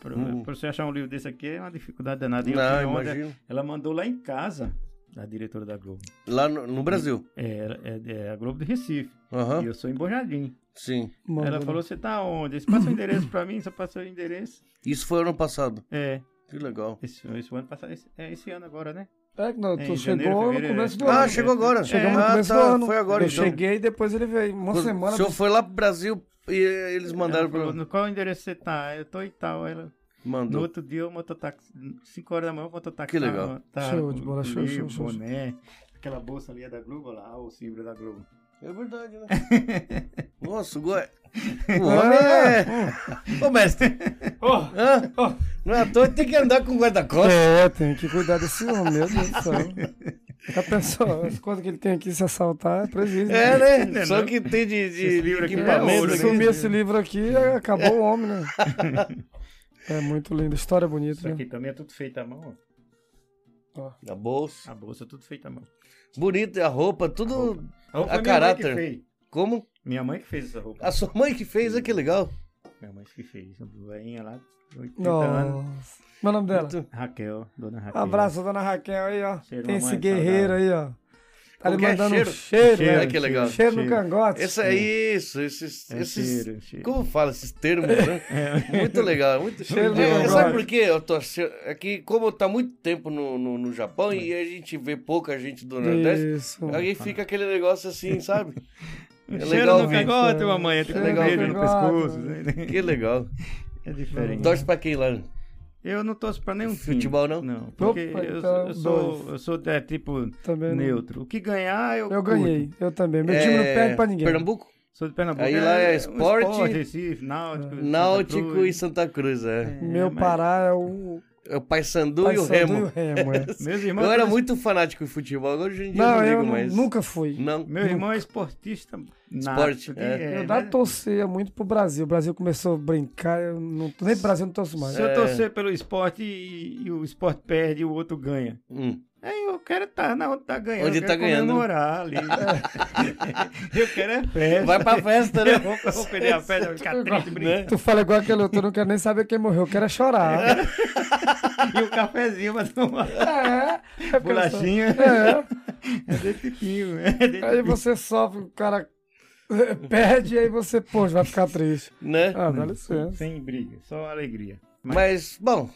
Speaker 3: Pra,
Speaker 2: Hum.
Speaker 3: pra você achar um livro desse aqui é uma dificuldade danada. E eu
Speaker 2: Não,
Speaker 1: é
Speaker 3: fui ontem,
Speaker 2: Ah, imagino.
Speaker 3: Ela mandou lá em casa, a diretora da Globo.
Speaker 2: Lá no, no Brasil.
Speaker 3: É, ela- é- é a Globo do Recife.
Speaker 2: Aham.
Speaker 3: E eu sou em Bojadinho.
Speaker 2: Sim.
Speaker 1: Mano,
Speaker 3: Ela falou, você tá onde? Você passa o endereço pra mim, só passou o endereço.
Speaker 2: Isso foi ano passado.
Speaker 3: É,
Speaker 2: Que legal.
Speaker 3: esse, esse ano passado, esse- é esse ano agora, né?
Speaker 1: É que não, tu
Speaker 3: É, em janeiro,
Speaker 1: chegou no
Speaker 3: fevereiro,
Speaker 1: começo do
Speaker 3: é.
Speaker 1: ano.
Speaker 2: Ah, chegou agora.
Speaker 1: Chegamos
Speaker 2: ah,
Speaker 1: no começo do um ano.
Speaker 2: Foi agora,
Speaker 1: Eu
Speaker 2: então.
Speaker 1: cheguei e depois ele veio. Uma
Speaker 2: Quando
Speaker 1: semana.
Speaker 2: O senhor foi lá pro Brasil e eles mandaram
Speaker 3: Ela falou,
Speaker 2: pra.
Speaker 3: "No qual endereço você tá? Eu tô em tal. Ela, No
Speaker 2: Mandou.
Speaker 3: outro dia, o mototáxi, 5 horas da manhã, o mototáxi.
Speaker 2: Que legal.
Speaker 3: Tá,
Speaker 1: Show de bola, show,
Speaker 3: livro,
Speaker 1: show, show, show.
Speaker 3: boné, aquela bolsa ali é da Globo, olha lá, o símbolo da Globo.
Speaker 2: É verdade, né? Nossa, o goi- O homem é. Ô,
Speaker 3: [LAUGHS]
Speaker 2: mestre.
Speaker 3: Oh!
Speaker 2: Hã? Não é à toa que tem que andar com guarda-costas.
Speaker 1: É, tem que cuidar desse homem, meu Deus do céu. A pessoa, as coisas que ele tem aqui se assaltar é prejuízo.
Speaker 2: É, né?
Speaker 3: É,
Speaker 2: Só
Speaker 3: não?
Speaker 2: que tem de, de
Speaker 3: Esse livro aqui é
Speaker 1: É,
Speaker 2: equipamento. né?
Speaker 3: ouro,
Speaker 1: se
Speaker 2: aqui.
Speaker 1: sumir esse livro aqui, acabou o homem, né? É muito lindo, história
Speaker 3: Isso
Speaker 1: bonita. né?
Speaker 3: aqui também é tudo feito à mão, ó.
Speaker 2: Na bolsa.
Speaker 3: A bolsa é tudo feito à mão.
Speaker 2: Bonito, a roupa, tudo.
Speaker 3: A roupa
Speaker 2: A
Speaker 3: foi
Speaker 2: caráter.
Speaker 3: Minha mãe, que fez.
Speaker 2: Como
Speaker 3: minha mãe que fez essa roupa.
Speaker 2: a sua mãe que fez, é que legal.
Speaker 3: Minha mãe que fez. Uma velhinha lá, 80 anos.
Speaker 1: Nossa. Meu nome é dela?
Speaker 2: Muito-
Speaker 3: Raquel, dona Raquel.
Speaker 1: Abraço, dona Raquel aí, ó.
Speaker 3: Cheiro,
Speaker 1: tem esse
Speaker 3: mamãe,
Speaker 1: guerreiro aí, ó. Tá
Speaker 2: Como
Speaker 1: lhe
Speaker 2: que é?
Speaker 1: mandando um
Speaker 2: Cheiro?
Speaker 1: cheiro,
Speaker 3: Cheiro,
Speaker 1: né?
Speaker 2: É que legal.
Speaker 1: Cheiro no
Speaker 3: Cheiro.
Speaker 1: cangote.
Speaker 2: Essa é isso, esses.
Speaker 3: É
Speaker 2: esses
Speaker 3: cheiro, cheiro.
Speaker 2: Como fala esses termos,
Speaker 1: [LAUGHS]
Speaker 2: né?
Speaker 1: É,
Speaker 2: Muito legal, muito
Speaker 1: Cheiro
Speaker 2: É,
Speaker 1: legal.
Speaker 2: Sabe por quê? Eu tô achando- É que, como tá muito tempo no, no, no Japão e a gente vê pouca gente do Nordeste,
Speaker 1: Isso.
Speaker 2: aí fica aquele negócio assim, sabe?
Speaker 3: É
Speaker 2: É
Speaker 3: legal
Speaker 2: legal É
Speaker 3: no
Speaker 2: ver.
Speaker 3: cangote, mamãe. Tem
Speaker 1: Cheiro
Speaker 2: no
Speaker 3: um beijo no
Speaker 1: cangote.
Speaker 3: pescoço. né?
Speaker 2: Que legal.
Speaker 3: É diferente.
Speaker 2: Torce pra quem lá?
Speaker 3: Eu não torço pra nenhum time.
Speaker 2: Futebol, não?
Speaker 3: Não, porque
Speaker 1: Opa,
Speaker 3: eu,
Speaker 1: então,
Speaker 3: eu sou,
Speaker 1: dois.
Speaker 3: eu sou é, tipo
Speaker 1: Também não-
Speaker 3: neutro. O que ganhar, eu
Speaker 1: Eu
Speaker 3: curto.
Speaker 1: ganhei, eu também. Meu time não
Speaker 2: É,
Speaker 1: perde pra ninguém.
Speaker 2: Pernambuco?
Speaker 3: Sou de Pernambuco.
Speaker 2: Aí lá é
Speaker 3: um
Speaker 2: esporte,
Speaker 3: Recife, Náutico. Santa
Speaker 2: Náutico e
Speaker 3: Cruz.
Speaker 2: Santa Cruz, é.
Speaker 1: Meu
Speaker 3: mas-
Speaker 1: Pará é o.
Speaker 2: É o Paysandu e o
Speaker 1: Paysandu e o
Speaker 2: Remo. [LAUGHS]
Speaker 1: Remo, é.
Speaker 3: Meus irmãos.
Speaker 2: Eu era muito fanático de futebol, agora hoje em dia eu
Speaker 1: Não,
Speaker 2: não
Speaker 1: eu
Speaker 2: digo
Speaker 1: nu-
Speaker 2: mais.
Speaker 1: nunca fui.
Speaker 2: Não.
Speaker 3: Meu irmão é esportista. nato,
Speaker 2: Esporte,
Speaker 3: de-
Speaker 2: é.
Speaker 1: eu
Speaker 3: é,
Speaker 1: da
Speaker 3: mas
Speaker 1: torcia muito pro Brasil. O Brasil começou a brincar. Eu não, nem pro Brasil eu não torço mais.
Speaker 2: É.
Speaker 3: Se eu torcer pelo esporte e, e o esporte perde e o outro ganha.
Speaker 2: Hum.
Speaker 3: Aí É, eu quero estar na onde tá ganhando.
Speaker 2: Onde
Speaker 3: eu
Speaker 2: tá
Speaker 3: quero
Speaker 2: ganhando.
Speaker 3: comemorar
Speaker 2: [LAUGHS]
Speaker 3: ali. eu quero é festa.
Speaker 2: Vai pra festa, né?
Speaker 1: [LAUGHS]
Speaker 3: Eu vou, eu vou perder a festa, eu vou ficar triste, brincar.
Speaker 1: [LAUGHS] Tu fala igual aquele outro, eu não quero nem saber quem morreu, eu quero é chorar.
Speaker 3: E o cafezinho pra tomar.
Speaker 1: [LAUGHS] É, é
Speaker 3: Bolachinha.
Speaker 1: É.
Speaker 3: É desse tipinho, é desse
Speaker 1: Aí você sofre, o cara [LAUGHS] eh, perde, e aí você, poxa, vai ficar triste.
Speaker 2: Né?
Speaker 1: Ah, dá
Speaker 3: Sem,
Speaker 1: licença.
Speaker 3: sem briga, só alegria.
Speaker 2: Mas, bom,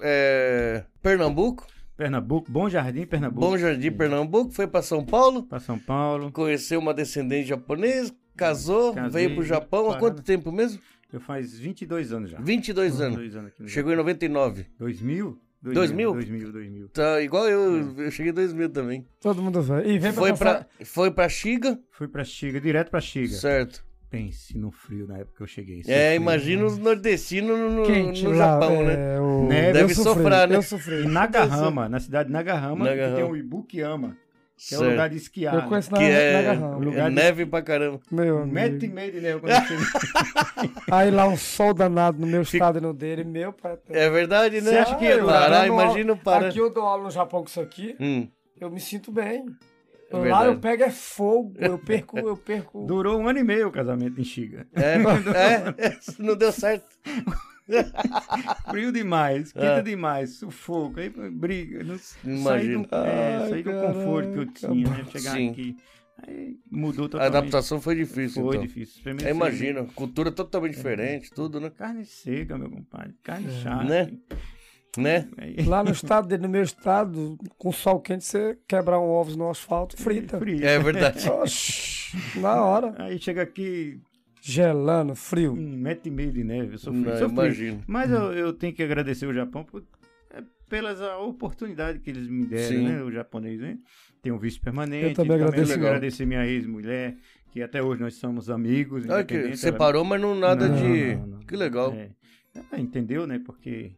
Speaker 2: é, Pernambuco,
Speaker 3: Pernambuco, Bom Jardim, Pernambuco.
Speaker 2: Bom Jardim, Pernambuco, foi pra São Paulo,
Speaker 3: Pra São Paulo.
Speaker 2: conheceu uma descendente japonesa, casou,
Speaker 3: Casei,
Speaker 2: veio pro Japão há
Speaker 3: parada.
Speaker 2: quanto tempo mesmo?
Speaker 3: Eu faz 22 anos já.
Speaker 2: 22 anos.
Speaker 3: 22 anos aqui no
Speaker 2: Chegou em 99.
Speaker 3: Japão. 2000?
Speaker 2: 2000?
Speaker 3: 2000, 2000.
Speaker 2: Tá, igual eu, eu cheguei em 2000 também.
Speaker 1: Todo mundo vai. E vem pra
Speaker 2: Foi
Speaker 1: passar-
Speaker 2: pra, foi pra Xiga,
Speaker 3: Fui pra Xiga, direto pra Xiga.
Speaker 2: certo.
Speaker 3: Pense no frio na época que eu cheguei.
Speaker 2: É,
Speaker 3: Sofri.
Speaker 2: imagina os nordestinos no, no-
Speaker 1: quente
Speaker 2: no
Speaker 1: lá,
Speaker 2: Japão,
Speaker 1: é,
Speaker 2: né?
Speaker 1: o-
Speaker 3: Neve.
Speaker 1: eu
Speaker 2: Deve
Speaker 1: sofri,
Speaker 2: sofrer, né?
Speaker 1: Eu sofri.
Speaker 3: Em Nagahama, na cidade de Nagahama,
Speaker 2: Nagahama.
Speaker 3: que tem o Ibukiyama, que é o
Speaker 2: Certo.
Speaker 3: lugar de esquiar.
Speaker 1: Eu conheço na,
Speaker 2: Que
Speaker 1: na
Speaker 2: é,
Speaker 1: garrafa.
Speaker 3: lugar
Speaker 2: é
Speaker 3: de-
Speaker 2: neve pra caramba.
Speaker 1: Meu
Speaker 3: Um
Speaker 1: amigo.
Speaker 3: metro e meio de neve
Speaker 2: [LAUGHS]
Speaker 3: quando eu cheguei.
Speaker 1: Aí lá um sol danado no meu
Speaker 2: Fica-
Speaker 1: estado e no dele, meu pai. Ah,
Speaker 2: É verdade, né?
Speaker 3: Você acha que ia
Speaker 1: eu
Speaker 2: durar?
Speaker 1: dando aula-
Speaker 2: imagina o Pará.
Speaker 1: Aqui eu dou aula no Japão com isso aqui,
Speaker 2: Hum,
Speaker 1: eu me sinto bem.
Speaker 2: É
Speaker 1: lá
Speaker 2: verdade.
Speaker 1: eu pego é fogo, eu perco, eu
Speaker 3: [LAUGHS]
Speaker 1: perco.
Speaker 3: Durou um ano e meio o casamento em Xiga.
Speaker 2: é, é, [LAUGHS] não deu certo.
Speaker 3: Frio demais, quente
Speaker 2: É.
Speaker 3: demais, sufoco, aí briga. Não, saí
Speaker 2: Imagino.
Speaker 3: do, é,
Speaker 1: Ai,
Speaker 3: saí do conforto que eu tinha, né? Chegar
Speaker 2: Sim.
Speaker 3: aqui. Aí mudou
Speaker 2: A
Speaker 3: totalmente.
Speaker 2: adaptação foi difícil, É.
Speaker 3: foi
Speaker 2: então.
Speaker 3: difícil.
Speaker 2: Eu
Speaker 3: Experimentei
Speaker 2: imagino, cultura totalmente diferente, tudo, né?
Speaker 3: Carne seca, meu compadre. Carne chata.
Speaker 2: Né? Né?
Speaker 3: Aí- [LAUGHS]
Speaker 1: Lá no estado dele, no meu estado, com sol quente, você quebrar um ovos no asfalto, frita.
Speaker 3: Frio.
Speaker 2: [LAUGHS] É verdade.
Speaker 1: Oxi, na hora.
Speaker 3: Aí chega aqui
Speaker 1: Gelando, frio.
Speaker 3: um metro e meio de neve. Eu sofri.
Speaker 2: Não, eu
Speaker 3: sofri.
Speaker 2: imagino. Hum.
Speaker 3: Mas eu, eu tenho que agradecer o Japão por, é, pelas a oportunidade que eles me deram,
Speaker 2: Sim.
Speaker 3: né? O japonês, né? Tem um vice permanente.
Speaker 1: Eu também agradeço.
Speaker 3: tenho que
Speaker 2: Legal.
Speaker 3: agradecer minha ex-mulher, que até hoje nós somos amigos.
Speaker 2: Olha Ah, que
Speaker 3: independente, ela- é,
Speaker 2: separou, mas não nada
Speaker 3: Não,
Speaker 2: de.
Speaker 3: não, não.
Speaker 2: Que legal.
Speaker 3: É. Ela entendeu, né? Porque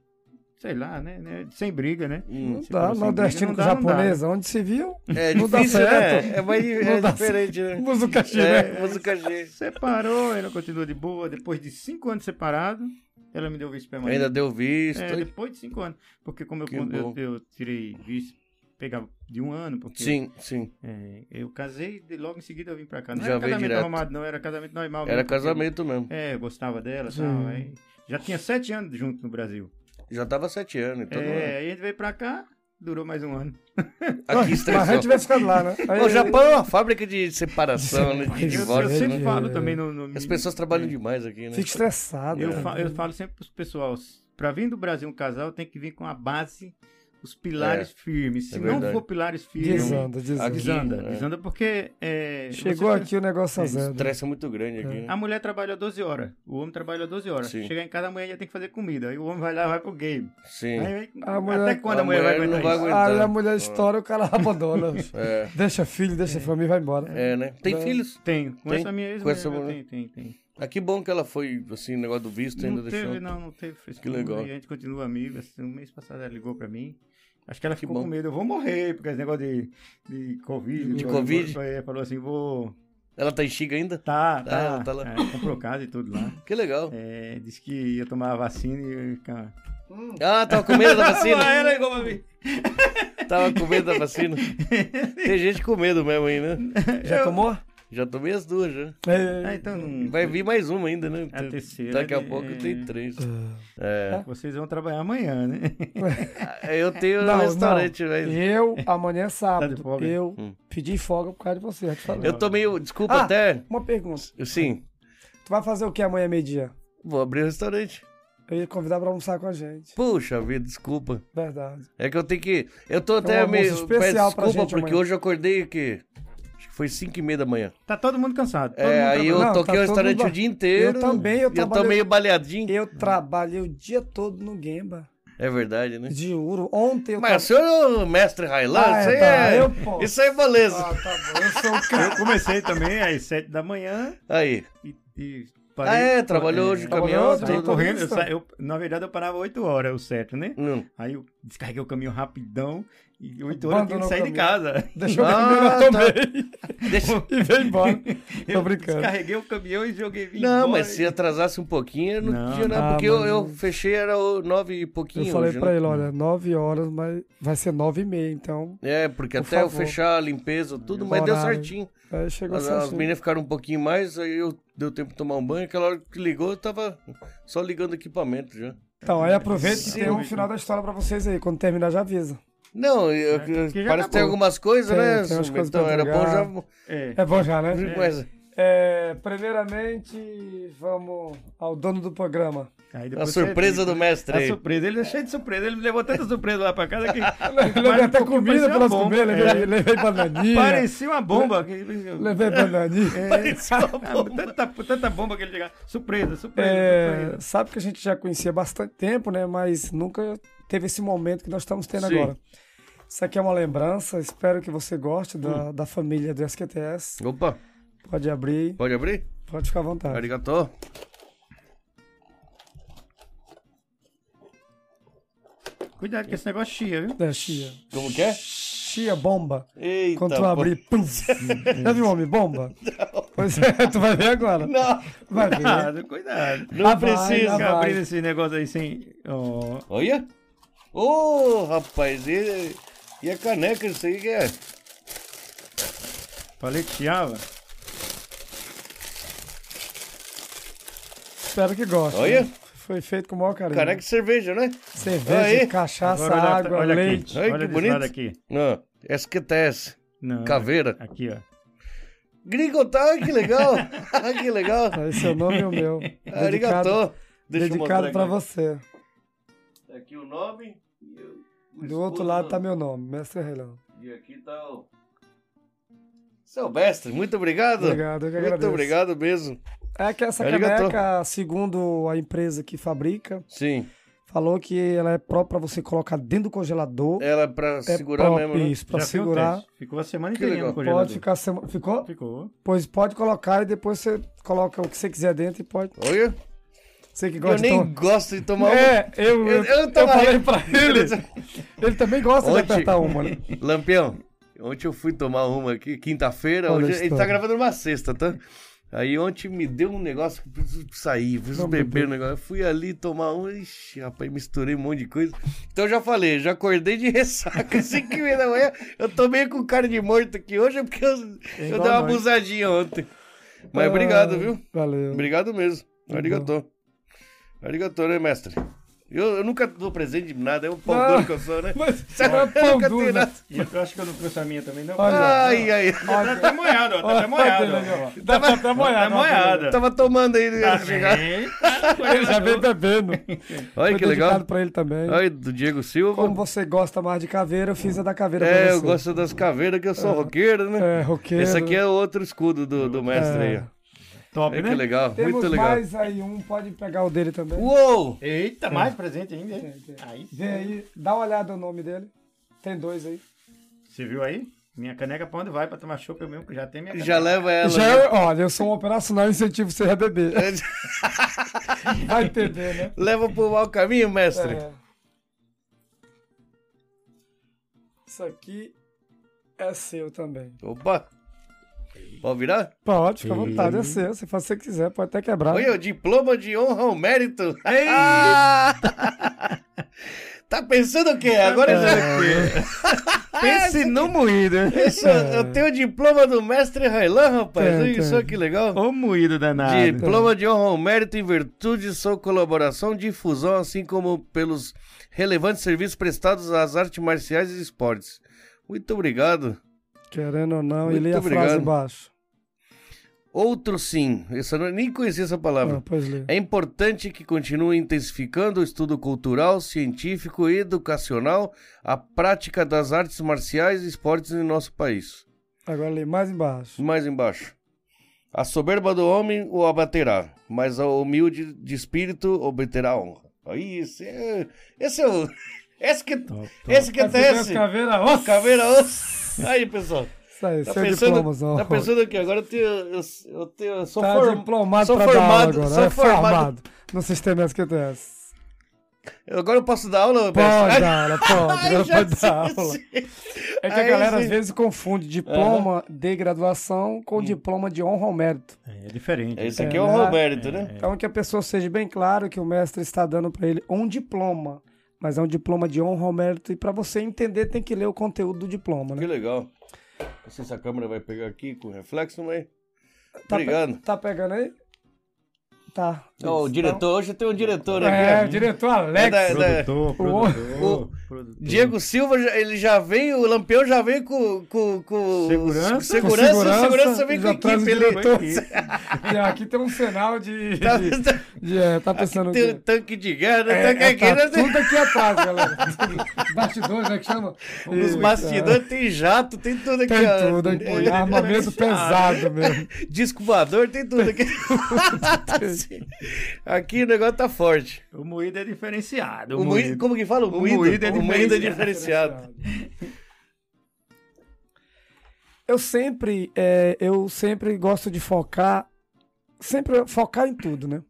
Speaker 3: sei lá, né? né, Sem briga, né?
Speaker 2: Hum.
Speaker 1: Não
Speaker 3: Se
Speaker 1: dá,
Speaker 3: for sem
Speaker 1: nordestino com
Speaker 3: briga, não dá, não dá.
Speaker 1: japonês, onde se viu,
Speaker 2: É
Speaker 1: não dá
Speaker 2: difícil,
Speaker 1: certo.
Speaker 2: né? É, mais,
Speaker 1: Não
Speaker 2: é
Speaker 1: dá
Speaker 2: diferente, né?
Speaker 1: Música chinesa.
Speaker 2: É, música G.
Speaker 3: Separou, ela continuou de boa. Depois de cinco anos separado, ela me deu visto permanente.
Speaker 2: Ainda deu visto.
Speaker 3: É, depois de cinco anos. Porque como eu,
Speaker 2: Que
Speaker 3: eu,
Speaker 2: bom.
Speaker 3: eu tirei visto, pegava de um ano, porque
Speaker 2: Sim, sim.
Speaker 3: é, eu casei e logo em seguida eu vim pra cá. Não
Speaker 2: Já
Speaker 3: era
Speaker 2: veio
Speaker 3: casamento
Speaker 2: direto.
Speaker 3: arrumado, não, era casamento normal.
Speaker 2: Era
Speaker 3: mesmo, porque-
Speaker 2: casamento mesmo.
Speaker 3: É, eu gostava dela e tal.
Speaker 1: Sim.
Speaker 3: Aí, já tinha sete anos junto no Brasil.
Speaker 2: Já tava sete anos. Então não
Speaker 3: É,
Speaker 2: é.
Speaker 3: aí a gente veio pra cá, durou mais um ano.
Speaker 2: Aqui
Speaker 1: Mas a
Speaker 2: estressou.
Speaker 1: gente vai ficando lá, né? Aí-
Speaker 2: O Japão é uma fábrica de separação, né? De
Speaker 1: Eu- eu
Speaker 3: Eu,
Speaker 2: divórcio.
Speaker 3: eu sempre
Speaker 2: né?
Speaker 3: falo também no, no-
Speaker 2: As pessoas trabalham é. demais aqui, né?
Speaker 1: Fica estressado. né?
Speaker 3: Eu,
Speaker 1: cara.
Speaker 3: fa- eu falo sempre pros pessoal, s- pra vir do Brasil um casal tem que vir com a base, os pilares firmes. Se
Speaker 2: é
Speaker 3: não
Speaker 2: verdade.
Speaker 3: for pilares firmes,
Speaker 1: Desanda, desanda.
Speaker 2: Aqui-
Speaker 3: desanda,
Speaker 2: né?
Speaker 3: desanda porque é,
Speaker 1: Chegou
Speaker 3: você-
Speaker 1: aqui o negócio
Speaker 3: É,
Speaker 2: O
Speaker 1: azeda.
Speaker 2: estresse é muito grande aqui,
Speaker 3: A
Speaker 2: né?
Speaker 3: mulher trabalha 12 horas, o homem trabalha 12 horas.
Speaker 2: Sim.
Speaker 3: Chegar em casa amanhã já tem que fazer comida. Aí o homem vai lá, vai pro game.
Speaker 2: Sim.
Speaker 3: Aí,
Speaker 1: A mulher-
Speaker 3: até quando a,
Speaker 2: a
Speaker 3: mulher vai
Speaker 2: mulher
Speaker 3: aguentar
Speaker 2: não vai
Speaker 3: isso?
Speaker 2: aguentar.
Speaker 1: Aí a mulher estoura, o cara abandona.
Speaker 2: [LAUGHS] É,
Speaker 1: deixa filho, deixa família e vai embora.
Speaker 2: é, né? Tem
Speaker 1: Não.
Speaker 2: filhos?
Speaker 3: Tenho, com
Speaker 2: Tem?
Speaker 3: essa minha
Speaker 2: Com essa
Speaker 3: ex-mulher,
Speaker 2: mulher?
Speaker 3: tem, tem, tem.
Speaker 2: Ah, que bom que ela foi, assim, o negócio do visto ainda
Speaker 3: Não teve,
Speaker 2: deixou.
Speaker 3: não, não teve
Speaker 2: Que
Speaker 3: frescura.
Speaker 2: legal.
Speaker 3: E a gente continua amigo. Assim, um mês passado ela ligou pra mim. Acho que ela ficou
Speaker 2: bom.
Speaker 3: com medo. Eu vou morrer, porque esse negócio de, de Covid.
Speaker 2: De
Speaker 3: eu-
Speaker 2: Covid?
Speaker 3: eu- é, falou assim, vou...
Speaker 2: Ela tá em Xiga ainda? Tá,
Speaker 3: Tá, tá.
Speaker 2: ela tá lá.
Speaker 3: É, comprou casa e tudo lá.
Speaker 2: Que legal.
Speaker 3: É, disse que ia tomar a vacina e eu ia ficar...
Speaker 2: Ah, tava com medo
Speaker 3: [LAUGHS]
Speaker 2: da vacina?
Speaker 3: Ah, ela ligou pra mim.
Speaker 2: Tava com medo da vacina. Tem gente com medo mesmo aí, né?
Speaker 1: Já tomou?
Speaker 2: Já tomei as duas, já.
Speaker 3: Ah,
Speaker 1: É,
Speaker 3: então não...
Speaker 2: Vai vir mais uma ainda, né?
Speaker 3: A terceira
Speaker 2: Daqui a
Speaker 3: de-
Speaker 2: pouco tem três.
Speaker 3: Vocês vão trabalhar amanhã, né? [LAUGHS]
Speaker 2: Ah, Eu tenho no restaurante, velho. Hum.
Speaker 1: Eu, amanhã é
Speaker 3: Tá de
Speaker 1: sábado,
Speaker 3: folga?
Speaker 1: eu pedi folga por causa de você, já te falei.
Speaker 2: Eu tomei. o- Desculpa
Speaker 1: Ah.
Speaker 2: até.
Speaker 1: Uma pergunta.
Speaker 2: Sim,
Speaker 1: Tu vai fazer o que amanhã meio-dia?
Speaker 2: vou abrir o restaurante.
Speaker 1: Eu ia convidar pra almoçar com a gente.
Speaker 2: Puxa vida, desculpa.
Speaker 1: Verdade.
Speaker 2: É que eu tenho que. Eu tô até
Speaker 1: almoço
Speaker 2: meio. Peço
Speaker 1: especial pra
Speaker 2: desculpa,
Speaker 1: gente
Speaker 2: porque
Speaker 1: amanhã.
Speaker 2: hoje eu acordei que. Acho que foi 5 e meia da manhã.
Speaker 3: Tá todo mundo cansado. todo
Speaker 2: é,
Speaker 3: mundo
Speaker 2: aí eu
Speaker 1: Não, tá
Speaker 2: toquei o
Speaker 1: todo
Speaker 2: restaurante
Speaker 1: mundo-
Speaker 2: o dia inteiro.
Speaker 1: Eu também, eu
Speaker 2: e eu tô
Speaker 1: trabalhei-
Speaker 2: meio baleadinho.
Speaker 1: Eu trabalhei o dia todo no Gemba.
Speaker 2: É verdade, né?
Speaker 1: De ouro. Ontem eu
Speaker 2: Mas o senhor é o mestre Railan?
Speaker 1: Ah, é,
Speaker 2: isso aí
Speaker 1: tá,
Speaker 2: é.
Speaker 1: eu posso.
Speaker 2: Isso aí é beleza.
Speaker 1: Ah, tá bom. Eu sou o cara.
Speaker 3: Eu comecei também às 7 da manhã
Speaker 2: Aí.
Speaker 3: e. e
Speaker 2: Ah, é, trabalhou hoje o caminhão.
Speaker 3: Saí
Speaker 1: trabalhou, trabalhou.
Speaker 2: tudo.
Speaker 3: correndo, eu sa- eu- na verdade eu parava 8 horas, o certo, né?
Speaker 1: [LAUGHS]
Speaker 2: Hum.
Speaker 3: Aí eu descarreguei o caminhão rapidão e 8 horas eu tinha que
Speaker 1: Abandonou o
Speaker 3: sair de
Speaker 1: caminhão.
Speaker 3: casa. [LAUGHS]
Speaker 1: Deixou
Speaker 2: Ah,
Speaker 1: o caminhão também [LAUGHS]
Speaker 2: Deixa...
Speaker 1: tá. e veio embora. Tô
Speaker 3: Eu
Speaker 1: brincando.
Speaker 3: Descarreguei o caminhão e joguei vim
Speaker 2: Não,
Speaker 3: embora.
Speaker 2: mas se atrasasse um pouquinho, eu não,
Speaker 3: Não,
Speaker 2: tinha nada.
Speaker 1: não,
Speaker 2: porque eu,
Speaker 1: mano.
Speaker 2: eu fechei, era o nove e pouquinho.
Speaker 1: Eu falei
Speaker 2: hoje,
Speaker 1: pra
Speaker 2: né?
Speaker 1: ele, olha, 9 horas, mas vai ser 9 e meia, então.
Speaker 2: É, porque
Speaker 1: Por
Speaker 2: até eu
Speaker 1: favor.
Speaker 2: fechar a limpeza, tudo, mas deu
Speaker 1: Horário.
Speaker 2: certinho.
Speaker 1: Aí chegou
Speaker 2: As, as
Speaker 1: certinho.
Speaker 2: meninas ficaram um pouquinho mais, aí eu deu tempo de tomar um banho. Aquela hora que ligou, eu tava só ligando o equipamento já.
Speaker 1: Então, aí aproveita que tem um
Speaker 3: É, Sim.
Speaker 1: final da história pra vocês aí. Quando terminar, já avisa.
Speaker 2: Não, eu- eu-
Speaker 3: que É, já
Speaker 2: parece que tem
Speaker 3: acabou.
Speaker 2: algumas coisas,
Speaker 1: Tem-
Speaker 2: né?
Speaker 1: tem umas
Speaker 2: Sum?
Speaker 1: coisas
Speaker 2: então
Speaker 1: pra
Speaker 2: era bom já.
Speaker 1: entregar.
Speaker 3: É.
Speaker 1: É bom já, né?
Speaker 2: Mas,
Speaker 1: É, primeiramente, vamos ao dono do programa.
Speaker 3: Aí
Speaker 2: a
Speaker 3: depois você
Speaker 2: surpresa
Speaker 3: diz.
Speaker 2: do mestre
Speaker 3: A
Speaker 2: aí.
Speaker 3: surpresa, ele é cheio de surpresa, ele me levou tanta surpresa lá pra casa
Speaker 1: [LAUGHS]
Speaker 3: que.
Speaker 1: Levei
Speaker 3: um
Speaker 1: até comida
Speaker 3: é
Speaker 1: pra nós comer, levei,
Speaker 3: comer,
Speaker 1: levei bananinha.
Speaker 3: Parecia uma bomba. que-
Speaker 1: [LAUGHS] Levei bananinha.
Speaker 3: É.
Speaker 1: É,
Speaker 3: um Ah, tanta, tanta bomba que ele chegava. Surpresa, surpresa,
Speaker 1: É,
Speaker 3: surpresa.
Speaker 1: sabe que a gente já conhecia há bastante tempo, né? Mas nunca teve esse momento que nós estamos tendo
Speaker 2: Sim.
Speaker 1: agora. Isso aqui é uma lembrança, espero que você goste
Speaker 3: Hum.
Speaker 1: da, da família do SQTS.
Speaker 2: Opa,
Speaker 1: Pode abrir,
Speaker 2: pode abrir?
Speaker 1: pode ficar à vontade.
Speaker 2: Arigatô.
Speaker 3: Cuidado com esse negócio chia, viu?
Speaker 1: É, chia.
Speaker 2: Como que é?
Speaker 1: Chia bomba.
Speaker 2: Eita,
Speaker 1: Quando tu
Speaker 2: pô.
Speaker 1: abrir, pum. Já viu um homem bomba? Pois é, [LAUGHS] tu vai ver agora.
Speaker 2: Não,
Speaker 1: Vai ver. né? Ah,
Speaker 3: Cuidado, cuidado.
Speaker 2: não
Speaker 1: vai,
Speaker 2: precisa.
Speaker 1: já
Speaker 3: Fica
Speaker 1: vai.
Speaker 3: abrindo esse negócio aí sem. ó,
Speaker 2: Olha! Ô, rapaz, e, e a caneca, isso aí que é.
Speaker 3: falei que chiava.
Speaker 1: Espero que goste. né?
Speaker 2: Olha.
Speaker 1: Foi feito com o maior carinho.
Speaker 2: Caneca de cerveja, né?
Speaker 1: Cerveja,
Speaker 2: Aí.
Speaker 1: cachaça,
Speaker 3: Agora olha-
Speaker 1: água,
Speaker 3: olha aqui.
Speaker 1: leite.
Speaker 2: Olha que
Speaker 3: desse
Speaker 2: bonito.
Speaker 3: lado aqui.
Speaker 2: Não, SQTS,
Speaker 3: Não,
Speaker 2: caveira.
Speaker 3: Aqui, ó.
Speaker 2: Grigotal, tá? que legal! [LAUGHS] Ah, que legal!
Speaker 1: Aí seu nome e é o meu.
Speaker 2: Arigatô. Deixa eu
Speaker 1: dedicado
Speaker 2: mostrar
Speaker 1: pra
Speaker 2: aqui.
Speaker 1: você.
Speaker 2: Tá Aqui o nome. e o- o
Speaker 1: Do outro
Speaker 2: escudo,
Speaker 1: lado tá
Speaker 2: né?
Speaker 1: meu nome, Mestre Relão.
Speaker 2: E aqui tá o. Seu mestre, muito obrigado.
Speaker 1: Obrigado, eu que
Speaker 2: Muito
Speaker 1: agradeço.
Speaker 2: obrigado mesmo.
Speaker 1: É que essa
Speaker 2: Arigatô.
Speaker 1: caneca, segundo a empresa que fabrica,
Speaker 2: Sim,
Speaker 1: falou que ela é própria pra você colocar dentro do congelador.
Speaker 2: ela é pra
Speaker 1: É
Speaker 2: segurar
Speaker 1: própria,
Speaker 2: mesmo, né?
Speaker 1: Isso, pra
Speaker 3: Já fez um
Speaker 1: segurar.
Speaker 3: teste. Ficou a semana
Speaker 2: Que
Speaker 3: inteira
Speaker 2: legal.
Speaker 3: no congelador.
Speaker 1: Pode ficar sema- Ficou?
Speaker 3: Ficou.
Speaker 1: Pois pode colocar e depois você coloca o que você quiser dentro e pode.
Speaker 2: Olha,
Speaker 1: Você que
Speaker 2: Eu
Speaker 1: gosta de
Speaker 2: nem
Speaker 1: tomar-
Speaker 2: gosto de tomar uma.
Speaker 1: É, eu,
Speaker 2: Eu-
Speaker 1: eu,
Speaker 2: eu
Speaker 1: eu
Speaker 2: tava- [LAUGHS]
Speaker 1: falei pra ele. Ele também gosta
Speaker 2: Ontem-
Speaker 1: de apertar uma, né?
Speaker 2: Lampião, ontem eu fui tomar uma aqui, quinta-feira.
Speaker 1: Olha
Speaker 2: Hoje
Speaker 1: a
Speaker 2: a gente tá
Speaker 1: história.
Speaker 2: gravando numa sexta, tá? Aí ontem me deu um negócio que eu preciso sair, preciso
Speaker 1: Não,
Speaker 2: beber
Speaker 1: bebeu.
Speaker 2: um negócio. Eu fui ali tomar um. Ixi, rapaz, misturei um monte de coisa. Então eu já falei, já acordei de [LAUGHS] ressaca. 5 e meia da manhã, eu tô meio com cara de morto aqui hoje, porque eu, eu
Speaker 1: É
Speaker 2: dei uma
Speaker 1: igual nós.
Speaker 2: abusadinha ontem. Mas obrigado,
Speaker 1: Ah, Tá
Speaker 2: viu?
Speaker 1: Valeu.
Speaker 2: Obrigado mesmo. Arigatô. Arigatô, né, mestre? Eu, eu nunca dou presente de nada, é um pau
Speaker 1: Não.
Speaker 2: duro que eu sou, né? [LAUGHS]
Speaker 1: Mas
Speaker 2: Sabe,
Speaker 1: é
Speaker 2: eu
Speaker 1: pão
Speaker 2: nunca
Speaker 1: duro.
Speaker 2: tenho nada.
Speaker 3: E eu acho que eu não trouxe a minha também, não.
Speaker 1: Olha.
Speaker 2: Ai, ai, ai.
Speaker 3: Tá até molhado, ó. Tá até molhado. ó.
Speaker 1: Dá até
Speaker 3: Tá
Speaker 1: molhado.
Speaker 3: molhada.
Speaker 2: Eu tava tomando aí.
Speaker 3: Tá
Speaker 2: antes de chegar.
Speaker 3: bem.
Speaker 1: Ele já vem bebendo.
Speaker 2: Olha
Speaker 1: Foi
Speaker 2: que legal.
Speaker 1: dedicado pra ele também.
Speaker 2: Olha do Diego Silva.
Speaker 1: Como você gosta mais de caveira, eu fiz a da caveira pra
Speaker 2: É,
Speaker 1: você.
Speaker 2: eu gosto das caveiras que eu sou roqueiro, né?
Speaker 1: É, roqueiro. É.
Speaker 2: Esse aqui é outro escudo do, do mestre aí. ó.
Speaker 3: Top,
Speaker 2: Olha
Speaker 3: né?
Speaker 2: que legal,
Speaker 1: Temos
Speaker 2: muito legal.
Speaker 1: mais aí um, pode pegar o dele também.
Speaker 2: Uou!
Speaker 3: Eita, mais presente ainda. hein? Aí. É. sim.
Speaker 1: Vem aí, dá uma olhada no nome dele. Tem dois aí.
Speaker 3: Você viu aí? Minha caneca pra onde vai pra tomar chopp? Eu mesmo que já tenho minha caneca.
Speaker 2: Já leva ela.
Speaker 1: Já,
Speaker 2: né?
Speaker 1: é- olha, eu sou um operacional incentivo você
Speaker 2: [LAUGHS]
Speaker 1: a beber. Vai entender, né?
Speaker 2: leva pro mau caminho, mestre.
Speaker 1: É. Isso aqui é seu também.
Speaker 2: Opa! Pode virar?
Speaker 1: Pode, fica à vontade,
Speaker 2: Uhum.
Speaker 1: é seu. Se você quiser, pode até quebrar.
Speaker 2: Olha, o diploma de honra ao mérito. Ah! [LAUGHS] tá pensando o quê?
Speaker 1: É.
Speaker 2: Agora eu já.
Speaker 3: [LAUGHS] Pense no moído.
Speaker 2: Isso,
Speaker 1: É.
Speaker 2: eu tenho o diploma do mestre Railan, rapaz.
Speaker 1: Tem,
Speaker 2: Olha isso
Speaker 1: tem.
Speaker 2: que legal.
Speaker 3: Ô moído danado.
Speaker 2: Diploma de honra ao mérito em virtude de sua colaboração e difusão, assim como pelos relevantes serviços prestados às artes marciais e esportes. Muito obrigado.
Speaker 1: Querendo ou não,
Speaker 2: Muito
Speaker 1: e lê a
Speaker 2: obrigado.
Speaker 1: frase embaixo.
Speaker 2: Outro sim. Essa eu não- é, nem conhecia essa palavra.
Speaker 1: Ah, pois lê.
Speaker 2: É importante que continue intensificando o estudo cultural, científico e educacional, a prática das artes marciais e esportes em nosso país.
Speaker 1: Agora lê mais embaixo.
Speaker 2: Mais embaixo. A soberba do homem o abaterá, mas o humilde de espírito obterá honra. Aí, esse é. Esse é o. [LAUGHS] Esse que, esse
Speaker 1: Tá
Speaker 2: que desce.
Speaker 1: Caveira, ó,
Speaker 2: Caveira osso. Aí,
Speaker 1: [LAUGHS]
Speaker 2: pessoal.
Speaker 1: Isso aí,
Speaker 2: Tá
Speaker 1: seu
Speaker 2: pensando,
Speaker 1: diplomazão.
Speaker 2: tá pensando que agora eu tenho. Eu, eu tenho eu sou
Speaker 1: Tá
Speaker 2: form-
Speaker 1: diplomado
Speaker 2: sou
Speaker 1: pra dar aula
Speaker 2: formado,
Speaker 1: agora.
Speaker 2: sou
Speaker 1: é
Speaker 2: formado.
Speaker 1: formado no sistema SQTS.
Speaker 2: Agora eu posso dar aula?
Speaker 1: Pode
Speaker 2: mestre?
Speaker 1: dar aula, pode.
Speaker 2: [LAUGHS] Ai,
Speaker 1: agora
Speaker 2: já
Speaker 1: pode
Speaker 2: sei,
Speaker 1: dar aula.
Speaker 2: sei.
Speaker 1: É que a
Speaker 2: Aí
Speaker 1: galera
Speaker 2: sim.
Speaker 1: às vezes confunde diploma de graduação
Speaker 2: Hum.
Speaker 1: com diploma de honra ao mérito.
Speaker 3: É diferente.
Speaker 2: Esse aqui é o
Speaker 1: né?
Speaker 2: Roberto, né?
Speaker 1: Então que a pessoa seja bem claro que o mestre está dando para ele um diploma, mas é um diploma de honra ao mérito e para você entender tem que ler o conteúdo do diploma,
Speaker 2: Que
Speaker 1: né?
Speaker 2: legal. Não sei se a câmera vai pegar aqui com reflexo, mas.
Speaker 1: Tá pe-
Speaker 2: Obrigado.
Speaker 1: Tá pegando aí? Tá.
Speaker 2: Ó, o
Speaker 1: Então-
Speaker 2: diretor, hoje tem um diretor
Speaker 1: É, o
Speaker 2: aqui.
Speaker 1: diretor Alex.
Speaker 2: É da-
Speaker 3: Produtor, produtor, produtor.
Speaker 2: Diego Silva, já- ele já veio, o Lampião já veio com, com, com
Speaker 3: Segurança.
Speaker 2: [LAUGHS]
Speaker 1: Com
Speaker 2: segurança, segurança, segurança vem com
Speaker 1: já traz
Speaker 2: equipe.
Speaker 1: o
Speaker 2: Ele
Speaker 1: diretor. E aqui tem um sinal
Speaker 2: [LAUGHS]
Speaker 1: de.
Speaker 2: tá,
Speaker 1: de-
Speaker 2: tá-
Speaker 1: de- é, tá pensando.
Speaker 2: tem
Speaker 1: que-
Speaker 2: um tanque de guerra, né?
Speaker 1: É,
Speaker 2: tanque
Speaker 1: é,
Speaker 2: aqui,
Speaker 1: tá
Speaker 2: né?
Speaker 1: tudo aqui atrás, galera. Bastidores, né, que chama?
Speaker 2: Os
Speaker 1: Isso,
Speaker 2: bastidores tem jato, tem tudo
Speaker 1: é.
Speaker 2: aqui,
Speaker 1: Tem
Speaker 2: ó. é
Speaker 1: tudo aqui. Armamento pesado mesmo.
Speaker 2: [LAUGHS] Disco voador, tem tudo
Speaker 1: [LAUGHS]
Speaker 2: aqui. aqui o negócio tá forte.
Speaker 3: O moído é diferenciado.
Speaker 2: O moído, como que fala? O moído,
Speaker 3: moído é
Speaker 2: o moído é
Speaker 3: diferenciado.
Speaker 2: diferenciado.
Speaker 1: Eu sempre, é, eu sempre gosto de focar, sempre focar em tudo, né?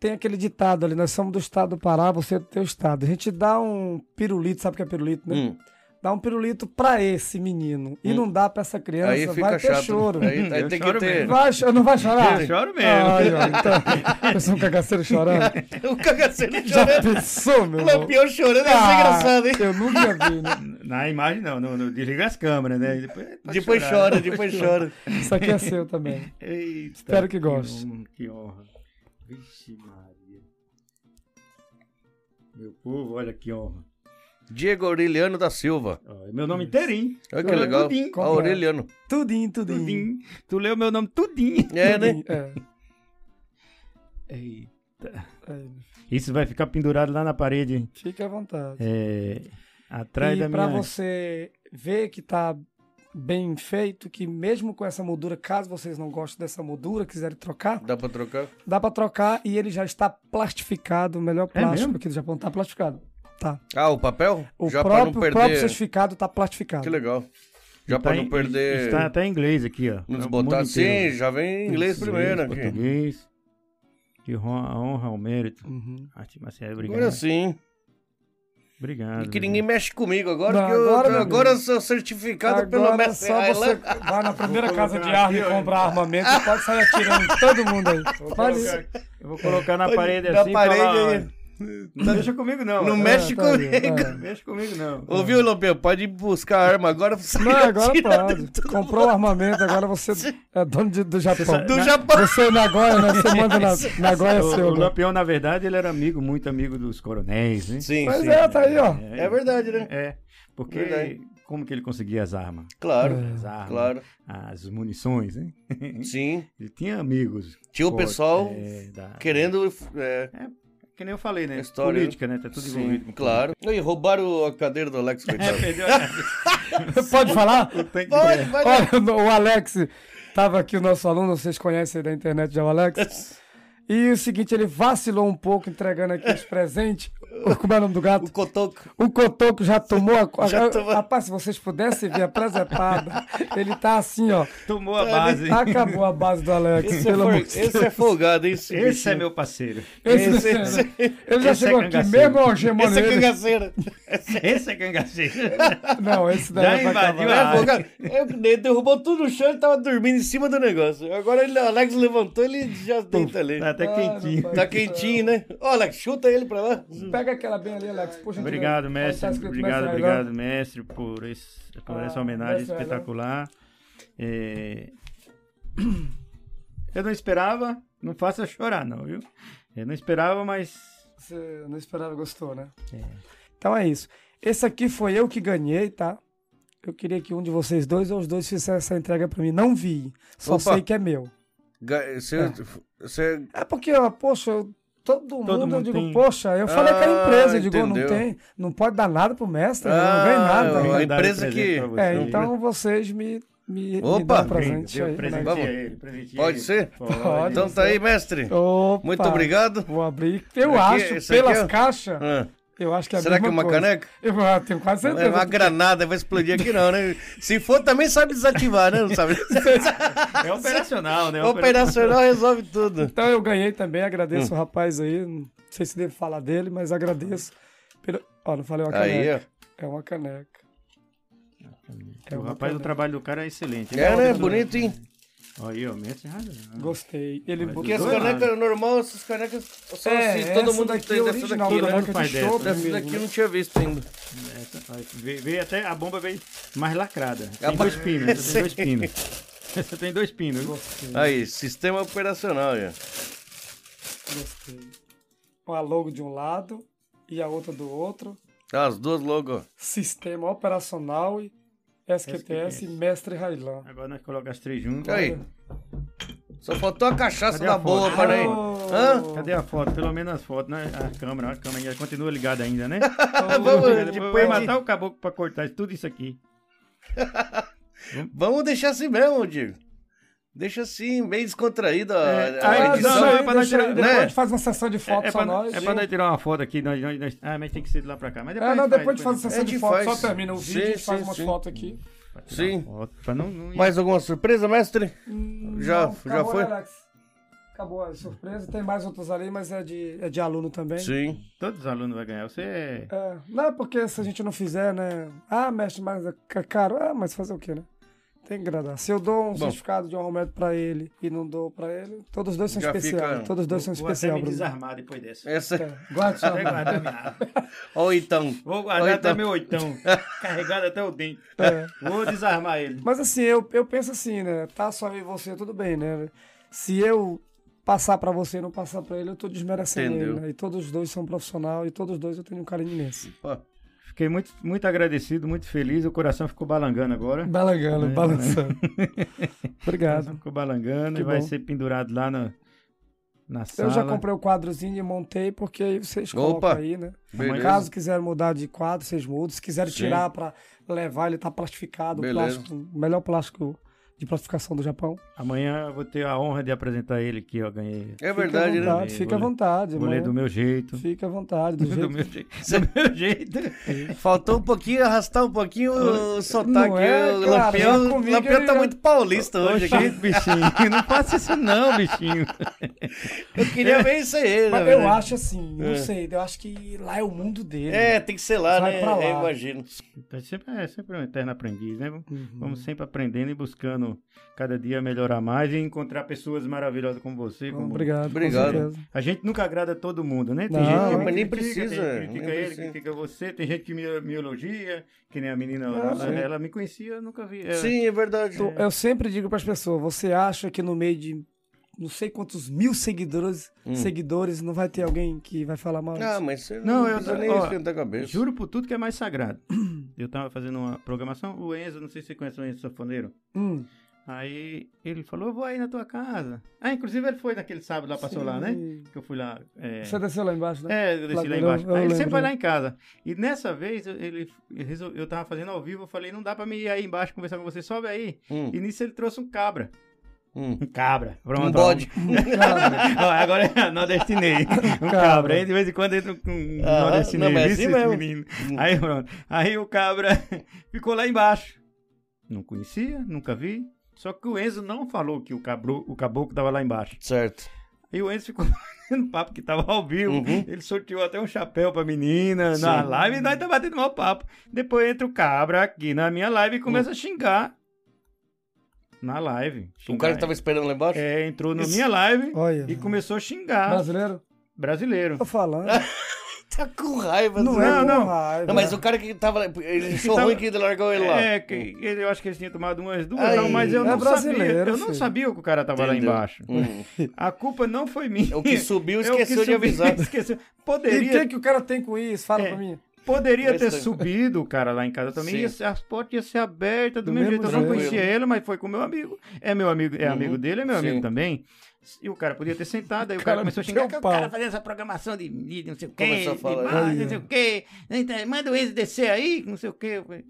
Speaker 1: Tem aquele ditado ali, nós somos do estado do Pará, você é do teu estado. A gente dá um pirulito, sabe o que é pirulito, né?
Speaker 2: Hum,
Speaker 1: Dá um pirulito pra esse menino e não dá pra essa criança,
Speaker 2: aí fica
Speaker 1: vai ter
Speaker 2: chato.
Speaker 1: choro.
Speaker 2: Aí, aí
Speaker 3: Eu
Speaker 2: tem que
Speaker 3: choro
Speaker 2: ter.
Speaker 1: Vai, cho- não vai chorar?
Speaker 3: Eu choro mesmo.
Speaker 1: Ai, olha, então, pensou um cagaceiro chorando?
Speaker 2: [LAUGHS] o cagaceiro
Speaker 1: Já
Speaker 2: chorando.
Speaker 1: pensou, meu
Speaker 2: O
Speaker 1: irmão?
Speaker 2: Lampião chorando é
Speaker 1: Ah,
Speaker 2: engraçado, hein?
Speaker 1: Eu nunca vi, né?
Speaker 3: [LAUGHS] Na imagem não, não, não, desliga as câmeras, né? E Depois, pode
Speaker 2: Depois
Speaker 3: chorar. né?
Speaker 2: chora, depois chora.
Speaker 1: Isso aqui é seu também.
Speaker 3: Eita,
Speaker 1: Espero que goste.
Speaker 3: hon- Que honra. Vixe Maria. Meu povo, olha que honra.
Speaker 2: Diego Aureliano da Silva.
Speaker 3: Ó, é meu nome inteirinho.
Speaker 2: Olha
Speaker 3: Tu
Speaker 2: que
Speaker 3: leu
Speaker 1: é
Speaker 2: legal.
Speaker 3: Tudinho.
Speaker 2: Ah, Aureliano.
Speaker 1: Tudinho, tudinho.
Speaker 3: Tudinho. Tu leu meu nome tudinho.
Speaker 2: É, né?
Speaker 1: É.
Speaker 3: Eita.
Speaker 1: Aí,
Speaker 3: Isso vai ficar pendurado lá na parede.
Speaker 1: Fique à vontade.
Speaker 3: É, atrás da
Speaker 1: e
Speaker 3: minha.
Speaker 1: pra você ver que tá bem feito, que mesmo com essa moldura, caso vocês não gostem dessa moldura, quiserem trocar,
Speaker 2: Dá pra trocar?
Speaker 1: dá pra trocar e ele já está plastificado, o
Speaker 2: É
Speaker 1: melhor plástico
Speaker 3: mesmo?
Speaker 1: aqui do Japão tá plastificado. Tá.
Speaker 2: Ah, o papel?
Speaker 1: O
Speaker 2: Já pra
Speaker 1: próprio,
Speaker 2: não
Speaker 1: o próprio
Speaker 2: perder.
Speaker 1: certificado tá plastificado.
Speaker 2: Que legal. Já
Speaker 3: Tá
Speaker 2: pra não
Speaker 3: em-
Speaker 2: perder.
Speaker 3: Está até em inglês aqui, ó. É
Speaker 2: Nos
Speaker 3: O
Speaker 2: botar
Speaker 3: mundo
Speaker 2: assim,
Speaker 3: inteiro.
Speaker 2: já vem em inglês
Speaker 3: Inglês,
Speaker 2: primeiro aqui.
Speaker 3: Português. de honra, honra ao mérito. Ah,
Speaker 1: Uhum.
Speaker 3: Arte marcial, é, obrigado.
Speaker 2: Agora sim.
Speaker 3: Obrigado. né?
Speaker 2: E que
Speaker 3: obrigado.
Speaker 2: ninguém mexe comigo agora,
Speaker 1: Não,
Speaker 2: que eu,
Speaker 1: agora,
Speaker 2: agora, eu
Speaker 1: meu
Speaker 2: sou certificado pelo Ah,
Speaker 1: Agora é
Speaker 2: mestre
Speaker 1: só você
Speaker 2: Aylan.
Speaker 1: vai na primeira
Speaker 3: Vou
Speaker 1: casa de
Speaker 3: colocar
Speaker 1: arma e
Speaker 3: aqui, ó.
Speaker 1: comprar armamento e pode sair atirando em todo mundo aí.
Speaker 3: Vou
Speaker 1: Pode
Speaker 3: colocar- Eu vou colocar na
Speaker 2: Pode-
Speaker 3: parede
Speaker 2: na
Speaker 3: assim. e falar,
Speaker 2: parede,
Speaker 3: ó, Não deixa comigo, não.
Speaker 2: Não
Speaker 3: É,
Speaker 2: mexe
Speaker 1: tá ali,
Speaker 2: comigo.
Speaker 1: tá.
Speaker 3: Não mexe comigo, não.
Speaker 2: Ouviu, Lopeu? Pode ir buscar a arma agora. pra sair [LAUGHS]
Speaker 1: Não, agora
Speaker 2: atirando em
Speaker 1: pode.
Speaker 2: todo
Speaker 1: Comprou o armamento, agora você é dono de- do Japão.
Speaker 2: mundo.
Speaker 3: né?
Speaker 2: Do Japão.
Speaker 1: Você é Nagoya, né? Você manda na, Nagoya é
Speaker 3: O, o
Speaker 1: seu. né?
Speaker 3: Lampião, na verdade, ele era amigo, muito amigo dos coronéis, né?
Speaker 2: Sim,
Speaker 1: Pois
Speaker 2: sim.
Speaker 1: é, tá aí, ó.
Speaker 2: É verdade, né?
Speaker 3: É, porque
Speaker 2: Verdade.
Speaker 3: como que ele conseguia as armas?
Speaker 2: Claro,
Speaker 3: As
Speaker 1: tá.
Speaker 3: armas,
Speaker 2: claro.
Speaker 3: as munições, né?
Speaker 2: Sim.
Speaker 3: Ele tinha amigos.
Speaker 2: Tinha o
Speaker 3: Pô,
Speaker 2: pessoal
Speaker 3: é, da-
Speaker 2: querendo... é,
Speaker 3: Que nem eu falei, né?
Speaker 2: História,
Speaker 3: política, né? Tá tudo
Speaker 2: sim, [LAUGHS]
Speaker 3: envolvido com
Speaker 2: claro. E roubaram a cadeira do Alex, coitado.
Speaker 3: política. Perdeu
Speaker 1: Pode falar?
Speaker 3: o tanque
Speaker 2: Pode,
Speaker 3: de...
Speaker 2: pode.
Speaker 1: Olha, o Alex, tava aqui o nosso aluno, vocês conhecem aí da internet já o Alex. E o seguinte, ele vacilou um pouco entregando aqui os
Speaker 2: [LAUGHS]
Speaker 1: presentes. Como é o nome do gato?
Speaker 2: O Cotoco.
Speaker 1: O Cotoco já tomou a.
Speaker 2: Já
Speaker 1: a-
Speaker 2: tomou.
Speaker 1: Rapaz, se vocês pudessem ver a presepada, ele tá assim, ó.
Speaker 3: Tomou a base.
Speaker 1: Acabou a base do Alex,
Speaker 2: Esse, é,
Speaker 1: pelo
Speaker 2: for...
Speaker 1: amor de Deus.
Speaker 2: Esse é folgado, hein? Esse,
Speaker 3: Esse é
Speaker 2: bichinho.
Speaker 3: meu parceiro.
Speaker 1: Esse-
Speaker 2: esse-
Speaker 1: ele
Speaker 3: esse
Speaker 1: já
Speaker 3: é
Speaker 1: chegou aqui
Speaker 3: cangaceiro.
Speaker 1: mesmo, ó, gemando
Speaker 2: Esse é
Speaker 1: ele.
Speaker 2: cangaceiro.
Speaker 3: Esse é cangaceiro.
Speaker 2: [LAUGHS]
Speaker 1: Não, esse daí
Speaker 3: Já
Speaker 1: é pra
Speaker 3: invadiu
Speaker 1: acabar.
Speaker 3: a-
Speaker 2: É folgado. É, Ele derrubou tudo no chão, ele tava dormindo em cima do negócio. Agora ele, o Alex levantou, ele já deita ali.
Speaker 3: Tá até
Speaker 1: Ah,
Speaker 3: quentinho.
Speaker 1: rapaz.
Speaker 2: Tá quentinho, né? Ó, Alex, chuta ele pra lá.
Speaker 1: Pega aquela bem ali, Alex. Puxa,
Speaker 3: Obrigado,
Speaker 1: gente, vai. Onde
Speaker 3: mestre.
Speaker 1: tá escrito
Speaker 3: Obrigado,
Speaker 1: mestre Aylan?
Speaker 3: obrigado, mestre, por, esse, por
Speaker 1: Ah,
Speaker 3: essa homenagem
Speaker 1: mestre Aylan.
Speaker 3: espetacular. É, Eu não esperava, não faça chorar, não, viu? Eu não esperava, mas.
Speaker 1: Você não esperava, gostou, né? Então é isso. Esse aqui foi eu que ganhei, tá? Eu queria que um de vocês dois ou os dois fizesse essa entrega pra mim. Não vi. Só
Speaker 2: Opa.
Speaker 1: sei que é meu.
Speaker 2: Ga- Você, você-
Speaker 1: É porque, ó, poxa, eu- todo, mundo, eu
Speaker 3: mundo
Speaker 1: digo,
Speaker 3: tem.
Speaker 1: poxa, eu falei que era empresa, eu digo, ó, não
Speaker 2: Ah, entendeu.
Speaker 1: tem, não pode dar nada pro mestre, eu
Speaker 2: Ah,
Speaker 1: não ganho nada.
Speaker 2: Não, a
Speaker 3: Mandaram
Speaker 2: empresa
Speaker 3: presente
Speaker 2: que-
Speaker 3: pra você.
Speaker 1: é, então vocês me, me, me
Speaker 2: um Opa!
Speaker 1: dão um presente
Speaker 3: Deu
Speaker 1: aí.
Speaker 3: presente
Speaker 1: né?
Speaker 2: Vamos.
Speaker 3: a ele, presente a
Speaker 2: Pode
Speaker 3: ele.
Speaker 2: ser?
Speaker 1: Pode.
Speaker 2: Então tá aí, mestre.
Speaker 1: Opa,
Speaker 2: Muito obrigado.
Speaker 1: Vou abrir. Eu
Speaker 2: Aqui,
Speaker 1: acho,
Speaker 2: esse aqui,
Speaker 1: pelas
Speaker 2: ó.
Speaker 1: caixas,
Speaker 2: Ah,
Speaker 1: eu acho que é a
Speaker 2: Será que é
Speaker 1: mesma
Speaker 2: uma
Speaker 1: coisa.
Speaker 2: caneca?
Speaker 1: Eu ah, tenho quase
Speaker 2: É
Speaker 1: certeza.
Speaker 2: uma granada, vai explodir aqui não, né? Se for, também sabe desativar, né? Não sabe?
Speaker 3: É operacional, né?
Speaker 2: Operacional resolve tudo.
Speaker 1: Então eu ganhei também,
Speaker 2: Hum.
Speaker 1: agradeço o rapaz aí. Não sei se devo falar dele, mas agradeço. Pelo... Ó, não falei uma
Speaker 2: Aí,
Speaker 1: caneca.
Speaker 2: ó.
Speaker 1: É uma caneca. É
Speaker 3: O
Speaker 1: uma
Speaker 3: rapaz, o
Speaker 1: caneca.
Speaker 3: trabalho do cara é excelente.
Speaker 2: É, né? Bonito, hein?
Speaker 3: Olha aí, ó, mestre. ah,
Speaker 1: Gostei. Ele
Speaker 2: Porque as
Speaker 3: Dois
Speaker 2: canecas normal, essas canecas só assim,
Speaker 1: essa
Speaker 2: todo mundo
Speaker 1: daqui
Speaker 2: tem
Speaker 1: é
Speaker 2: dessa
Speaker 1: original,
Speaker 2: daqui, né?
Speaker 1: caneca
Speaker 3: faz
Speaker 1: de
Speaker 3: dessa,
Speaker 1: chopp
Speaker 2: Dessa
Speaker 1: mesmo,
Speaker 2: daqui eu
Speaker 1: né?
Speaker 2: não tinha visto ainda.
Speaker 3: Essa, ó, é, veio, veio até a bomba veio mais lacrada.
Speaker 2: A
Speaker 3: Tem
Speaker 2: bo-
Speaker 3: dois pinos, essa
Speaker 2: [LAUGHS]
Speaker 3: tem dois pinos. [LAUGHS] Essa tem dois pinos. viu?
Speaker 1: Gostei,
Speaker 2: Aí, sistema operacional, já.
Speaker 1: gostei. Com a logo de um lado e a outra do outro.
Speaker 2: Tá, as duas logo.
Speaker 1: Sistema operacional e SQTS,
Speaker 3: SQTS.
Speaker 1: Mestre Railan.
Speaker 3: Agora nós colocamos as três juntas.
Speaker 2: Aí. Só faltou a cachaça
Speaker 3: Cadê
Speaker 2: da
Speaker 3: a foto?
Speaker 2: boa, para aí.
Speaker 1: Oh.
Speaker 2: Hã?
Speaker 3: Cadê a foto? Pelo menos as fotos, né? A câmera, a câmera ainda continua ligada ainda,
Speaker 1: [LAUGHS]
Speaker 3: né?
Speaker 2: Vamos,
Speaker 3: Depois
Speaker 2: depois
Speaker 3: vai
Speaker 2: de-
Speaker 3: matar o caboclo pra cortar tudo isso aqui.
Speaker 2: Vamos deixar assim mesmo, Diego. Deixa assim, bem descontraída a-
Speaker 3: É,
Speaker 2: a,
Speaker 3: ah,
Speaker 1: Ah,
Speaker 2: edição.
Speaker 1: não,
Speaker 3: é
Speaker 1: aí
Speaker 3: pra nós
Speaker 1: deixa-
Speaker 3: tirar-
Speaker 1: Depois
Speaker 2: né?
Speaker 1: a gente faz uma sessão de fotos
Speaker 3: é,
Speaker 1: só
Speaker 3: pra,
Speaker 1: nós.
Speaker 3: é
Speaker 1: e-
Speaker 3: pra nós tirar uma foto aqui. Nós, nós- nós- Ah, mas tem que ser de lá pra cá. Mas depois
Speaker 1: Ah, não, depois de
Speaker 3: faz,
Speaker 1: fazer a
Speaker 2: faz.
Speaker 1: sessão
Speaker 2: A
Speaker 1: de
Speaker 2: gente
Speaker 1: fotos, só
Speaker 2: faz.
Speaker 1: termina o
Speaker 2: Sim,
Speaker 1: vídeo, a gente faz
Speaker 2: sim,
Speaker 1: umas
Speaker 2: sim.
Speaker 1: fotos aqui.
Speaker 2: Sim.
Speaker 3: Foto, pra não, não...
Speaker 2: Mais alguma surpresa, mestre? já
Speaker 1: Não,
Speaker 2: já
Speaker 1: acabou,
Speaker 2: foi?
Speaker 1: né, Alex? Acabou a surpresa. Tem mais outros ali, mas é de, é de aluno também.
Speaker 2: Sim.
Speaker 3: Todos os alunos vão ganhar. Você é...
Speaker 1: É, não é porque se a gente não fizer, né? Ah, mestre, mas é ca- caro. Ah, mas fazer o quê, né? Tem que agradar. Se eu dou um certificado de honra ao mérito pra ele e não dou pra ele, todos os dois são
Speaker 2: Já
Speaker 1: especiais.
Speaker 2: fica- um
Speaker 1: Todos os dois são
Speaker 3: Vou é até
Speaker 1: especiais,
Speaker 3: me
Speaker 1: Bruno.
Speaker 3: desarmar depois dessa.
Speaker 2: Essa.
Speaker 1: É, guarda sua
Speaker 3: Até guardar minha
Speaker 2: Ou então.
Speaker 3: Vou guardar
Speaker 2: Ou
Speaker 3: até
Speaker 2: então.
Speaker 3: meu oitão, carregado até o dente.
Speaker 1: É.
Speaker 3: Vou desarmar ele.
Speaker 1: Mas assim, eu, eu penso assim, né? Tá só eu e você, tudo bem, né? Se eu passar pra você e não passar pra ele, eu tô desmerecendo
Speaker 2: Entendeu.
Speaker 1: ele, né? E todos os dois são profissional e todos os dois eu tenho um
Speaker 2: [LAUGHS]
Speaker 1: carinho imenso.
Speaker 2: Ó,
Speaker 3: Fiquei muito, muito agradecido, muito feliz. O coração ficou balangando agora. O
Speaker 1: Balangando,
Speaker 2: [LAUGHS]
Speaker 1: balançando. Obrigado.
Speaker 3: coração ficou balangando
Speaker 1: Que
Speaker 3: e vai
Speaker 1: bom.
Speaker 3: ser pendurado lá na, na sala.
Speaker 1: Eu já comprei o quadrozinho e montei, porque aí vocês colocam
Speaker 2: Opa.
Speaker 1: aí, né?
Speaker 2: Beleza.
Speaker 1: Caso quiserem mudar de quadro, vocês mudam. Se quiserem
Speaker 2: Sim.
Speaker 1: tirar pra levar, ele tá plastificado. o
Speaker 2: Beleza.
Speaker 1: Plástico, o melhor plástico de plastificação do Japão.
Speaker 3: Amanhã eu vou ter a honra de apresentar ele que eu ganhei.
Speaker 2: É
Speaker 1: Fica
Speaker 2: verdade,
Speaker 1: à
Speaker 2: né?
Speaker 1: vontade, Fica à
Speaker 3: Vou ler-
Speaker 1: vontade,
Speaker 3: Vou ler do
Speaker 1: mano.
Speaker 3: meu jeito.
Speaker 1: Fica à
Speaker 2: [LAUGHS]
Speaker 1: vontade,
Speaker 3: [LAUGHS]
Speaker 1: do
Speaker 3: Do
Speaker 1: jeito.
Speaker 3: meu jeito. Do meu jeito. [LAUGHS]
Speaker 2: Faltou um pouquinho, arrastar um pouquinho o sotaque.
Speaker 1: Não é,
Speaker 2: o
Speaker 1: cara,
Speaker 2: Lampião,
Speaker 1: é comigo,
Speaker 2: Lampião tá
Speaker 1: ele-
Speaker 2: muito paulista hoje
Speaker 3: Oxi,
Speaker 2: aqui.
Speaker 3: bichinho. Não faça isso não, [LAUGHS] bichinho.
Speaker 2: Eu queria ver isso aí, na
Speaker 1: Mas eu
Speaker 2: verdade.
Speaker 1: acho assim, não sei, eu acho que lá é o mundo dele.
Speaker 2: É, tem que ser lá,
Speaker 1: Vai
Speaker 2: né?
Speaker 1: pra lá.
Speaker 2: Eu imagino.
Speaker 3: É sempre, é sempre um eterno aprendiz, né?
Speaker 1: Uhum.
Speaker 3: Vamos sempre aprendendo e buscando cada dia melhorar mais e encontrar pessoas maravilhosas como você.
Speaker 1: Bom,
Speaker 3: como-
Speaker 1: Obrigado. com
Speaker 2: Obrigado.
Speaker 1: certeza.
Speaker 3: A gente nunca agrada todo mundo, né? Tem
Speaker 1: Não,
Speaker 3: gente que
Speaker 1: mas
Speaker 3: me
Speaker 2: nem
Speaker 3: critica,
Speaker 2: precisa,
Speaker 3: Tem, que critica
Speaker 2: nem
Speaker 3: ele,
Speaker 2: precisa.
Speaker 3: critica você. Tem gente que me, me elogia, que nem a menina.
Speaker 1: Não,
Speaker 3: ela,
Speaker 1: sim.
Speaker 3: ela me conhecia, eu nunca vi. ela.
Speaker 2: Sim, é verdade.
Speaker 1: Então, Eu sempre digo para as pessoas, você acha que no meio de não sei quantos mil seguidores, seguidores não vai ter alguém que vai falar mal?
Speaker 2: Hum. Ah, mas você
Speaker 3: Não,
Speaker 2: não,
Speaker 3: eu-
Speaker 2: precisa nem
Speaker 3: ó,
Speaker 2: esquentar a cabeça.
Speaker 3: Juro por tudo que é mais sagrado. [CLEARS THROAT] Eu tava fazendo uma programação, o Enzo, não sei se você conhece o Enzo Sanfoneiro.
Speaker 1: Hum.
Speaker 3: Aí ele falou, eu vou aí na tua casa. Ah, inclusive ele foi naquele sábado lá, passou lá, né?
Speaker 1: Sim.
Speaker 3: Que eu fui lá. é,
Speaker 1: Você desceu lá embaixo, né?
Speaker 3: É, eu desci
Speaker 1: Lá-
Speaker 3: lá
Speaker 1: eu-
Speaker 3: embaixo.
Speaker 1: eu
Speaker 3: Aí ele
Speaker 1: lembro.
Speaker 3: sempre vai lá em casa. E nessa vez, eu- ele, ele resol- eu tava fazendo ao vivo, eu falei, não dá pra mim ir aí embaixo conversar com você, sobe aí.
Speaker 2: Hum,
Speaker 3: E nisso ele trouxe um cabra.
Speaker 2: hum.
Speaker 3: Um cabra. Pronto,
Speaker 2: Um bode.
Speaker 1: Cara,
Speaker 3: Ó, agora eu nordestinei. Um
Speaker 1: Cabra.
Speaker 3: cabra. Aí de vez em quando entra um
Speaker 2: Ah,
Speaker 3: nordestinei.
Speaker 2: não, mas
Speaker 3: Viu
Speaker 2: assim
Speaker 3: esse
Speaker 2: mesmo.
Speaker 3: menino? Aí pronto. Aí o cabra [LAUGHS] ficou lá embaixo. Não conhecia, nunca vi. Só que o Enzo não falou que o, cabro, o caboclo tava lá embaixo.
Speaker 2: Certo.
Speaker 3: E o Enzo ficou [LAUGHS] no papo que tava ao vivo.
Speaker 2: Uhum.
Speaker 3: Ele sorteou até um chapéu pra menina na live e nós tá batendo mau papo. Depois entra o cabra aqui na minha live e começa a xingar. Na live.
Speaker 2: O cara que
Speaker 3: Xingar.
Speaker 2: tava esperando lá embaixo?
Speaker 3: É, entrou na minha live
Speaker 1: É. Olha.
Speaker 3: e começou a xingar.
Speaker 1: brasileiro?
Speaker 3: Brasileiro.
Speaker 1: Tô
Speaker 3: [LAUGHS]
Speaker 1: falando.
Speaker 2: Tá com raiva.
Speaker 1: Não,
Speaker 2: né?
Speaker 1: é
Speaker 3: Não,
Speaker 1: com
Speaker 3: não.
Speaker 1: raiva.
Speaker 2: Não, mas o cara que tava lá,
Speaker 3: [LAUGHS]
Speaker 2: ele achou
Speaker 3: tava-
Speaker 2: ruim que largou ele lá.
Speaker 3: É, que ele, eu acho que eles tinham tomado umas duas,
Speaker 2: Ai,
Speaker 3: não, mas eu
Speaker 1: é
Speaker 3: não sabia.
Speaker 1: brasileiro,
Speaker 3: Eu não
Speaker 1: filho.
Speaker 3: sabia que o cara tava lá
Speaker 2: Entendeu?
Speaker 3: embaixo.
Speaker 2: Hum.
Speaker 3: A culpa não foi minha.
Speaker 2: O que subiu
Speaker 3: [LAUGHS] É, o
Speaker 2: esqueceu
Speaker 3: que
Speaker 2: de avisar.
Speaker 3: [LAUGHS] Esqueceu.
Speaker 1: E o
Speaker 3: Poderia,
Speaker 1: que, que o cara tem com isso? Fala
Speaker 3: É.
Speaker 1: pra mim.
Speaker 3: poderia
Speaker 2: Mas
Speaker 3: ter
Speaker 2: tem-
Speaker 3: subido o cara lá em casa também.
Speaker 2: Sim.
Speaker 3: Ia, ser- as portas iam ser abertas do,
Speaker 1: Do
Speaker 3: mesmo
Speaker 1: mesmo
Speaker 3: jeito. Eu não
Speaker 1: jeito.
Speaker 3: conhecia ele, mas foi com meu amigo. É meu amigo, é amigo dele, é meu
Speaker 2: Uhum. Sim.
Speaker 3: amigo também. E o cara podia ter sentado, aí o cara,
Speaker 1: Cara,
Speaker 3: começou a
Speaker 1: meteu
Speaker 3: xingar.
Speaker 1: o
Speaker 3: "Que O
Speaker 1: pau."
Speaker 3: cara fazendo essa programação de, de não sei o quê,
Speaker 2: Começou a
Speaker 3: de
Speaker 2: falar,
Speaker 3: imagem,
Speaker 1: "Ai,
Speaker 3: não sei o quê. então, Manda o Enzo descer aí, não sei o quê. Eu falei,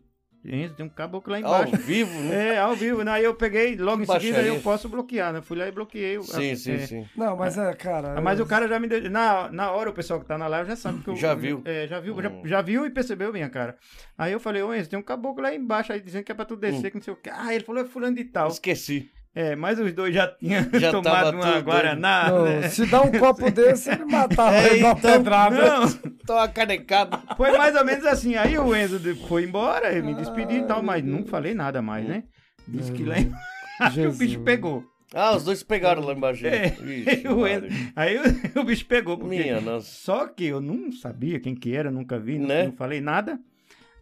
Speaker 3: Enzo, tem um caboclo lá
Speaker 2: Ao
Speaker 3: embaixo.
Speaker 2: vivo, né?
Speaker 3: É, ao vivo. Né? Aí eu peguei, logo em seguida
Speaker 2: Baixaria.
Speaker 3: eu posso bloquear, né? Fui lá e bloqueei. o-
Speaker 2: Sim, sim,
Speaker 3: é.
Speaker 2: sim.
Speaker 1: Não, mas é, cara.
Speaker 3: Ah, Mas o cara já me deu. Na, na hora, o pessoal que tá na live já sabe que eu.
Speaker 2: Já viu.
Speaker 3: É, já viu,
Speaker 2: Hum.
Speaker 3: já, já viu e percebeu minha cara. Aí eu falei, ô Enzo, tem um caboclo lá embaixo aí dizendo que é pra tu
Speaker 2: Hum.
Speaker 3: descer, que não sei o quê. Ah, ele falou, é fulano de tal.
Speaker 2: Esqueci.
Speaker 3: É, mas os dois já tinham
Speaker 2: Já
Speaker 3: [LAUGHS] tomado
Speaker 2: tava
Speaker 3: uma
Speaker 2: tudo.
Speaker 3: Guaraná. né? [LAUGHS] É, então,
Speaker 1: Não, Se dá um copo desse, ele matava ele dá uma pedrada.
Speaker 3: Não,
Speaker 2: Tô uma canecada.
Speaker 3: foi mais ou menos assim. Aí o Enzo de- foi embora, eu me despedi e tal, mas não falei nada mais, né? Diz que lá [LAUGHS] embaixo o
Speaker 1: Ah, Jesus.
Speaker 3: bicho pegou.
Speaker 2: Ah, os dois se pegaram lá embaixo. né?
Speaker 3: É,
Speaker 2: Ixi,
Speaker 3: o
Speaker 2: Maria.
Speaker 3: Enzo- aí o, [LAUGHS] o bicho pegou. Porque
Speaker 2: Minha nossa.
Speaker 3: Só que eu não sabia quem que era, nunca vi, não-
Speaker 2: Né?
Speaker 3: não falei nada.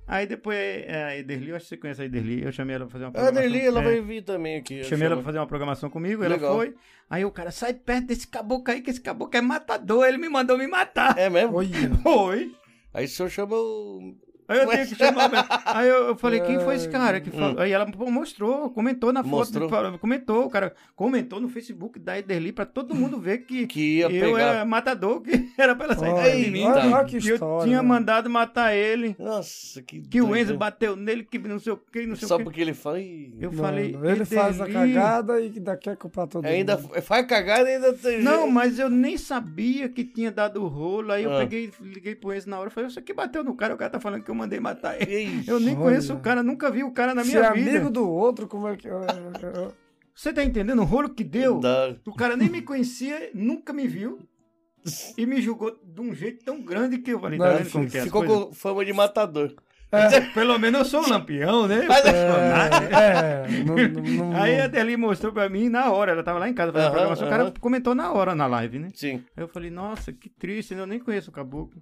Speaker 3: Aí depois é, a Ederli, eu acho que você conhece a Ederli, eu chamei ela pra fazer uma
Speaker 2: A
Speaker 3: programação.
Speaker 2: Adelie, Ah, ela
Speaker 3: é,
Speaker 2: vai vir também aqui.
Speaker 3: Chamei ela pra fazer uma programação comigo, ela
Speaker 2: Legal.
Speaker 3: foi. Aí o cara, sai perto desse caboclo aí, que esse caboclo é matador, ele me mandou me matar. [LAUGHS]
Speaker 2: É mesmo?
Speaker 1: Olha.
Speaker 3: Foi.
Speaker 2: Aí o senhor chama o.
Speaker 3: Aí eu
Speaker 2: Ué. Hum.
Speaker 3: tenho que chamar. mesmo. Aí eu, eu falei, quem foi esse cara? Que falou? Aí ela pô, mostrou, comentou na foto,
Speaker 2: Mostrou.
Speaker 3: falou- comentou, o cara comentou no Facebook da Ederli pra todo mundo ver que,
Speaker 2: Que ia
Speaker 3: eu
Speaker 2: pegar.
Speaker 3: era matador, que [LAUGHS] era pra ela sair
Speaker 1: Olha,
Speaker 3: perto de mim.
Speaker 1: olha, olha
Speaker 3: Que
Speaker 1: que
Speaker 3: eu
Speaker 1: história.
Speaker 3: tinha
Speaker 1: né?
Speaker 3: mandado matar ele,
Speaker 2: Nossa, que.
Speaker 3: que o
Speaker 2: doideira.
Speaker 3: Enzo bateu nele, que não sei o que, não sei
Speaker 2: Só
Speaker 3: o que.
Speaker 2: porque ele fala. "Ih,
Speaker 3: Eu
Speaker 1: Mano,
Speaker 3: falei.
Speaker 1: ele faz a
Speaker 3: "Edeli".
Speaker 1: cagada e dá quer culpar todo
Speaker 2: Ainda
Speaker 1: mundo.
Speaker 2: faz cagada e ainda tem.
Speaker 3: Não, mas eu nem sabia que tinha dado rolo. Aí eu
Speaker 2: Ah.
Speaker 3: peguei, liguei pro Enzo na hora e falei: Você que bateu no cara, o cara tá falando que eu mandei matar ele.
Speaker 2: Ixi.
Speaker 3: Eu nem
Speaker 1: Olha.
Speaker 3: conheço o cara, nunca vi o cara na
Speaker 1: Se
Speaker 3: minha
Speaker 1: é
Speaker 3: vida.
Speaker 1: amigo do outro, como é que. eu- eu- eu-
Speaker 3: Você tá entendendo o rolo que deu?
Speaker 2: Dá.
Speaker 3: O cara nem me conhecia, nunca me viu. E me julgou de um jeito tão grande que eu falei, tá
Speaker 1: Não,
Speaker 3: vendo como que é as
Speaker 2: Ficou
Speaker 3: coisas?
Speaker 2: com fama de matador.
Speaker 3: [LAUGHS] Pelo menos eu sou um lampião, né?
Speaker 2: Mas-
Speaker 3: Personagem.
Speaker 1: É, é, não- não- não-
Speaker 3: Aí a Deli mostrou pra mim na hora, ela tava lá em casa fazendo
Speaker 2: Aham,
Speaker 3: programação, o
Speaker 2: aham.
Speaker 3: cara comentou na hora na live, né?
Speaker 2: Sim,
Speaker 3: Aí eu falei, nossa, que triste, né? eu nem conheço o caboclo.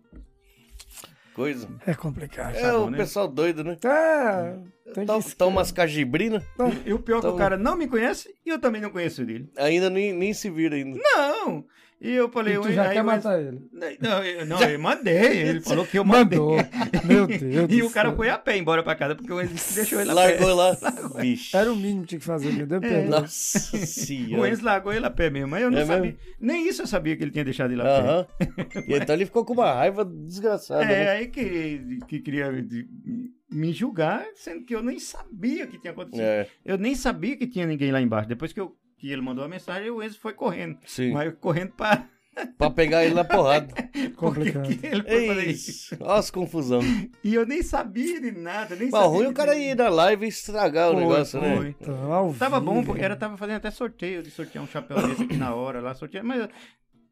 Speaker 2: coisa.
Speaker 1: é complicado.
Speaker 2: É
Speaker 3: bom,
Speaker 2: o
Speaker 3: né?
Speaker 2: pessoal doido, né?
Speaker 1: É, tem
Speaker 3: Tá
Speaker 2: Toma
Speaker 1: que.
Speaker 2: umas cajibrinas,
Speaker 3: E o pior é que
Speaker 2: Então-
Speaker 3: o
Speaker 1: Tá
Speaker 3: cara não me conhece e eu também não conheço dele.
Speaker 2: ainda nem, nem se vira ainda.
Speaker 3: Não! E eu falei,
Speaker 1: E tu
Speaker 3: "Ué,
Speaker 1: já
Speaker 3: aí
Speaker 1: quer
Speaker 3: o-
Speaker 1: matar ele.
Speaker 3: Não, eu, não, eu mandei,
Speaker 1: [LAUGHS]
Speaker 3: ele falou que eu mandei. [LAUGHS]
Speaker 1: Mandou. Meu Deus.
Speaker 3: E
Speaker 1: do
Speaker 3: o cara
Speaker 1: céu.
Speaker 3: foi a pé embora pra casa, porque o Enzo deixou ele a pé.
Speaker 2: Largou lá. Bicho.
Speaker 3: um
Speaker 1: Era o mínimo que tinha que fazer, meu
Speaker 3: É,
Speaker 1: Deus. perdão.
Speaker 2: Nossa
Speaker 3: O
Speaker 2: senhora.
Speaker 3: Enzo largou ele a pé mesmo, mas eu não
Speaker 2: É
Speaker 3: sabia.
Speaker 2: mesmo?
Speaker 3: Nem isso eu sabia que ele tinha deixado ele a pé.
Speaker 2: Aham.
Speaker 3: [LAUGHS]
Speaker 2: E então ele ficou com uma raiva desgraçada.
Speaker 3: É,
Speaker 2: né?
Speaker 3: aí que, que queria de- me julgar, sendo que eu nem sabia que tinha acontecido.
Speaker 2: É,
Speaker 3: Eu nem sabia que tinha ninguém lá embaixo. Depois que, eu, que ele mandou a mensagem, o Enzo foi correndo.
Speaker 2: sim.
Speaker 3: Mas correndo pra. [LAUGHS]
Speaker 2: Pra pegar ele na porrada.
Speaker 3: Porque
Speaker 1: Complicado.
Speaker 3: que ele [LAUGHS] foi fazer
Speaker 2: Ei,
Speaker 3: isso.
Speaker 2: Olha as confusão.
Speaker 3: E eu nem sabia de nada, nem
Speaker 2: Mas
Speaker 3: sabia.
Speaker 2: ruim é
Speaker 3: de
Speaker 2: o cara
Speaker 3: nada.
Speaker 2: ir na live e estragar o
Speaker 3: Foi,
Speaker 2: negócio, né?
Speaker 3: foi.
Speaker 1: Então, ao
Speaker 3: Tava
Speaker 1: vivo,
Speaker 3: bom, porque
Speaker 1: mano.
Speaker 3: era tava fazendo até sorteio de sortear um chapéu desse aqui na hora lá, sortear, mas eu-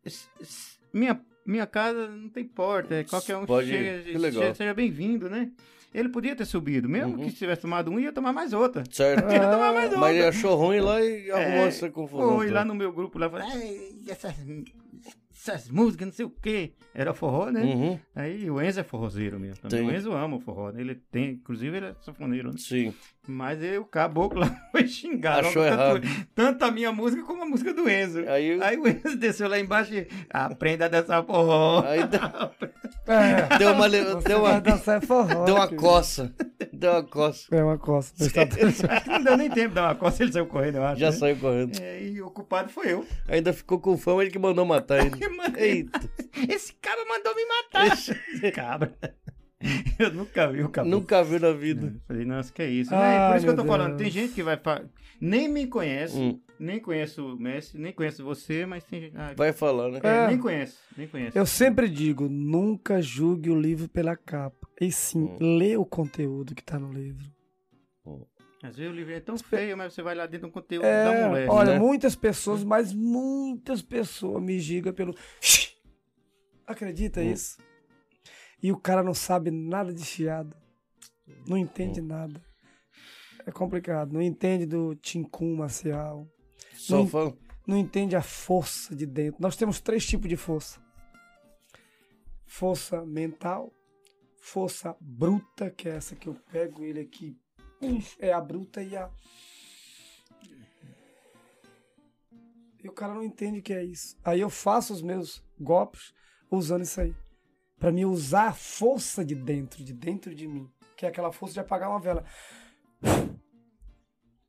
Speaker 3: s- s- minha minha casa não tem porta, é qualquer um
Speaker 2: Pode ir,
Speaker 3: chega,
Speaker 2: que legal.
Speaker 3: chega- seja bem-vindo, né? Ele podia ter subido, mesmo
Speaker 2: Uhum.
Speaker 3: que tivesse tomado um, ia tomar mais outra.
Speaker 2: Certo.
Speaker 3: [LAUGHS]
Speaker 1: É.
Speaker 3: tomar mais outra.
Speaker 2: Mas ele achou ruim lá e arrumou
Speaker 3: É,
Speaker 2: essa confusão.
Speaker 3: Foi
Speaker 2: toda.
Speaker 3: lá no meu grupo lá, falou, "Ai, essas, essas músicas, não sei o quê. Era forró, né?
Speaker 2: Uhum,
Speaker 3: Aí o Enzo é forrozeiro mesmo. Também.
Speaker 2: Sim.
Speaker 3: O Enzo ama o forró, né? Ele tem, inclusive ele é sanfoneiro, né?
Speaker 2: sim.
Speaker 3: Mas aí o caboclo lá [LAUGHS] foi xingado.
Speaker 2: Achou errado.
Speaker 3: tanto, tanto a minha música como a música do Enzo.
Speaker 2: Aí,
Speaker 3: Aí o Enzo desceu lá embaixo e aprenda dessa forró.
Speaker 2: aí deu,
Speaker 1: É.
Speaker 2: deu uma,
Speaker 3: [LAUGHS]
Speaker 2: le-
Speaker 1: Você
Speaker 2: deu uma,
Speaker 1: vai dançar é forró,
Speaker 2: deu uma
Speaker 1: filho.
Speaker 2: coça. Deu uma coça.
Speaker 1: É uma costa.
Speaker 3: Acho que [LAUGHS] não deu nem tempo de dar uma costa, ele saiu correndo, eu acho.
Speaker 2: Já
Speaker 3: né?
Speaker 2: saiu correndo.
Speaker 3: É, e o culpado foi eu.
Speaker 2: Ainda ficou com fome, ele que mandou matar ele.
Speaker 3: Que mandei-
Speaker 2: Eita.
Speaker 3: Esse cabra mandou me matar. Esse cabra.
Speaker 2: [LAUGHS]
Speaker 3: Eu nunca vi o cabra.
Speaker 2: Nunca viu na vida.
Speaker 3: Falei, nossa, que é isso.
Speaker 1: Ai,
Speaker 3: né? Por isso que eu tô
Speaker 1: meu
Speaker 3: falando,
Speaker 1: Deus.
Speaker 3: tem gente que vai. fa- Nem me conhece,
Speaker 2: Hum,
Speaker 3: nem conheço o Messi, nem conheço você, mas tem gente. Ai,
Speaker 2: vai falar, né?
Speaker 3: é,
Speaker 1: É.
Speaker 3: Nem conhece, nem conhece.
Speaker 1: Eu sempre digo, nunca julgue o livro pela capa. E sim,
Speaker 3: Hum.
Speaker 1: lê o conteúdo que tá no livro.
Speaker 3: Às vezes o livro é tão feio, mas você vai lá dentro de um conteúdo da
Speaker 1: É,
Speaker 3: mulher.
Speaker 1: olha,
Speaker 2: né?
Speaker 1: muitas pessoas, mas muitas pessoas me gigam pelo. Acredita
Speaker 2: Hum.
Speaker 1: isso? E o cara não sabe nada de chiado. Não entende
Speaker 2: Hum.
Speaker 1: nada. É complicado. Não entende do tincum marcial.
Speaker 2: Sou
Speaker 1: Não-
Speaker 2: fã.
Speaker 1: não entende a força de dentro. Nós temos três tipos de força: força mental, força bruta, que é essa que eu pego ele aqui, pum, é a bruta e a. E o cara não entende o que é isso. Aí eu faço os meus golpes usando isso aí. Pra mim usar a força de dentro, de dentro de mim, que é aquela força de apagar uma vela.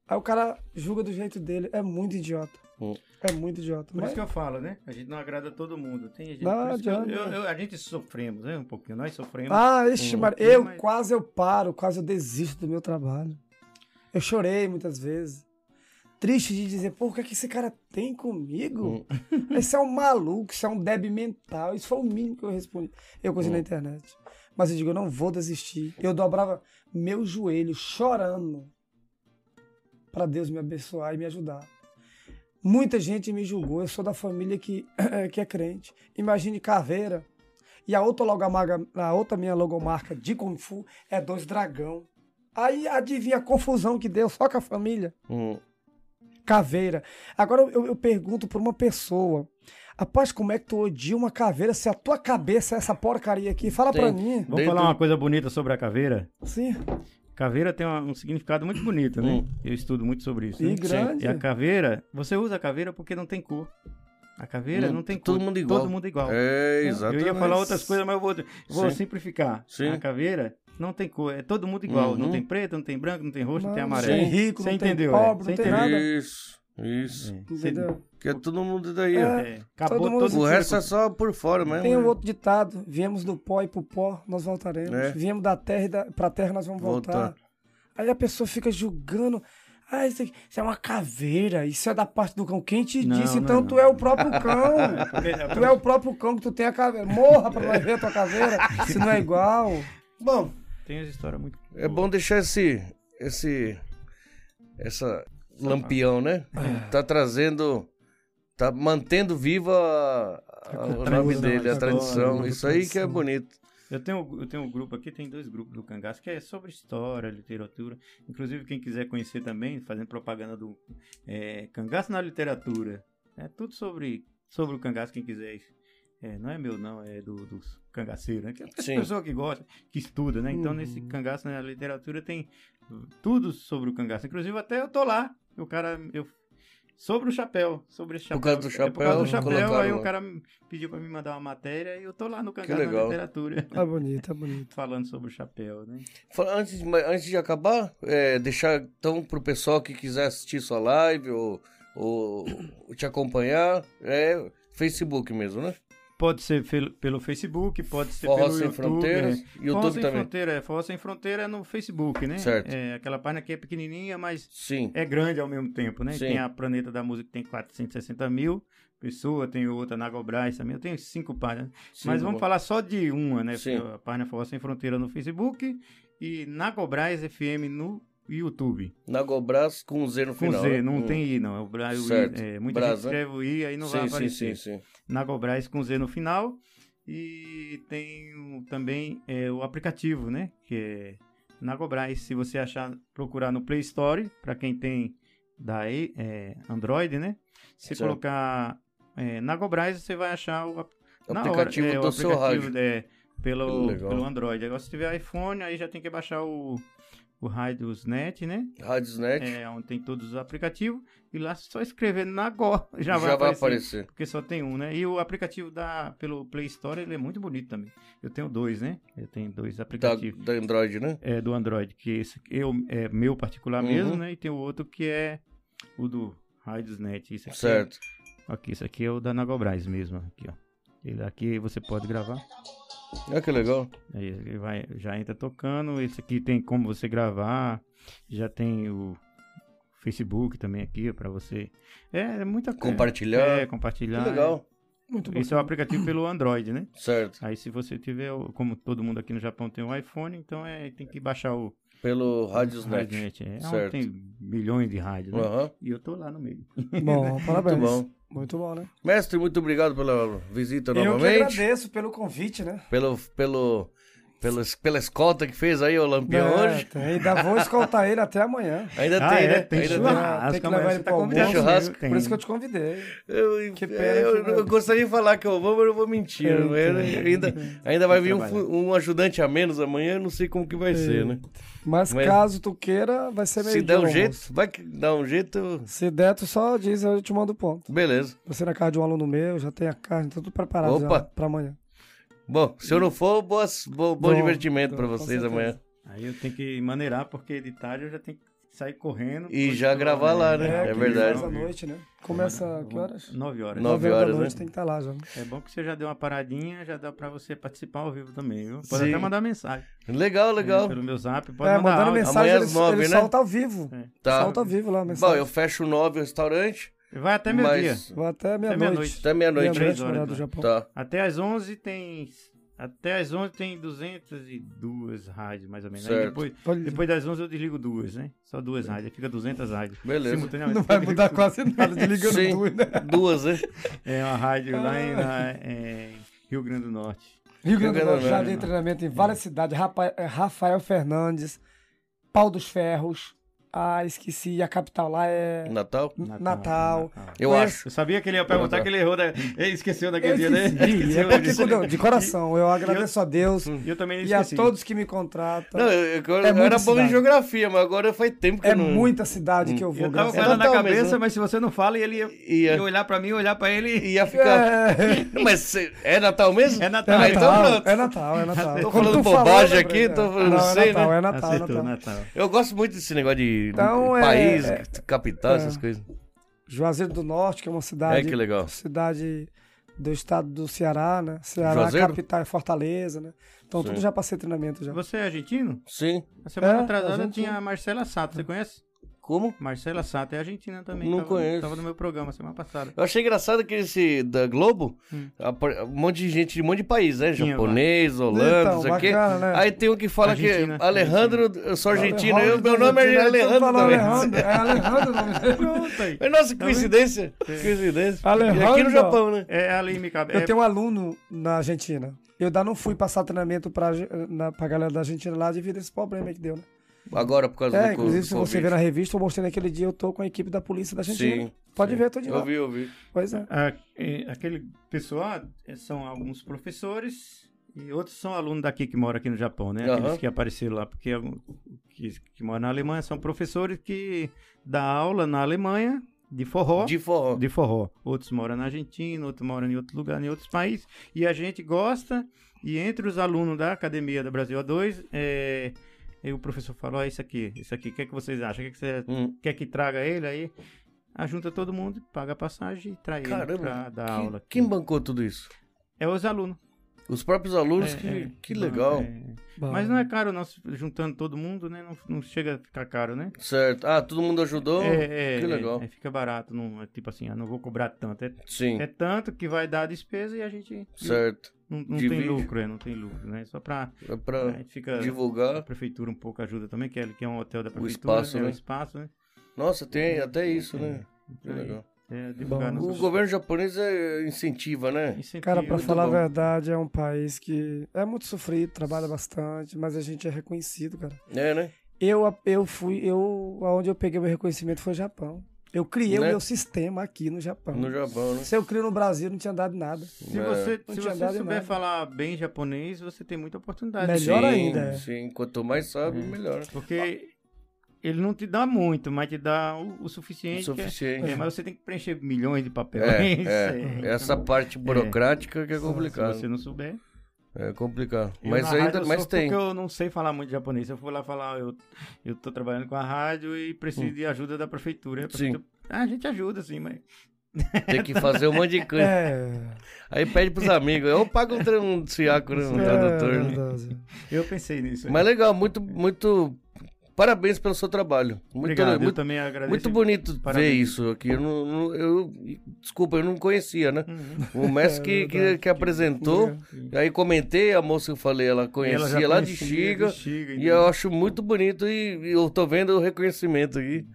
Speaker 1: Aí o cara julga do jeito dele. É muito idiota.
Speaker 2: Hum.
Speaker 1: É muito idiota.
Speaker 3: Por
Speaker 1: Mas
Speaker 3: isso que eu falo, né? A gente não agrada todo mundo. Tem gente.
Speaker 1: Não
Speaker 3: por isso que eu-
Speaker 1: adianta.
Speaker 3: eu- eu- a gente sofremos, né? Um pouquinho. Nós sofremos.
Speaker 1: Ah, ixi,
Speaker 2: Hum.
Speaker 1: Maria, eu
Speaker 3: Mas-
Speaker 1: quase eu paro, quase eu desisto do meu trabalho. Eu chorei muitas vezes. Triste de dizer, pô, o que, é que esse cara tem comigo? [LAUGHS] Isso é um maluco, isso é um débil mental. Isso foi o mínimo que eu respondi. Eu coisa na
Speaker 2: Hum.
Speaker 1: internet. Mas eu digo, eu não vou desistir. Eu dobrava meu joelho chorando para Deus me abençoar e me ajudar. Muita gente me julgou. Eu sou da família que, [CLEARS THROAT] que é crente. Imagine Caveira. E a outra, logomarca, a outra minha logomarca de Kung Fu é dois dragão. Aí adivinha a confusão que deu só com a família.
Speaker 2: Hum,
Speaker 1: Caveira. Agora eu, eu pergunto pra uma pessoa. Rapaz, como é que tu odia uma caveira se a tua cabeça é essa porcaria aqui? Fala pra mim.
Speaker 3: Vamos
Speaker 2: dentro-
Speaker 3: falar uma coisa bonita sobre a caveira?
Speaker 1: Sim.
Speaker 3: Caveira tem uma- um significado muito bonito, né?
Speaker 2: Hum.
Speaker 3: Eu estudo muito sobre isso.
Speaker 1: E
Speaker 3: né?
Speaker 1: grande.
Speaker 3: E a caveira, você usa a caveira porque não tem cor. A caveira
Speaker 2: Hum,
Speaker 3: não,
Speaker 1: é
Speaker 3: tem
Speaker 2: todo
Speaker 3: cor.
Speaker 2: mundo igual.
Speaker 3: Todo mundo igual.
Speaker 2: É, exatamente.
Speaker 3: Eu ia falar outras coisas, mas eu vou, vou
Speaker 2: Sim.
Speaker 3: simplificar.
Speaker 2: Sim.
Speaker 3: A caveira não tem cor, é todo mundo igual. Não
Speaker 2: Uhum.
Speaker 3: tem preto, não tem branco, não tem roxo, não tem
Speaker 1: Não,
Speaker 3: amarelo.
Speaker 2: não
Speaker 1: tem rico,
Speaker 3: Você
Speaker 1: não tem
Speaker 3: entendeu,
Speaker 1: pobre,
Speaker 3: é.
Speaker 1: não
Speaker 3: Você
Speaker 1: tem nada.
Speaker 2: Isso, isso.
Speaker 3: É. Você-
Speaker 1: Entendeu?
Speaker 2: Que é todo mundo daí, ó.
Speaker 3: é, Acabou
Speaker 1: Todo mundo-
Speaker 3: todo
Speaker 2: O resto é só por fora mesmo.
Speaker 1: Tem
Speaker 2: né?
Speaker 1: um outro ditado: viemos do pó e pro pó, nós voltaremos.
Speaker 2: É.
Speaker 1: Viemos da terra e da, pra terra, nós vamos voltar.
Speaker 2: Voltar.
Speaker 1: Aí a pessoa fica julgando. Ah, isso, aqui, isso é uma caveira, isso é da parte do cão. Quem te
Speaker 3: Não,
Speaker 1: disse?
Speaker 3: não,
Speaker 1: então
Speaker 3: não.
Speaker 1: tu é o próprio cão. Tu é o próprio cão que tu tem a caveira. Morra pra nós ver a tua caveira, se não é igual.
Speaker 2: Bom,
Speaker 3: Tem as histórias muito.
Speaker 2: é bom deixar esse. esse. essa lampião, né?
Speaker 1: É.
Speaker 2: Tá trazendo. Tá mantendo viva a- a- o nome
Speaker 1: tradição,
Speaker 2: dele, a
Speaker 1: essa
Speaker 2: tradição.
Speaker 1: coisa,
Speaker 2: Isso aí que é
Speaker 1: tradição.
Speaker 2: bonito.
Speaker 3: Eu tenho, eu tenho um grupo aqui, tem dois grupos do Cangaço, que é sobre história, literatura. Inclusive, quem quiser conhecer também, fazendo propaganda do é, Cangaço na Literatura. É tudo sobre, sobre o Cangaço, quem quiser. É, não é meu, não, é do, dos cangaceiros, né? Que é
Speaker 2: Sim.
Speaker 3: a pessoa que gosta, que estuda, né? Então,
Speaker 1: Uhum.
Speaker 3: nesse Cangaço na Literatura tem tudo sobre o Cangaço. Inclusive, até eu tô lá, o cara... Eu, Sobre o chapéu, sobre esse chapéu.
Speaker 2: Por causa do
Speaker 3: É por causa do
Speaker 2: chapéu, né?
Speaker 3: chapéu, aí
Speaker 2: colocaram-
Speaker 3: o cara me pediu pra me mandar uma matéria e eu tô lá no Cangaço na
Speaker 2: legal.
Speaker 3: Literatura
Speaker 1: É bonito, é bonito.
Speaker 3: falando sobre o chapéu, né?
Speaker 2: Fala- Antes, de- mas antes de acabar, é, deixar então pro pessoal que quiser assistir sua [COUGHS] live ou, ou te acompanhar, é Facebook mesmo, né?
Speaker 3: Pode ser fel- pelo Facebook, pode ser
Speaker 2: Forró
Speaker 3: pelo
Speaker 2: Sem
Speaker 3: YouTube.
Speaker 2: Fronteiras,
Speaker 3: é.
Speaker 2: YouTube
Speaker 3: Forró Sem
Speaker 2: também.
Speaker 3: Fronteira, é. Forró Sem Fronteira é no Facebook, né?
Speaker 2: Certo.
Speaker 3: É aquela página que é pequenininha, mas
Speaker 2: Sim.
Speaker 3: é grande ao mesmo tempo, né?
Speaker 2: Sim.
Speaker 3: Tem a Planeta da Música que tem 460 mil pessoas, tem outra na Gobras também, eu tenho cinco páginas.
Speaker 2: sim,
Speaker 3: É, mas
Speaker 2: tá bom.
Speaker 3: vamos falar só de uma, né?
Speaker 2: Sim.
Speaker 3: A página Forró Sem Fronteira no Facebook e na Gobras FM no YouTube.
Speaker 2: Nagobras com um Z no
Speaker 3: Com
Speaker 2: final.
Speaker 3: Z,
Speaker 2: né?
Speaker 3: não
Speaker 2: Hum.
Speaker 3: tem I, não. É o Bra... o I,
Speaker 2: Certo.
Speaker 3: é, muita
Speaker 2: Brás,
Speaker 3: gente
Speaker 2: né?
Speaker 3: escreve o I, aí não
Speaker 2: sim,
Speaker 3: vai
Speaker 2: sim,
Speaker 3: aparecer.
Speaker 2: sim, sim.
Speaker 3: Nagobras com Z no final. E tem o- também é, o aplicativo, né? Que é Nagobras. Se você achar, procurar no Play Store, para quem tem da E- é, Android, né? Se
Speaker 2: Certo.
Speaker 3: colocar é, Nagobras, você vai achar o ap- na hora,
Speaker 2: Aplicativo
Speaker 3: é,
Speaker 2: do
Speaker 3: o
Speaker 2: seu
Speaker 3: aplicativo,
Speaker 2: rádio.
Speaker 3: é, pelo,
Speaker 2: Legal.
Speaker 3: pelo Android. Agora, se tiver iPhone, aí já tem que baixar o, o Radiosnet, né?
Speaker 2: Radiosnet
Speaker 3: É, onde tem todos os aplicativos. E lá, só escrever Nagó, [LAUGHS] já,
Speaker 2: já,
Speaker 3: vai
Speaker 2: vai
Speaker 3: aparecer.
Speaker 2: aparecer.
Speaker 3: Porque só tem um, né? E o aplicativo da, pelo Play Store, ele é muito bonito também. Eu tenho dois, né? Eu tenho dois
Speaker 2: Da,
Speaker 3: aplicativos.
Speaker 2: da Android, né?
Speaker 3: É, do Android, que esse eu, é meu particular
Speaker 2: Uhum.
Speaker 3: mesmo, né? E tem o outro que é o do Radiosnet. Isso aqui, é-
Speaker 2: Certo.
Speaker 3: Aqui, isso aqui é o da Nagobras mesmo, aqui, ó. Ele aqui você pode gravar.
Speaker 2: Olha que legal.
Speaker 3: Aí ele vai, já entra tocando. Esse aqui tem como você gravar. Já tem o Facebook também aqui pra você. É, é muita coisa.
Speaker 2: Compartilhar.
Speaker 3: É, compartilhar.
Speaker 2: que legal.
Speaker 3: [LAUGHS]
Speaker 1: Muito bom.
Speaker 3: Esse é o aplicativo pelo Android, né?
Speaker 2: Certo.
Speaker 3: Aí se você tiver, o- como todo mundo aqui no Japão tem um iPhone, então é, tem que baixar o
Speaker 2: Pelo Radiosnet.
Speaker 3: Radiosnet. É, onde
Speaker 2: Certo.
Speaker 3: tem milhões de rádios, né?
Speaker 2: Aham.
Speaker 3: E eu tô lá no meio.
Speaker 1: Bom, parabéns.
Speaker 2: Muito bom. Tá
Speaker 1: Muito bom, né?
Speaker 2: Mestre, muito obrigado pela visita
Speaker 1: Eu que
Speaker 2: novamente.
Speaker 1: agradeço pelo convite, né?
Speaker 2: Pelo, pelo, pelo, pela escolta que fez aí o Lampião
Speaker 1: É,
Speaker 2: hoje.
Speaker 1: tem- Ainda vou escoltar ele até amanhã.
Speaker 2: Ainda
Speaker 3: Ah,
Speaker 2: tem,
Speaker 3: é?
Speaker 2: né?
Speaker 3: Tem
Speaker 2: Ainda
Speaker 1: churrasco.
Speaker 3: churrasco.
Speaker 1: Tem que
Speaker 3: amanhã
Speaker 1: levar
Speaker 3: você
Speaker 1: ele
Speaker 3: tá
Speaker 1: pra
Speaker 3: convidado,
Speaker 2: almoço, churrasco.
Speaker 3: viu? Tem.
Speaker 1: Por isso que eu te convidei.
Speaker 2: Eu,
Speaker 1: Que pena
Speaker 2: eu,
Speaker 1: que não-
Speaker 2: eu gostaria de falar que eu vou, mas eu não vou mentir.
Speaker 1: Eu
Speaker 2: não é?
Speaker 1: entendo.
Speaker 2: ainda, ainda vai vir um,
Speaker 3: trabalhar.
Speaker 2: fu- um ajudante a menos amanhã, eu não sei como que vai
Speaker 1: É,
Speaker 2: ser, né?
Speaker 1: Mas,
Speaker 2: Mas-
Speaker 1: caso tu queira, vai ser meio
Speaker 2: Se der um
Speaker 1: almoço.
Speaker 2: jeito, vai que dá um jeito. eu-
Speaker 1: Se der, tu só diz, eu te mando o ponto.
Speaker 2: Beleza.
Speaker 1: Você na casa de um aluno meu, já tem a carne, tá tudo preparado
Speaker 2: Opa.
Speaker 1: já pra amanhã.
Speaker 2: Bom, se eu não for, boas, bo, bom,
Speaker 1: Bom,
Speaker 2: divertimento
Speaker 1: bom,
Speaker 2: pra
Speaker 1: com
Speaker 2: vocês
Speaker 1: certeza.
Speaker 2: amanhã.
Speaker 3: Aí eu tenho que maneirar, porque de tarde eu já tenho que sair correndo.
Speaker 2: E
Speaker 3: porque
Speaker 2: já
Speaker 3: tô-
Speaker 2: gravar lá, né? É
Speaker 1: que
Speaker 3: aqui,
Speaker 2: verdade.
Speaker 1: Começa à
Speaker 3: nove-
Speaker 1: noite, né? Começa que horas?
Speaker 3: Nove horas.
Speaker 2: Nove.
Speaker 1: da
Speaker 2: horas,
Speaker 1: noite
Speaker 2: né?
Speaker 1: tem que estar lá já.
Speaker 3: É bom que você já deu uma paradinha, já dá pra você participar ao vivo também, viu? Pode
Speaker 2: Sim.
Speaker 3: até mandar mensagem.
Speaker 2: Legal,
Speaker 3: É,
Speaker 2: legal.
Speaker 3: Pelo meu zap, pode
Speaker 1: É,
Speaker 3: mandar
Speaker 1: mandando
Speaker 3: áudio.
Speaker 1: mensagem,
Speaker 2: Amanhã às
Speaker 1: ele,
Speaker 2: nove,
Speaker 1: ele
Speaker 2: né?
Speaker 1: solta ao vivo.
Speaker 2: Tá.
Speaker 1: Solta ao vivo lá a
Speaker 2: Bom,
Speaker 1: mensagem.
Speaker 2: eu fecho nove o restaurante,
Speaker 3: Vai até meu dia.
Speaker 2: mas.
Speaker 1: Vou até meia-noite.
Speaker 3: meia-noite.
Speaker 2: Até meia-noite. né?
Speaker 3: Três
Speaker 1: Meia-noite,
Speaker 3: horas
Speaker 1: horário do
Speaker 3: lá.
Speaker 1: Japão.
Speaker 2: Tá.
Speaker 3: Até as 11 tem. Até as 11 tem 202 rádios, mais ou menos. Aí
Speaker 2: Certo.
Speaker 3: depois,
Speaker 1: Olha,
Speaker 3: depois das 11 eu desligo duas, né? Só duas rádios. Aí fica 200 rádios.
Speaker 2: Beleza.
Speaker 3: Simultaneamente.
Speaker 1: [LAUGHS] não vai mudar quase nada, desligando
Speaker 2: Sim.
Speaker 1: tudo, né?
Speaker 2: Duas, né?
Speaker 3: É uma rádio lá em,
Speaker 1: Ah.
Speaker 3: na- em Rio Grande do Norte.
Speaker 1: Rio
Speaker 2: Rio
Speaker 1: Grande do
Speaker 2: Grande
Speaker 1: Norte
Speaker 2: do
Speaker 1: já
Speaker 2: Norte.
Speaker 1: tem treinamento em várias cidades. Rapa- eh, Rafael Fernandes, Pau dos Ferros. Ah, esqueci. A capital lá é
Speaker 2: Natal?
Speaker 1: Natal.
Speaker 2: Eu
Speaker 1: Conheço-
Speaker 3: Eu sabia que ele ia perguntar
Speaker 2: Natal.
Speaker 3: que ele errou. Da... Ele esqueceu daquele
Speaker 1: Eu
Speaker 3: dia, né?
Speaker 1: esqueci. É
Speaker 3: Esqueceu
Speaker 1: porque,
Speaker 3: disso.
Speaker 1: quando eu- de coração, eu agradeço a Deus
Speaker 3: E Hum, eu também
Speaker 1: e a
Speaker 3: esqueci.
Speaker 1: todos que me contratam.
Speaker 2: Não, eu, eu- eu
Speaker 1: É muita
Speaker 2: era bom em
Speaker 1: cidade.
Speaker 2: geografia, mas agora faz tempo que
Speaker 1: É
Speaker 2: eu não.
Speaker 1: muita cidade que eu vou.
Speaker 3: Eu tava com
Speaker 1: graças a
Speaker 3: ela na
Speaker 2: Natal mesmo,
Speaker 3: cabeça,
Speaker 2: né?
Speaker 3: mas se você não fala, ele ia,
Speaker 2: Ia.
Speaker 3: ia olhar pra mim, olhar pra ele.
Speaker 2: Ia ficar.
Speaker 1: Deus.
Speaker 2: [LAUGHS] Não, Mas cê- é Natal mesmo?
Speaker 3: É
Speaker 1: É
Speaker 3: Natal.
Speaker 2: Ah, então
Speaker 1: Natal,
Speaker 2: pronto.
Speaker 1: é Natal, é Natal.
Speaker 2: Tô
Speaker 1: Quando
Speaker 2: falando
Speaker 1: tu falou,
Speaker 2: bobagem
Speaker 1: eu lembrei,
Speaker 2: aqui, tô
Speaker 1: é.
Speaker 2: falando,
Speaker 1: não,
Speaker 2: sei, né?
Speaker 1: é Natal, é Natal, é
Speaker 3: Acertou,
Speaker 1: Natal.
Speaker 3: Natal.
Speaker 2: Eu gosto muito desse negócio de
Speaker 1: Então, é-
Speaker 2: país,
Speaker 1: é-
Speaker 2: capital,
Speaker 1: é.
Speaker 2: essas coisas.
Speaker 1: Juazeiro do Norte, que é uma
Speaker 2: É
Speaker 1: cidade,
Speaker 2: que legal.
Speaker 1: cidade do estado do Ceará, né? Ceará,
Speaker 2: Juazeiro?
Speaker 1: capital é Fortaleza, né? Então
Speaker 2: Sim.
Speaker 1: tudo já passei treinamento já.
Speaker 3: Você é argentino?
Speaker 2: Sim.
Speaker 3: A semana
Speaker 1: É,
Speaker 3: atrasada
Speaker 1: argentino.
Speaker 3: tinha a Marcela Sato, você conhece?
Speaker 2: Como?
Speaker 3: Marcela Sato é argentina também.
Speaker 2: Não
Speaker 3: tava,
Speaker 2: conheço.
Speaker 3: Tava no meu programa
Speaker 2: [LAUGHS]
Speaker 3: semana passada.
Speaker 2: Eu achei engraçado que esse da Globo, apar- um monte de gente de um monte de país, né?
Speaker 3: Tinha,
Speaker 2: Japonês, Holanda,
Speaker 1: Hum. Então,
Speaker 2: isso aqui.
Speaker 1: bacana, né?
Speaker 2: Aí tem um que fala
Speaker 3: Argentina.
Speaker 2: que Alejandro, eu sou é argentino, eu,
Speaker 1: Alejandro,
Speaker 2: meu nome é
Speaker 1: Alejandro, todo mundo
Speaker 2: Alejandro
Speaker 1: fala
Speaker 2: também. [LAUGHS]
Speaker 1: Alejandro, é Alejandro o nome dele.
Speaker 3: Pronto aí.
Speaker 2: Mas nossa, que coincidência. Coincidência.
Speaker 1: Alejandro.
Speaker 2: E aqui no Japão, né?
Speaker 3: É ali, me cabe.
Speaker 1: Eu tenho um aluno na Argentina. Eu ainda não fui passar treinamento pra, na, pra galera da Argentina lá devido a esse problema aí que deu, né?
Speaker 2: Agora, por causa
Speaker 1: É,
Speaker 2: do co-
Speaker 1: inclusive, se você
Speaker 2: Covid.
Speaker 1: ver na revista, eu mostrei naquele dia, eu tô com a equipe da polícia da Argentina.
Speaker 2: Sim,
Speaker 1: Pode
Speaker 2: sim.
Speaker 1: ver, eu tô de lá.
Speaker 2: É. Eu vi, eu vi.
Speaker 1: Pois é.
Speaker 3: aquele pessoal eh, são alguns professores e outros são alunos daqui que moram aqui no Japão, né? Aqueles
Speaker 2: Aham.
Speaker 3: que apareceram lá, porque algum- que, que moram na Alemanha são professores que dá aula na Alemanha de forró.
Speaker 2: De forró.
Speaker 3: de forró. Outros moram na Argentina, outros moram em outro lugar, em outros países. E a gente gosta. E entre os alunos da Academia da Brasil A2, é, e o professor falou: "Ó, isso aqui, isso aqui, o que, é que vocês acham? O que, é que você
Speaker 2: Hum.
Speaker 3: quer que traga ele? Aí ajunta todo mundo, paga a passagem e traz ele
Speaker 2: Caramba,
Speaker 3: pra dar
Speaker 2: que-
Speaker 3: aula. aqui.
Speaker 2: quem bancou tudo isso?
Speaker 3: É os alunos.
Speaker 2: Os próprios alunos, que,
Speaker 3: É, é.
Speaker 2: que
Speaker 3: Não,
Speaker 2: legal.
Speaker 3: é. Mas não é caro, não. se- Juntando todo mundo, né? Não, não chega a ficar caro, né?
Speaker 2: Certo. Ah, todo mundo ajudou?
Speaker 3: é, é,
Speaker 2: que legal.
Speaker 3: é, é, fica barato. Não, é tipo assim, ah, não vou cobrar tanto. É,
Speaker 2: Sim,
Speaker 3: é tanto que vai dar a despesa e a gente
Speaker 2: certo.
Speaker 3: não, não tem
Speaker 2: Divide.
Speaker 3: lucro, é, não tem lucro, né? Só pra.
Speaker 2: É pra
Speaker 3: a gente fica. A
Speaker 2: divulgar.
Speaker 3: prefeitura um pouco ajuda também, que é, que é um hotel da prefeitura.
Speaker 2: espaço,
Speaker 3: é
Speaker 2: né?
Speaker 3: O espaço, né?
Speaker 2: Nossa, tem até isso,
Speaker 3: É,
Speaker 2: né? Que
Speaker 3: é,
Speaker 2: legal.
Speaker 3: É, divulgar
Speaker 1: Bom,
Speaker 2: O
Speaker 3: nossas-
Speaker 2: governo japonês é, incentiva, né?
Speaker 3: incentiva.
Speaker 1: Cara, pra
Speaker 2: Muito
Speaker 1: falar
Speaker 2: bom.
Speaker 1: a verdade, é um país que é muito sofrido, trabalha bastante, mas a gente é reconhecido, cara.
Speaker 2: É, né?
Speaker 1: Eu, eu fui, eu, aonde eu peguei meu reconhecimento foi o Japão. Eu criei
Speaker 2: Né?
Speaker 1: o meu sistema aqui no Japão.
Speaker 2: No Japão, né?
Speaker 1: Se eu crio no Brasil, não tinha dado nada.
Speaker 3: Se
Speaker 2: É.
Speaker 3: você,
Speaker 1: Não
Speaker 3: se
Speaker 1: tinha
Speaker 3: você
Speaker 1: dado em
Speaker 3: souber
Speaker 1: nada.
Speaker 3: falar bem japonês, você tem muita oportunidade.
Speaker 1: Melhor.
Speaker 2: sim,
Speaker 1: ainda, é.
Speaker 2: Sim, quanto mais sabe,
Speaker 3: É.
Speaker 2: melhor.
Speaker 3: Porque ele não te dá muito, mas te dá o, o suficiente.
Speaker 2: O suficiente.
Speaker 3: que é- é, mas você tem que preencher milhões de papéis.
Speaker 2: É,
Speaker 3: Isso
Speaker 2: é.
Speaker 3: [LAUGHS] é.
Speaker 2: Essa parte burocrática que é
Speaker 3: Se
Speaker 2: complicado.
Speaker 3: você não souber.
Speaker 2: É complicado.
Speaker 3: Eu,
Speaker 2: Mas
Speaker 3: na rádio,
Speaker 2: ainda
Speaker 3: eu um
Speaker 2: mas
Speaker 3: sofro
Speaker 2: tem.
Speaker 3: Porque eu não sei falar muito japonês. Se eu for lá falar, "Ah, eu, eu tô trabalhando com a rádio e preciso de ajuda da prefeitura. A,
Speaker 2: Hum. Sim.
Speaker 3: prefeitura- Ah, a gente ajuda, sim, mas.
Speaker 2: Tem que fazer um monte de coisa.
Speaker 1: É.
Speaker 2: [LAUGHS] Aí pede pros amigos. Eu pago um, tra- um siaco, né? Um
Speaker 1: é
Speaker 2: tradutor. né?
Speaker 1: verdade.
Speaker 3: Eu pensei nisso.
Speaker 2: Mas legal, muito, muito. Parabéns pelo seu trabalho. Muito,
Speaker 3: Obrigado, eu
Speaker 2: muito,
Speaker 3: também agradeço.
Speaker 2: muito bonito ver
Speaker 3: Parabéns.
Speaker 2: isso aqui. Eu, não- não- eu- desculpa, eu não conhecia, né?
Speaker 3: Uhum.
Speaker 2: O
Speaker 3: [LAUGHS]
Speaker 2: mestre que, que, que apresentou. Aí comentei, a moça que eu falei, ela
Speaker 3: E ela
Speaker 2: conhecia,
Speaker 3: já
Speaker 2: lá de
Speaker 3: conhecia,
Speaker 2: Chiga.
Speaker 3: de Xiga,
Speaker 2: E eu acho muito bonito e, e eu tô vendo o reconhecimento aqui.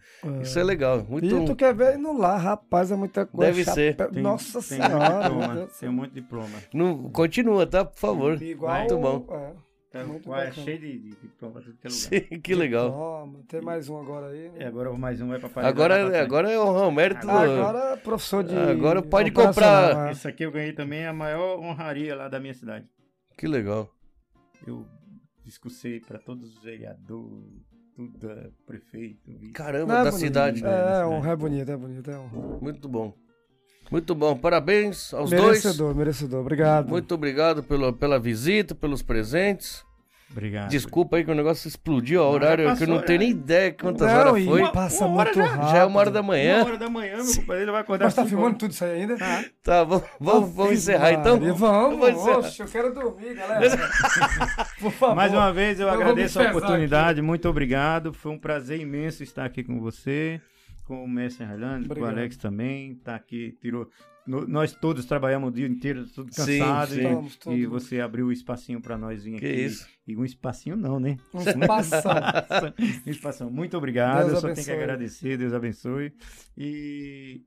Speaker 2: Isso é legal. Muito.
Speaker 1: E tu quer ver no lá, rapaz, é muita coisa.
Speaker 2: Deve ser.
Speaker 1: Chapéu-
Speaker 3: Tem-
Speaker 1: Nossa
Speaker 3: tem muito
Speaker 1: Senhora.
Speaker 3: diploma,
Speaker 1: meu Deus.
Speaker 3: Tem um monte de diploma.
Speaker 2: Não, continua, tá? Por favor.
Speaker 1: Igual,
Speaker 2: Muito bom.
Speaker 1: é,
Speaker 3: Tá
Speaker 1: Muito
Speaker 3: uai,
Speaker 1: bacana.
Speaker 3: cheio de, de diploma pra tudo que é lugar.
Speaker 2: [LAUGHS] Sim, que legal.
Speaker 1: Toma, tem mais um agora aí.
Speaker 3: E
Speaker 2: É.
Speaker 1: né?
Speaker 3: agora mais um vai pra paridade.
Speaker 2: Agora, agora é honrar o mérito. do-
Speaker 1: Agora, professor de.
Speaker 2: Agora pode
Speaker 1: operacional,
Speaker 2: comprar.
Speaker 1: né?
Speaker 3: Isso aqui eu ganhei também a maior honraria lá da minha cidade.
Speaker 2: Que legal.
Speaker 3: Eu discussei pra todos os vereadores, tudo, eh, prefeito. vice.
Speaker 2: Caramba,
Speaker 1: Não, é
Speaker 2: da
Speaker 1: bonito.
Speaker 2: cidade. né?
Speaker 1: É,
Speaker 3: né?
Speaker 1: é um é bonito, é bonito. É um...
Speaker 2: Muito bom. Muito bom. Parabéns aos dois.
Speaker 1: merecedor, merecedor. Obrigado.
Speaker 2: Muito obrigado pelo, pela visita, pelos presentes.
Speaker 3: Obrigado.
Speaker 2: Desculpa aí que o negócio explodiu. O
Speaker 3: Ah, Não, já
Speaker 2: horário é que eu não
Speaker 3: passou,
Speaker 2: tenho
Speaker 3: né?
Speaker 2: nem ideia quantas
Speaker 1: Não,
Speaker 2: horas
Speaker 1: e
Speaker 2: foi.
Speaker 1: passa
Speaker 3: uma hora
Speaker 1: muito
Speaker 3: já.
Speaker 1: rápido.
Speaker 2: Já é uma hora da
Speaker 3: Uma
Speaker 2: manhã.
Speaker 3: hora da manhã, meu companheiro vai acordar.
Speaker 1: Mas tá
Speaker 3: cinco
Speaker 1: filmando
Speaker 3: horas.
Speaker 1: tudo isso aí ainda?
Speaker 2: Tá, vamos, vamos, vamos encerrar então.
Speaker 1: Vamos,
Speaker 2: Eu vou encerrar.
Speaker 1: vamos. Oxe, eu quero dormir, galera. [LAUGHS] Por favor.
Speaker 3: Mais uma vez eu
Speaker 1: Eu vou me
Speaker 3: agradeço a
Speaker 1: pesar
Speaker 3: oportunidade, muito obrigado. Foi um prazer imenso estar aqui com você, com o Mestre Harland, com o
Speaker 1: Obrigado.
Speaker 3: Alex também, tá aqui, tirou. no- Nós todos trabalhamos o dia inteiro, tudo
Speaker 2: Sim,
Speaker 3: cansado.
Speaker 2: sim.
Speaker 3: e-
Speaker 1: Estamos todos.
Speaker 3: E você abriu um espacinho pra nós vir
Speaker 2: Que
Speaker 3: aqui.
Speaker 2: isso.
Speaker 3: E um espacinho não, né?
Speaker 1: Um passar.
Speaker 3: [LAUGHS] Um espação. Muito obrigado.
Speaker 1: Deus
Speaker 3: eu só tenho
Speaker 1: abençoe.
Speaker 3: que agradecer, Deus abençoe. E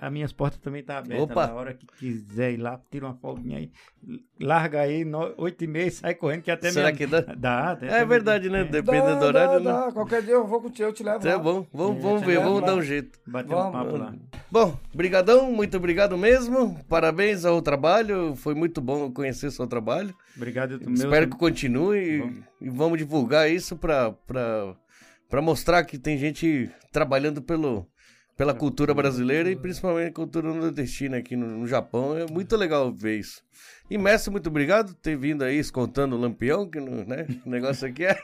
Speaker 3: as minhas portas também estão tá abertas.
Speaker 2: Opa.
Speaker 3: Na hora que quiser ir lá, tira uma folguinha aí. Larga aí, no- oito e meia, sai correndo, que até
Speaker 2: Será
Speaker 3: meia-
Speaker 2: que dá?
Speaker 3: Dá, até
Speaker 2: É verdade, né?
Speaker 3: É.
Speaker 2: [LAUGHS] Dependendo do horário,
Speaker 1: dá,
Speaker 2: né?
Speaker 1: dá. Qualquer dia eu vou contigo, eu te levo.
Speaker 2: Tá
Speaker 1: lá.
Speaker 2: bom, vamos,
Speaker 3: É,
Speaker 2: vamos
Speaker 3: tá
Speaker 2: ver,
Speaker 3: bom.
Speaker 2: vamos dar um jeito.
Speaker 3: Bater um
Speaker 1: Vamos.
Speaker 3: papo lá.
Speaker 2: Bom, brigadão, muito obrigado mesmo. Parabéns ao trabalho, foi muito bom conhecer seu trabalho.
Speaker 3: Obrigado, meu.
Speaker 2: Espero que continue e-
Speaker 3: Vamos.
Speaker 2: e vamos divulgar isso pra, pra, pra mostrar que tem gente trabalhando pelo, pela cultura brasileira e principalmente a cultura nordestina aqui no, no Japão. É muito legal ver isso. E mestre, muito obrigado por ter vindo aí escontando o lampião, que não- né? [LAUGHS] o negócio aqui é...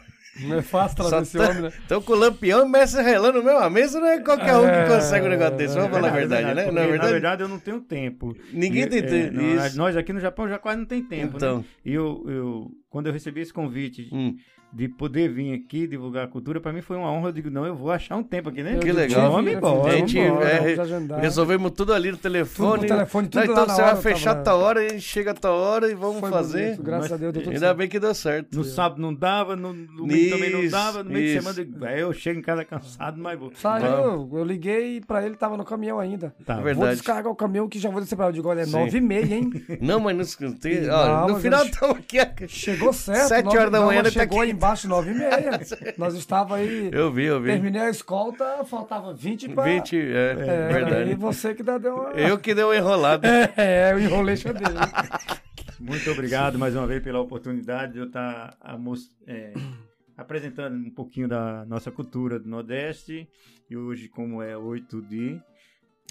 Speaker 1: Não é fácil trazer
Speaker 2: Só
Speaker 1: esse
Speaker 2: tá-
Speaker 1: homem, né?
Speaker 2: Então, com o Lampião e Mestre Relan no mesmo mesa, não é qualquer um
Speaker 1: É,
Speaker 2: que consegue um negócio desse. Vamos
Speaker 1: é
Speaker 2: falar a verdade, né?
Speaker 3: porque,
Speaker 2: Não é verdade?
Speaker 3: Na verdade, eu não tenho tempo.
Speaker 2: Ninguém
Speaker 3: E,
Speaker 2: tem
Speaker 3: é,
Speaker 2: tempo.
Speaker 3: na verdade,
Speaker 2: Isso.
Speaker 3: Nós aqui no Japão já quase não tem tempo,
Speaker 2: Então.
Speaker 3: né? E eu, eu, quando eu recebi esse convite
Speaker 2: Hum,
Speaker 3: de poder vir aqui divulgar a cultura, pra mim foi uma honra. Eu digo, não, eu vou achar um tempo aqui, né?
Speaker 2: Que
Speaker 3: Eu
Speaker 2: legal.
Speaker 3: digo, Vamos embora.
Speaker 2: a
Speaker 1: Vamos
Speaker 2: gente
Speaker 1: embora,
Speaker 2: é,
Speaker 1: vamos agendar.
Speaker 2: resolvemos tudo ali no telefone.
Speaker 1: Tudo no telefone, tudo
Speaker 2: Não,
Speaker 1: lá
Speaker 2: então
Speaker 1: na
Speaker 2: você
Speaker 1: hora,
Speaker 2: vai fechar
Speaker 1: tava-
Speaker 2: a tua hora e chega a tua hora e vamos
Speaker 1: Foi
Speaker 2: fazer.
Speaker 1: bonito, graças
Speaker 3: Mas-
Speaker 1: a Deus deu tudo
Speaker 2: Ainda
Speaker 1: certo.
Speaker 2: bem que deu certo.
Speaker 3: No sábado não dava, no domingo também não
Speaker 2: Isso,
Speaker 3: dava, no meio de
Speaker 2: isso.
Speaker 3: semana eu, digo, "Aí eu chego em casa cansado, mas vou.
Speaker 1: Saiu, eu liguei pra ele, tava no caminhão ainda.
Speaker 3: Tá.
Speaker 2: É verdade.
Speaker 1: Vou descarregar o caminhão que já vou descer pra ele. Eu digo, olha, é
Speaker 2: Sim.
Speaker 1: nove e meia, hein?
Speaker 2: Não, mas não escutei.
Speaker 1: Não,
Speaker 2: Olha, no
Speaker 1: mas
Speaker 2: final
Speaker 1: eu-
Speaker 2: estamos aqui.
Speaker 1: Chegou certo.
Speaker 2: Sete
Speaker 1: nove-
Speaker 2: horas da
Speaker 1: não,
Speaker 2: manhã, ele
Speaker 1: mas
Speaker 2: tá
Speaker 1: Chegou aí
Speaker 2: aqui.
Speaker 1: embaixo nove e meia.
Speaker 2: [LAUGHS]
Speaker 1: Nós estávamos aí...
Speaker 2: Eu vi, eu vi.
Speaker 1: Terminei a escolta, faltava 20 pra...
Speaker 2: 20, é,
Speaker 1: É,
Speaker 2: verdade.
Speaker 1: E você que dá deu uma...
Speaker 2: Eu que dei uma enrolada.
Speaker 1: [LAUGHS] É, eu
Speaker 2: [LAUGHS]
Speaker 1: enrolei dele.
Speaker 3: Muito obrigado mais uma vez pela oportunidade de eu estar a mos- é, apresentando um pouquinho da nossa cultura do Nordeste. E hoje, como é 8 de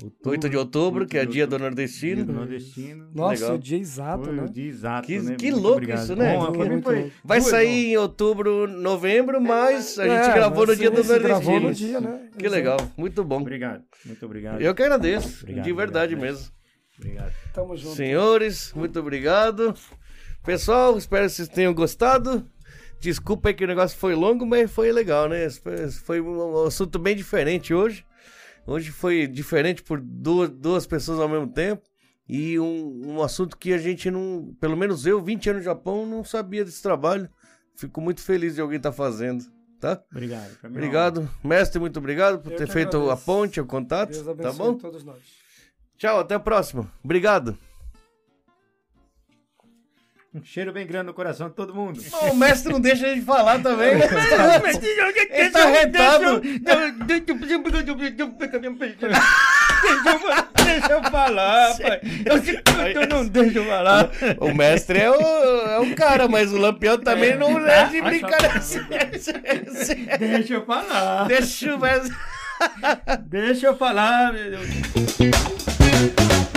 Speaker 3: outubro,
Speaker 2: 8 de outubro, que é
Speaker 3: Oito de
Speaker 2: dia do
Speaker 3: outubro, dia do
Speaker 2: nordestino.
Speaker 3: Nordestino.
Speaker 1: Nossa,
Speaker 2: Legal.
Speaker 1: o dia exato,
Speaker 3: Foi
Speaker 1: né?
Speaker 3: o dia exato,
Speaker 2: Que-
Speaker 3: né?
Speaker 2: que
Speaker 3: Muito
Speaker 2: louco
Speaker 3: obrigado.
Speaker 2: isso, né?
Speaker 3: Bom,
Speaker 1: Foi
Speaker 3: pra mim
Speaker 1: muito
Speaker 3: foi
Speaker 1: louco.
Speaker 2: Vai
Speaker 3: duas,
Speaker 2: sair em outubro, novembro, mas a gente
Speaker 1: É,
Speaker 2: gravou no
Speaker 1: mas
Speaker 2: dia do
Speaker 1: se Gravou no
Speaker 2: nordestino.
Speaker 1: dia, né?
Speaker 2: Que legal, muito bom.
Speaker 3: não. Obrigado, muito obrigado.
Speaker 2: Eu que agradeço,
Speaker 3: Obrigado,
Speaker 2: de verdade
Speaker 3: obrigado.
Speaker 2: mesmo.
Speaker 3: Obrigado.
Speaker 1: Tamo junto.
Speaker 2: Senhores, muito obrigado. Pessoal, espero que vocês tenham gostado. Desculpa aí que o negócio foi longo, mas foi legal, né? Foi um assunto bem diferente hoje. Hoje foi diferente por duas, duas pessoas ao mesmo tempo. E um, um assunto que a gente não. Pelo menos eu, 20 anos no Japão, não sabia desse trabalho. Fico muito feliz de alguém estar fazendo, tá?
Speaker 3: Obrigado. Pra mim é uma
Speaker 2: Obrigado. Mestre, muito obrigado por
Speaker 1: Eu
Speaker 2: ter
Speaker 1: que
Speaker 2: feito a
Speaker 1: agradeço.
Speaker 2: ponte, o contato.
Speaker 1: Deus
Speaker 2: Tá
Speaker 1: abençoe
Speaker 2: bom?
Speaker 1: todos nós.
Speaker 2: Tchau, até a próxima. Obrigado.
Speaker 3: honra. Um cheiro bem grande no coração de todo mundo.
Speaker 2: o mestre não deixa de falar também. Ele tá retado.
Speaker 3: Deixa eu [LAUGHS] falar, pai. Eu, não deixo falar.
Speaker 2: O mestre é o, é o cara, mas o Lampião também não é de brincadeira. [LAUGHS]
Speaker 3: Deixa eu falar.
Speaker 2: Deixa o mestre.
Speaker 3: Deixa eu falar, meu Deus.